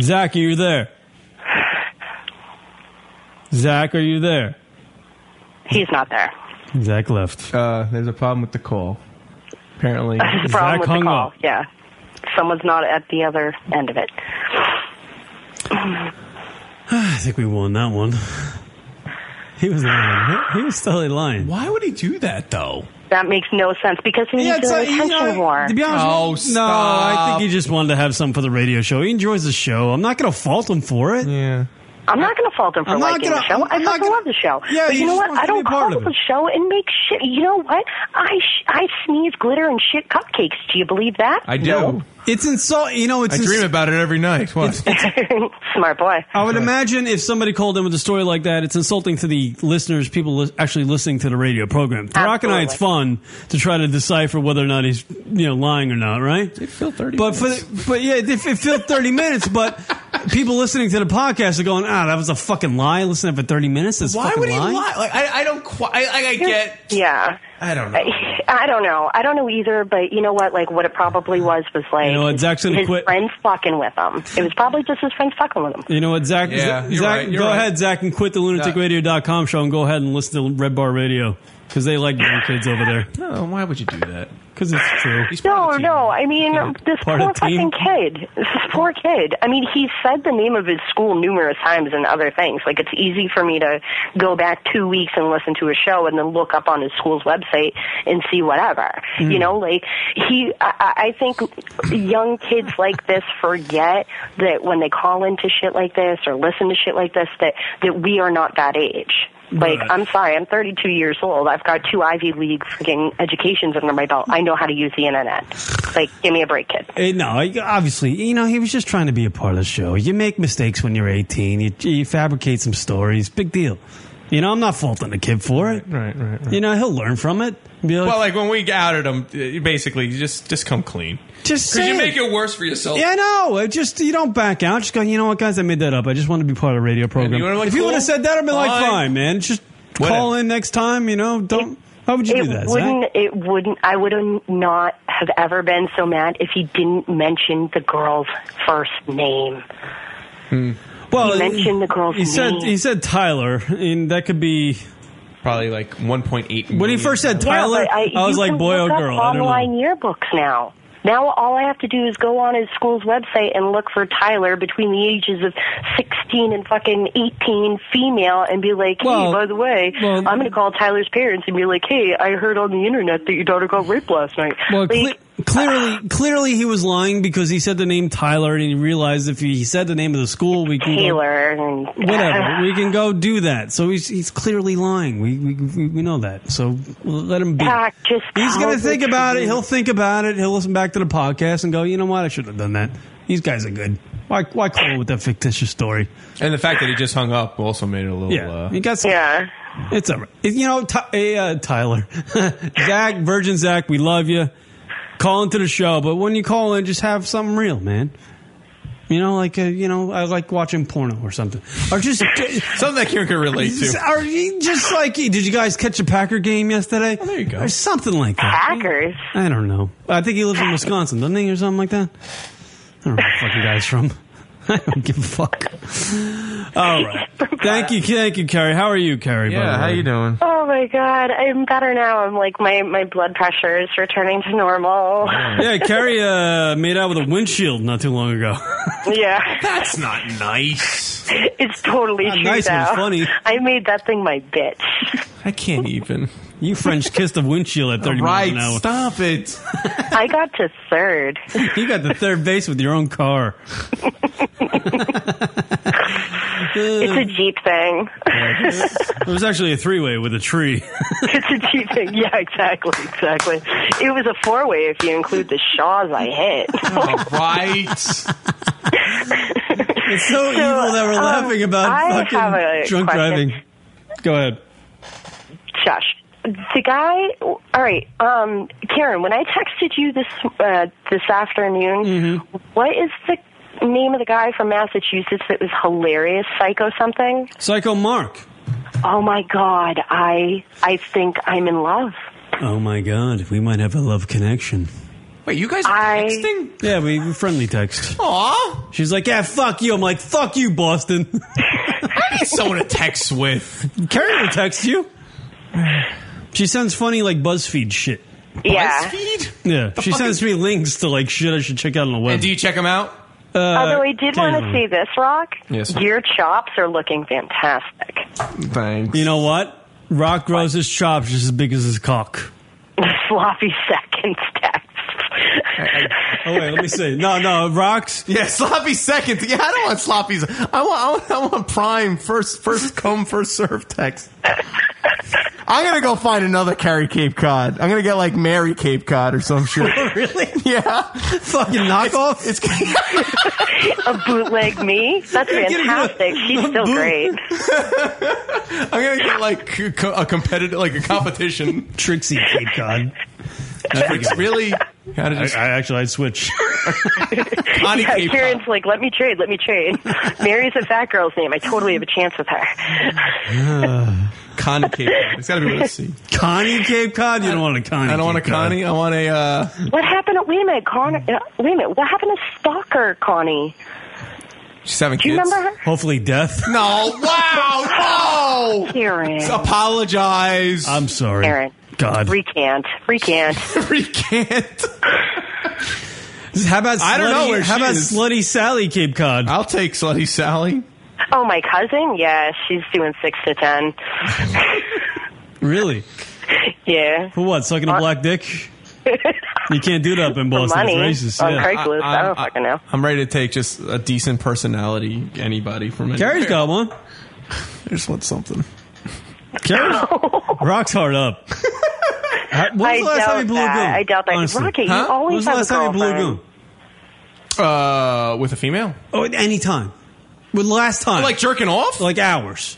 [SPEAKER 1] Zach, are you there? Zach, are you there? [SIGHS]
[SPEAKER 5] He's not there. [LAUGHS]
[SPEAKER 1] Zach left.
[SPEAKER 3] Uh, there's a problem with the call. Apparently,
[SPEAKER 5] That's the [LAUGHS] problem with the call. Yeah, someone's not at the other end of it.
[SPEAKER 1] I think we won that one. He was lying. He was totally lying.
[SPEAKER 3] Why would he do that though?
[SPEAKER 5] That makes no sense because he's
[SPEAKER 1] Yeah,
[SPEAKER 5] in
[SPEAKER 1] it's
[SPEAKER 5] a
[SPEAKER 1] like, you
[SPEAKER 5] retention
[SPEAKER 1] know,
[SPEAKER 5] war.
[SPEAKER 1] To be honest,
[SPEAKER 5] Oh,
[SPEAKER 1] with you, no, I think he just wanted to have something for the radio show. He enjoys the show. I'm not going to fault him for it.
[SPEAKER 3] Yeah.
[SPEAKER 5] I'm not going to fault him for
[SPEAKER 1] I'm not
[SPEAKER 5] liking
[SPEAKER 1] gonna-
[SPEAKER 5] the show.
[SPEAKER 1] I'm- I'm
[SPEAKER 5] I
[SPEAKER 1] not
[SPEAKER 5] fucking
[SPEAKER 1] gonna-
[SPEAKER 5] love the show.
[SPEAKER 1] Yeah,
[SPEAKER 5] but
[SPEAKER 1] you
[SPEAKER 5] you know
[SPEAKER 1] just
[SPEAKER 5] what?
[SPEAKER 1] want
[SPEAKER 5] I
[SPEAKER 1] to be
[SPEAKER 5] don't
[SPEAKER 1] a part
[SPEAKER 5] call
[SPEAKER 1] of
[SPEAKER 5] the show and make shit. You know what? I sh- I sneeze glitter and shit cupcakes. Do you believe that?
[SPEAKER 3] I do.
[SPEAKER 5] No.
[SPEAKER 1] It's insulting. You know, it's
[SPEAKER 3] I dream about it every night. What?
[SPEAKER 5] [LAUGHS] Smart boy.
[SPEAKER 1] I would imagine if somebody called in with a story like that, it's insulting to the listeners, people li- actually listening to the radio program. To Rock and I, it's fun to try to decipher whether or not he's you know lying or not, right? It filled thirty, but for the, but yeah, it, it filled thirty minutes. But people listening to the podcast are going, ah, that was a fucking lie. Listen to it for 30 minutes. That's a
[SPEAKER 3] Why
[SPEAKER 1] fucking
[SPEAKER 3] would he
[SPEAKER 1] lie.
[SPEAKER 3] lie? Like I, I don't quite. I, I, I get.
[SPEAKER 5] Yeah.
[SPEAKER 3] I don't know.
[SPEAKER 5] I, I don't know. I don't know either. But you know what? Like, what it probably was was like
[SPEAKER 1] know what, Zach's gonna
[SPEAKER 5] his
[SPEAKER 1] quit.
[SPEAKER 5] friends fucking with him. It was probably just his friends fucking with him.
[SPEAKER 1] You know what, Zach?
[SPEAKER 5] Yeah,
[SPEAKER 1] Zach,
[SPEAKER 5] you're
[SPEAKER 1] Zach,
[SPEAKER 5] right, you're
[SPEAKER 1] go
[SPEAKER 5] right.
[SPEAKER 1] ahead, Zach, and quit the lunaticradio.com show and go ahead and listen to Red Bar Radio because they like young kids over there.
[SPEAKER 3] No, why would you do
[SPEAKER 1] [LAUGHS]
[SPEAKER 3] that?
[SPEAKER 1] Because it's true.
[SPEAKER 5] No, no. I mean, this
[SPEAKER 1] Part
[SPEAKER 5] poor
[SPEAKER 1] of the team?
[SPEAKER 5] fucking kid. This poor kid. I mean, he said the name of his school numerous times and other things. Like, it's easy for me to go back two weeks and listen to a show and then look up on his school's website and see whatever.
[SPEAKER 1] Mm-hmm.
[SPEAKER 29] Mm.
[SPEAKER 5] You know, like he. I, I I think young kids like this forget that when they call into shit like this or listen to shit like this, that that we are not that age. Like,
[SPEAKER 29] Right.
[SPEAKER 5] I'm sorry, I'm 32 years old. I've got two Ivy League freaking educations under my belt. I know how to use the internet. Like, give me a break, kid.
[SPEAKER 1] Eh, no, I- obviously, you know, he was just trying to be a part of the show. You make mistakes when you're 18. You, you fabricate some stories. Big deal. You know, I'm not faulting the kid for it.
[SPEAKER 3] Right, right,
[SPEAKER 1] You know, he'll learn from it. Be like,
[SPEAKER 3] Well, like when we outed him, uh, basically, you just just come clean.
[SPEAKER 1] Just
[SPEAKER 3] because you
[SPEAKER 1] say
[SPEAKER 3] make it worse for yourself.
[SPEAKER 1] yeah, no, it just you don't back out. Just go. You know what, guys? I made that up. I just want to be part of a radio program.
[SPEAKER 3] you wanna look
[SPEAKER 1] if you
[SPEAKER 3] cool?
[SPEAKER 1] would have said that, I'd be like,
[SPEAKER 3] Fine.
[SPEAKER 1] fine, man. Just
[SPEAKER 3] Whatever.
[SPEAKER 1] call in next time. You know, don't. how would you
[SPEAKER 5] it
[SPEAKER 1] do that,
[SPEAKER 5] wouldn't.
[SPEAKER 1] Zach?
[SPEAKER 5] It wouldn't. I would have not have ever been so mad if he didn't mention the girl's first name.
[SPEAKER 1] Well,
[SPEAKER 5] he mentioned the girl's
[SPEAKER 1] He said
[SPEAKER 5] name.
[SPEAKER 1] he said Tyler, and that could be
[SPEAKER 3] probably like 1.8.
[SPEAKER 1] When he first said
[SPEAKER 5] Yeah,
[SPEAKER 1] Tyler,
[SPEAKER 5] but
[SPEAKER 1] I, was
[SPEAKER 5] you
[SPEAKER 1] like,
[SPEAKER 5] can
[SPEAKER 1] boy or
[SPEAKER 5] look up
[SPEAKER 1] girl? I don't know.
[SPEAKER 5] Online yearbooks now. Now all I have to do is go on his school's website and look for Tyler between the ages of sixteen and fucking eighteen, female, and be like, hey,
[SPEAKER 29] Well,
[SPEAKER 5] by the way, I'm going to call Tyler's parents and be like, hey, I heard on the internet that your daughter got raped last night.
[SPEAKER 1] Well,
[SPEAKER 5] Like,
[SPEAKER 1] cle- clearly, clearly he was lying because he said the name Tyler, and he realized if he said the name of the school, we can
[SPEAKER 5] Taylor and
[SPEAKER 1] Go,
[SPEAKER 5] [LAUGHS]
[SPEAKER 1] whatever, we can go do that. So he's he's clearly lying. We we we we know that. So we'll let him be.
[SPEAKER 5] Zach, just
[SPEAKER 1] He's
[SPEAKER 5] tell
[SPEAKER 1] gonna
[SPEAKER 5] the
[SPEAKER 1] think about it.
[SPEAKER 5] truth.
[SPEAKER 1] He'll think about it. He'll listen back to the podcast and go, you know what? I shouldn't have done that. These guys are good. Why why call with that fictitious story?
[SPEAKER 3] And the fact that he just hung up also made it a little.
[SPEAKER 1] Yeah,
[SPEAKER 3] Uh,
[SPEAKER 1] you got some, yeah. It's all right. You know, Ty, hey, uh, Tyler, [LAUGHS] Zach, Virgin Zach, we love you. Call into the show, but when you call in, just have something real, man. You know, like uh, you know, I like watching porno or something, or [LAUGHS] just
[SPEAKER 3] something that Kieran could relate to.
[SPEAKER 1] Or you- just like, did you guys catch a Packer game yesterday? Oh, there you go, or something like that.
[SPEAKER 5] Packers.
[SPEAKER 1] I don't know. I think he lives in Wisconsin, doesn't he, or something like that? I don't know where the fucking guy's from. [LAUGHS] I don't give a fuck. All
[SPEAKER 3] [LAUGHS]
[SPEAKER 1] right. Thank you, thank you, Carrie. How are you, Carrie? by
[SPEAKER 3] Yeah,
[SPEAKER 1] the
[SPEAKER 3] how
[SPEAKER 1] way?
[SPEAKER 3] you doing?
[SPEAKER 5] Oh my god, I'm better now. I'm like my my blood pressure is returning to normal.
[SPEAKER 1] Yeah, Carrie uh, made out with a windshield not too long ago. [LAUGHS]
[SPEAKER 5] [LAUGHS] yeah.
[SPEAKER 3] That's not nice.
[SPEAKER 5] It's totally
[SPEAKER 1] Not
[SPEAKER 5] true.
[SPEAKER 1] nice, but
[SPEAKER 5] though.
[SPEAKER 1] funny.
[SPEAKER 5] I made that thing my bitch.
[SPEAKER 1] I can't even. You French kissed a windshield at 30
[SPEAKER 3] Right,
[SPEAKER 1] miles an hour.
[SPEAKER 3] stop it.
[SPEAKER 5] [LAUGHS] I got to third.
[SPEAKER 1] You got the third base with your own
[SPEAKER 3] [LAUGHS]
[SPEAKER 1] car.
[SPEAKER 5] It's a Jeep thing.
[SPEAKER 1] It was actually a three way with a tree.
[SPEAKER 5] [LAUGHS] it's a Jeep thing. Yeah, exactly, exactly. It was a four way if you include the Shaws I hit.
[SPEAKER 3] right. it's
[SPEAKER 1] so, evil that we're
[SPEAKER 5] um,
[SPEAKER 1] laughing about
[SPEAKER 5] I
[SPEAKER 1] fucking
[SPEAKER 5] have
[SPEAKER 3] Uh,
[SPEAKER 5] a
[SPEAKER 1] [LAUGHS] drunk
[SPEAKER 5] question.
[SPEAKER 1] driving. Go ahead.
[SPEAKER 5] [LAUGHS] Shush. The guy. All right, um, Karen. When I texted you this uh, this afternoon,
[SPEAKER 3] Mm-hmm.
[SPEAKER 5] what is the name of the guy from Massachusetts that was hilarious? Psycho something.
[SPEAKER 1] Psycho Mark.
[SPEAKER 5] Oh my God! I I think I'm in love.
[SPEAKER 1] Oh my god, we might have a love connection.
[SPEAKER 3] Wait, you guys
[SPEAKER 5] are texting?
[SPEAKER 1] Yeah, we, we friendly text.
[SPEAKER 3] Aw.
[SPEAKER 1] She's like, yeah, fuck you. I'm like, fuck you, Boston. [LAUGHS]
[SPEAKER 3] I need someone to text with.
[SPEAKER 1] Carrie will text you. She sends funny like BuzzFeed shit.
[SPEAKER 5] Yeah.
[SPEAKER 1] Yeah, she sends me links to like shit I should check out on the web. And do
[SPEAKER 3] you check them out?
[SPEAKER 1] Uh,
[SPEAKER 5] Although I did want to see
[SPEAKER 1] occasionally.
[SPEAKER 5] this rock.
[SPEAKER 1] Yes.
[SPEAKER 5] Your chops are looking fantastic. [LAUGHS]
[SPEAKER 3] Thanks.
[SPEAKER 1] You know what? Rock grows his chops just as big as his cock.
[SPEAKER 5] Sloppy [LAUGHS] seconds text.
[SPEAKER 1] Oh wait, let me see. No, no, rocks.
[SPEAKER 3] Yeah, sloppy second. Yeah, I don't want sloppies. I want, I want, I want prime first, first come, first serve text. I'm gonna go find another Carrie Cape Cod. I'm gonna get like Mary Cape Cod or some shit.
[SPEAKER 5] [LAUGHS]
[SPEAKER 1] really?
[SPEAKER 3] Yeah.
[SPEAKER 1] Fucking knockoff.
[SPEAKER 3] It's,
[SPEAKER 5] [LAUGHS] a bootleg me? That's
[SPEAKER 3] Get a-
[SPEAKER 5] fantastic. She's still great.
[SPEAKER 3] I'm gonna get like c- co- a competitive, like a competition.
[SPEAKER 1] Trixie Cape Cod.
[SPEAKER 3] It's really.
[SPEAKER 1] I, I actually I'd switch.
[SPEAKER 5] yeah, Karen's like, let me trade, let me [LAUGHS] trade. Mary's a fat girl's name. I totally have a chance with her.
[SPEAKER 3] [SIGHS] Connie Cape Cod. It's got to be with a C.
[SPEAKER 1] Connie Cape Cod? You don't want a Connie.
[SPEAKER 3] I don't want a Connie. I want a. Uh,
[SPEAKER 5] What happened? To, wait a minute, Connie. Uh, wait a minute. What happened to Stalker Connie?
[SPEAKER 3] she's having
[SPEAKER 5] Do you
[SPEAKER 3] kids.
[SPEAKER 5] remember her?
[SPEAKER 1] Hopefully, death.
[SPEAKER 3] No. Wow.
[SPEAKER 5] [LAUGHS]
[SPEAKER 3] No.
[SPEAKER 5] Karen.
[SPEAKER 3] Apologize.
[SPEAKER 1] I'm sorry.
[SPEAKER 5] Karen.
[SPEAKER 1] God.
[SPEAKER 5] Recant. Recant.
[SPEAKER 3] [LAUGHS] recant.
[SPEAKER 1] How about slutty,
[SPEAKER 3] I don't know where
[SPEAKER 1] How
[SPEAKER 3] she
[SPEAKER 1] about
[SPEAKER 3] is.
[SPEAKER 1] slutty Sally Cape Cod?
[SPEAKER 3] I'll take slutty Sally.
[SPEAKER 5] Oh, my cousin? Yeah, she's doing six to ten.
[SPEAKER 1] Really?
[SPEAKER 5] yeah.
[SPEAKER 1] For what? Sucking a black dick? You can't do that up in Boston.
[SPEAKER 5] money
[SPEAKER 1] It's racist.
[SPEAKER 5] on
[SPEAKER 1] yeah.
[SPEAKER 5] Craigslist. I, don't fucking know.
[SPEAKER 3] I'm ready to take just a decent personality, anybody from it.
[SPEAKER 1] Gary's got one.
[SPEAKER 3] I just want something.
[SPEAKER 1] Karen rocks hard up. How- When was
[SPEAKER 5] I
[SPEAKER 1] the last
[SPEAKER 5] doubt
[SPEAKER 1] time you blew a
[SPEAKER 5] that.
[SPEAKER 1] goon?
[SPEAKER 5] I doubt that.
[SPEAKER 1] Honestly.
[SPEAKER 5] Rocky, you
[SPEAKER 1] Huh?
[SPEAKER 5] always
[SPEAKER 1] When was the
[SPEAKER 5] have a
[SPEAKER 1] last time you blew a
[SPEAKER 5] girlfriend.
[SPEAKER 1] goon?
[SPEAKER 3] Uh, with a female?
[SPEAKER 1] Oh, at any time. With last time.
[SPEAKER 3] Like jerking off?
[SPEAKER 1] Like hours.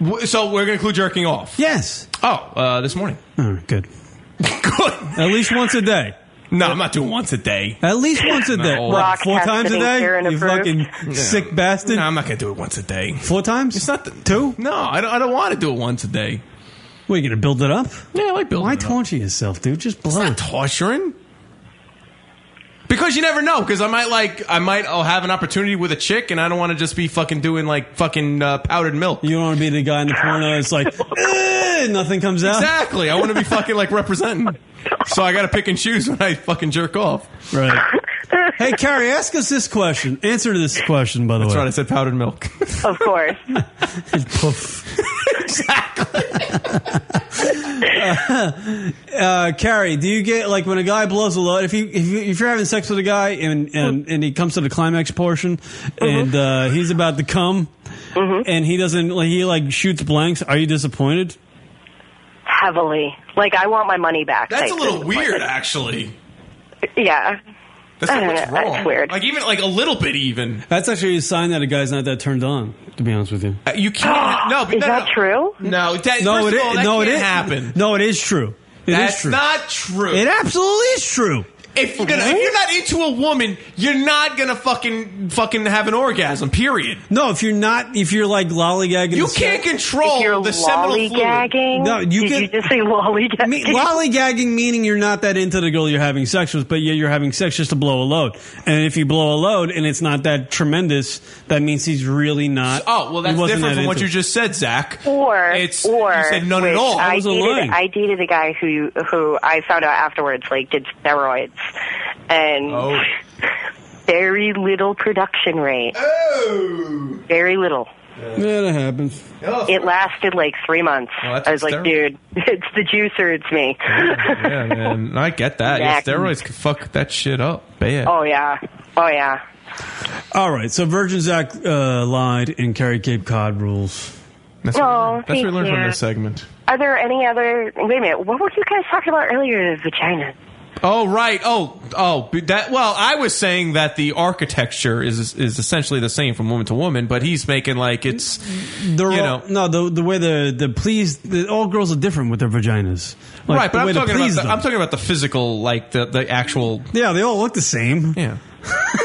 [SPEAKER 3] W- So we're going to include jerking off.
[SPEAKER 1] Yes.
[SPEAKER 3] Oh, uh, this morning.
[SPEAKER 1] Oh, good.
[SPEAKER 3] good.
[SPEAKER 1] At least once a day.
[SPEAKER 3] No, I'm not doing once a day.
[SPEAKER 1] At least once a day.
[SPEAKER 3] No.
[SPEAKER 1] What,
[SPEAKER 3] Rock
[SPEAKER 1] four
[SPEAKER 3] has
[SPEAKER 1] times
[SPEAKER 3] to
[SPEAKER 1] a
[SPEAKER 3] be
[SPEAKER 1] day?
[SPEAKER 3] Karen
[SPEAKER 1] you
[SPEAKER 3] approved.
[SPEAKER 1] fucking
[SPEAKER 3] No.
[SPEAKER 1] sick bastard.
[SPEAKER 3] No, I'm not going to do it once a day.
[SPEAKER 1] Four times?
[SPEAKER 3] It's not the,
[SPEAKER 1] two.
[SPEAKER 3] No, I don't, I don't want to do it once a day.
[SPEAKER 1] What, you going to build it up?
[SPEAKER 3] Yeah, I like building.
[SPEAKER 1] Why
[SPEAKER 3] it up.
[SPEAKER 1] torture yourself, dude? Just blow.
[SPEAKER 3] not torturing. Because you never know. Because I might like I might I'll have an opportunity with a chick, and I don't want to just be fucking doing like fucking uh, powdered milk.
[SPEAKER 1] You don't want to be the guy in the porno. It's like "Eh," nothing comes out.
[SPEAKER 3] Exactly. I want to be fucking like representing. So I got to pick and choose when I fucking jerk off.
[SPEAKER 1] Right. Hey, Carrie, ask us this question. Answer this question, by the
[SPEAKER 3] That's
[SPEAKER 1] way.
[SPEAKER 3] right. I said
[SPEAKER 1] [LAUGHS]
[SPEAKER 3] powdered milk.
[SPEAKER 5] Of course.
[SPEAKER 1] Uh, Carrie, do you get like when a guy blows a load? If you if, you, if you're having sex with a guy and and, and he comes to the climax portion
[SPEAKER 3] Mm-hmm.
[SPEAKER 1] and uh, he's about to come and he doesn't like he like shoots blanks, are you disappointed?
[SPEAKER 5] Heavily. Like, I want my money back.
[SPEAKER 3] That's a
[SPEAKER 5] type
[SPEAKER 3] little
[SPEAKER 5] thing.
[SPEAKER 3] weird, actually.
[SPEAKER 5] Yeah.
[SPEAKER 3] That's
[SPEAKER 5] I
[SPEAKER 3] not
[SPEAKER 5] don't
[SPEAKER 3] what's
[SPEAKER 5] know.
[SPEAKER 3] wrong.
[SPEAKER 5] That's weird.
[SPEAKER 3] Like even like a little bit even.
[SPEAKER 1] That's actually a sign that a guy's not that turned on. To be honest with you,
[SPEAKER 3] Uh,
[SPEAKER 5] [GASPS]
[SPEAKER 3] You can't. no, but
[SPEAKER 5] Is
[SPEAKER 3] no,
[SPEAKER 5] that
[SPEAKER 3] no.
[SPEAKER 5] true?
[SPEAKER 3] No, that,
[SPEAKER 1] no,
[SPEAKER 3] first
[SPEAKER 1] it
[SPEAKER 3] of all,
[SPEAKER 1] is-
[SPEAKER 3] that
[SPEAKER 1] no, it
[SPEAKER 3] can't
[SPEAKER 1] is-
[SPEAKER 3] happen.
[SPEAKER 1] No, it is true. It is
[SPEAKER 3] That's
[SPEAKER 1] true.
[SPEAKER 3] not true.
[SPEAKER 1] it absolutely is true.
[SPEAKER 3] If you're, gonna, if you're not into a woman, you're not gonna fucking fucking have an orgasm. Period.
[SPEAKER 1] No, if you're not, if you're like lollygagging,
[SPEAKER 3] You
[SPEAKER 1] the
[SPEAKER 3] can't control
[SPEAKER 5] if you're
[SPEAKER 3] the seminal fluid.
[SPEAKER 5] lollygagging.
[SPEAKER 1] No,
[SPEAKER 5] Did
[SPEAKER 1] you can-
[SPEAKER 5] you [LAUGHS] just say lollygagging?
[SPEAKER 1] Me- lollygagging meaning you're not that into the girl you're having sex with, but yet you're having sex just to blow a load. And if you blow a load and it's not that tremendous, that means he's really not.
[SPEAKER 3] Oh well, that's
[SPEAKER 1] he wasn't
[SPEAKER 3] different
[SPEAKER 1] that
[SPEAKER 3] from what
[SPEAKER 1] into
[SPEAKER 3] you
[SPEAKER 1] it.
[SPEAKER 3] just said, Zach.
[SPEAKER 5] Or
[SPEAKER 3] it's
[SPEAKER 5] or
[SPEAKER 3] you said none at
[SPEAKER 5] which
[SPEAKER 3] all.
[SPEAKER 5] I
[SPEAKER 1] was a lie.
[SPEAKER 5] dated, I dated a guy who who I found out afterwards like did steroids and
[SPEAKER 3] Oh.
[SPEAKER 5] very little production rate.
[SPEAKER 3] Oh,
[SPEAKER 5] Very little.
[SPEAKER 1] Yeah, that happens.
[SPEAKER 5] It lasted like three months.
[SPEAKER 3] Oh, that's
[SPEAKER 5] I was
[SPEAKER 3] what
[SPEAKER 5] like,
[SPEAKER 3] steroids-
[SPEAKER 5] dude, [LAUGHS] it's the juice or it's me.
[SPEAKER 3] yeah, man. I get that. Yeah,
[SPEAKER 5] Zach.
[SPEAKER 3] steroids can fuck that shit up bad.
[SPEAKER 5] [LAUGHS] oh yeah, oh yeah.
[SPEAKER 1] Oh. All right, so Virgin Zach uh, lied and Carrie Cape Cod rules.
[SPEAKER 3] That's
[SPEAKER 5] Oh,
[SPEAKER 3] what we learned, that's what we
[SPEAKER 5] thank
[SPEAKER 3] learned from
[SPEAKER 5] you.
[SPEAKER 3] this segment.
[SPEAKER 5] Are there any other? Wait a minute. What were you guys talking about earlier? The vagina.
[SPEAKER 3] Oh right. Oh oh but that. Well, I was saying that the architecture is is essentially the same from woman to woman, but he's making like it's
[SPEAKER 1] The
[SPEAKER 3] You
[SPEAKER 1] ro-
[SPEAKER 3] know.
[SPEAKER 1] no, the the way the the please, the, all girls are different with their vaginas. Like,
[SPEAKER 3] right. But
[SPEAKER 1] the
[SPEAKER 3] I'm
[SPEAKER 1] way to
[SPEAKER 3] talking about
[SPEAKER 1] please
[SPEAKER 3] the,
[SPEAKER 1] them.
[SPEAKER 3] I'm talking about the physical, like the the actual.
[SPEAKER 1] yeah, they all look the same.
[SPEAKER 3] Yeah.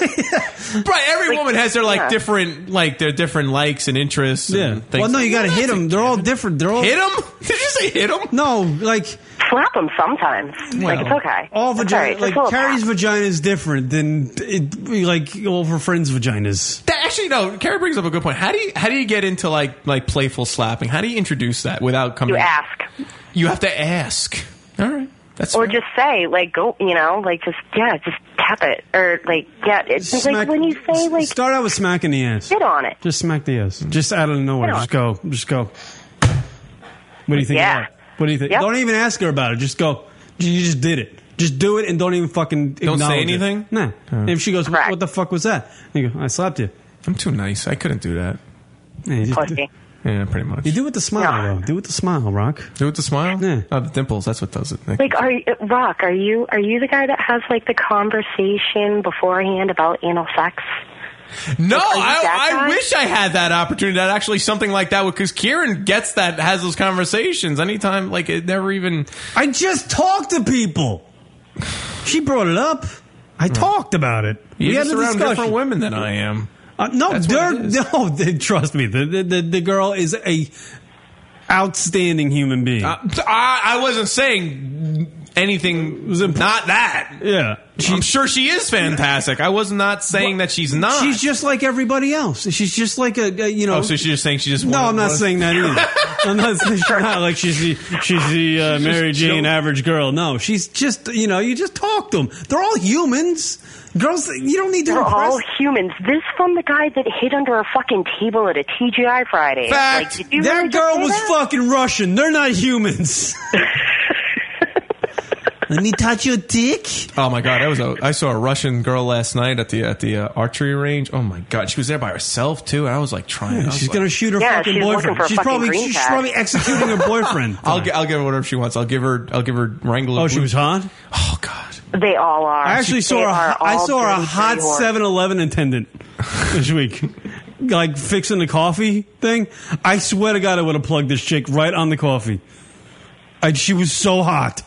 [SPEAKER 3] right. Every
[SPEAKER 5] Like,
[SPEAKER 3] woman has their like
[SPEAKER 5] yeah.
[SPEAKER 3] different like their different likes and interests.
[SPEAKER 1] Yeah.
[SPEAKER 3] And things.
[SPEAKER 1] Well, no, you got to hit them. They're all different. They're all
[SPEAKER 3] Hit him? [LAUGHS] Did you say hit him?
[SPEAKER 1] No, like.
[SPEAKER 5] Slap them sometimes. like it's okay.
[SPEAKER 1] All
[SPEAKER 5] It's all right. Just
[SPEAKER 1] vagina,
[SPEAKER 5] a
[SPEAKER 1] like
[SPEAKER 5] little
[SPEAKER 1] Carrie's
[SPEAKER 5] tap.
[SPEAKER 1] vagina is different than it, like all of her friends' vaginas.
[SPEAKER 3] That, actually, no. Carrie brings up a good point. How do you how do you get into like like playful slapping? How do you introduce that without coming?
[SPEAKER 5] You ask.
[SPEAKER 3] You have to ask. All right. That's
[SPEAKER 5] or
[SPEAKER 3] fair.
[SPEAKER 5] just say like go you know like just yeah just tap it or like yeah it's just like
[SPEAKER 1] Smack-
[SPEAKER 5] when you say like
[SPEAKER 1] start out with smacking the ass.
[SPEAKER 5] sit on it
[SPEAKER 1] Just smack the ass. Just out of nowhere.
[SPEAKER 5] Yeah.
[SPEAKER 1] Just go. Just go. What do you think? of
[SPEAKER 5] Yeah.
[SPEAKER 1] that? What do you think?
[SPEAKER 5] Yep.
[SPEAKER 1] Don't even ask her about it. Just go. You just did it. Just do it and don't even fucking
[SPEAKER 3] Don't
[SPEAKER 1] acknowledge
[SPEAKER 3] say
[SPEAKER 1] it.
[SPEAKER 3] anything? Oh.
[SPEAKER 1] Nah. And if she goes, what,
[SPEAKER 5] Correct.
[SPEAKER 1] what the fuck was that? You go, I slapped you.
[SPEAKER 3] I'm too nice. I couldn't do that.
[SPEAKER 1] Yeah, you,
[SPEAKER 5] [LAUGHS]
[SPEAKER 1] just,
[SPEAKER 5] pussy
[SPEAKER 3] Yeah, pretty much.
[SPEAKER 1] you do it with the smile
[SPEAKER 5] Yeah.
[SPEAKER 1] though. Do it with the smile, Rock.
[SPEAKER 3] Do it with the smile.
[SPEAKER 1] Yeah.
[SPEAKER 3] Oh, the dimples. That's what does it.
[SPEAKER 5] like are you rock are you are you the guy that has like the conversation beforehand about anal sex
[SPEAKER 3] No,
[SPEAKER 5] Like, are you that
[SPEAKER 3] I, I
[SPEAKER 5] guy?
[SPEAKER 3] wish I had that opportunity. That actually something like that would because Kieran gets that has those conversations anytime. Like it never even.
[SPEAKER 1] I just talked to people. She brought it up. I talked about it.
[SPEAKER 3] You're
[SPEAKER 1] we had
[SPEAKER 3] just
[SPEAKER 1] a
[SPEAKER 3] around
[SPEAKER 1] discussion.
[SPEAKER 3] different women than I am.
[SPEAKER 1] Uh, no, they're- [LAUGHS] no. they- trust me, the the, the the girl is a outstanding human being.
[SPEAKER 3] Uh, I, I wasn't saying anything. Was not that.
[SPEAKER 1] Yeah,
[SPEAKER 3] I'm sure she is fantastic. I was not saying that she's not.
[SPEAKER 1] She's just like everybody else. She's just like a, a you know.
[SPEAKER 3] oh, so she's just saying she just.
[SPEAKER 1] no,
[SPEAKER 3] wanted-
[SPEAKER 1] I'm not
[SPEAKER 3] was-
[SPEAKER 1] saying that
[SPEAKER 3] [LAUGHS]
[SPEAKER 1] either. I'm not, she's not like she's the she's the uh, Mary
[SPEAKER 3] just
[SPEAKER 1] Jane
[SPEAKER 3] chill.
[SPEAKER 1] average girl. No, she's just you know you just talk to them. They're all humans. Girls, you don't need to
[SPEAKER 5] We're
[SPEAKER 1] impress.
[SPEAKER 5] all humans. This from the guy that hid under a fucking table at a TGI Friday. Like,
[SPEAKER 1] Fact.
[SPEAKER 5] did you
[SPEAKER 1] that
[SPEAKER 5] really just
[SPEAKER 1] girl
[SPEAKER 5] say
[SPEAKER 1] was
[SPEAKER 5] that?
[SPEAKER 1] fucking Russian. They're
[SPEAKER 5] [LAUGHS]
[SPEAKER 1] not humans. Let me touch your dick.
[SPEAKER 3] Oh my god, I was a, I saw a Russian girl last night at the at the uh, archery range. Oh my god, she was there by herself too. I was like trying. I was
[SPEAKER 1] she's
[SPEAKER 3] like-
[SPEAKER 1] gonna shoot her fucking boyfriend. she's probably she's probably
[SPEAKER 3] [LAUGHS]
[SPEAKER 1] executing her boyfriend.
[SPEAKER 3] I'll gi- I'll give her whatever she wants. I'll give her I'll give her Wrangler.
[SPEAKER 1] Oh, she
[SPEAKER 3] blue-
[SPEAKER 1] was hot.
[SPEAKER 5] They all are.
[SPEAKER 1] I actually saw
[SPEAKER 5] They
[SPEAKER 1] a,
[SPEAKER 5] are
[SPEAKER 1] I
[SPEAKER 5] all
[SPEAKER 1] saw a
[SPEAKER 5] dirty,
[SPEAKER 1] hot
[SPEAKER 5] dirty whores.
[SPEAKER 1] 7-Eleven attendant this week, like fixing the coffee thing. I swear to God, I would have plugged this chick right on the coffee. I, she was so hot,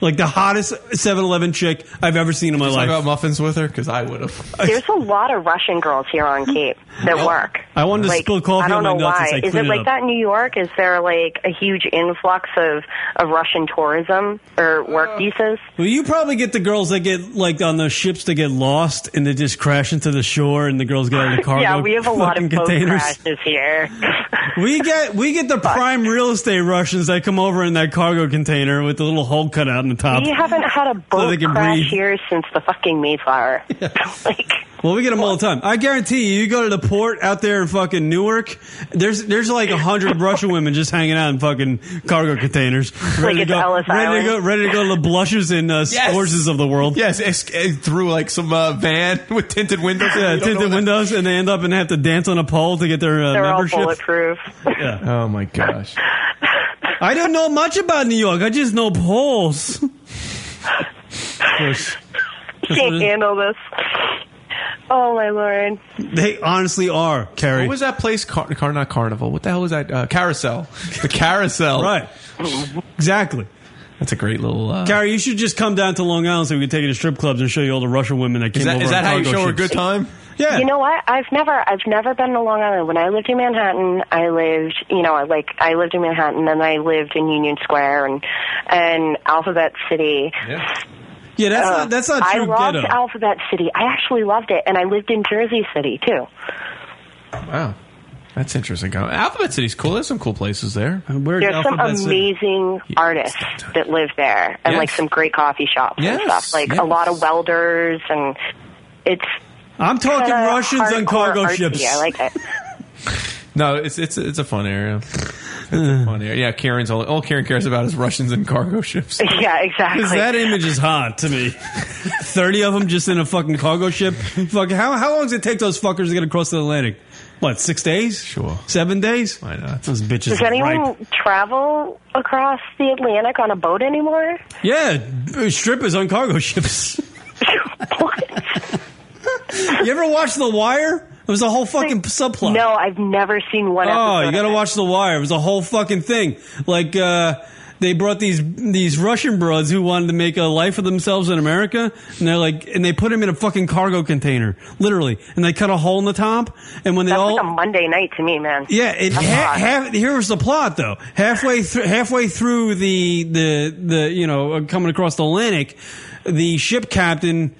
[SPEAKER 1] like the hottest 7-Eleven chick I've ever seen in my
[SPEAKER 3] Did you
[SPEAKER 1] life.
[SPEAKER 3] talk about muffins with her because I would have.
[SPEAKER 5] There's a lot of Russian girls here on Cape that work.
[SPEAKER 1] I wanted to
[SPEAKER 5] Like,
[SPEAKER 1] spill coffee
[SPEAKER 5] I don't
[SPEAKER 1] on my
[SPEAKER 5] know
[SPEAKER 1] nuts
[SPEAKER 5] why.
[SPEAKER 1] as I
[SPEAKER 5] Is
[SPEAKER 1] clean
[SPEAKER 5] it
[SPEAKER 1] it
[SPEAKER 5] like
[SPEAKER 1] up.
[SPEAKER 5] that in New York? Is there like a huge influx of, of Russian tourism or work visas?
[SPEAKER 1] Well, you probably get the girls that get like on the ships that get lost and they just crash into the shore, and the girls get
[SPEAKER 5] [LAUGHS]
[SPEAKER 1] out of the cargo.
[SPEAKER 5] yeah, we have a lot of
[SPEAKER 1] fucking
[SPEAKER 5] boat
[SPEAKER 1] containers.
[SPEAKER 5] crashes here. [LAUGHS]
[SPEAKER 1] We get we get the prime real estate Russians that come over in that cargo container with the little hole cut out in the top.
[SPEAKER 5] we haven't had a
[SPEAKER 1] uh, So
[SPEAKER 5] boat
[SPEAKER 1] they can
[SPEAKER 5] crash
[SPEAKER 1] breathe.
[SPEAKER 5] here since the fucking
[SPEAKER 1] [LAUGHS]
[SPEAKER 5] Mayflower. [LAUGHS]
[SPEAKER 1] Well, we get them all the time. I guarantee you, you go to the port out there in fucking Newark. There's there's like
[SPEAKER 5] [LAUGHS]
[SPEAKER 1] a hundred Russian women just hanging out in fucking cargo containers, ready
[SPEAKER 3] it's
[SPEAKER 1] to go,
[SPEAKER 3] Ellis
[SPEAKER 1] ready
[SPEAKER 3] Island.
[SPEAKER 1] to go, ready to go to the blushers and uh,
[SPEAKER 3] Yes.
[SPEAKER 1] Scourges of the world.
[SPEAKER 3] Yes, es- eh, through like some uh, van [LAUGHS] with tinted windows.
[SPEAKER 1] Yeah, tinted windows, and they end up and have to dance on a pole to get their uh,
[SPEAKER 5] They're all
[SPEAKER 1] membership.
[SPEAKER 5] bulletproof.
[SPEAKER 1] Yeah.
[SPEAKER 3] Oh
[SPEAKER 5] [LAUGHS]
[SPEAKER 3] my gosh.
[SPEAKER 1] I don't know much about New York. I just know poles.
[SPEAKER 5] Can't handle this. Oh my lord.
[SPEAKER 1] They honestly are, Carrie.
[SPEAKER 3] What was that place? Car, car not carnival. What the hell was that? Uh, carousel. The
[SPEAKER 1] [LAUGHS]
[SPEAKER 3] carousel.
[SPEAKER 1] right. Exactly.
[SPEAKER 3] That's a great little. Uh,
[SPEAKER 1] Carrie, you should just come down to Long Island so we can take you to strip clubs and show you all the Russian women that came
[SPEAKER 3] is that,
[SPEAKER 1] over.
[SPEAKER 3] is
[SPEAKER 1] on
[SPEAKER 3] that how you
[SPEAKER 1] cargo
[SPEAKER 3] show her a
[SPEAKER 1] ships.
[SPEAKER 3] good time?
[SPEAKER 1] Yeah.
[SPEAKER 5] You know what? I've never I've never been to Long Island. When I lived in Manhattan, I lived you know, I like I lived in Manhattan and I lived in Union Square and and Alphabet City.
[SPEAKER 3] Yeah.
[SPEAKER 1] Yeah, that's
[SPEAKER 5] Uh,
[SPEAKER 1] not that's not
[SPEAKER 5] I
[SPEAKER 1] true
[SPEAKER 5] loved
[SPEAKER 1] ghetto.
[SPEAKER 5] Alphabet City. I actually loved it and I lived in Jersey City too.
[SPEAKER 3] Wow. That's interesting. Uh, Alphabet City's cool. There's some cool places there.
[SPEAKER 1] Where
[SPEAKER 5] There's some amazing artists that live there and
[SPEAKER 3] Yes.
[SPEAKER 5] like some great coffee shops and
[SPEAKER 1] Yes,
[SPEAKER 5] stuff. Like a lot of welders and it's
[SPEAKER 1] I'm talking
[SPEAKER 5] kinda
[SPEAKER 1] Russians on
[SPEAKER 5] hardcore
[SPEAKER 1] cargo
[SPEAKER 5] artsy.
[SPEAKER 1] ships.
[SPEAKER 5] I
[SPEAKER 1] [LAUGHS]
[SPEAKER 5] like it.
[SPEAKER 3] No, it's it's it's a fun area. It's
[SPEAKER 1] Uh.
[SPEAKER 3] a fun area. Yeah, Karen's all, all Karen cares about is Russians and
[SPEAKER 5] [LAUGHS]
[SPEAKER 3] cargo ships.
[SPEAKER 5] yeah, exactly.
[SPEAKER 1] Because that image is hot
[SPEAKER 5] [LAUGHS]
[SPEAKER 1] to me. Thirty of them just in a fucking cargo ship. Fuck, how how long does it take those fuckers to get across the Atlantic? What, six days? Sure. Seven days? Why
[SPEAKER 3] not?
[SPEAKER 1] Those bitches.
[SPEAKER 5] Does
[SPEAKER 1] are
[SPEAKER 5] anyone
[SPEAKER 1] ripe.
[SPEAKER 5] travel across the Atlantic on a boat anymore?
[SPEAKER 1] Yeah, b- strippers on cargo [LAUGHS] ships. [LAUGHS] you ever watch The Wire? It was a whole fucking subplot.
[SPEAKER 5] No, I've never seen one
[SPEAKER 1] Oh, you
[SPEAKER 5] episode.
[SPEAKER 1] gotta watch The Wire. It was a whole fucking thing. Like uh, they brought these these Russian broads who wanted to make a life for themselves in America, and they're like, and they put them in a fucking cargo container, literally, and they cut a hole in the top. And when they
[SPEAKER 5] That's
[SPEAKER 1] all
[SPEAKER 5] like a Monday night to me, man.
[SPEAKER 1] yeah, it,
[SPEAKER 5] That's
[SPEAKER 1] ha-
[SPEAKER 5] hot.
[SPEAKER 1] half, here was the plot though. Halfway through, halfway through the the the you know uh, coming across the Atlantic, the ship captain.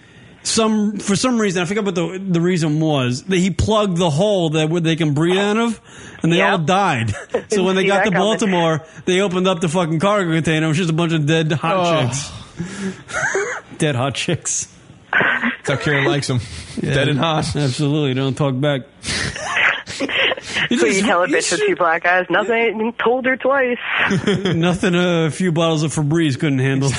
[SPEAKER 1] Some for some reason I forget what the the reason was that he plugged the hole that where they can breathe out of, and they
[SPEAKER 5] [LAUGHS]
[SPEAKER 1] all died. So when they
[SPEAKER 5] See
[SPEAKER 1] got
[SPEAKER 5] that
[SPEAKER 1] to
[SPEAKER 5] coming.
[SPEAKER 1] Baltimore, they opened up the fucking cargo container. It was just a bunch of dead hot
[SPEAKER 3] Oh.
[SPEAKER 5] [LAUGHS]
[SPEAKER 1] chicks, dead hot chicks.
[SPEAKER 3] That's how Karen likes them. Dead and hot.
[SPEAKER 1] Absolutely, don't talk back.
[SPEAKER 5] [LAUGHS] so you tell a bitch with two black eyes, nothing. Told her twice.
[SPEAKER 1] [LAUGHS] Nothing a few bottles of Febreze couldn't [LAUGHS] handle.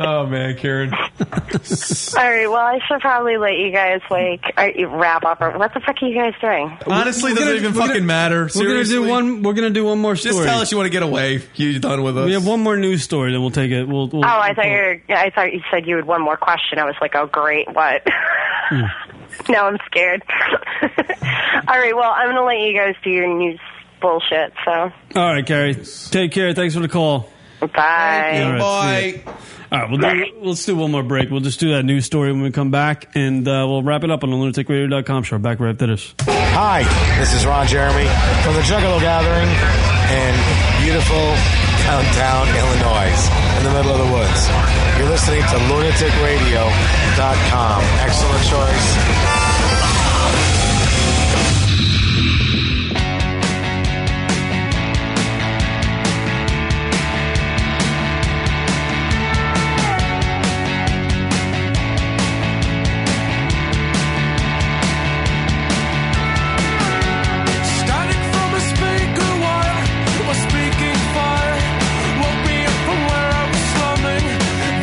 [SPEAKER 3] Oh man,
[SPEAKER 1] [LAUGHS]
[SPEAKER 3] Karen.
[SPEAKER 5] All right. Well, I should probably let you guys like uh, wrap up. Or what the fuck are you guys doing?
[SPEAKER 3] Honestly, doesn't even
[SPEAKER 1] we're
[SPEAKER 3] fucking
[SPEAKER 1] gonna-
[SPEAKER 3] matter.
[SPEAKER 1] We're gonna
[SPEAKER 3] Seriously.
[SPEAKER 1] do one. We're gonna do one more story.
[SPEAKER 3] Just tell us you want to get away. You done with us?
[SPEAKER 1] We have one more news story, then we'll take it. We'll,
[SPEAKER 5] Oh,
[SPEAKER 1] we'll,
[SPEAKER 5] I thought you. Were, I thought you said you had one more question. I was like, oh, great. What?
[SPEAKER 1] Hmm.
[SPEAKER 5] [LAUGHS] now I'm
[SPEAKER 1] [LAUGHS]
[SPEAKER 5] scared. All right. Well, I'm gonna let you guys do your news bullshit. So.
[SPEAKER 1] All right, Gary. Take care. Thanks for the call.
[SPEAKER 5] Bye.
[SPEAKER 1] All right, see ya. All right, we'll do, let's do one more break. We'll just do that news story when we come back, and uh, we'll wrap it up on the lunaticradio.com show. Back right after this.
[SPEAKER 3] Hi, this is Ron Jeremy from the Juggalo Gathering in beautiful downtown Illinois in the middle of the woods. You're listening to lunaticradio.com. Excellent choice.
[SPEAKER 10] Started from a speaker wire, was speaking fire. Woke me up from where I was slumming.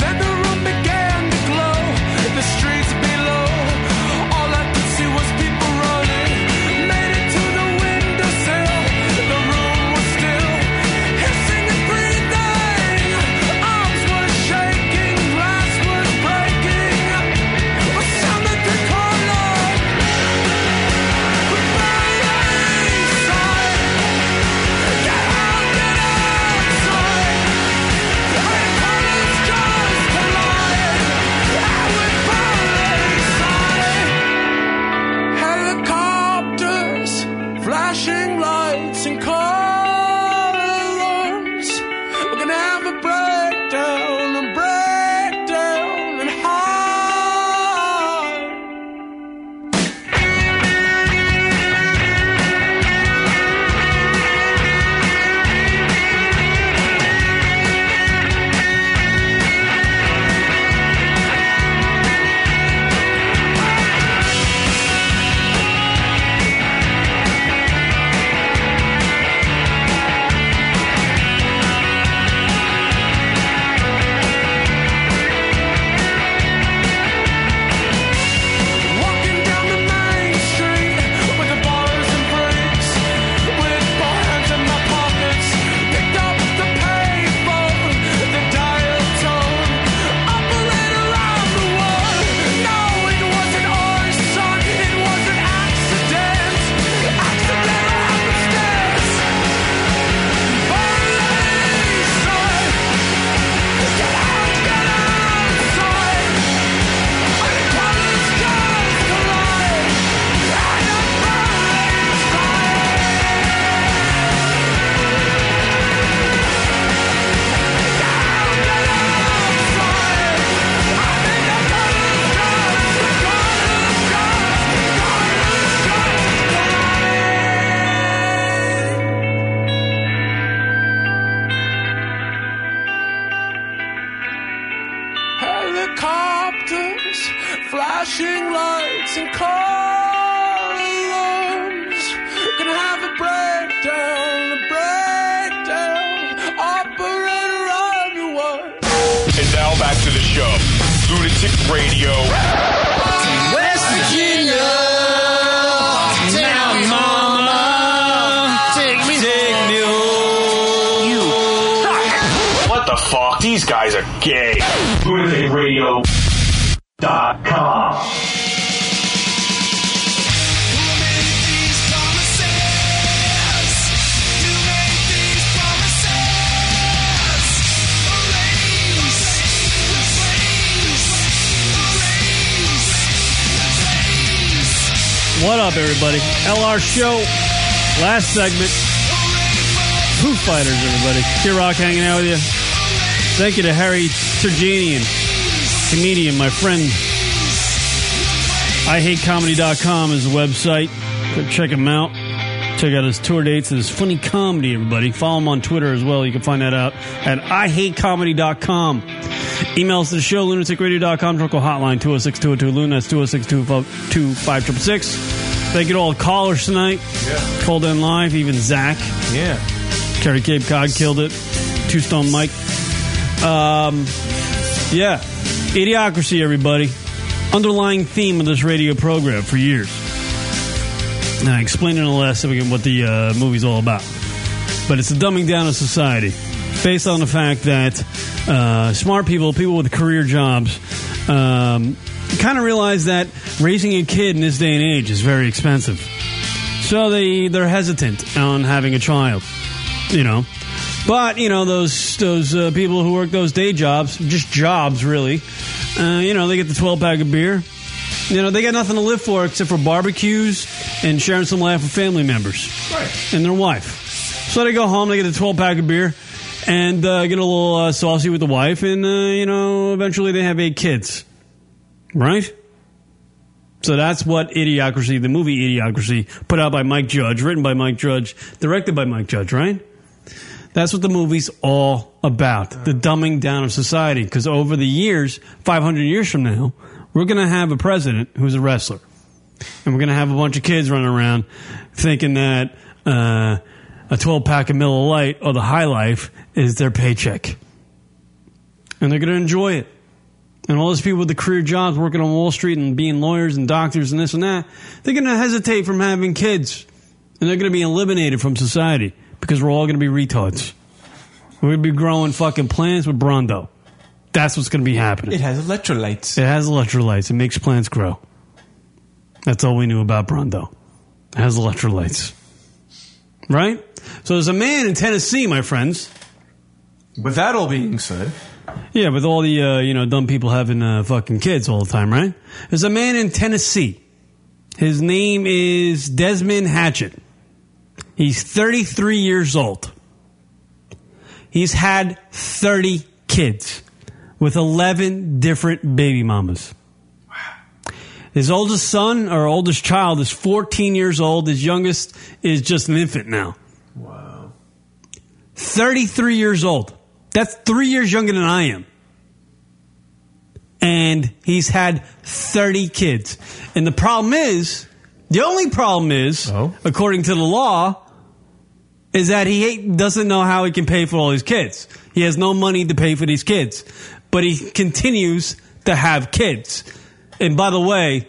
[SPEAKER 10] Then the room began to glow. The streets below, all I could see was people running. Made it to the windowsill. The room was still, hissing and breathing. Arms were shaking, glass was breaking. A sound that they call love. Helicopters, flashing lights, and car alarms. We're gonna have a breakdown, a breakdown, and high. Walking down the main street with the bars and breaks, with both hands in my pockets, picked up the payphone, the dial tone, operator on the wall. No, it wasn't our son, it was an accident, accidental happenstance. Police, get out, get outside. helicopters, flashing lights, and car alarms. Gonna have a breakdown, a breakdown. Operator on the one.
[SPEAKER 7] And now back to the show. Lunatic Radio.
[SPEAKER 10] West Virginia. Now, mama, take me, take me home. You
[SPEAKER 7] What the fuck? These guys are gay. LunaticRadio.com.
[SPEAKER 1] What up, everybody? LR Show, last segment. Foo Fighters, everybody. Here Rock hanging out with you. Thank you to Harry Turjanian, comedian, my friend. IHateComedy.com is the website. Go check him out. Check out his tour dates and his funny comedy, everybody. Follow him on Twitter as well. You can find that out at IHateComedy.com. Email us to the show, lunaticradio.com, Drunkle Hotline, 206 202 Luna, that's 206 Thank you to all the callers tonight. Yeah. Called in live, even Zach. Yeah. Kerry Cape Cod killed it. Two Stone Mike. Um, yeah. Idiocracy, everybody. Underlying theme of this radio program for years. And I explained in the last segment what the uh, movie's all about. But it's the dumbing down of society based on the fact that uh, smart people, people with career jobs, um, kind of realize that raising a kid in this day and age is very expensive. So they, they're hesitant on having a child, you know. But you know those those uh, people who work those day jobs, just jobs really. Uh, you know they get the twelve pack of beer. You know they got nothing to live for except for barbecues and sharing some laugh with family members and their wife. So they go home, they get a twelve pack of beer, and uh, get a little uh, saucy with the wife, and uh, you know eventually they have eight kids, right? So that's what Idiocracy, the movie Idiocracy, put out by Mike Judge, written by Mike Judge, directed by Mike Judge, right? That's what the movie's all about the dumbing down of society. Because over the years, 500 years from now, we're going to have a president who's a wrestler. And we're going to have a bunch of kids running around thinking that uh, a 12 pack of Miller Lite or the High Life is their paycheck. And they're going to enjoy it. And all those people with the career jobs working on Wall Street and being lawyers and doctors and this and that, they're going to hesitate from having kids. And they're going to be eliminated from society because we're all going to be retards. We're going to be growing fucking plants with Brondo. That's what's going to be happening.
[SPEAKER 3] It has electrolytes.
[SPEAKER 1] It has electrolytes. It makes plants grow. That's all we knew about Brondo. It has electrolytes. Right? So there's a man in Tennessee, my friends.
[SPEAKER 3] With that all being said,
[SPEAKER 1] Yeah, with all the uh, you know dumb people having uh, fucking kids all the time, right? There's a man in Tennessee. His name is Desmond Hatchett. He's 33 years old. He's had 30 kids with 11 different baby mamas. His oldest son or oldest child is 14 years old. His youngest is just an infant now. 33 years old. That's three years younger than I am. And he's had 30 kids. And the problem is, the only problem is, according to the law, is that he hate- doesn't know how he can pay for all his kids. He has no money to pay for these kids. But he continues to have kids. And by the way,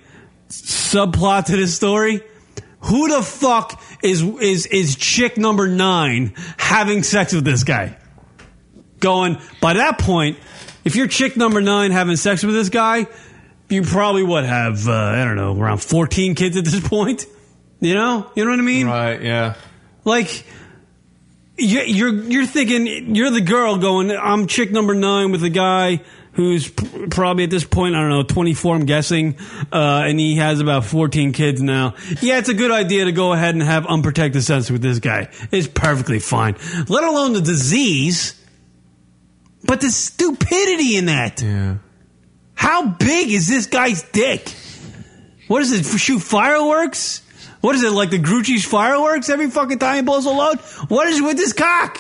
[SPEAKER 1] subplot to this story, who the fuck is is is chick number 9 having sex with this guy? Going by that point, if you're chick number 9 having sex with this guy, you probably would have uh, I don't know, around 14 kids at this point. You know? You know what I mean?
[SPEAKER 3] Right, yeah.
[SPEAKER 1] Like you're, you're you're thinking you're the girl going. I'm chick number nine with a guy who's p- probably at this point I don't know 24. I'm guessing, uh, and he has about 14 kids now. Yeah, it's a good idea to go ahead and have unprotected sex with this guy. It's perfectly fine. Let alone the disease, but the stupidity in that. Yeah. How big is this guy's dick? What is it? Shoot fireworks? What is it like the Grucci's fireworks every fucking time he blows a load? What is with this cock?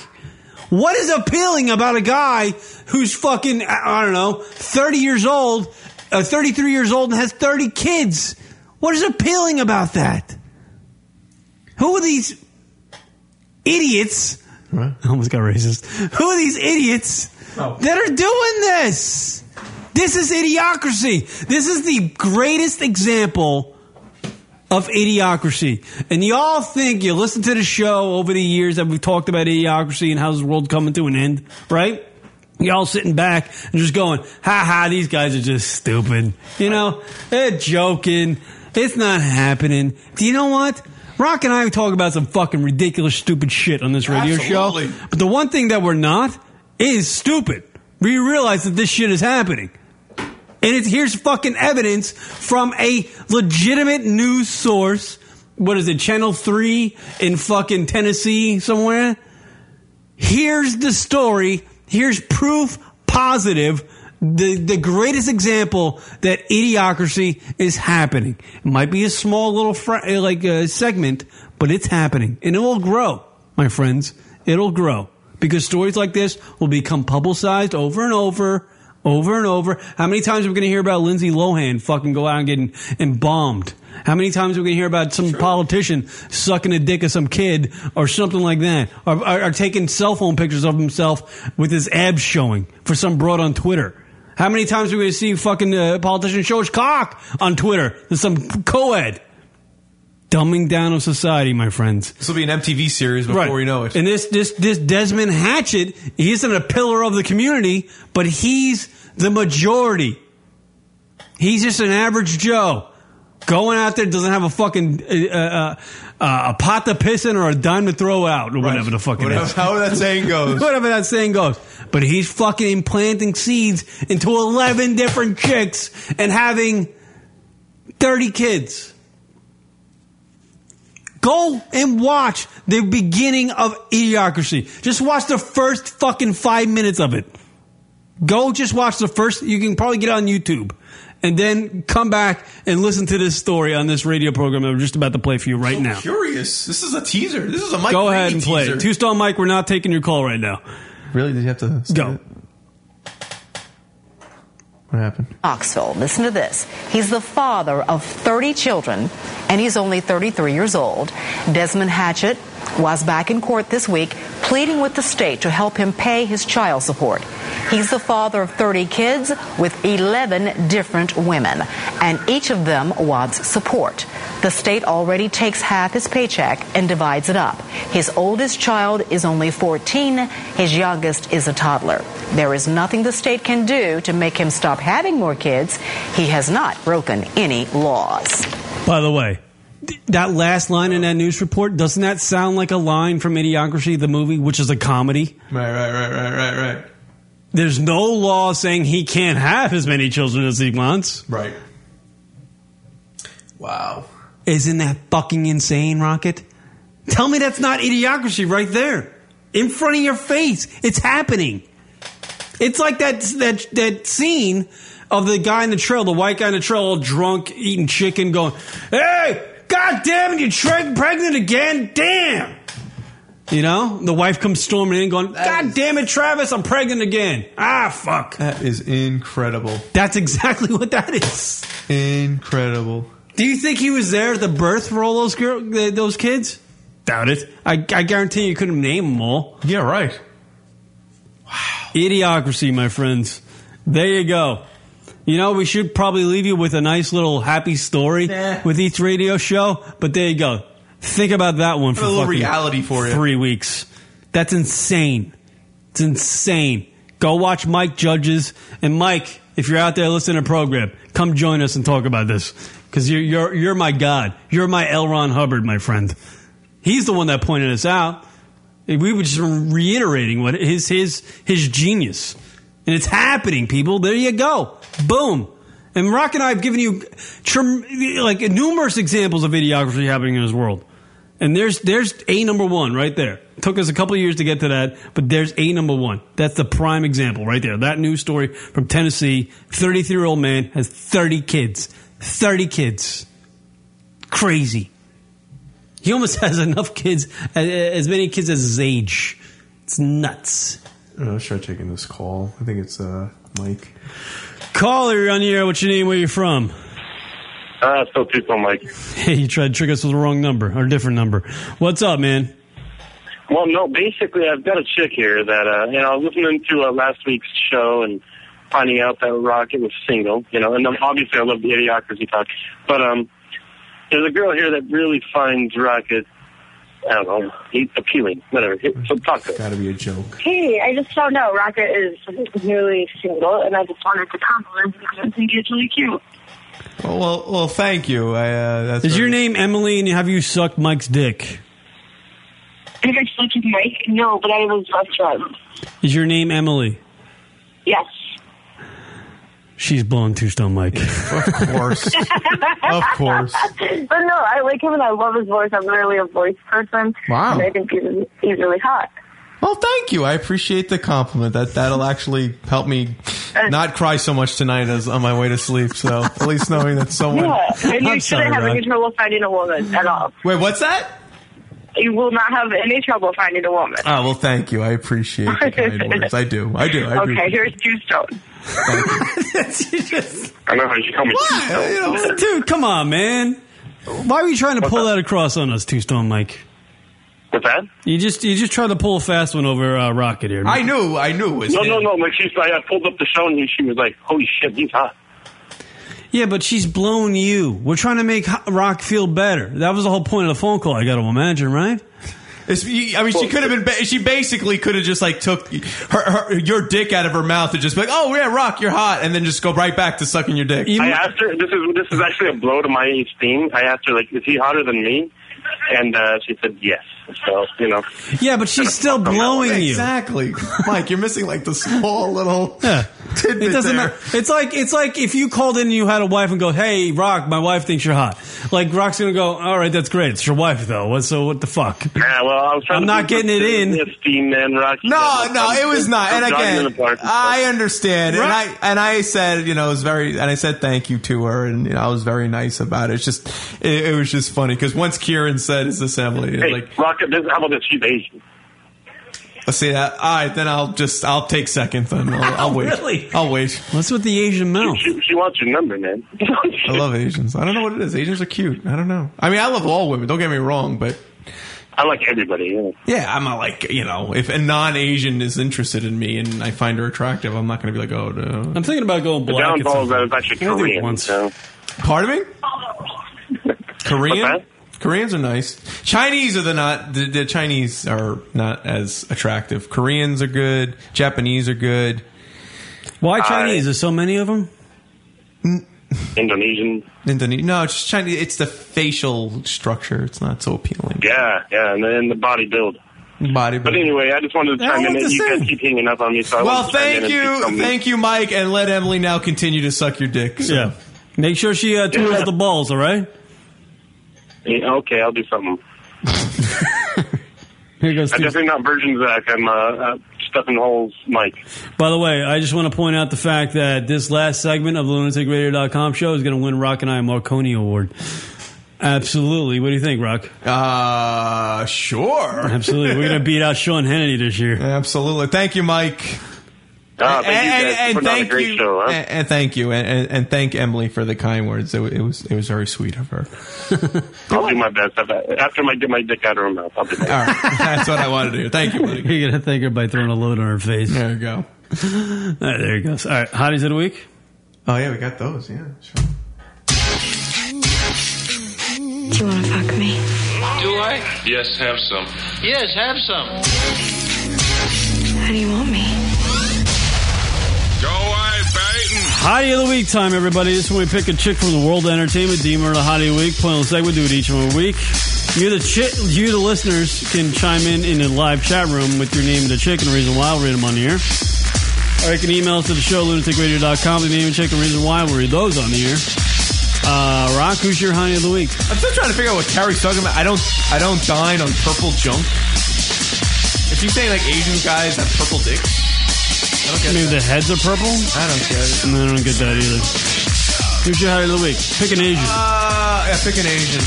[SPEAKER 1] What is appealing about a guy who's fucking I I don't know thirty years old, uh, thirty three years old and has thirty kids? What is appealing about that? Who are these idiots? I almost got racist. Who are these idiots that are doing this? This is idiocracy. This is the greatest example of idiocracy. And y'all think you listen to the show over the years that we've talked about idiocracy and how's the world coming to an end, right? Y'all sitting back and just going, ha ha, these guys are just stupid. You know, they're joking. It's not happening. Do you know what? Rock and I talk about some fucking ridiculous, stupid shit on this radio
[SPEAKER 3] Absolutely.
[SPEAKER 1] show. But the one thing that we're not is stupid. We realize that this shit is happening. And it's here's fucking evidence from a legitimate news source. What is it, Channel 3 in fucking Tennessee somewhere? Here's the story. Here's proof positive. The, the greatest example that idiocracy is happening. It might be a small little fr- uh, like uh, segment, but it's happening and it will grow, my friends. It'll grow because stories like this will become publicized over and over over and over. How many times are we going to hear about Lindsay Lohan fucking go out and getting embalmed? How many times are we going to hear about some politician sucking a dick of some kid or something like that? Or, or, or taking cell phone pictures of himself with his abs showing for some broad on Twitter? How many times are we going to see fucking uh, politician show his cock on Twitter to some co-ed? Dumbing down of society, my friends.
[SPEAKER 3] This will be an MTV series before we know it.
[SPEAKER 1] And this this this Desmond Hatchett, he isn't a pillar of the community, but he's the majority. He's just an average Joe going out there doesn't have a fucking uh, uh, uh, a pot to piss in or a dime to throw out or whatever the fuck it
[SPEAKER 3] Whatever-
[SPEAKER 1] is.
[SPEAKER 3] [LAUGHS] however
[SPEAKER 1] [LAUGHS]
[SPEAKER 3] that saying goes.
[SPEAKER 1] whatever that saying goes. But he's fucking implanting seeds into 11 different chicks and having 30 kids. Go and watch the beginning of Idiocracy. Just watch the first fucking five minutes of it. Go just watch the first. You can probably get it on YouTube. And then come back and listen to this story on this radio program that we're just about to play for you right now.
[SPEAKER 3] Curious. This is a teaser. This is a Mike.
[SPEAKER 1] Go ahead
[SPEAKER 3] Green
[SPEAKER 1] and play.
[SPEAKER 3] teaser.
[SPEAKER 1] Two Stone Mike, we're not taking your call right now.
[SPEAKER 3] Really? Did you have to
[SPEAKER 1] go?
[SPEAKER 3] What happened?
[SPEAKER 20] Knoxville. Listen to this. He's the father of 30 children, and he's only 33 years old. Desmond Hatchett was back in court this week pleading with the state to help him pay his child support. He's the father of 30 kids with 11 different women, and each of them wants support. The state already takes half his paycheck and divides it up. His oldest child is only 14, his youngest is a toddler. There is nothing the state can do to make him stop having more kids. He has not broken any laws.
[SPEAKER 1] By the way, th- that last line in that news report doesn't that sound like a line from Idiocracy, the movie, which is a comedy?
[SPEAKER 3] Right, right, right, right, right, right.
[SPEAKER 1] There's no law saying he can't have as many children as he wants.
[SPEAKER 3] Right. Wow.
[SPEAKER 1] Isn't that fucking insane, Rocket? Tell me that's not Idiocracy right there, in front of your face. It's happening. It's like that that that scene of the guy in the trail, the white guy in the trail, all drunk, eating chicken, going, "Hey, god damn it, you tra- pregnant again? Damn!" You know, the wife comes storming in, going, "God damn it, Travis, I'm pregnant again! Ah, fuck!"
[SPEAKER 3] That is incredible.
[SPEAKER 1] That's exactly what that is.
[SPEAKER 3] Incredible.
[SPEAKER 1] Do you think he was there at the birth for all those girl, th- those kids? Doubt it. I, I guarantee you couldn't name them all.
[SPEAKER 3] Yeah, right.
[SPEAKER 1] Wow. Idiocracy, my friends. There you go. You know, we should probably leave you with a nice little happy story with each radio show, but there you go. Think about that one for
[SPEAKER 3] a little
[SPEAKER 1] fucking
[SPEAKER 3] reality for you.
[SPEAKER 1] three weeks. That's insane. It's insane. Go watch Mike Judges and Mike. If you're out there listening to the program, come join us and talk about this because you're you're you're my god. You're my L. Ron Hubbard, my friend. He's the one that pointed us out. We were just reiterating what his his his genius, and it's happening, people. There you go, boom. And Rock and I have given you trem- like numerous examples of idiocracy happening in this world. And there's there's a number one right there. Took us a couple of years to get to that, but there's a number one. That's the prime example right there. That news story from Tennessee: 33 year old man has 30 kids, 30 kids. Crazy. He almost [LAUGHS] has enough kids, a- a- as many kids as his age. It's nuts.
[SPEAKER 3] I'll Uh, try taking this call. I think it's uh, Mike.
[SPEAKER 1] Caller, you're on the air. What's your name? Where you from? [LAUGHS]
[SPEAKER 7] Uh, so people, Mike.
[SPEAKER 1] Hey, you tried to trick us with the wrong number or a different number. What's up, man?
[SPEAKER 7] Well, no, basically, I've got a chick here that, uh, you know, I was listening to uh, last week's show and finding out that Rocket was single, you know, and then obviously I love the idiocracy talk. But, um, there's a girl here that really finds Rocket, I don't know, he- appealing, whatever. So talk to her.
[SPEAKER 3] Gotta be a joke.
[SPEAKER 30] Hey, I just found out Rocket is newly single, and I just wanted to compliment you because I think it's really cute.
[SPEAKER 3] Oh, well, well, thank you. I, uh, that's
[SPEAKER 1] Is your name Emily? And have you sucked Mike's dick?
[SPEAKER 30] I think I slept with Mike. No, but I was best friends.
[SPEAKER 1] Is your name Emily?
[SPEAKER 30] Yes.
[SPEAKER 1] She's blown two stone, Mike. Of course.
[SPEAKER 30] of
[SPEAKER 1] course.
[SPEAKER 30] [LAUGHS] But no, I like him and I love his voice. I'm really a voice person.
[SPEAKER 3] Wow.
[SPEAKER 30] And I think he's, he's really hot.
[SPEAKER 3] Well, thank you. I appreciate the compliment. That that'll actually help me not cry so much tonight as on my way to sleep. So at least knowing that someone. [LAUGHS]
[SPEAKER 30] yeah. And you
[SPEAKER 3] I'm
[SPEAKER 30] shouldn't
[SPEAKER 3] sorry,
[SPEAKER 30] have any
[SPEAKER 3] Rod.
[SPEAKER 30] trouble finding a woman at all.
[SPEAKER 3] Wait, what's that?
[SPEAKER 30] You will not have any trouble finding a woman.
[SPEAKER 3] Oh well, thank you. I appreciate the kind
[SPEAKER 30] [LAUGHS]
[SPEAKER 3] words. I do. I do. I
[SPEAKER 30] okay,
[SPEAKER 3] appreciate
[SPEAKER 30] here's two stone.
[SPEAKER 7] [LAUGHS] I know how you call me.
[SPEAKER 1] Why? You know, Dude, come on, man. Why were you trying to pull that across on us, Two Stone Mike?
[SPEAKER 7] What's that?
[SPEAKER 1] You just you just tried to pull a fast one over uh, Rocket here. man.
[SPEAKER 3] knew, I knew.
[SPEAKER 7] no, no, no. Like she's, I I pulled up the show and she was like, "Holy shit, he's hot."
[SPEAKER 1] Yeah, but she's blown you. We're trying to make Ho- Rock feel better. That was the whole point of the phone call. I got to imagine, right?
[SPEAKER 3] It's- you- I mean, she could have been. Ba- she basically [LAUGHS] could have just like took her, her your dick out of her mouth and just be like, "Oh yeah, Rock, you're hot," and then just go right back to sucking your dick.
[SPEAKER 7] I asked her. This is this is actually a blow to my esteem. I asked her like, "Is he hotter than me?" And uh, she said yes. So you know,
[SPEAKER 1] Yeah,
[SPEAKER 30] [LAUGHS]
[SPEAKER 1] but she's still blowing you.
[SPEAKER 3] Exactly, Mike. You're missing like the small little. Yeah.
[SPEAKER 1] It doesn't matter. It's like it's like if you called in and you had a wife and go, "Hey, Rock, my wife thinks you're hot." Like Rock's gonna go, "All right, that's great. It's your wife, though. What? So what the fuck?"
[SPEAKER 7] yeah. Well, I was trying.
[SPEAKER 1] I'm
[SPEAKER 7] to
[SPEAKER 1] not
[SPEAKER 7] keep
[SPEAKER 1] getting it
[SPEAKER 7] the
[SPEAKER 1] in.
[SPEAKER 7] Esteem, man, Rock.
[SPEAKER 3] No, no, it was not. And
[SPEAKER 7] I'm jogging in the
[SPEAKER 3] again,
[SPEAKER 7] park and
[SPEAKER 3] I understand, and
[SPEAKER 7] Right.
[SPEAKER 3] I and I said, you know, it was very, and I said thank you to her, and you know, I was very nice about it. It's just, it, it was just funny because once Kieran said it's assembly,
[SPEAKER 7] Hey,
[SPEAKER 3] like,
[SPEAKER 7] Rock. This, how about this? She's Asian.
[SPEAKER 3] let's see that. All right, then I'll just, I'll take second.
[SPEAKER 7] [LAUGHS]
[SPEAKER 3] Then I'll, I'll wait.
[SPEAKER 7] Oh, Really?
[SPEAKER 3] I'll wait.
[SPEAKER 1] What's with the Asian mouth?
[SPEAKER 7] She, she wants your number, man.
[SPEAKER 3] Oh.
[SPEAKER 7] [LAUGHS]
[SPEAKER 3] I love Asians. I don't know what it is. Asians are cute. I don't know. I mean, I love all women. Don't get me wrong, but
[SPEAKER 7] I like everybody. Yeah.
[SPEAKER 3] Yeah, I'm not like you know, if a non-Asian is interested in me and I find her attractive, I'm not going to be like, oh no.
[SPEAKER 1] I'm thinking about going
[SPEAKER 7] The downfall is that it's actually
[SPEAKER 3] I think
[SPEAKER 7] Korean.
[SPEAKER 3] once.
[SPEAKER 7] So.
[SPEAKER 3] Pardon me? Korean?
[SPEAKER 7] What's
[SPEAKER 3] Koreans are nice. Chinese are the not the, the Chinese are not as attractive. Koreans are good. Japanese are good.
[SPEAKER 1] Why Chinese? There's so many of them.
[SPEAKER 7] Indonesian.
[SPEAKER 3] Indonesian? No, it's just Chinese. It's the facial structure. It's not so appealing.
[SPEAKER 7] Yeah, yeah, and then the body build.
[SPEAKER 3] Body.
[SPEAKER 7] But anyway, I just wanted to
[SPEAKER 3] Yeah, I
[SPEAKER 7] chime in.
[SPEAKER 3] like the
[SPEAKER 7] You guys keep hanging up on me, so I
[SPEAKER 3] Well,
[SPEAKER 7] wanted to chime in
[SPEAKER 3] thank
[SPEAKER 7] and say
[SPEAKER 3] you,
[SPEAKER 7] something.
[SPEAKER 3] thank you, Mike, and let Emily now continue to suck your dick.
[SPEAKER 1] Yeah. Make sure she uh, tours the balls. All right.
[SPEAKER 7] Yeah, okay, I'll do something.
[SPEAKER 1] Here goes.
[SPEAKER 7] I'm
[SPEAKER 1] Steve.
[SPEAKER 7] definitely not Virgin Zach. I'm uh, uh, stuffing holes, Mike.
[SPEAKER 1] By the way, I just want to point out the fact that this last segment of the lunaticradio.com show is going to win Rock and I a Marconi Award. Absolutely. What do you think, Rock?
[SPEAKER 3] Uh, sure.
[SPEAKER 1] Absolutely. We're going to beat out Sean Hannity this year.
[SPEAKER 3] Absolutely. Thank you, Mike.
[SPEAKER 7] Ah, thank you guys
[SPEAKER 3] And- and-
[SPEAKER 7] for
[SPEAKER 3] and
[SPEAKER 7] another
[SPEAKER 3] thank
[SPEAKER 7] great
[SPEAKER 3] you-
[SPEAKER 7] show. Huh?
[SPEAKER 3] And, and thank you, and, and, and thank Emily for the kind words. It, wa- it was it was very sweet of her.
[SPEAKER 7] I'll do my best after I get my dick out of her mouth. I'll do my best.
[SPEAKER 3] All right, [LAUGHS] that's what I wanted to do. Thank you, buddy.
[SPEAKER 1] You're going to thank her by throwing a load on her face.
[SPEAKER 3] There you go.
[SPEAKER 1] there you go. All right. Hotties of the week?
[SPEAKER 3] Oh, yeah. We got those. Yeah. Sure.
[SPEAKER 10] Do you want to fuck me?
[SPEAKER 16] Do I? Yes, have some.
[SPEAKER 10] Yes, have some. How do you want me?
[SPEAKER 16] Go away, Peyton.
[SPEAKER 1] Hottie of the Week time, everybody. This is when we pick a chick from the world of entertainment, deem her the Hottie of the Week. Plain old segment, do it each and every week. You, the chick, you, the listeners, can chime in in the live chat room with your name and the chick and the reason why. I'll read them on the air. Or you can email us to the show, lunaticradio.com, the name and chick and reason why. We'll read those on the air. Uh, Rock, who's your Hottie of the Week?
[SPEAKER 3] I'm still trying to figure out what Carrie's talking about. I don't I don't dine on purple junk. If you say like Asian guys have purple [LAUGHS] dicks, I don't get
[SPEAKER 1] Maybe the
[SPEAKER 3] that.
[SPEAKER 1] heads are purple?
[SPEAKER 3] I don't get it.
[SPEAKER 1] No, I don't get that either. Who's your Hottie of the Week? Pick an Asian.
[SPEAKER 3] Uh, yeah, pick an Asian.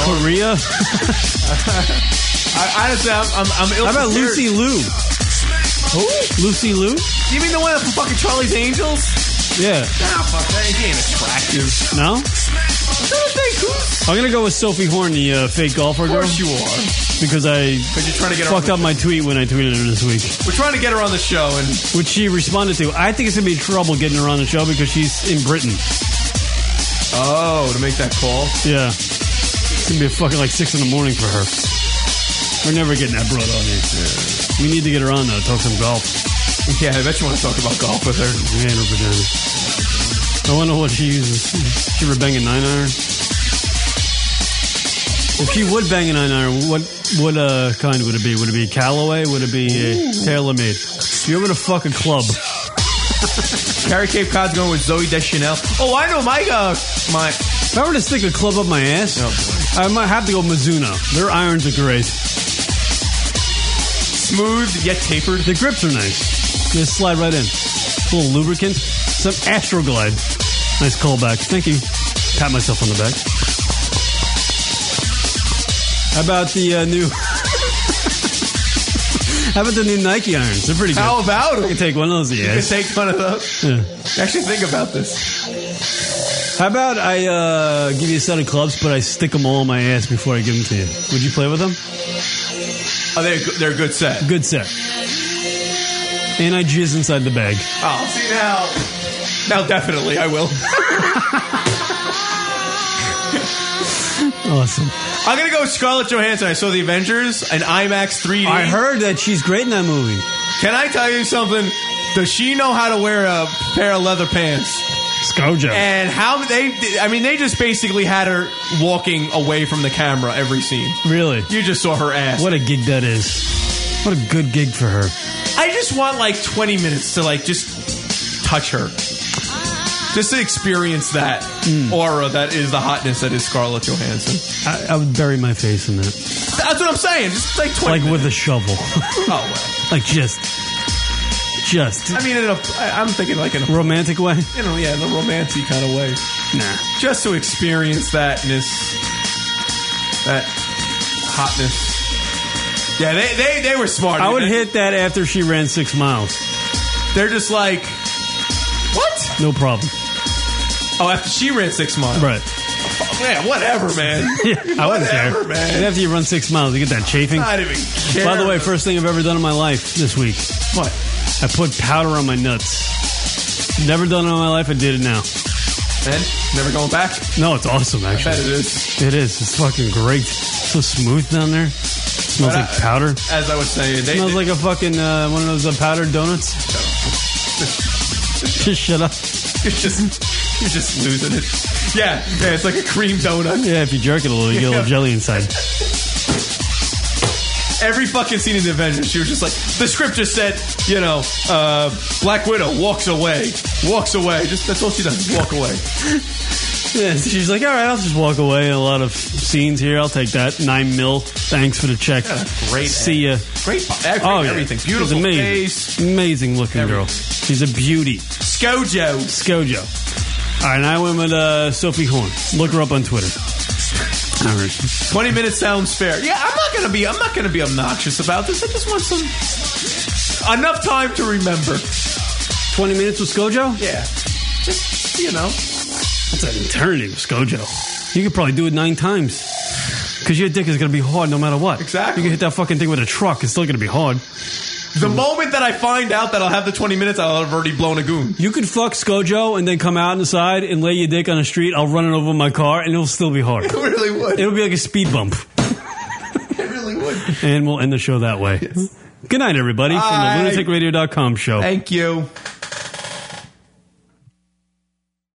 [SPEAKER 1] Korea? [LAUGHS]
[SPEAKER 3] I, honestly, I'm I'm, I'm ill.
[SPEAKER 1] How about Lucy Liu?
[SPEAKER 3] Who?
[SPEAKER 1] Lucy Liu?
[SPEAKER 3] You mean the one from fucking Charlie's Angels?
[SPEAKER 1] Yeah.
[SPEAKER 3] Nah, fuck that. He ain't [LAUGHS] attractive.
[SPEAKER 1] No? I'm gonna go with Sophie Horn, the uh, fake golfer girl. Of
[SPEAKER 3] course you are.
[SPEAKER 1] Because I
[SPEAKER 3] you're trying to get her
[SPEAKER 1] fucked
[SPEAKER 3] on
[SPEAKER 1] up my tweet when I tweeted her this week,
[SPEAKER 3] We're trying to get her on the show, and
[SPEAKER 1] which she responded to. I think it's gonna be trouble getting her on the show because she's in Britain.
[SPEAKER 3] oh, to make that call.
[SPEAKER 1] Yeah, it's gonna be a fucking like six in the morning for her. We're never getting that brought on here. We need to get her on though. Talk some golf.
[SPEAKER 3] Yeah, I bet you want to talk about golf with her.
[SPEAKER 1] Man, her vagina. I wonder what she uses. She ever bang a nine iron? If she would bang a nine iron, what what uh, kind would it be? Would it be Callaway? Would it be uh, TaylorMade? If you ever to fuck a club,
[SPEAKER 3] Carrie Cape Cod's going with Zoe Deschanel. Oh, I know my uh, my. Oh,
[SPEAKER 1] If I were to stick a club up my ass, I might have to go Mizuno. Their irons are great.
[SPEAKER 3] Smooth yet tapered.
[SPEAKER 1] The grips are nice. They slide right in. A little lubricant. Some Astroglide. Nice callback. Thank you. Pat myself on the back. How about the uh, new? [LAUGHS] How about the new Nike irons? They're pretty good.
[SPEAKER 3] How about 'em?
[SPEAKER 1] You can take one of those.
[SPEAKER 3] You can
[SPEAKER 1] Yes.
[SPEAKER 3] take fun of those.
[SPEAKER 1] Yeah.
[SPEAKER 3] Actually, think about this.
[SPEAKER 1] How about I uh, give you a set of clubs, but I stick them all in my ass before I give them to you? Would you play with them?
[SPEAKER 3] Oh, they're go- they're a good set.
[SPEAKER 1] Good set. And I jizz inside the bag. [LAUGHS]
[SPEAKER 3] Oh, see now, [LAUGHS] now definitely I will.
[SPEAKER 1] Awesome.
[SPEAKER 3] I'm gonna go with Scarlett Johansson. I saw The Avengers in IMAX 3D.
[SPEAKER 1] I heard that she's great in that movie.
[SPEAKER 3] Can I tell you something? Does she know how to wear a pair of leather pants?
[SPEAKER 1] Scojo.
[SPEAKER 3] And how they? I mean, they just basically had her walking away from the camera every scene.
[SPEAKER 1] Really?
[SPEAKER 3] You just saw her ass.
[SPEAKER 1] What a gig that is. What a good gig for her.
[SPEAKER 3] I just want like 20 minutes to like just touch her. Just to experience that
[SPEAKER 1] Hmm.
[SPEAKER 3] aura that is the hotness that is Scarlett Johansson.
[SPEAKER 1] I, I would bury my face in that.
[SPEAKER 3] That's what I'm saying. Just like 20
[SPEAKER 1] Like with a
[SPEAKER 3] [LAUGHS]
[SPEAKER 1] shovel.
[SPEAKER 3] Oh,
[SPEAKER 1] like just. Just.
[SPEAKER 3] I mean, in a, I- I'm thinking like in a
[SPEAKER 1] romantic way.
[SPEAKER 3] You know, yeah, in a romantic kind of way.
[SPEAKER 1] Nah.
[SPEAKER 3] Just to experience thatness, that hotness. Yeah, they they, they were smart.
[SPEAKER 1] I would hit that after she ran six miles.
[SPEAKER 3] They're just like, what?
[SPEAKER 1] No problem.
[SPEAKER 3] Oh, after she ran six miles.
[SPEAKER 1] Right.
[SPEAKER 3] Man, whatever, man.
[SPEAKER 1] [LAUGHS] I wouldn't
[SPEAKER 3] whatever,
[SPEAKER 1] care. And
[SPEAKER 3] man.
[SPEAKER 1] after you run six miles, you get that chafing.
[SPEAKER 3] I don't even care.
[SPEAKER 1] By the way, first thing I've ever done in my life this week.
[SPEAKER 3] What?
[SPEAKER 1] I put powder on my nuts. Never done it in my life. I did it now.
[SPEAKER 3] And never going back.
[SPEAKER 1] No, it's awesome. Actually,
[SPEAKER 3] bet it is.
[SPEAKER 1] It is. It's fucking great. So smooth down there. smells
[SPEAKER 3] But
[SPEAKER 1] like
[SPEAKER 3] I-
[SPEAKER 1] powder.
[SPEAKER 3] As I was saying, they,
[SPEAKER 1] smells like a fucking uh, one of those uh, powdered
[SPEAKER 3] [LAUGHS]
[SPEAKER 1] donuts. Just shut up.
[SPEAKER 3] [LAUGHS] You're just you're just losing it. Yeah, yeah, it's like a cream donut.
[SPEAKER 1] Yeah, if you jerk it a little, you get a little jelly inside.
[SPEAKER 3] Every fucking scene in the Avengers, she was just like the script just said, you know, uh, Black Widow walks away, walks away. Just that's all she does, walk away.
[SPEAKER 1] Yeah, she's like, all right, I'll just walk away. A lot of scenes here. I'll take that nine mil. Thanks for the check.
[SPEAKER 3] Yeah, great
[SPEAKER 1] See ya.
[SPEAKER 3] Great, po- eh, great
[SPEAKER 1] Oh, yeah.
[SPEAKER 3] everything.
[SPEAKER 1] She's
[SPEAKER 3] Beautiful
[SPEAKER 1] amazing.
[SPEAKER 3] face.
[SPEAKER 1] Amazing looking girl. She's a beauty.
[SPEAKER 3] Scojo.
[SPEAKER 1] Scojo. All right, and I went with uh, Sophie Horn. Look her up on Twitter. All right.
[SPEAKER 3] Twenty minutes sounds fair. Yeah, I'm not gonna be. I'm not gonna be obnoxious about this. I just want some enough time to remember.
[SPEAKER 1] 20 minutes with Scojo?
[SPEAKER 3] Yeah, just you know.
[SPEAKER 1] That's an eternity with Scojo. You could probably do it nine times. Because your dick is going to be hard no matter what. Exactly. You can hit that fucking thing with a truck. It's still going to be hard.
[SPEAKER 3] The moment that I find out that I'll have the 20 minutes, I'll have already blown a goon.
[SPEAKER 1] You could fuck Scojo and then come out inside and lay your dick on the street. I'll run it over my car and it'll still be
[SPEAKER 3] [LAUGHS]
[SPEAKER 1] hard. It
[SPEAKER 3] really would.
[SPEAKER 1] It'll be like a speed
[SPEAKER 3] [LAUGHS]
[SPEAKER 1] bump. And we'll end the show that way. Good night, everybody, from the lunaticradio.com show.
[SPEAKER 3] Thank you.